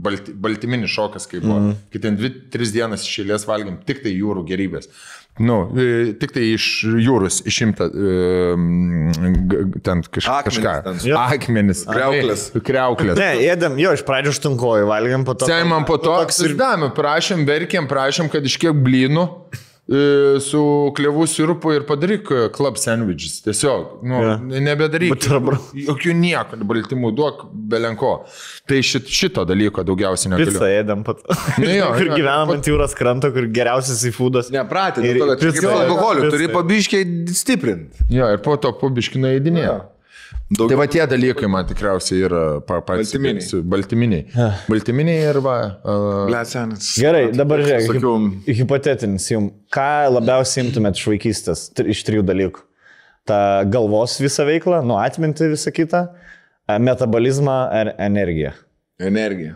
S2: balti, baltyminis šokas, kai buvo, mm. kai ten 2-3 dienas išėlės valgėm tik tai jūrų gerybės. Nu, e, tik tai iš jūros išimta e, g- g- ten kaž,
S3: Akmenys
S2: kažką.
S3: ten.
S2: Akmenis.
S3: Kriauklės.
S2: Kriauklės.
S1: Ne, ėdėm, jo, iš pradžių štunkojai valgėm, po to...
S2: Seniai man po to
S1: Nu, toks ir-
S2: apsirdami, prašėm, verkėm, prašėm, kad iš kiek blynų. e, su klevų sirupu ir padaryk e, club sandwiches. Tiesiog, nu,
S1: Jo.
S2: yeah. nebedaryk.
S1: Buterbro-
S2: Jokių nieko, baltymų duok, belenko. Tai šit, šito dalyko daugiausiai negaliu.
S1: Pica ėdėm pat.
S2: Nu jo,
S1: kur
S2: jo,
S1: gyvenam
S2: pat-
S1: ant jūros kranto, kur geriausias įfūdas.
S3: Nepratė,
S1: Ir
S3: dėl to, kad čia kaip
S1: pica-
S3: su alkoholiu,
S1: pica-
S3: turi pabiškiai stiprinti.
S2: Jo, ir po to pubiškina įdinėjo. Yeah.
S3: Daug
S2: Tai va tie dalykai man tikriausiai yra pa- patys
S3: Baltyminiai.
S2: geriausi. Baltyminiai. Baltyminiai ir va. Uh,
S3: Ble, senis.
S1: Gerai, dabar žiūrėk.
S3: Sakiau,
S1: hip- Hipotetinis jums. Ką labiausiai imtumėt iš vaikystės tr- iš trijų dalykų? Ta galvos visą veiklą, nu atminti visą kitą, e, metabolizmą ar energiją.
S3: energija.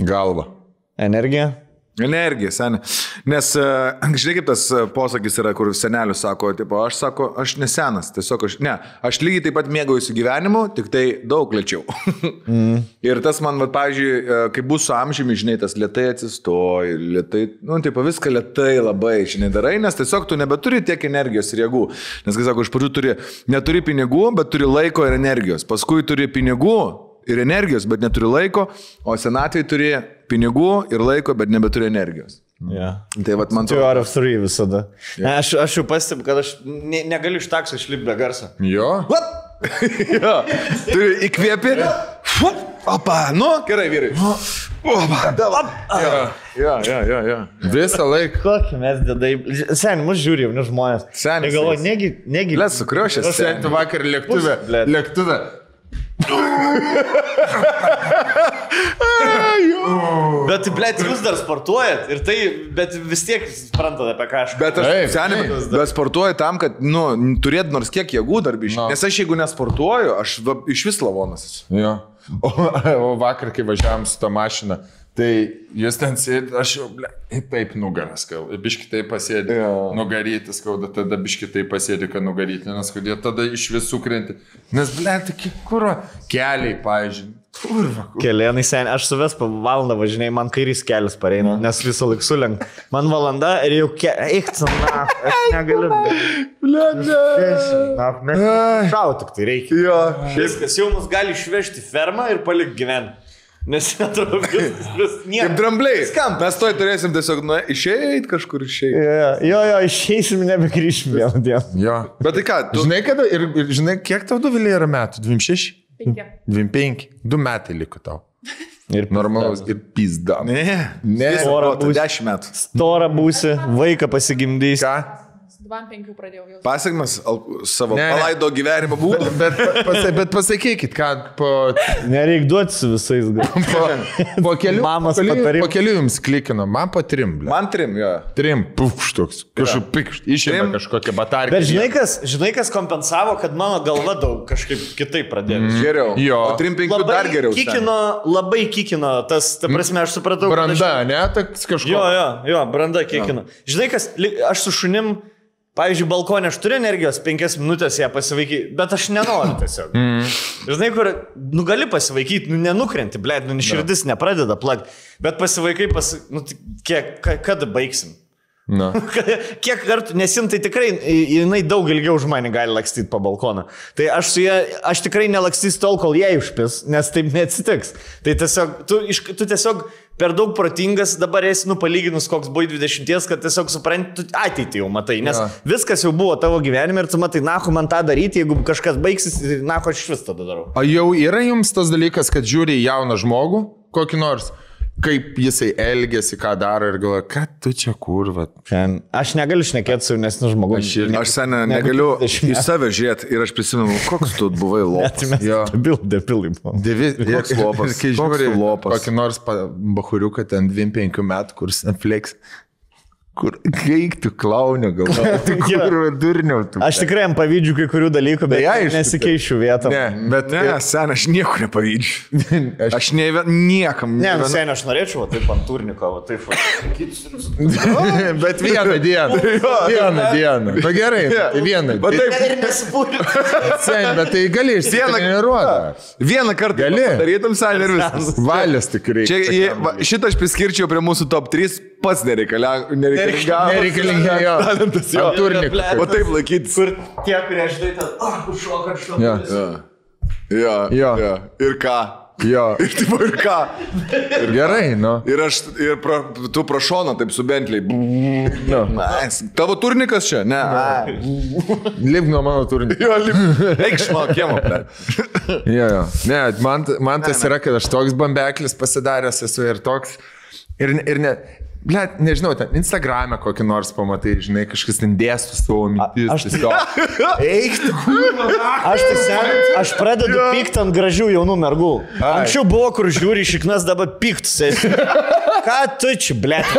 S2: e, galva.
S1: Energija?
S3: Energija, seniai. Nes, e, žinai, kaip tas e, posakis yra, kur senelius sako, tipo, aš sako, aš nesenas, tiesiog aš, ne, aš lygiai taip pat mėgaujuosi gyvenimu, tik tai daug lėčiau. mm. Ir tas man, va, pavyzdžiui, e, kai bus su amžiumi, žinai, tas lietai atsistoji, lietai, nu, tipo, viską lietai labai, žinai, darai, nes tiesiog tu nebeturi tiek energijos ir jėgų. Nes, kai sako, iš pradžių turi, neturi pinigų, bet turi laiko ir energijos, paskui turi pinigų, ir energijos, bet neturi laiko, o senatvėje turi pinigų ir laiko, bet nebeturi energijos.
S1: Yeah.
S3: Tai vad man
S1: Two
S3: atrodo.
S1: out of three visada. Yeah. Aš, aš jau pastebiu, kad aš ne, negaliu iš takso išlipti be garso.
S2: Jo.
S3: jo, turi įkvėpi. Fup, Opa, nu, gerai, vyrai. Opa, davap. Jo, jo, jo, jo.
S2: Visą laiką.
S1: Kokį mes dedai. Seniai, mus žiūri jauni žmonės.
S3: Senis
S1: Ir galvoju,
S3: jis.
S1: negi, negi.
S3: Lės sukriošęs.
S2: Sėdi vakar lėktuvė.
S1: Pus, blet.
S2: Lėktuvė.
S1: Bet, blėt, jūs dar sportuojat ir tai, bet vis tiek suprantate, apie ką aš.
S3: Bet
S2: Taip,
S3: aš seniai,
S2: taip.
S3: bet sportuoju tam, kad, nu, turėt nors kiek jėgų darbiškai.
S2: Na.
S3: Nes aš jeigu nesportuoju, aš va, iš vis lavonas esu.
S2: Jo. O, o vakar, kai važiavam su tą mašiną, tai jūs ten sėdėt, aš jau, ble, taip nugaras, gal, biškitai pasėdė,
S3: Jo.
S2: nugaryti skauda, tada biškitai pasėdė, kad nugaryti neskaudė, tada iš visų krenti. Nes, ble, tik kur keliai, pavyzdžiui. Kurva, kur.
S1: Kelienai seniai, aš savęs valandą važinėjau, man kairys kelias pareina, nes visą laiką sulenk. Man valanda ir jau ke... Eik, tu, na, aš negaliu. Ble, ne. Šau, tik tai reikia.
S3: Jo.
S1: Viskas, jau mus gali išvežti į fermą ir palikti gyventi. Nes atrodo, viskas, vis
S3: Kaip
S1: niekas.
S3: drambliai. Skam. Mes toj turėsim tiesiog, nu, išėjai kažkur išėjai.
S2: E.
S1: Jo, jo, išeisim, nebegrįšim vieną dieną.
S2: Jo.
S3: Bet tai ką, tu...
S2: Žinai, kada, ir, ir žinai, kiek tau duvilė yra metų? 26?
S6: Penki.
S2: 25. Du metai liko tau.
S1: Ir
S2: Normalus ir pizda.
S3: Ne.
S2: Ne.
S3: Visą
S1: Porą
S3: protą,
S1: būs-
S3: 10 metų.
S1: Stora būsi, vaiką pasigimdys.
S2: Ką?
S6: 25 pradėjau jau.
S3: Pasiekmes al- savo
S2: Ne, ne.
S3: palaido gyvenimo būdų.
S2: Bet, pasa, bet pasakykit, ką po,
S1: Nereik duoti su visais. gal.
S2: po, po kelių,
S1: Mamos
S2: po kelių,
S1: patarimų.
S2: po kelių jums klikino, man po trim. Ble.
S3: Man trim, jo.
S2: Trim, pukš toks, kažkaip pikšt, išėmė
S3: Trim.
S2: kažkokią batarkę.
S1: Bet žinai kas, žinai, kas kompensavo, kad mano galva daug kažkaip kitaip pradėjo. Mm.
S3: Geriau.
S2: Jo.
S3: O trim penkių dar geriau.
S1: Kikino, labai kikino tas, ta prasme, aš supratau. kad
S2: branda,
S1: Aš,
S2: ne, toks kažkoks.
S1: jo, jo, jo, branda kikino. Ja. Žinai kas, li- aš su šunim, pavyzdžiui, balkonė aš turiu energijos, penkias minutės ją pasivaikyti, bet aš nenoriu tiesiog. Mm. Žinai, kur, nu gali pasivaikyti, nu nenukrenti, blė, nu širdis ja. nepradeda plakti, bet pasivaikai, pas, nu tai kiek, ka- kada baigsim?
S2: Na.
S1: Kiek kartų, nes jin tai tikrai, i- jinai daug ilgiau už mane gali lakstyti po balkoną. Tai aš su ja, aš tikrai nelakstys tol, kol jai užpis, nes taip neatsitiks. Tai tiesiog, tu, iš, tu tiesiog per daug protingas dabar esi, nu, palyginus, koks buvai 20, kad tiesiog supranti, tu ateitį jau matai, nes
S2: Jo.
S1: ja. viskas jau buvo tavo gyvenime ir tu matai, na, ko man tą daryti, jeigu kažkas baigsis, tai na, ko aš iš vis tada darau.
S2: O jau yra jums tas dalykas, kad žiūri į jauną žmogų, kokį nors, kaip jisai elgesi, ką daro ir galvoja, kad tu čia kurva.
S1: Šiandien Aš negaliu šnekėti su jaunesniu žmogumi.
S2: Aš irgi.
S3: Aš seniai negaliu
S1: negu 20
S3: į save žiūrėti ir aš prisimenu, koks tu buvai lopas.
S2: Jo.
S1: Bildė, pilim.
S2: Devi,
S3: Koks lopas,
S2: Kai
S3: koks
S2: žiūri
S3: tu lopas.
S2: kokį nors pa- bahuriuką ten 25 metų, kur Netflix. Kur reiktų klaunio galvoje? Tai
S1: Jo.
S2: kur yra durniau? Tu.
S1: Aš tikrai jam pavydžiu kai kurių dalykų, bet
S2: Tai
S1: tai
S2: aišku,
S1: nesikeičiu vietą.
S2: Ne, bet
S3: Ne, sen, aš nieko nepavydžiu.
S2: Aš,
S3: Aš ne, niekam.
S1: Ne, nu
S3: neven-
S1: seniai aš norėčiau, va, taip ant turniuko, va, taip. va.
S2: bet vieną dieną. Vieną dieną. Na gerai, tai vieną.
S3: Va
S2: Tai-
S3: taip,
S1: Ir nesupūriu.
S2: Sen, bet tai gali
S3: Vieną-
S2: išsitreniruoti.
S3: vieną kartą
S2: Gali.
S3: Darytum seniai ir viskas.
S2: Valės tikrai.
S3: Čia, jie- va, šitą aš priskirčiau prie mūsų top 3, pats nereikalingas.
S2: Nereikalinga jo.
S3: Talentas, jo.
S2: Ant turnikų.
S1: Ble,
S3: O taip laikytis.
S1: Kur tie, kurie žinai, ten, ah, oh, užšoka, aš
S2: Jo.
S1: šoku.
S3: Jo,
S2: Jo.
S3: jo. Ir ką?
S2: Jo.
S3: Ir taip ir ką?
S2: Gerai, nu.
S3: Ir aš, ir pra, tu prašona taip su Bentley. Nice. Tavo turnikas čia? Ne.
S2: Lipk nuo mano turinio.
S3: Jo, lip. Eik iš mano kiemo, ble.
S2: Jo, jo. Ne, man, man tas yra, kad aš toks bambeklis pasidaręs esu ir toks. Ir, ne- ir ne, ble, nežinau, ten Instagram'e kokį nors pamatai, žinai, kažkas ten dėstų savo mintis.
S1: aš
S2: tiesiog.
S1: Nu,
S2: Eik, tu.
S1: Aš tai sen, aš pradedu pykt ant gražių jaunų mergų. Anksčiau buvo, kur žiūri šiknas, dabar pykt sėsi. Ką tu čia, ble?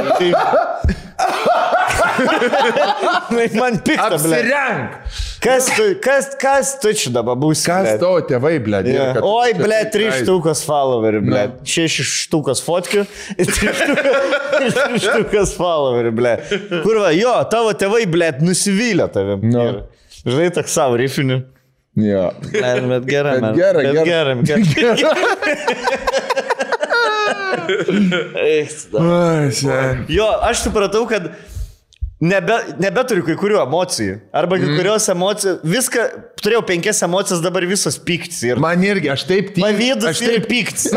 S1: Tai... Na, man pikta, ble.
S2: Apsirenk.
S1: Kas tu, kas, kas tu čia dabar būsi?
S2: Kas
S1: blet?
S2: tavo tėvai, ble?
S1: Jo.
S2: dirba, kad
S1: Oi,
S2: tu čia
S1: ble,
S2: taip
S1: trys
S2: leidi?
S1: štukas followerių, ble. Šešis štukas fotkių ir trys štukas- ir trys štukas followerių, ble. Kurva, jo, tavo tėvai, ble, nusivylė tavim.
S2: Nu.
S1: Ir, Žinai, toks savo rifiniu.
S2: Jo.
S1: Man, bet gerai,
S2: Bet
S1: man.
S2: gerai,
S1: bet gerai.
S2: gerai.
S1: gerai, gerai. Eik, da.
S2: Ai, sen.
S1: jo, aš supratau, kad nebe, nebeturiu kai kurių emocijų. Arba
S2: Mhm.
S1: kai kurios emocijos, viską, turėjau penkias emocijas, dabar visos piktis. Ir
S2: Man irgi, aš taip tyliu.
S1: Pavydus
S2: aš
S1: ir
S2: taip
S1: piktis.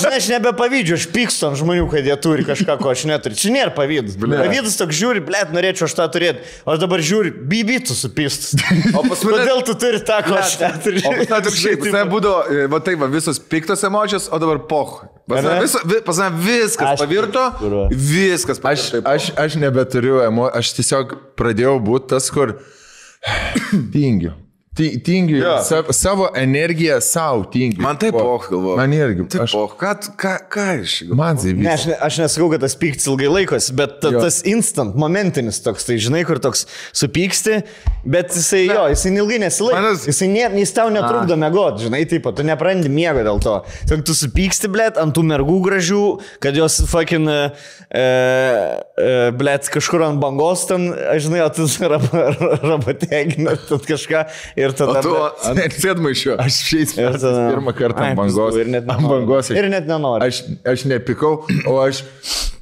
S1: Žinai, aš nebepavydžiu, aš pykstu ant žmonių, kad jie turi kažką, ko aš neturiu. Čia nėra pavydus. Pavydus toks žiūri, blėt, norėčiau aš tą turėti. O aš dabar žiūriu, bibitų supystus.
S3: O pas mane-
S1: Kodėl tu turi tą, ko aš neturiu?
S3: O pas mane atvirkščiai, pas mane būdavo, e, va taip, va, visos piktos emocijos, o dabar poch. Pas mane
S1: Ane?
S3: viso- vi- pas mane viskas
S1: Aš-
S3: pavirto,
S1: Kur-
S3: viskas
S2: Aš,
S3: pavirto. į poch.
S2: aš, aš nebeturiu emocijų, aš tiesiog pradėjau būti tas, kur tingiu. Ti- Tingiu
S3: Jo.
S2: ja. savo, savo energiją savo tingiu.
S3: Man taip poch galvoju.
S2: Man irgi.
S3: Taip,
S2: Aš,
S3: poch, ką, tu- ką, ką iš jų?
S2: man tai
S1: Ne,
S2: vis.
S1: aš, ne, aš nesakau, kad tas pyktis ilgai laikosi, bet ta,
S2: Jo.
S1: tas instant, momentinis toks, tai žinai, kur toks supyksti, bet jisai jo, jisai ilgai nesilaiko.
S3: Manęs-
S1: Jisai ne, jis tau netrukdo mėgoti, žinai, taip, tu neprandi miego dėl to. Ten tu supyksti, blėt, ant tų mergų gražių, kad jos fucking, e, e, blėt, kažkur ant bangos ten, aš žinai, o tu rabateginat kažką ir tada...
S3: O tu
S1: blet,
S3: ant sėdmaišio.
S2: Aš šiais
S1: ir
S2: metais
S1: tada-
S2: pirmą kartą
S1: Ai,
S2: ant bangos.
S1: paskui Ir net
S2: ant
S1: nenori.
S2: bangos.
S1: Ir net nenori.
S2: Aš, aš nepikau, o aš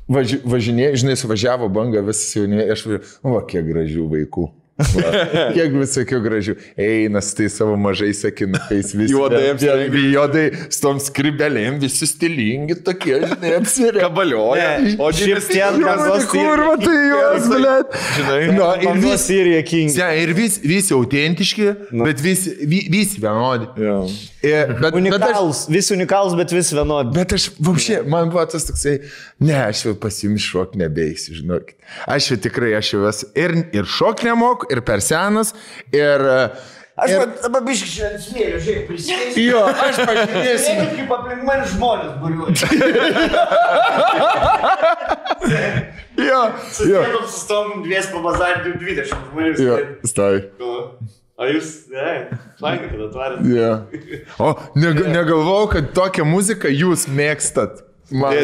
S2: važi, važinėjau, žinai, suvažiavo banga visas jaunimė, aš važiuoju, o kiek gražių vaikų. Va, kiek visokių gražių. Eina su tai savo mažais sakinukais, visi.
S3: Juodai
S2: ten-
S3: apsirengę.
S2: vien- Juodai, su tom skribelėm, visi stilingi tokie, žinai, apsirengę.
S3: Kabalioja.
S1: Ne,
S3: O
S1: šiaip
S3: didesni-
S1: tie ant bangos tai-
S2: Kurva tai jos, blėt. Nu, ir
S1: Bangos
S2: vis,
S1: ir jokingi.
S2: ja, ir vis, visi autentiški,
S1: Nu.
S2: bet visi, vi- visi vienodi.
S3: Jo.
S2: Ir- Bet, bet aš
S1: Unikalus, vis unikalus, bet vis vienodi.
S2: Bet aš, vapšė, man buvo tas toksai, ne, aš jau pas jums šok nebeisiu, žinokit. Aš jau tikrai, aš jau esu ir, ir šok nemoku, ir per senas, ir...
S7: Aš
S2: ir,
S7: pat dabar biškai čia ant smėlio, žiūrėk, prisėsiu.
S2: Jo, aš pažiūrėsiu.
S7: Sėdėk kaip aplink mane žmonės būriuoja.
S2: Jo, jo,
S1: sustom dvies pabazarti 20 žmonių.
S2: jo, stai.
S1: O jūs, ne, lankė, kad atvarėte.
S2: Jo. O neg negalvojau, kad tokią muziką jūs mėgstat. Man,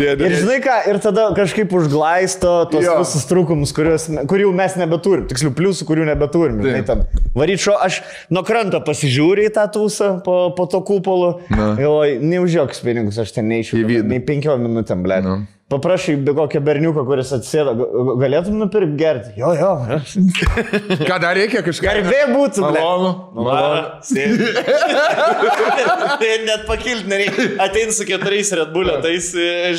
S1: Ir žinai ką, ir tada kažkaip užglaisto tos
S2: Jo.
S1: jo. visus trūkumus, kuriuos me- kurių mes nebeturim, tiksliau pliusų, kurių nebeturim. žinai, ten. Varyčio, aš nuo kranto pasižiūriu į tą tūsą po, po to kupolu.
S2: Na.
S1: Galvoju, neužjoks pinigus, aš ten neišiu.
S2: Į vidų.
S1: Nei penkiom minutėm, ble.
S2: Nu.
S1: Paprašai be kokio berniuko, kuris atsėda, ga- galėtum nupirkti gerti. Jo, jo, aš
S2: Ką dar reikia kažką?
S1: Garbė būtų, ble.
S2: Malonu.
S1: Malonu. Sėdi. Net pakilti nereikia. Atein su keturiais Red Bullio, tai jis,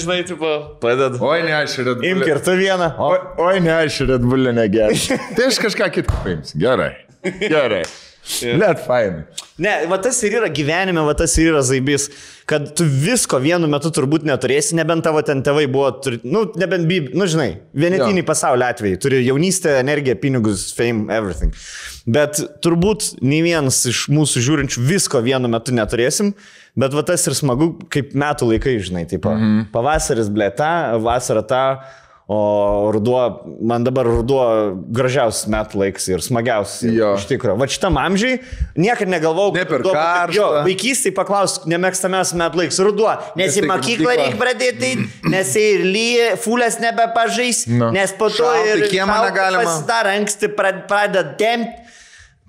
S1: žinai, tipo, padeda.
S2: Oi, ne, aš ir
S1: Imk ir tu vieną. O,
S2: Oi, oi, ne, aš Red Bullio negeriu. Tai aš kažką kitką paimsiu. Gerai. Gerai. Net fainai.
S1: Ne, va tas ir yra gyvenime, va tas ir yra zaibys, kad tu visko vienu metu turbūt neturėsi, nebent tavo ten tėvai buvo, turi, nu, nebent, bi- nu, žinai, vienetiniai pasaulio atvejai, turi jaunystę, energiją, pinigus, fame, everything. Bet turbūt nei vienas iš mūsų žiūrinčių visko vienu metu neturėsim, bet va tas ir smagu, kaip metų laikai, žinai, taip, mm. pavasaris blėta, vasara ta. O ruduo, man dabar ruduo gražiausias metų laikas ir smagiausias.
S2: Jo.
S1: Iš tikrųjų, va šitam amžiai niekad negalvau,
S3: Ne per
S1: Tuo pat-
S3: karšta.
S1: Jo, vaikystėje paklausk, nemėgstamiausias metų laikas ruduo, nes
S3: Nes
S1: į
S3: tai
S1: mokyklą
S3: mokykla.
S1: reikia pradėti, eit, nes ir lyja, fulės nebepažais,
S2: Nu.
S1: nes po to
S3: Šalta,
S1: ir
S3: į kiemą
S1: šalta
S3: negalima.
S1: Pasidaro anksti, pra- pradeda tempti.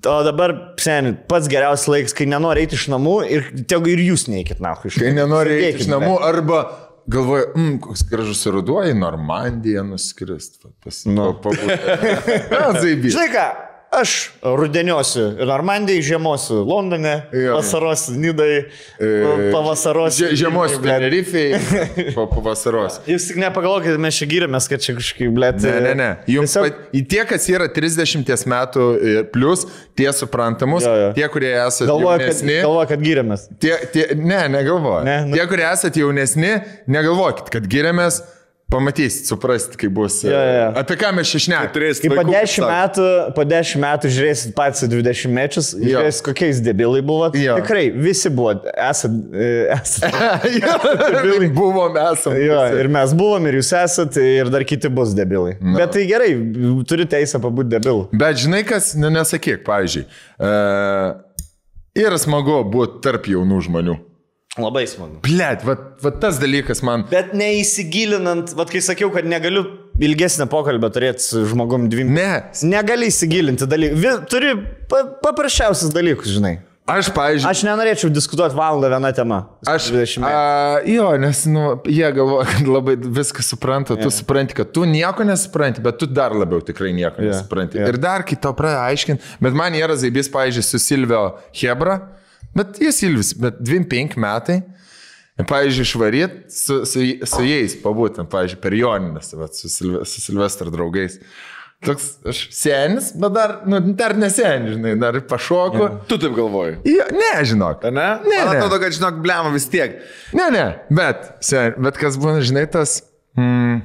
S1: O dabar, seniai, pats geriausias laikas, kai nenori eiti iš namų ir tegu ir jūs neikit nahu iš
S2: Kai
S1: namų.
S2: nenori eiti
S1: Sėdėkit,
S2: iš
S1: ble.
S2: namų arba galvoju, mm, koks gražus ruduo į Normandiją nuskrist. va, Pas, no. pa, pa, pa,
S1: Nu. Žinai ką, Aš rudeniosiu Normandijai, žiemosiu Londone,
S2: Jo. E,
S1: vasarosiu Nidai, nu, pavasarosiu.
S2: Žie- Žiemos
S1: Vilniuj, blet.
S2: Tenerifei po pavasaros.
S1: Jūs tik nepagaukite, mes čia gyrėmės, kad čia kažkaip, blėt.
S2: Ne, ne, ne. Jums
S1: tiesiog-
S2: pat, į tie, kas yra 30 metų ir plus, tie suprantamus,
S1: Jo, jo.
S2: tie, kurie esate
S1: Galvoju, kad,
S2: jaunesni.
S1: galvoju, kad gyrėmės.
S2: Tie, tie, ne, negalvoju.
S1: Ne,
S2: Ne,
S1: nu-
S2: nu... Tie, kurie esate jaunesni, negalvokit, kad giriamės, pamatysit, suprasit, kaip bus. e,
S1: Jo, jo, jo.
S2: Apie ką mes čia šnekame.
S3: Turėsit
S1: Kai po
S3: vaikų, kaip
S1: 10
S3: sako.
S1: metų, po 10 metų žiūrėsit patys 20 mečius,
S2: Jo.
S1: žiūrėsit, kokiais debilai buvot.
S2: Jo.
S1: Tikrai, visi buvot, esat, e, esat.
S2: Vilai buvome, esame.
S1: Jo, ir mes buvom, ir jūs esat, ir dar kiti bus debilai. No. Bet tai gerai, turi teisę pabūti debilu.
S2: Bet žinai, kas, ne, nesakyk, pavyzdžiui, e, yra smagu būti tarp jaunų žmonių.
S1: Labai smagu.
S2: Blet, va, va tas dalykas man.
S1: Bet neįsigilinant, vad kai sakiau, kad negaliu ilgesnį pokalbį turėti su žmogum dviem.
S2: Ne,
S1: Negali įsigilinti dalykų. Turi pa, paprasčiausias dalykus, žinai.
S2: aš, pavyzdžiui,
S1: Aš nenorėčiau diskutuoti valandą vieną temą.
S2: Aš,
S1: 20 metų.
S2: a, jo, nes nu, jie galvoja, kad labai viską supranta, tu supranti, kad tu nieko nesupranti, bet tu dar labiau tikrai nieko
S1: Jo,
S2: nesupranti.
S1: jo.
S2: Ir dar kito pradeda aiškinti, bet man yra Zaibys, pavyzdžiui, su Silvio Hebra, bet jis Silvis, bet 25 metai. Ir, Pavyzdžiui, išvaryt su, su, su jais, pabūtent, pavyzdžiui, per Joninės, vat, su, Silve, su Silvestro draugais. Toks, aš senis, bet dar, nu, dar nesenis, žinai, dar ir pašoku.
S3: Tu taip galvoji.
S2: Jo, ne, žinok.
S3: Ar Ne?
S2: Ne,
S3: Man
S2: ne.
S3: atrodo, kad žinok, blema vis tiek.
S2: Ne, ne, bet, sen, bet kas būna, žinai, tas mm,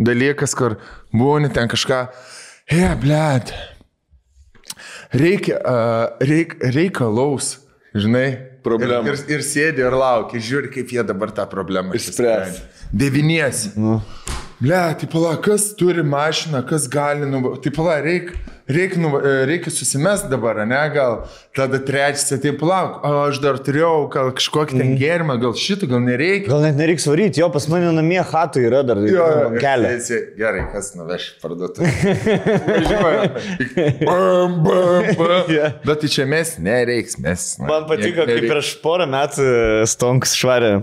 S2: dalykas, kur būni ten kažką, he, blėt, reikia, uh, reik, reikalaus, žinai,
S3: Problemų.
S2: Ir, ir, ir sėdi ir lauki, žiūri, kaip jie dabar tą problemą
S3: Išspręs.
S2: išsprendžia. Deviniesi. Nu. Ble, tai pala, kas turi mašiną, kas gali, nu, tai pala, reikia reik, nu, reik susimest dabar, ne, gal tada trečias, tai palauk, o aš dar turėjau gal kažkokį ten gėrimą, gal šitą, gal nereikia.
S1: Mhm. Gal net nereiks varyti, jo pas mane namie hatų yra dar
S2: ir
S1: kelią.
S2: sėsi, tai Gerai, kas nuveš į parduotuvę. Važiuoja. Bam, bam, bam.
S1: Jo.
S2: Bet tai čia mes nereiks, mes. na,
S1: Man patiko,
S2: niek-
S1: kaip
S2: nereiks.
S1: prieš porą metų e, Stonks švarė,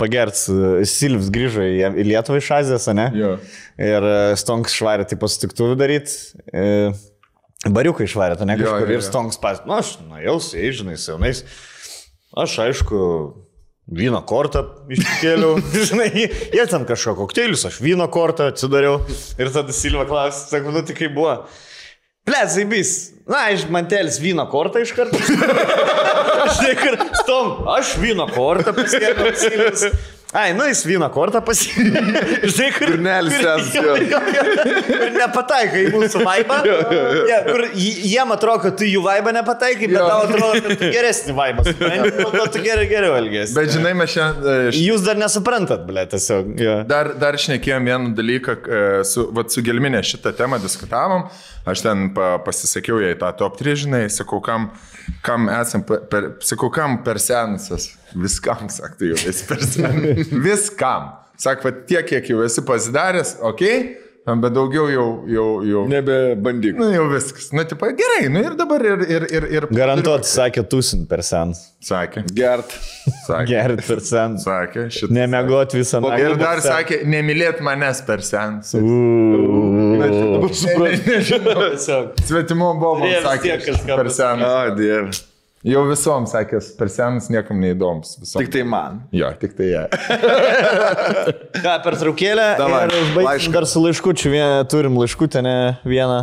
S1: pagerts, e, Silvs grįžo į į Lietuvą iš Azijos, ne?
S2: Jo.
S1: Ir e, Stonks švarė, tai pasitiktuvių daryti. E, Bariukai išvarė, ne
S2: Jo,
S1: kažkur.
S2: jo,
S1: Ir
S2: jo.
S1: Stonks pas, nu aš nuėjau su jais, žinai, su jaunais. Aš aišku, vyno kortą iškėliau, žinai, jie ten kažko kokteilius, aš vyno kortą atsidariau. Ir tada Silva klausė, sakau, nu tai kaip buvo. Plezaibys, na, iš mantelis vyno kortą iš karto. Aš tik ir stom, aš vyno kortą pasikėliau. Silvis. Ai, nu jis vyno kortą pasikėlė. Žinai, kur...
S3: Durnelis sens, jo.
S1: Ir nepataikai į mūsų vaibą. Ja, kur ji- jiem atrodo, kad tu jų vaibą nepataikai, bet
S2: Jo.
S1: tau atrodo, kad tu geresnį vaibą. supranti, dėl to Tu geriau, geriau elgesi.
S2: Bet žinai, mes šiandien... e,
S1: Jūs dar nesuprantat, ble, tiesiog. Jo.
S2: Dar, dar šnekėjom vieną dalyką, e, su, vat, su Gelminė šitą temą diskutavom, aš ten pa, pasisakiau jai tą top 3, žinai, sakau, kam, kam esam, pe- per, sakau, kam per senusas, viskam, sakai, jau esi per senusas, viskam. Sakai, tiek, kiek jau esi pasidaręs, ok, bet daugiau jau, jau, jau, ne.
S3: Nebebandyk.
S2: nu, jau viskas. Nu, tipo, gerai, nu ir dabar ir... ir, ir, ir
S1: Garantuot, sakė, tusin per sen.
S2: Sakė,
S3: Gert.
S2: sakė,
S1: Gerit per sen.
S2: sakė, šitą.
S1: Nemiegot visą naktį.
S2: Ir dar
S1: per sen.
S2: sakė, nemylėt manęs per senusas.
S1: Uuu. Tiesiog.
S2: Svetimo bombom
S1: Turėjo vis
S2: sakė,
S1: tiek
S2: aš
S1: kažką
S2: per senas.
S3: O, Dieve.
S2: Jau visom sakė, aš per senas niekam neįdomus. Visom.
S3: Tik tai man.
S2: Jo, tik tai jie.
S1: Ką, pertraukėlę
S3: Davai,
S1: ir užbaigsim
S3: laišką.
S1: dar su laiškučiu. Vien, turim laiškutę, ne vieną.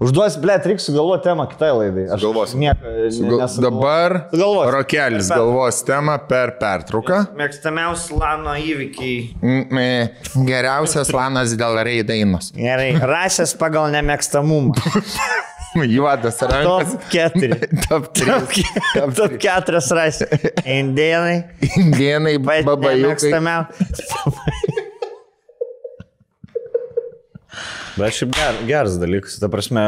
S1: Užduos, ble, reiks sugalvoti temą kitai laidai. Aš
S3: Sugalvosim.
S1: Nieko,
S2: Gal, dabar
S1: Sugalvosim.
S2: Rokelis
S1: Per-
S2: galvos temą per pertrauką.
S1: Mėgstamiausi Lano įvykiai.
S2: Mm, e, Geriausias planas dėl reidainos.
S1: Gerai, rasės pagal nemėgstamumą.
S2: Juodas rankas.
S1: Top 4.
S2: Top 3.
S1: Top 4 rasės. Indėnai.
S2: Indienai, babajai.
S1: Bet šiaip ger, geras dalykas, ta prasme,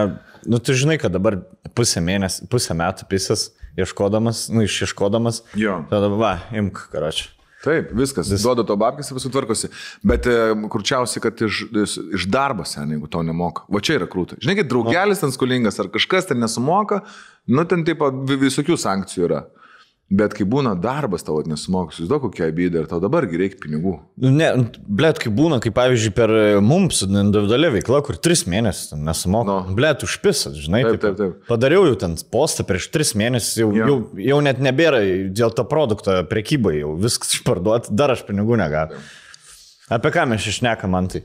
S1: nu tu žinai, kad dabar pusę, mėnesį, pusę metų pisas ieškodamas, nu išieškodamas.
S3: Jo.
S1: Tada va, imk, karoči.
S3: Taip, viskas. Vis. Duoda to babkis ir visų tvarkosi. Bet e, kurčiausia, kad iš, iš, iš darbo sen, jeigu to nemoka. Va čia yra krūta. Žinai, kai draugelis ten skolingas ar kažkas ten nesumoka, nu ten taip vi- visokių sankcijų yra. Bet kai būna darbas tavo nesumokus, jūs daug kokia abydė ir tau dabargi reikia pinigų.
S1: Ne, blėt, kaip būna, kaip pavyzdžiui, per e, mums individuali veikla, kur tris mėnesius ten nesumokau.
S3: Nu.
S1: No. Blėt, užpisat, žinai.
S3: Taip,
S1: tipo,
S3: taip, taip.
S1: Padariau jau ten postą prieš tris mėnesius, jau,
S3: Jo.
S1: jau, jau net nebėra dėl to produkto prekybai, jau viskas išparduota, dar aš pinigų negavau. Apie ką mes išnekam, man tai?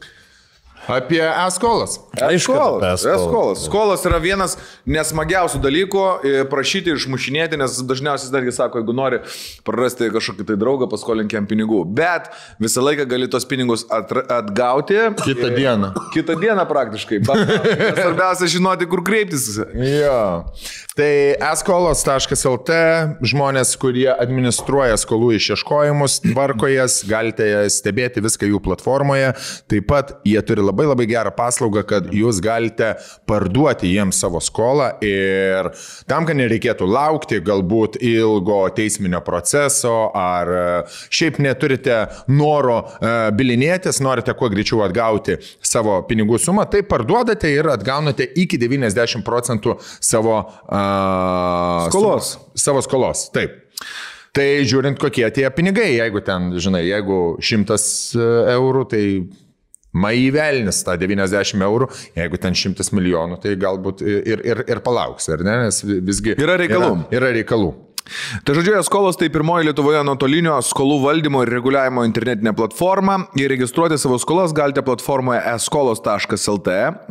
S2: Apie eskolas.
S1: Aišku, kad apie
S3: Skolas.
S1: eskolą.
S3: Skolas. Skolas yra vienas nesmagiausių dalykų e, prašyti išmušinėti, nes dažniausiai jis dargi sako, jeigu nori prarasti kažkokį tai draugą, paskolink jam pinigų. Bet visą laiką gali tos pinigus atra- atgauti. E,
S2: Kitą dieną.
S3: Kitą dieną praktiškai. bet Svarbiausia žinoti, kur kreiptis.
S2: Jo. Tai eskolos.lt žmonės, kurie administruoja skolų išieškojimus, tvarko jas, galite stebėti viską jų platformoje. Taip pat jie turi labai labai gerą paslaugą, kad jūs galite parduoti jiems savo skolą ir tam, kad nereikėtų laukti galbūt ilgo teisminio proceso ar e, šiaip neturite noro e, bilinėtis, norite kuo greičiau atgauti savo pinigų sumą, tai parduodate ir atgaunate iki 90 procentų savo a,
S3: Skolos.
S2: sum- Savo skolos, taip. Tai žiūrint, kokie tie pinigai, jeigu ten, žinai, jeigu 100 eurų, tai maivelnis tą 90 eurų, jeigu ten 100 milijonų, tai galbūt ir, ir, ir palauks, ar ne, nes visgi
S3: Yra reikalų.
S2: Yra, yra reikalų.
S3: Tai žodžiu, Eskolos tai pirmoji Lietuvoje nuotolinio skolų valdymo ir reguliavimo internetinė platforma. Įregistruoti savo skolas galite platformoje eskolos.lt.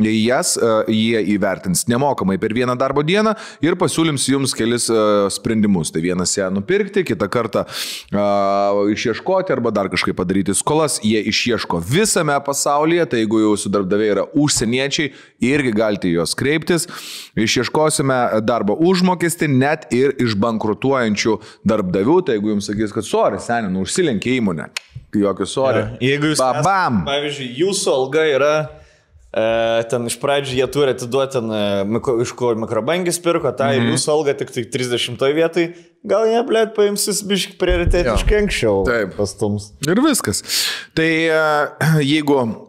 S3: Jas e, jie įvertins nemokamai per vieną darbo dieną ir pasiūlys jums kelis e, sprendimus. Tai vienas ją nupirkti, kitą kartą e, išieškoti arba dar kažkaip padaryti skolas. Jie išieško visame pasaulyje, tai jeigu jūsų darbdaviai yra užsieniečiai, irgi galite į juos kreiptis. Išieškosime darbo užmokestį net ir iš bankrutuojančių darbdavių, tai jeigu jums sakys, kad sorry, seniai, nu užsilenkė įmonę. Jokio sorry.
S1: Jeigu jūs...
S3: Babam.
S1: esat, Pavyzdžiui, jūsų alga yra... e, Ten iš pradžių jie turi atiduoti, ten, e, mikro, iš ko mikrobangis pirko, tą
S2: Mhm.
S1: mm -hmm. jūsų algą tik tai 30 vietai, gal jie, blėt, paims jūs biškai prioritetiškai anksčiau.
S3: Taip.
S1: Pastums.
S3: Ir viskas. Tai e, jeigu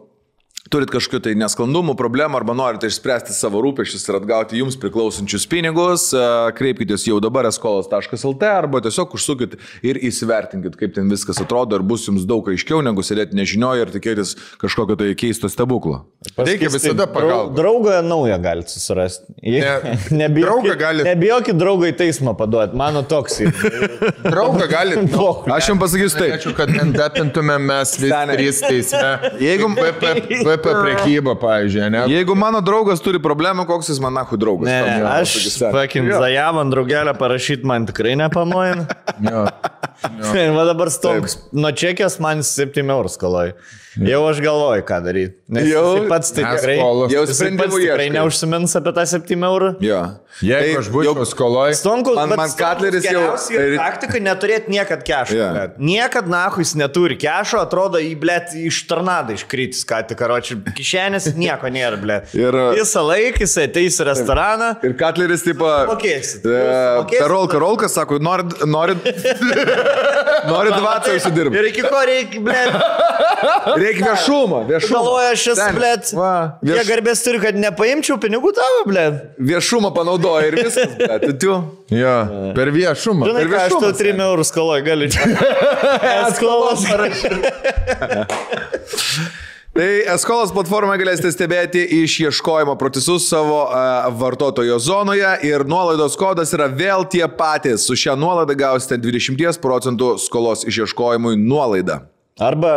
S3: turit kažkokių tai nesklandumų, problemų arba norite išspręsti savo rūpešius ir atgauti jums priklausančius pinigus, e, kreipkitės jau dabar eskolas.lt arba tiesiog užsukit ir įsivertinkit, kaip ten viskas atrodo ir bus jums daug aiškiau, negu sėdėti nežinioje ir tikėtis kažkokio tai keisto stebuklo.
S2: Reikia visada pagalbos.
S1: Draugą naują galite susirasti. Je,
S2: Ne, draugą
S1: nebijokit,
S2: galit-
S1: nebijokit draugą į teismą paduoti, mano toks.
S2: Draugą gali. nu,
S3: Aš jums pasakysiu taip.
S2: Ačiū, kad endapintumėm mes visi
S3: Senai.
S2: trys teisme.
S3: Jeigu,
S2: VP, VP prekyba, pavyzdžiui, ne?
S3: jeigu mano draugas turi problemą, koks jis manahu draugas?
S1: Ne,
S3: Tau
S1: ne,
S3: geriau
S1: aš
S3: pasakysiu.
S1: fucking Zajaman draugelę parašyti man tikrai nepamoja.
S2: Jo.
S1: Va dabar stonks. Nuo čekės man 7 eurų skoloj. Jau aš galvoju, ką daryti. Nes jau
S3: Jau
S1: pats tai
S2: mes
S1: tikrai.
S2: skolos.
S3: Jau
S1: jisai pats
S3: sprendimų
S1: tikrai
S3: ieškai.
S1: neužsimins apie tą 7 eurų.
S3: Jo.
S2: Jeigu
S3: Tai
S2: aš būčiau
S3: jau-
S2: skoloj,
S1: Stonkus,
S3: Man- man Cutleris jau- ir-
S1: Taktika neturėti niekad kešo.
S3: Jo.
S1: Yeah. Niekad nahu jis neturi kešo, atrodo, į blėt iš tornadą iškritis, ką tik karočiui. Kišenės nieko nėra, blėt.
S3: Ir-
S1: Visą laiką jis ateis į restoraną.
S3: Ir Katleris, taip,
S1: Mokėsit. Mokėsit.
S3: Perolka, Rolka, sako, norit, norit, norit dvacą užsidirbti.
S1: Tai Ir iki ko reikia, blėt.
S3: Reikia viešumo, viešumo.
S1: Galvoju, aš esu,
S3: Ten,
S1: blėt.
S3: va,
S1: Jie
S3: Vieš,
S1: garbės turi, kad nepaimčiau pinigų tavo, blėt.
S3: viešumą panaudoja ir viskas. blet, tu- Tu.
S2: jo, per viešumą.
S1: Žinai,
S3: Ir
S1: ką, aš tau
S3: viešumas,
S1: 3 eurų skoloj galiu čia. Skolos parašyti.
S3: Tai Eskolos platformoje galėsite stebėti išieškojimo procesus savo uh, vartotojo zonoje ir nuolaidos kodas yra vėl tie patys. Su šia nuolaida gausite 20 procentų skolos išieškojimui nuolaidą.
S1: Arba,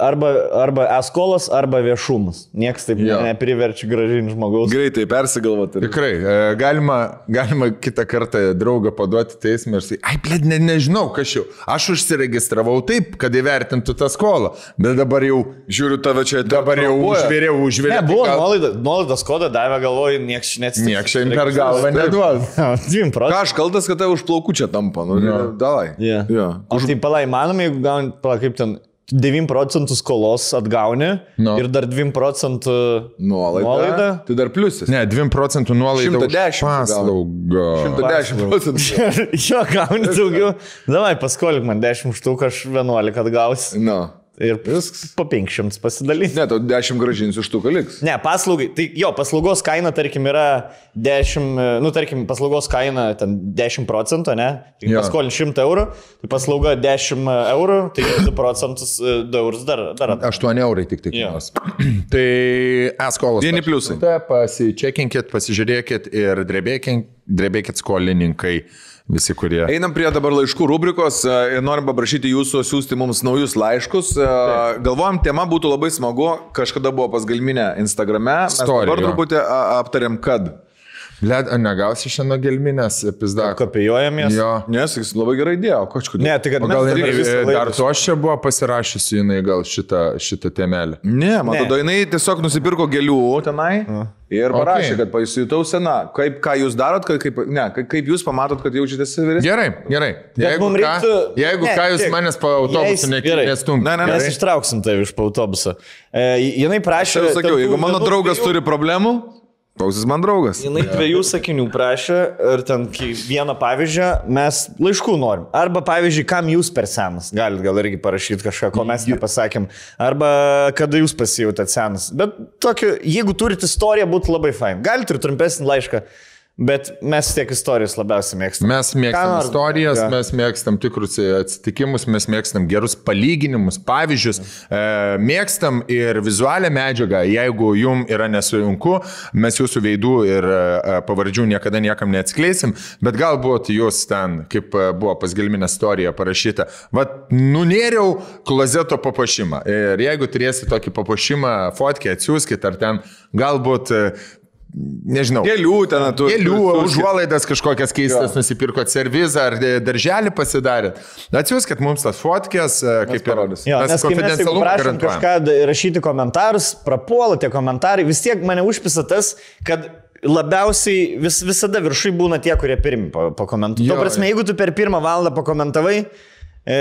S1: arba, arba eskolas, arba viešumas. Niekas taip
S2: Jo.
S1: jo. nepriverčia gražinti žmogaus.
S3: Greitai persigalvoti.
S2: Tikrai, e, galima, galima kitą kartą draugą paduoti teismą ir sakyti, ai, blėd, ne, nežinau, kas jau. Aš užsiregistravau taip, kad įvertintų tą skolą, bet dabar jau,
S3: Žiūriu tave čia.
S2: dabar jau
S3: traumuoja.
S2: užvėriau, užvėriau.
S1: Ne, buvo nuolaida, nuolaidos kodą davė, galvoju, niekas čia neatsitiko.
S2: Niekas šiandien per galvą neduos.
S1: 2
S3: Ką
S1: procentų.
S3: aš kaltas, kad tai už plaukų čia tampa, nu, no. davai.
S1: Jo.
S3: Jo.
S1: O tai palai, manoma, jeigu gauni, palai, kaip ten, 9 procentų skolos atgauni
S2: Nu.
S1: ir dar 2 procentų
S3: Nuolaida.
S1: nuolaida.
S3: Tai dar pliusas.
S2: Ne, 2 procentų nuolaida. už
S3: 110
S2: Paslaugą.
S3: 110 procentų.
S1: jo, gauni daugiau. Davai, paskolink man 10 štuk, aš 11 atgausiu.
S3: Na.
S1: Ir viskas. po 500 pasidalinti.
S3: Nu. Ne, tau 10 gražinsiu, štuka liks.
S1: Ne, paslaugai. Tai jo, paslaugos kaina, tarkim, yra 10, e, nu, tarkim, paslaugos kaina ten 10 procentų, ne? Tai
S2: Jo.
S1: paskolin 100 eurų, tai paslauga 10 eurų, tai 2 procentus 2 eurus dar. dar atgal.
S2: 8 eurai tik tai
S1: Jo.
S2: kainuos. tai eskolos.
S3: Vieni pliusai.
S2: Pasičekinkit, pasižiūrėkit ir drebėkit, drebėkit skolininkai, visi kurie.
S3: Einam prie dabar laiškų rubrikos e, ir norim paprašyti jūsų siūsti mums naujus laiškus. E, Galvojam, tema būtų labai smagu, kažkada buvo pas Galminę Instagrame. Mes
S2: Story,
S3: dabar
S2: jo.
S3: truputį a, aptariam, kad.
S2: Led, negausi šiandien gelminės pizdaką.
S1: Kopijuojamės.
S2: Jo.
S3: Nes jis labai gerai dėjo, kažkodėl.
S1: Ne, tai kad
S2: O gal
S1: mes
S2: jinai,
S1: dabar visą
S2: e,
S1: laidą
S2: dar to aš čia buvo pasirašysi, jinai gal šitą, šitą temelį.
S3: Ne, man
S1: Ne.
S3: atrodo, jinai tiesiog nusipirko gėlių tenai ir
S2: Okay.
S3: parašė, kad pasijutau sena. Kaip, ką jūs darot, kad, kaip, ne, kaip- kaip jūs pamatot, kad jaučiatės vyresnis?
S2: Gerai, gerai. Jeigu,
S1: mum
S2: ką,
S1: reiktų-
S2: jeigu
S1: ne,
S2: ką jūs
S1: tiek.
S2: manęs po autobusu
S1: Leis- gerai.
S2: nestumtumėte.
S3: Ne, ne, ne.
S1: Mes ištrauksim tave iš po autobuso. E, jinai
S3: Aš
S1: prašė.
S3: jau sakiau,
S1: ten tų
S3: jeigu mano
S1: vienų
S3: draugas
S1: dviejų-
S3: turi problemų, toks jis man draugas.
S1: Jinai dviejų sakinių prašė ir ten ki- vieną pavyzdį mes laiškų norim. Arba pavyzdžiui, kam jūs per senas, galit gal irgi parašyti kažką, ko mes nepasakėm. Arba kada jūs pasijutėt senas. Bet tokiu, jeigu turit istoriją, būtų labai fain. Galit ir trumpesnį laišką, bet mes tiek istorijas labiausiai mėgstam.
S2: Mes mėgstam
S1: Ką nors-
S2: istorijas,
S1: Jo.
S2: mes mėgstam tikrus e, atsitikimus, mes mėgstam gerus palyginimus, pavyzdžius, e, mėgstam ir vizualią medžiagą. Jeigu jum yra nesunku, mes jūsų veidų ir e, e, pavardžių niekada niekam neatskleisim, bet galbūt jūs ten, kaip e, buvo pas Gelminę istoriją parašyta, vad, nunėriau klozeto papuošimą. Ir jeigu turėsit tokį papuošimą, fotkę atsiųskit ar ten galbūt, e, nežinau
S3: Gėlių ten turi.
S2: gėlių, užuolaidas kažkokias keistas nusipirkot servizą ar e, darželį pasidarėt. Nu, Atsiųskit mums tas fotkės, e, kaip ir
S3: parodysim.
S1: Jo, nes kai mes jau prašom kažką da- rašyti komentarus, prapuola tie komentarai, vis tiek mane užpisa tas, kad labiausiai vis, visada viršui būna tie, kurie pirmi pakomentuoja.
S2: Jo,
S1: Tuo prasme,
S2: jo.
S1: jeigu tu per pirmą valandą pakomentavai, e,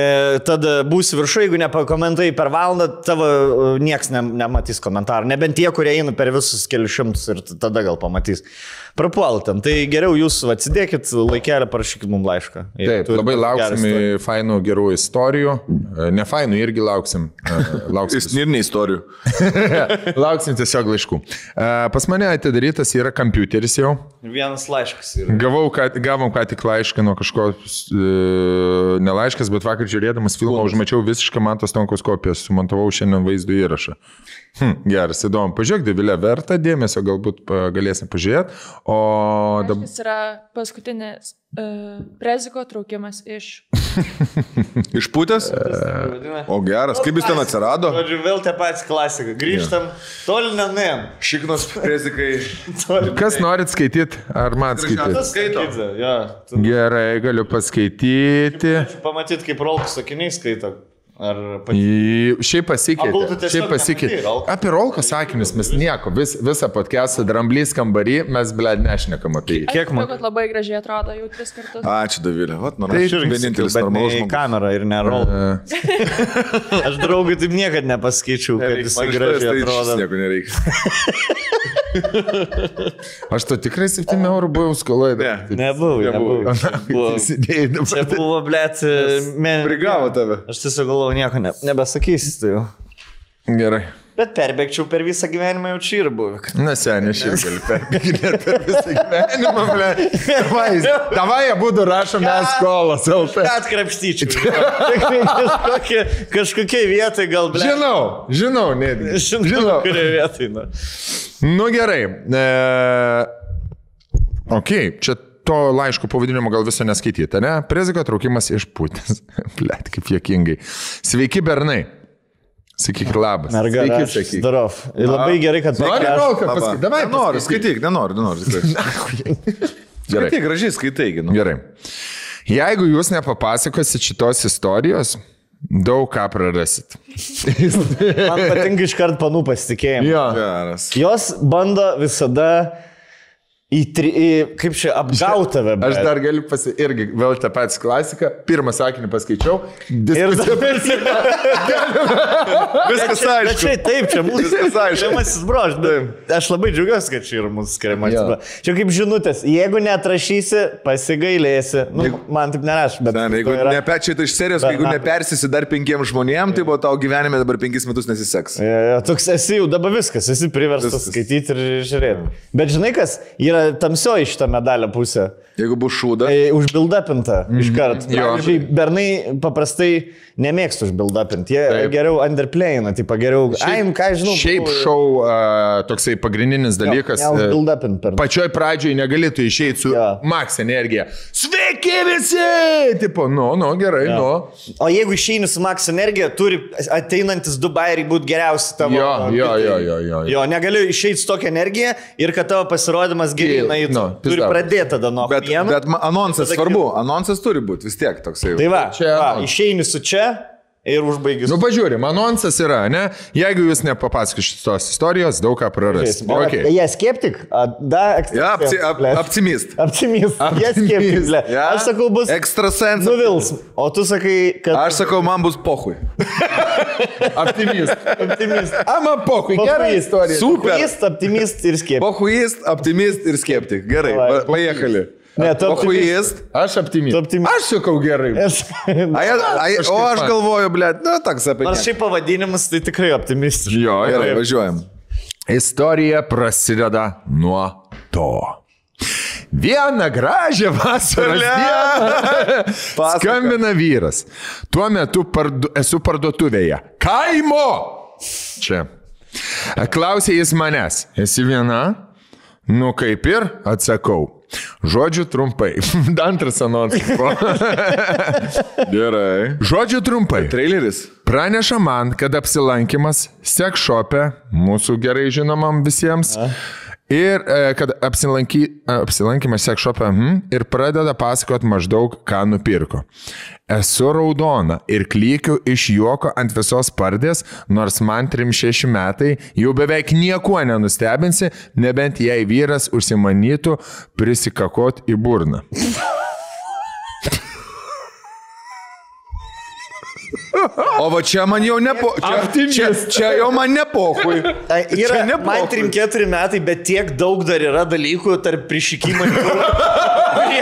S1: tada būsi viršui, jeigu nepakomentai per valandą, tavo e, nieks ne, nematys komentarų, nebent tie, kurie eina per visus kelius šimtus ir t- tada gal pamatys. Prapuola ten, tai geriau jūs va, atsidėkit laikelį, parašykit mums laišką. jeigu
S2: Taip,
S1: turit
S2: labai
S1: tai gerą
S2: lauksim
S1: istoriją.
S2: fainų gerų istorijų. E, Ne fainų irgi lauksim. E,
S3: Jis
S2: Lauksim,
S3: ir neistorijų.
S2: lauksim tiesiog laiškų. E, Pas mane atidarytas yra kompiuteris jau.
S1: Vienas laiškas yra.
S2: Gavau, ką, gavom ką tik laišką nuo kažkokios, e, ne laiškas, bet vakar žiūrėdamas filmą užmačiau visišką Mantos Tonkos kopiją, sumontavau šiandien vaizdo įrašą. Hm, geras, įdomu. Pažiūrėk, Devilė, verta dėmesio, galbūt pa- galėsim pažiūrėti. O dabar...
S6: Jis yra paskutinis
S4: e,
S6: uh, preziko traukimas iš...
S3: Išpūtęs? O geras, kaip jis ten atsirado?
S1: Žodžiu, vėl tie patys klasikai. Grįžtam, tolinamėm.
S3: Šiknos prezikai.
S2: Kas norit skaityti, ar man skaityti?
S3: Skaito.
S1: Ja, tai tu
S2: Gerai, galiu paskaityti.
S1: pamatyt, kaip rolkų sakiniai skaito. Ar pati...
S2: Į- Šiaip
S1: A, kol tu
S2: pasikeitė.
S1: tiesiog
S2: Šiaip pasikeitė.
S1: nematei rolko.
S2: Apie rolką sakinius mes nieko, vis, visą podcastą dramblys kambarį mes bled nešnekam apie jį.
S1: Kiek
S6: Aš
S1: man-
S6: matau, kad labai gražiai atrodo jau tris kartus.
S3: Ačiū, Davilė. Vat, nors
S2: Tai
S3: aš irgi vienintelis normalus
S1: į
S3: žmogus. E.
S1: kamerą ir nerolką.
S2: E,
S1: Aš draugui taip niekad nepaskaičiau, kad jis
S3: Man iš tavęs
S1: gražiai
S3: tai išvis
S1: atrodo.
S3: Nieko nereikia.
S2: Aš to tikrai 7 eurų buvau skoloje. dar.
S3: Ne.
S1: Nebuvau,
S3: Nebuvau.
S1: nebuvau. Čia buvo-
S2: Įsidėjai
S1: Čia
S2: dabar.
S1: buvo, blėt, mėnesį.
S3: Prigavo tave.
S1: Aš tiesiog galvoju, nieko ne, nebesakysiu. Tai jau.
S2: Gerai.
S1: Bet perbėgčiau per visą gyvenimą jau čia ir buvau.
S2: Na, seniai, aš irgi galiu perpikinėti per visą gyvenimą, ble. Davai, davai abu du rašom mes skolas, LT.
S1: Atkrapštyčiau. Tikrai kažkokie- Kažkokiai vietai gal, blėt.
S2: Žinau, žinau, netgi.
S1: Žinau,
S2: Žinau.
S1: kurioje vietoje. Na.
S2: Nu gerai. E, ok, čia to laiško pavadinimo gal viso neskaityti, ne? Preziko traukimas iš putės. Blet, kaip jėkingai. Sveiki, bernai. Sakyk labas.
S1: Mergaitė.
S2: Sveiki, sakyk.
S1: Darov. Labai gerai, kad
S2: Nori
S1: pakraš-
S2: rolką paskui? Davai,
S3: noriu,
S2: paskaityk.
S3: skaityk, nenoriu, nenoriu. tikrai.
S2: Gerai.
S3: Skaityk, gražiai skaitai, gi, nu.
S2: Gerai. Jeigu jūs nepapasakosit šitos istorijos, daug ką prarasit.
S1: Man patinka iškart panų pasitikėjimą.
S2: Jo.
S3: Geras.
S1: Jos bando visada Į, tri, į kaip čia apgau tave, bet.
S2: Aš dar galiu pasi... Irgi vėl tą patį klasiką. Pirmą sakinį paskaičiau.
S1: Ir
S2: Diskusija.
S1: dabar
S3: Viskas
S1: Bet
S3: aišku.
S1: čia taip, čia mūsų
S3: Viskas aišku.
S1: skiriamasis brož. Aš labai džiaugiuosi, kad čia yra mūsų skiriamasis
S2: Jo.
S1: brož. Čia kaip žinutės, jeigu netrašysi, pasigailėsi. Nu, man taip nerašo, bet...
S3: Ten, jeigu
S1: to yra.
S3: nepe, čia tai iš serijos,
S1: Dar
S3: jeigu
S1: nato.
S3: nepersisi dar penkiem žmonėm, tai buvo tau gyvenime dabar penkis metus nesiseks.
S1: Jo, jo, Toks esi jau dabar viskas, esi priverstas
S3: Viskas.
S1: skaityti ir žiūrėti. Bet žinai, kas yra tamsioji šitą medalio pusę?
S3: Jeigu bus šūda,
S1: Tai užbildapinta iš karto.
S2: Mm, jo.
S1: Pavyzdžiui, Bernai paprastai nemėgsta užbildapinti. Jie
S2: Taip. geriau
S1: geriau underplayina, tai geriau... Ai, ką žinau.
S2: Šiaip šau a, toksai pagrindinis dalykas. e,
S1: Neužbildapinti per...
S2: Pačioj pradžioj negalėtų išeiti su
S1: Jo.
S2: maks energija. Sveiki visi! Tipo, nu, nu, gerai, nu.
S1: O jeigu išeini su Max energija, turi ateinantis du bairiai būti geriausi tavo.
S2: Jo, jo,
S1: bitai.
S2: jo, jo, jo, jo.
S1: Jo, negaliu išeiti su tokia energija ir kad tavo pasirodymas geriai
S2: Gil-
S1: nueitų.
S2: nu,
S1: No, turi
S2: pizda.
S1: pradėti tada nuo
S3: bet,
S1: vieno.
S3: bet ma- anonsas
S1: Tada
S3: svarbu, anonsas turi būti vis tiek toksai.
S1: Tai va,
S2: Čia-
S1: čia, va išeini su čia ir užbaigi su
S2: Nu, pažiūrim, anonsas yra, ne? Jeigu jūs nepapasakosite šitos istorijos, daug ką prarasite.
S1: Jie
S2: Okay.
S1: yeah, skeptik, a, da,
S3: Ja, apci,
S1: ekstra-
S3: ap,
S1: ble.
S3: apsimist.
S1: Optimist. Jie skeptik. ble.
S3: Ja.
S1: Aš sakau, bus Nu,
S3: Ekstrasensas.
S1: nuvils, o tu sakai, kad
S3: Aš sakau, man bus pohui.
S2: Optimist.
S1: optimist.
S2: Ama pokui, gera
S1: Pochuist.
S2: istorija.
S3: Super.
S1: Optimist, optimist ir skeptik.
S3: Pohuist, optimist ir skeptik. Gerai,
S1: Davai,
S3: pa- pajekali.
S1: Ne, tu
S3: Pohuist.
S2: Aš optimist.
S1: Tu optimist.
S2: Aš sakau gerai.
S1: Aš...
S3: Ai, ai, o
S2: Kažkaip
S3: aš
S2: man.
S3: galvoju, blėt, na, toks apie...
S1: Nors
S3: nieką.
S1: šiaip pavadinimas tai tikrai optimistiškas.
S2: Jo,
S3: Gerai, važiuojam.
S2: Istorija prasideda nuo to. Vieną gražią vasaros dieną
S3: Pasaka.
S2: skambina vyras. Tuo metu pardu, esu parduotuvėje. Kaimo! Čia. Klausė jis manęs. Esi viena? Nu kaip ir atsakau. Žodžiu trumpai. Antras anonsas. buvo.
S3: Gerai.
S2: Žodžiu trumpai.
S3: Traileris.
S2: Praneša man, kad apsilankimas sekšopė, mūsų gerai žinomam visiems, ir e, kad apsilanky, e, apsilankimas sekšopė mhm, ir pradeda pasakot maždaug, ką nupirko. Esu raudona ir klykiu iš juoko ant visos pardės, nors man 36 metai jau beveik niekuo nenustebinsi, nebent jei vyras užsimanytų prisikakot į burną.
S3: O va čia man jau ne po... Čia, čia, čia jau man ne pohui.
S1: Ai, Yra,
S3: Čia ne
S1: man
S3: pohui.
S1: 3-4 metai, bet tiek daug dar yra dalykų tarp prišykimo ir burno, kurie,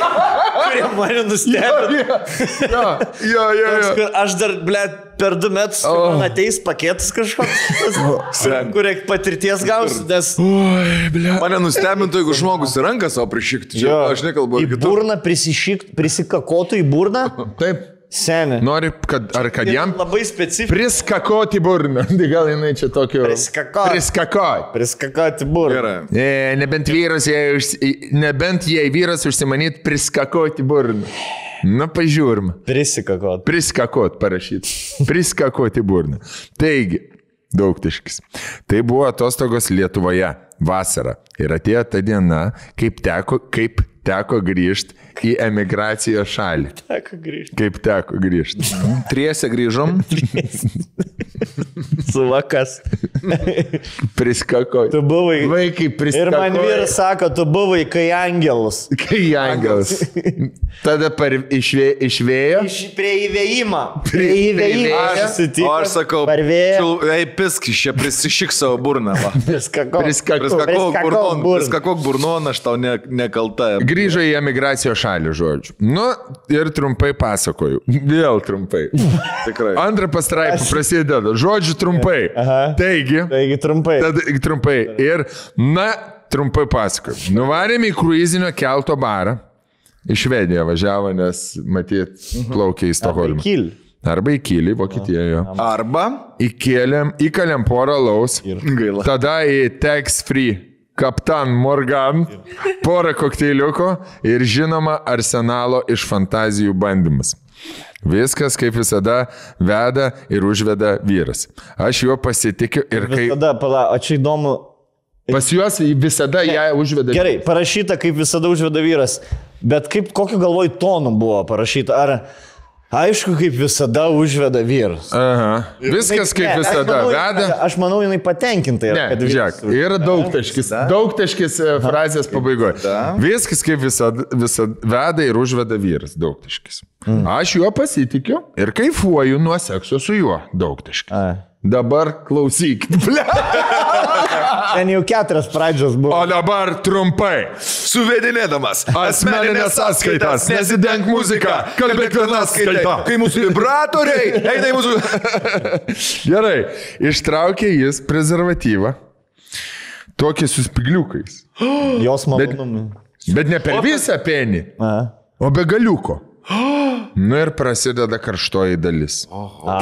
S1: kurie mane nustebino.
S2: Jo, jo, jo. jo.
S1: Toks, kur Aš dar, ble, per 2 metus oh. man ateis paketas kažkoks,
S3: Sen.
S1: kur reikia patirties gausi, nes
S2: Oi, ble.
S3: Mane nustebintų, jeigu žmogus į ranką savo prišyktų. Čia, aš nekalbu
S1: į
S3: apie kitų.
S1: burną prisišykt, prisikakotų į burną,
S2: Taip.
S1: seniai.
S3: Nu,
S2: Nori, kad, ar kad jam
S1: labai specifiškai
S2: priskakoti burną. Tai gal jinai čia tokio.
S1: Priskakot.
S2: Priskakoti.
S1: prisikakoti burną.
S3: Gerai.
S2: E, nebent, vyras, jei, užsi- nebent jei vyras užsimanyt priskakoti burną. Na, pažiūrim.
S1: Prisikakoti.
S2: Priskakot parašyti. Priskakoti burną. Taigi, daugtiškis. Tai buvo atostogos Lietuvoje vasara. Ir atėjo ta diena, kaip teko, kaip teko grįžti į emigracijos šalį.
S1: Teko grįžti
S2: Kaip teko grįžti.
S3: Triese grįžom.
S1: su vakas.
S2: Priskakoti.
S1: Tu buvai.
S2: Vaikai
S1: Ir
S2: priskakoti.
S1: man vyras sako, tu buvai kai angelus.
S2: Kai angelas. Tada par, išvė, išvėjo.
S1: Iš prie įvėjimo.
S2: Prie įvėjimo.
S1: Aš,
S3: O aš sakau,
S1: Parvėjo.
S3: čil- Ei, pisk, iš čia prisišyk savo burną. va.
S1: Priskako.
S2: Priskakoti.
S3: Priskakok
S1: Priskakok
S3: burnon,
S1: burn.
S3: priskakok burnon, aš tau ne, nekalta.
S2: Grįžo į emigracijos šalį, žodžiu. Nu, ir trumpai pasakoju. Vėl trumpai.
S3: Tikrai.
S2: Antra pastraipa prasideda. Žodžiu trumpai.
S1: Aha.
S2: Taigi,
S1: Taigi trumpai.
S2: Tad trumpai. Ir, na, trumpai pasakoju. Nuvarėme į kruizinio kelto barą. Iš Švediją važiavo, nes, matyt, plaukė į Stokholmą.
S1: Kyl.
S2: Arba į Kylį, Vokietijoje.
S3: Arba.
S2: Įkėlėm, įkalėm porą laus.
S3: Gaila.
S2: Tada į Tax Free Kaptan Morgan, porą kokteiliuko ir žinoma arsenalo iš fantazijų bandymas. Viskas, kaip visada, veda ir užveda vyras. Aš juo pasitikiu ir kai
S1: Tada, pala, o čia įdomu.
S2: pas juos visada ją užveda.
S1: Gerai, parašyta, kaip visada užveda vyras. Bet kaip, kokiu galvoj tonu buvo parašyta? Ar Aišku, kaip visada užveda vyras.
S2: Aha. Viskas kaip
S1: Ne, aš
S2: visada
S1: manau, jinai-
S2: veda.
S1: Aš manau, jinai patenkinta yra.
S2: Ne,
S1: kad vyras
S2: žiūrėk,
S1: už-
S2: yra daugtaškis. Daugtaškis e, frazės pabaigoje. Viskas kaip visada, visada veda ir užveda vyras. Daugtaškis. Aš juo pasitikiu ir kaifuoju nuo sekso su juo. Daugtaškis.
S1: A.
S2: Dabar klausykit. Ble.
S1: Ten jau keturias pradžios
S2: O
S1: buvo.
S2: dabar trumpai.
S3: Suvedinėdamas
S2: Asmeninės sąskaitas, nesidenk muziką, kalbėk viena skaita.
S3: Kai mūsų vibratoriai eina į mūsų...
S2: Gerai, ištraukė jis prezervatyvą. Tokį su spigliukais.
S1: Jos malonumui.
S2: Bet ne per visą penį,
S1: A.
S2: o be galiuko. Nu ir prasideda karštoji dalis.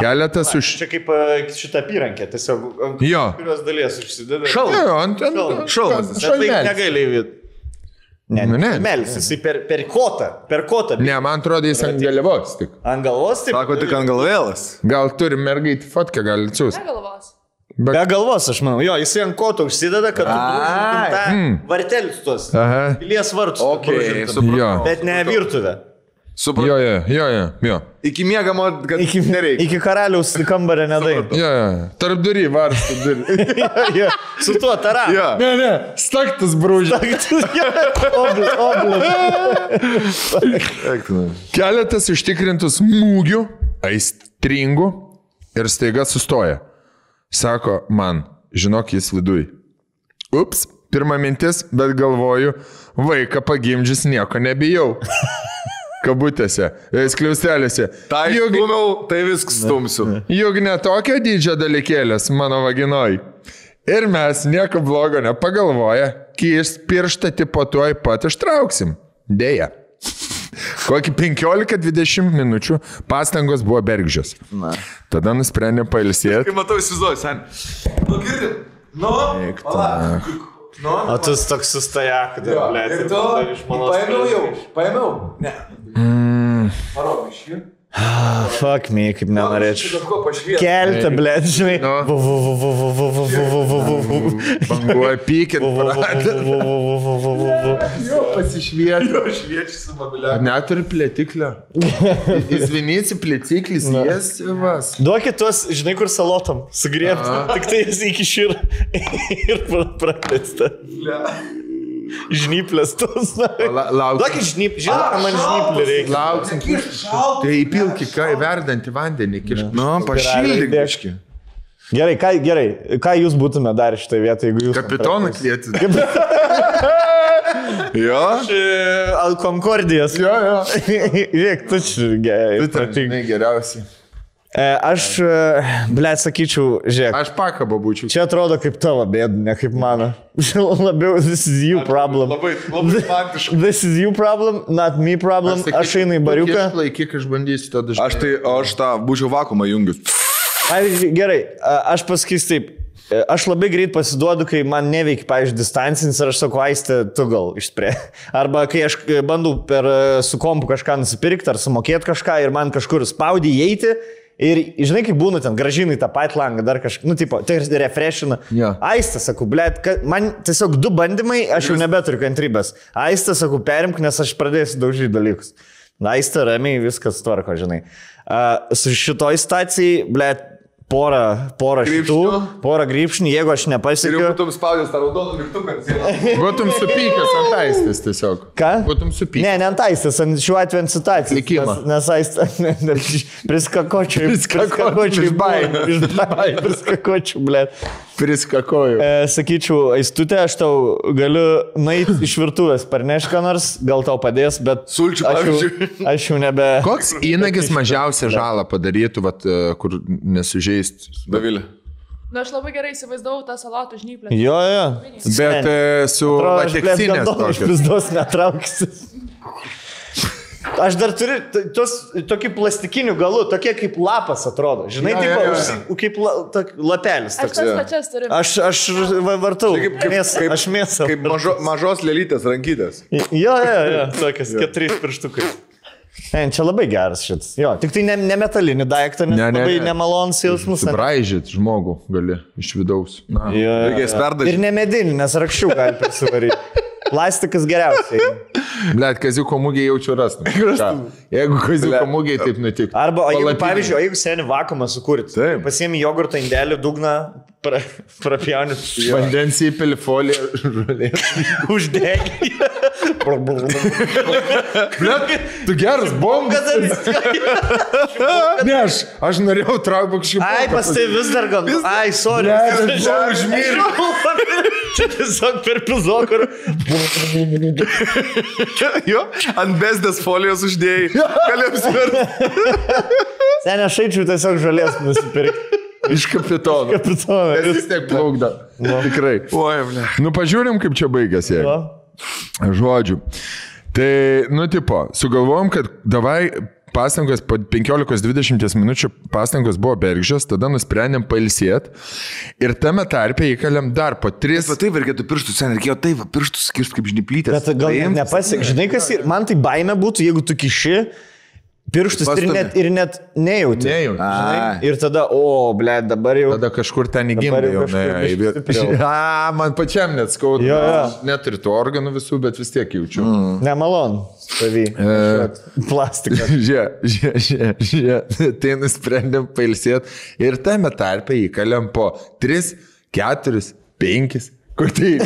S2: Keletas už...
S1: Čia kaip e, šitą apyrankę, tiesiog e, ant
S2: Jo.
S1: kurios dalies užsideda.
S2: Jo, ant- ant-
S1: Šalmas.
S2: Šalmas.
S1: Bet taip
S2: Šalmelis.
S1: negali įvyt. Ne,
S2: Nu, ne.
S1: Melis, jisai per, per kotą, per kotą.
S2: Ne, man atrodo, jis ant galvos tik.
S1: Ant galvos taip.
S3: Sako tik ant galvėlas.
S2: Gal turi mergaitį fotkę, gali atsiųsti.
S6: Ne galvos.
S1: Be galvos, aš manau. Jo, jisai ant koto užsideda, kad
S3: Ai.
S1: mm. vartelius tuos.
S2: Aha.
S1: Pilies vartus. tu brūžintum.
S2: Jo.
S1: Bet ne virtuvę.
S3: Supratau.
S2: Jo, jo, jo, jo, jo.
S3: Iki miegamo, kad
S1: Iki,
S3: nereikia.
S1: iki karaliaus kambario nedai.
S2: Jo, jo. Tarp durį varsto durį.
S1: Jo, Su tuo tara.
S3: Jo.
S2: Ne, ne, staktas brūžė.
S1: Oblis, oblis.
S2: Keletas ištikrintų smūgių, aistringų ir staiga sustoja. Sako man, žinok, jis viduj. Ups, pirma mintis, bet galvoju, vaiką pagimdžius nieko nebijau. Kabutėse, skliaustelėse.
S3: Tai
S2: Juk-
S3: stumiau, tai viskas stumsiu.
S2: Juk netokio dydžio dalykėlės mano vaginoj. Ir mes nieko blogo nepagalvoja, kai jis pirštą tipo tuoj pat ištrauksim. Deja. Kokį 15-20 minučių pastangos buvo bergždžios. Tada nusprendė pailsėti.
S3: Kai matau, įsivaizduoju, sen.
S5: Nu, girdi. Nu, pala. Nu,
S1: O tu toks sustajak, dar
S5: jo.
S1: blėt.
S5: Ir tu paėmiau jau. Paėmiau. Ne. Parodai iš jų.
S1: Fuck me, kaip nenorėčiau.
S5: Kažko pašviesti.
S1: Keltą, blėt, žinai.
S2: Nu.
S1: Vu, vu, vu, vu, vu, vu, vu, vu, vu, vu, vu, vu.
S2: Banguoja pykit.
S1: Vu, vu, vu, vu, vu, vu, vu, vu, vu, vu.
S2: Jo, pasišvietė.
S5: Šviečiasi su mobiliaku.
S2: Neturi plėtiklio. Izvinysi plėtiklis, jis vas.
S1: Duokit tuos, žinai, kur salotom, sugriebti. Tik tai jis iki šir ir pratesta. Žnyplės tos. na.
S2: La, Ah, lauksim.
S1: Duokit žnyplę, žinai, ką man žnyplė reikia.
S2: Lauksim. Tai įpilk į ką verdantį vandenį. Kišk.
S3: Nu,
S1: Gerai, dėk.
S3: pašildyk. biškį.
S1: Gerai, ką, gerai, ką jūs būtume darę šitą vietą, jeigu jūs...
S2: Kapitonas lietis.
S3: Jo.
S1: E, Al Concordijas.
S2: Jo, jo.
S1: Žiūrėk, tu čia
S2: Tu
S1: gerai.
S2: ten
S1: protingai.
S2: žinai geriausiai.
S1: E, Aš, e, ble, sakyčiau, žiūrėk.
S2: Aš pakabo būčiau.
S1: Čia atrodo kaip tavo bėda, ne kaip mano. Labiau, this is you problem.
S5: Labai, labai faktiškai.
S1: This is you problem, not me problem. Aš, aš einu į bariuką.
S2: Laikyk, aš bandysiu to dažnai.
S3: Aš tai, aš tą būčiau vakumą jungius.
S1: Pavyzdžiui, gerai, a- aš pasakysiu taip. e, Aš labai greit pasiduodu, kai man neveikia, pavyzdžiui, distancinis ir aš sakau, aistė, tu gal išsprė. Arba kai aš e, bandau per e, su kompu kažką nusipirkti ar sumokėti kažką ir man kažkur spaudį įeiti. Ir žinai, kaip būna ten, gražinai tą patį langą, dar kažką, nu, tipo, tai refreshina.
S2: Jo.
S1: Aistė, sakau, blėt, man tiesiog du bandymai, aš
S2: Mhm.
S1: jau nebeturiu kantrybės. Aistė, sakau, perimk, nes aš pradėsiu daužyti dalykus. Aistė, ramiai, viskas tvarko, žinai. Uh, su šitoj stacijai, blėt, porą, porą šitų,
S3: Grybšnių.
S1: porą grįpšnių, jeigu aš
S5: Ir jau
S1: nepasiekiu.
S5: būtum spaudęs tą raudoną mygtuką. atsimenu.
S2: Būtum supykęs ant aistės tiesiog.
S1: Ką?
S2: Būtum supykęs.
S1: Ne, ne ant aistės, ant šiuo atveju ant situacijos.
S2: Likimo.
S1: Nes, nes aistė, ne, ne, priskakočiai,
S2: Priskakočiau
S1: priskakočiai,
S2: iš
S1: baimė,
S2: baimės.
S1: iš baimės, priskakočiai, blėt.
S2: Priskakoju.
S1: E, sakyčiau, aistutė, aš tau galiu nueiti iš virtuvės, parnešk ką nors, gal tau padės, bet...
S3: Sulčių,
S1: aš jau,
S3: pavyzdžiui.
S1: aš jau nebe...
S2: Koks įnagis mažiausią žalą padarytų, vat, e, kur nesužeist?
S3: Davilė.
S6: Na, Nu, aš labai gerai įsivaizdavau tą salotų žnyplę.
S1: Jo, jo.
S2: Bet e, su lateksinės
S1: Aš
S2: tokios.
S1: vis duos netrauksiu. Aš dar turiu t- tuos tokį plastikinių galų, tokie kaip lapas atrodo. Žinai,
S2: Jo,
S1: ja,
S2: jo,
S1: tipo,
S2: jo.
S1: ja, ja. kaip la, tok, lapelis.
S6: Aš
S1: Toks.
S6: tas pačias turiu.
S1: Aš, aš va- vartau. Kaip, kaip, mėsą, kaip, aš mėsą.
S3: Kaip mažo, mažos lelytės rankytės.
S1: Jo, jo, jo, tokias keturiais pirštukais. Ne, čia labai geras šitas. Jo, tik tai ne, ne metalinį daiktą, nes ne,
S2: Ne,
S1: ne,
S2: ne,
S1: labai
S2: ne.
S1: nemalonus jausmus. ne.
S2: Subraižyt žmogų gali iš vidaus. Na.
S1: Jo, jo,
S3: Reikės
S1: jo.
S3: perdažyt.
S1: Ir ne medinį, nes rakščių gali prisivaryti. Plastikas geriausiai.
S2: Blet, kaziuko mūgiai jaučiu rastum. Jeigu kaziuko mūgiai taip nutiktų.
S1: Arba, o jeigu,
S2: Palapinėj.
S1: pavyzdžiui, o jeigu seni vakumą sukurti,
S3: Taip.
S1: pasiemi jogurto indelį, dugną, pra, prapjauni,
S2: Vandens įpili foliją. žolės.
S1: uždegi. Blub, blub, blub.
S2: Blet, tu geras
S1: Nu, Kas
S2: bombas.
S1: dar viską-
S2: Ne, aš, aš norėjau traukbuk šį
S1: Ai, pas tai vis dar gan. Ai, sorry.
S2: Blet, aš buvau
S1: Čia tiesiog per pizokur.
S3: Jo, ant besdės folijos uždėjai. Galėjau svirti.
S1: Seniai, aš eičiau tiesiog žalės nusipirkti.
S2: iš kapitono.
S1: Kapitonas.
S2: Vis tiek plaukda. Tikrai.
S3: Oi, ble.
S2: Nu, pažiūrim, kaip čia baigėsi. jeigu. Žodžiu. Tai, nu, tipo, sugalvojom, kad davai pastangos po 15-20 minučių pastangos buvo bergžės, tada nusprendėm pailsėti ir tame tarpe įkaliam dar po 3.
S3: Va taip reikėtų pirštus, sen reikėjo taip va, pirštus skirti kaip žnyplytės.
S1: Bet gal
S3: Paimti.
S1: nepasik, žinai kas, ir- man tai baime būtų, jeigu tu kiši pirštus ir
S3: Pastumi.
S1: net, ir net nejauti.
S2: Nejauti.
S1: Žinai?
S3: Ai.
S1: Ir tada, o, ble, dabar jau.
S2: Tada kažkur ten
S1: Dabar
S2: įgimta
S1: jau
S2: jau.
S1: kažkur
S2: nuėjo į
S1: biškį
S2: vietą.
S1: stipriau.
S2: A, man pačiam net skauda.
S1: Jo, jo.
S2: Aš Neturiu tų organų visų, bet vis tiek jaučiu. Mm.
S1: Nemalon, savy.
S2: E.
S1: Plastikas.
S2: Žia, žia, žia, žia. Tai nusprendėm pailsėti ir tame tarpe įkaliam po 3, 4, 5. Kur tai?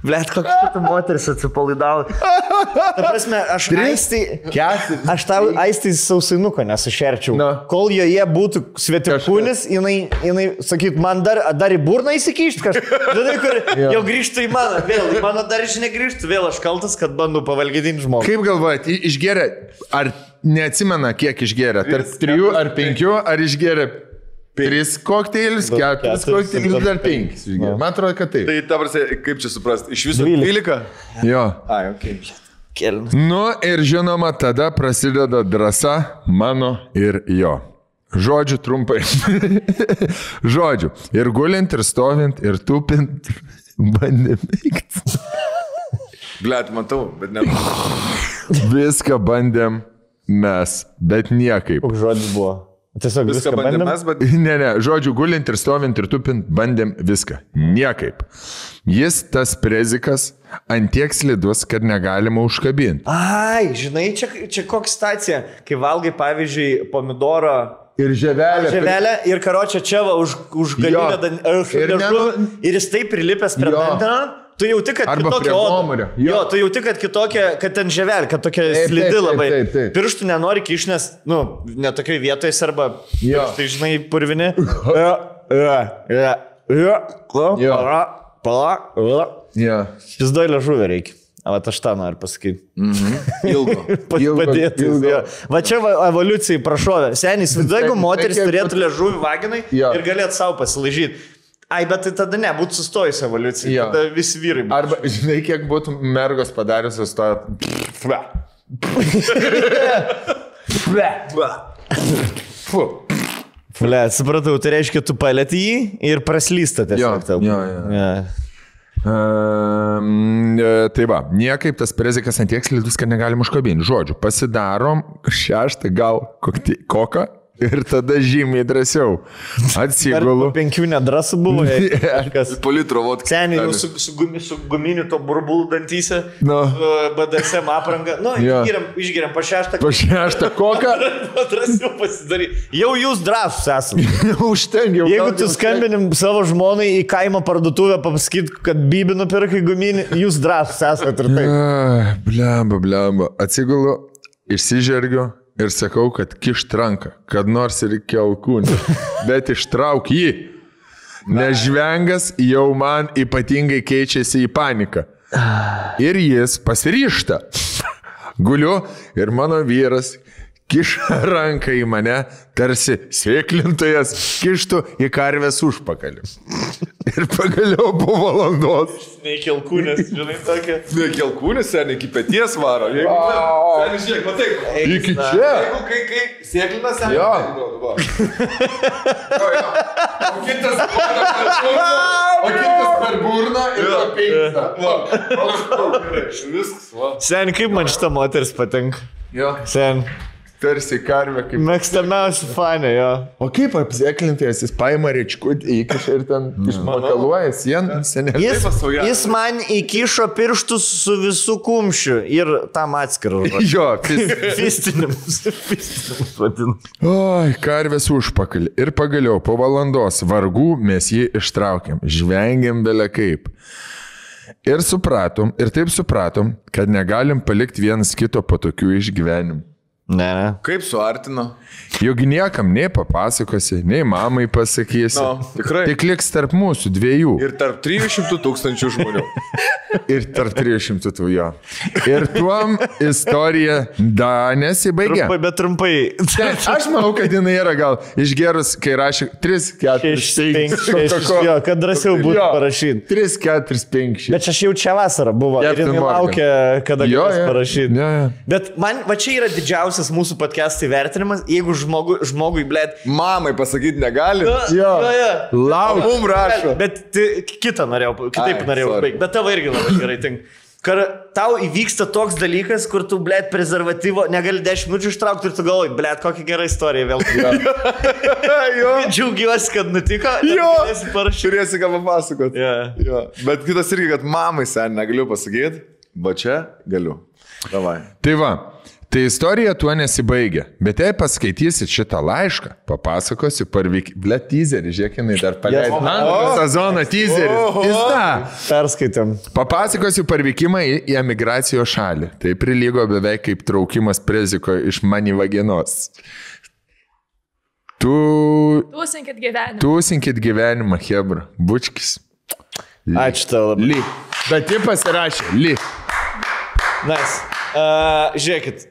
S1: Blet, kokia tu moteris atsipalaidavo. Ta prasme, aš
S2: Tris?
S1: aistai,
S2: Keturis.
S1: aš tau aistai sausainuką nesušerčiau.
S2: Na.
S1: Kol joje būtų svetimkūnis, jinai, jinai sakyt, man dar, dar į burną įsikišti kažką. Žinai, tai kur jau grįžtų į mano, vėl, į mano dar iš negrįžtų, vėl aš kaltas, kad bandau pavalgydinti žmogų.
S2: Kaip galvojat, i- išgeria, ar neatsimena, kiek išgeria? Tarp 3 ar 5, ar išgeria 3 kokteilis,
S1: Du,
S2: 4
S1: keturis, nu.
S2: kokteilis, dar
S1: penki.
S2: 5. Man atrodo, kad taip.
S3: Tai ta prasė, kaip čia suprasti? Iš viso
S1: Dvylika.
S3: 12?
S2: Jo.
S3: Ai, okei.
S1: Kelnas.
S2: Nu ir žinoma, tada prasideda drąsa mano ir jo. Žodžiu trumpai. Žodžiu. Ir gulint, ir stovint, ir tupint. Bandėm veikti.
S3: Blet, tai matau, bet ne.
S2: Viską bandėm mes, bet niekaip.
S1: Koks žodis buvo? Tiesiog
S3: Viską bandėme mes, bet
S2: Ne, ne, žodžiu, gulint ir stovint ir tupint, bandėm viską. Niekaip. Jis tas prezikas antiek slidus, kad negalima užkabinti.
S1: Ai, žinai, čia, čia kokia stacija, kai valgai, pavyzdžiui, pomidoro
S2: Ir ževelė.
S1: ževelę ir karočią čia va už, už galinę
S2: Jo.
S1: daržą.
S2: Ir
S1: Ir,
S2: nenu-
S1: ir jis taip prilipęs prie
S2: Jo.
S1: vandens. Tu jauti, kad
S2: Arba
S1: kitokia
S2: prie
S1: oda.
S2: gomurio.
S1: Jo.
S2: Jo.
S1: jo, tu jauti, kad kitokia, kad ten ževelė, kad tokia
S2: taip,
S1: slidi
S2: taip,
S1: labai.
S2: taip, taip.
S1: Pirštų nenori kišnės, nu, netokiai vietoje arba,
S2: Jo.
S1: tai žinai, purvini. Jo, jo, jo, jo,
S2: Jo.
S1: pala, pala, pala.
S2: Ja.
S1: Pizdoilio žuvė reikia. O vat aš tą noriu pasakyti.
S3: ilgo.
S2: Ilgo-
S1: Padėti.
S2: ilgo.
S1: Va čia va, evoliucijai prašovė. Senis, vidai, jeigu
S2: Seni,
S1: moteris
S2: tai kaip-
S1: turėtų ležuvį vaginai
S2: Jo.
S1: ir galėtų savo pasilažyti. Ai, bet tai tada ne, būtų sustojusi evoliucija.
S2: Jo.
S1: Tada visi vyrai. būtų.
S2: Arba, žinai, kiek būtų mergos padariusios to... Fu.
S1: Ble, supratau, tai reiškia, tu palėt jį ir praslysta
S2: Jo,
S1: tiesiog tau.
S2: jo, jo. Um, tai va, niekaip tas prezikas ant tiek slidus, kad negalim užkabinti. Žodžiu, pasidarom šeštą gal kokti, koką ir tada žymiai drąsiau
S1: Per po
S2: atsigulu.
S1: penkių nedrasų buvo. jei kažkas.
S3: Politro vodka.
S1: Seniai jau su, su, gumi, su guminiu to burbulu dantyse,
S2: Nu.
S1: su e, BDSM apranga. Nu,
S2: Jo.
S1: išgeriam, išgeriam po šeštą.
S2: Po šeštą koką
S1: Drąsiau pasidaryti. Jau jūs drąsūs esate.
S2: užtengiau.
S1: Jeigu tu skambinim savo žmonai į kaimo parduotuvę, pasakyt, kad bibi nupirkai guminį, jūs drąsūs esate ir taip.
S2: Blemba, blemba. Atsigulu, išsižergiu ir sakau, kad kišt ranką, kad nors ir iki alkūnio, bet ištrauk jį. Nežvengas jau man ypatingai keičiasi į paniką. Ir jis pasiryšta. Guliu ir mano vyras kiša ranką į mane, tarsi sėklintojas kištų į karvės užpakalį. Ir pagaliau po valandos
S1: Ne iki alkūnės, žinai, tokia.
S3: Ne, kelkūnis, seniai, iki pėties varo. Jeigu...
S5: Seni, žiūrėk, matai,
S2: iki čia.
S5: jeigu kai, kai sėklina, seni.
S2: Jo.
S5: O kitas per burną, o kitas per burną ir
S2: Jo.
S5: apeinta. Va, va, gerai, viskas, va.
S1: Sen, kaip man šita moteris patinka?
S5: Jo.
S1: Sen.
S2: Tarsi karvė kaip.
S1: Mėgstamiausi fanė, jo.
S2: O kaip apzeklintojas, jis paima rečkutį įkišą ir ten išmakaluoja sieną, senelį.
S1: Jis,
S5: Taip pasauja.
S1: jis man įkišo pirštus su visų kumščiu ir tam atskirą. žodį.
S2: Jo, fis-
S1: Fistinimus. Fistinimus vadinu.
S2: Oi, karvės užpakalį. Ir pagaliau po valandos vargų mes jį ištraukėm, žvengiam belė kaip. Ir supratom, ir taip supratom, kad negalim palikti vienas kito po tokių išgyvenimų.
S1: Ne, ne.
S3: Kaip suartino?
S2: Juk niekam nei papasakosi, nei mamai pasakysi.
S3: No, tikrai.
S2: Tik liks tarp mūsų dviejų.
S3: Ir tarp 300 tūkstančių žmonių.
S2: Ir tarp 300 tų jo. Ir tuom istorija da nesibaigia.
S1: Trumpai, bet trumpai.
S2: Ne, Aš manau, kad jinai yra gal išgerus, kai rašė 3, 4, 5,
S1: 6-5. Jo, kad drąsiau būtų parašyti.
S2: 3, 4, 5, 6.
S1: Bet čia aš jau čia vasarą buvo.
S2: Jeff
S1: Ir jinai
S2: and Morgan.
S1: laukia, kada
S2: Jo,
S1: galės
S2: jo.
S1: parašyti.
S2: Jo, jo.
S1: Bet man, va čia yra didžiausias mūsų podcast'ai vertinimas, jeigu žmogu, žmogui, blėt.
S3: Mamai pasakyti negali.
S2: Jo,
S1: jo.
S2: lauk.
S3: Mum rašo.
S1: Bet ti- kitą norėjau, pa- kitaip
S3: Ai,
S1: Ai, norėjau
S3: sorry.
S1: baigti, bet tavo irgi labai gerai tinka. Kar tau įvyksta toks dalykas, kur tu, blėt, prezervatyvo negali 10 minučių ištraukti ir tu galvoji, blėt, kokia gera istorija vėl.
S3: jo.
S1: Džiaugiuosi, kad nutiko.
S3: Jo.
S1: Parašyti.
S3: Turėsi ką papasakoti.
S1: Yeah.
S3: Jo. Bet kitas irgi, kad mamai sen negaliu pasakyti, va čia galiu. Davai.
S2: Tai va, tai istorija tuo nesibaigia. Bet jei paskaitysit šitą laišką, papasakosiu parvyk... Ble, teaserį, žiūrėk, jinai dar
S1: Yes.
S2: paleido. Man
S3: O.
S2: sezono teaserį. Jis tą.
S1: Perskaitėm.
S2: Papasakosiu parvykimą į, į emigracijos šalį. Tai prilygo beveik kaip traukimas preziko iš manivagenos. Tu
S6: Tūsinkit gyvenimą.
S2: tūsinkit gyvenimą, Hebra, bučkis.
S1: Ačiū tau labai.
S2: Ly. Bet ji pasirašė, ly.
S1: Nice. Uh, žiūrėkit.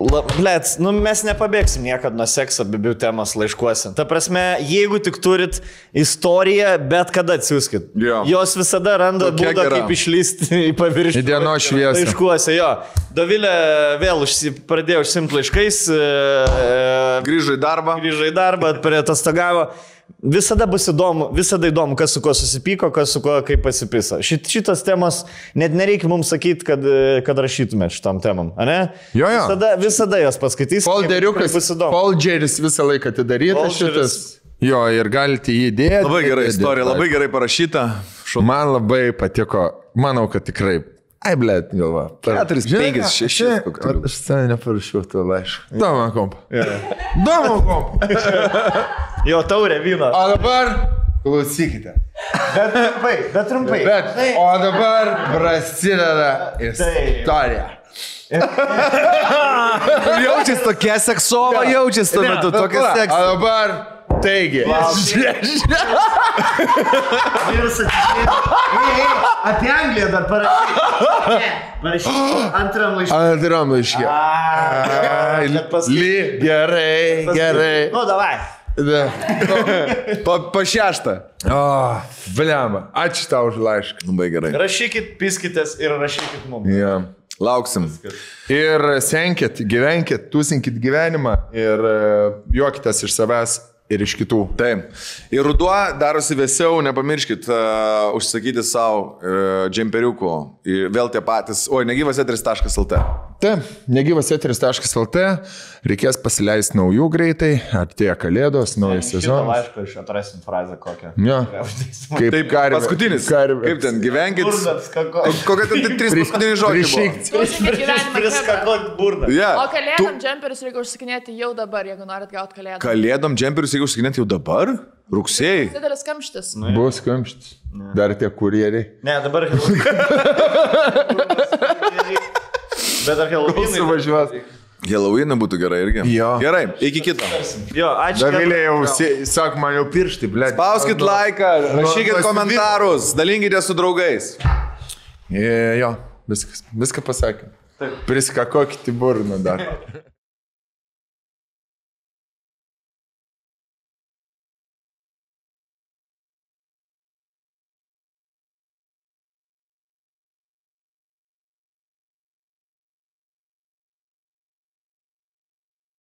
S1: La- Blets, nu mes nepabėgsim niekada nuo sekso abibių temos laiškuose. Ta prasme, jeigu tik turit istoriją, bet kada atsiųskit.
S3: Jo.
S1: Jos visada randa
S3: Tokia
S1: būdą,
S3: gera.
S1: kaip išlysti į paviršių.
S2: Į dienos šviesą.
S1: Laiškuose, jo. Dovilė vėl užsi, pradėjo užsimti laiškais, e, e,
S3: Grįžai į darbą.
S1: grįžo į darbą, atostagavo. Visada bus įdomu, visada įdomu, kas su kuo susipyko, kas su kuo kaip pasipisa. Šit, šitos temos, net nereikia mums sakyti, kad, e, kad rašytume šitam temam, ar ne?
S2: Jo, jo.
S1: Visada, visada jos paskaitys.
S2: Folderiukas,
S1: Bus įdomu.
S2: folderis visą laiką
S1: Folderis.
S2: atidarytas šitas. Jo, ir galite jį įdėti.
S3: Labai gera
S2: įdėti.
S3: istorija, labai gerai parašyta.
S2: Man labai patiko, manau, kad tikrai. Ai, blė, galva.
S3: Keturis,
S2: Žinai
S3: penkis,
S2: ką,
S3: šešis
S2: aš-
S3: kokių turbūt.
S2: Aš ten neparašiau to laiško. Doma kompa. Doma kompa.
S1: Jo, taurė vyno.
S2: O dabar klausykite.
S1: Trumpai, bet trumpai.
S2: Bet, o dabar prasideda istorija.
S3: Jaučiasi tokia seksova, jaučiasi tuo metu
S2: Va, O dabar, taigi.
S7: Apie Angliją dar parašyk.
S1: Parašyk antram laiškui.
S2: Antram laiškė. Ai,
S1: bet paskui-
S2: Ly, gerai, gerai.
S1: Nu, davai.
S2: Da.
S3: Pa, pa šeštą.
S2: O, Bliam, ačiū tau už laišką.
S3: Labai gerai.
S1: Rašykit, piskitės ir rašykit mums.
S2: Yeah.
S3: Lauksim.
S2: Ir senkit, gyvenkit, tūsinkit gyvenimą ir e, juokitės iš savęs ir iš kitų.
S3: Taip. Ir ruduo darosi vėsiau, nepamirškit uh, užsakyti savo uh, džemperiukų. Ir Vėl tie patys. Oi, negyvas etris.lt.
S2: Taip, negyvas eteris.lt, reikės pasileisti naujų greitai, artėja kalėdos, naujas sezonas.
S1: Laišką iš atrasim frazę kokią.
S2: Ja. Kaip
S3: Taip,
S2: karvė.
S3: paskutinis.
S2: Karvė.
S3: Kaip ten, gyvenkit.
S1: Burdas, kako.
S3: Kokie ten tie trys paskutiniai žodžiai? buvo?
S2: Prišykt.
S6: Tūsinkit gyvenimą. chebra.
S1: Priskakot burdą.
S3: Jo.
S6: O
S3: Tu-
S6: kalėdam džemperius reikia užsakinėti jau dabar, jeigu norit gauti kalėdam.
S3: Kalėdom džemperius reikia užsikinėti jau dabar? Rugsėjai?
S6: Didelis kamštis.
S2: Bus kamštis. Dar tie kurjeriai.
S1: Ne, dabar. Bet ar Helovinai?
S2: Suvažiuos.
S3: Halloween būtų gerai irgi.
S2: Jo.
S3: Gerai, iki kito.
S1: Jo, ačiū.
S2: Davilė jau, sė- sak man jau piršti, ble.
S3: Spauskit laiką, rašykit
S2: nuo-
S3: komentarus, dalinkitės su draugais.
S2: E, Jo, viskas, viską pasakė. Priskakokit į burną dar.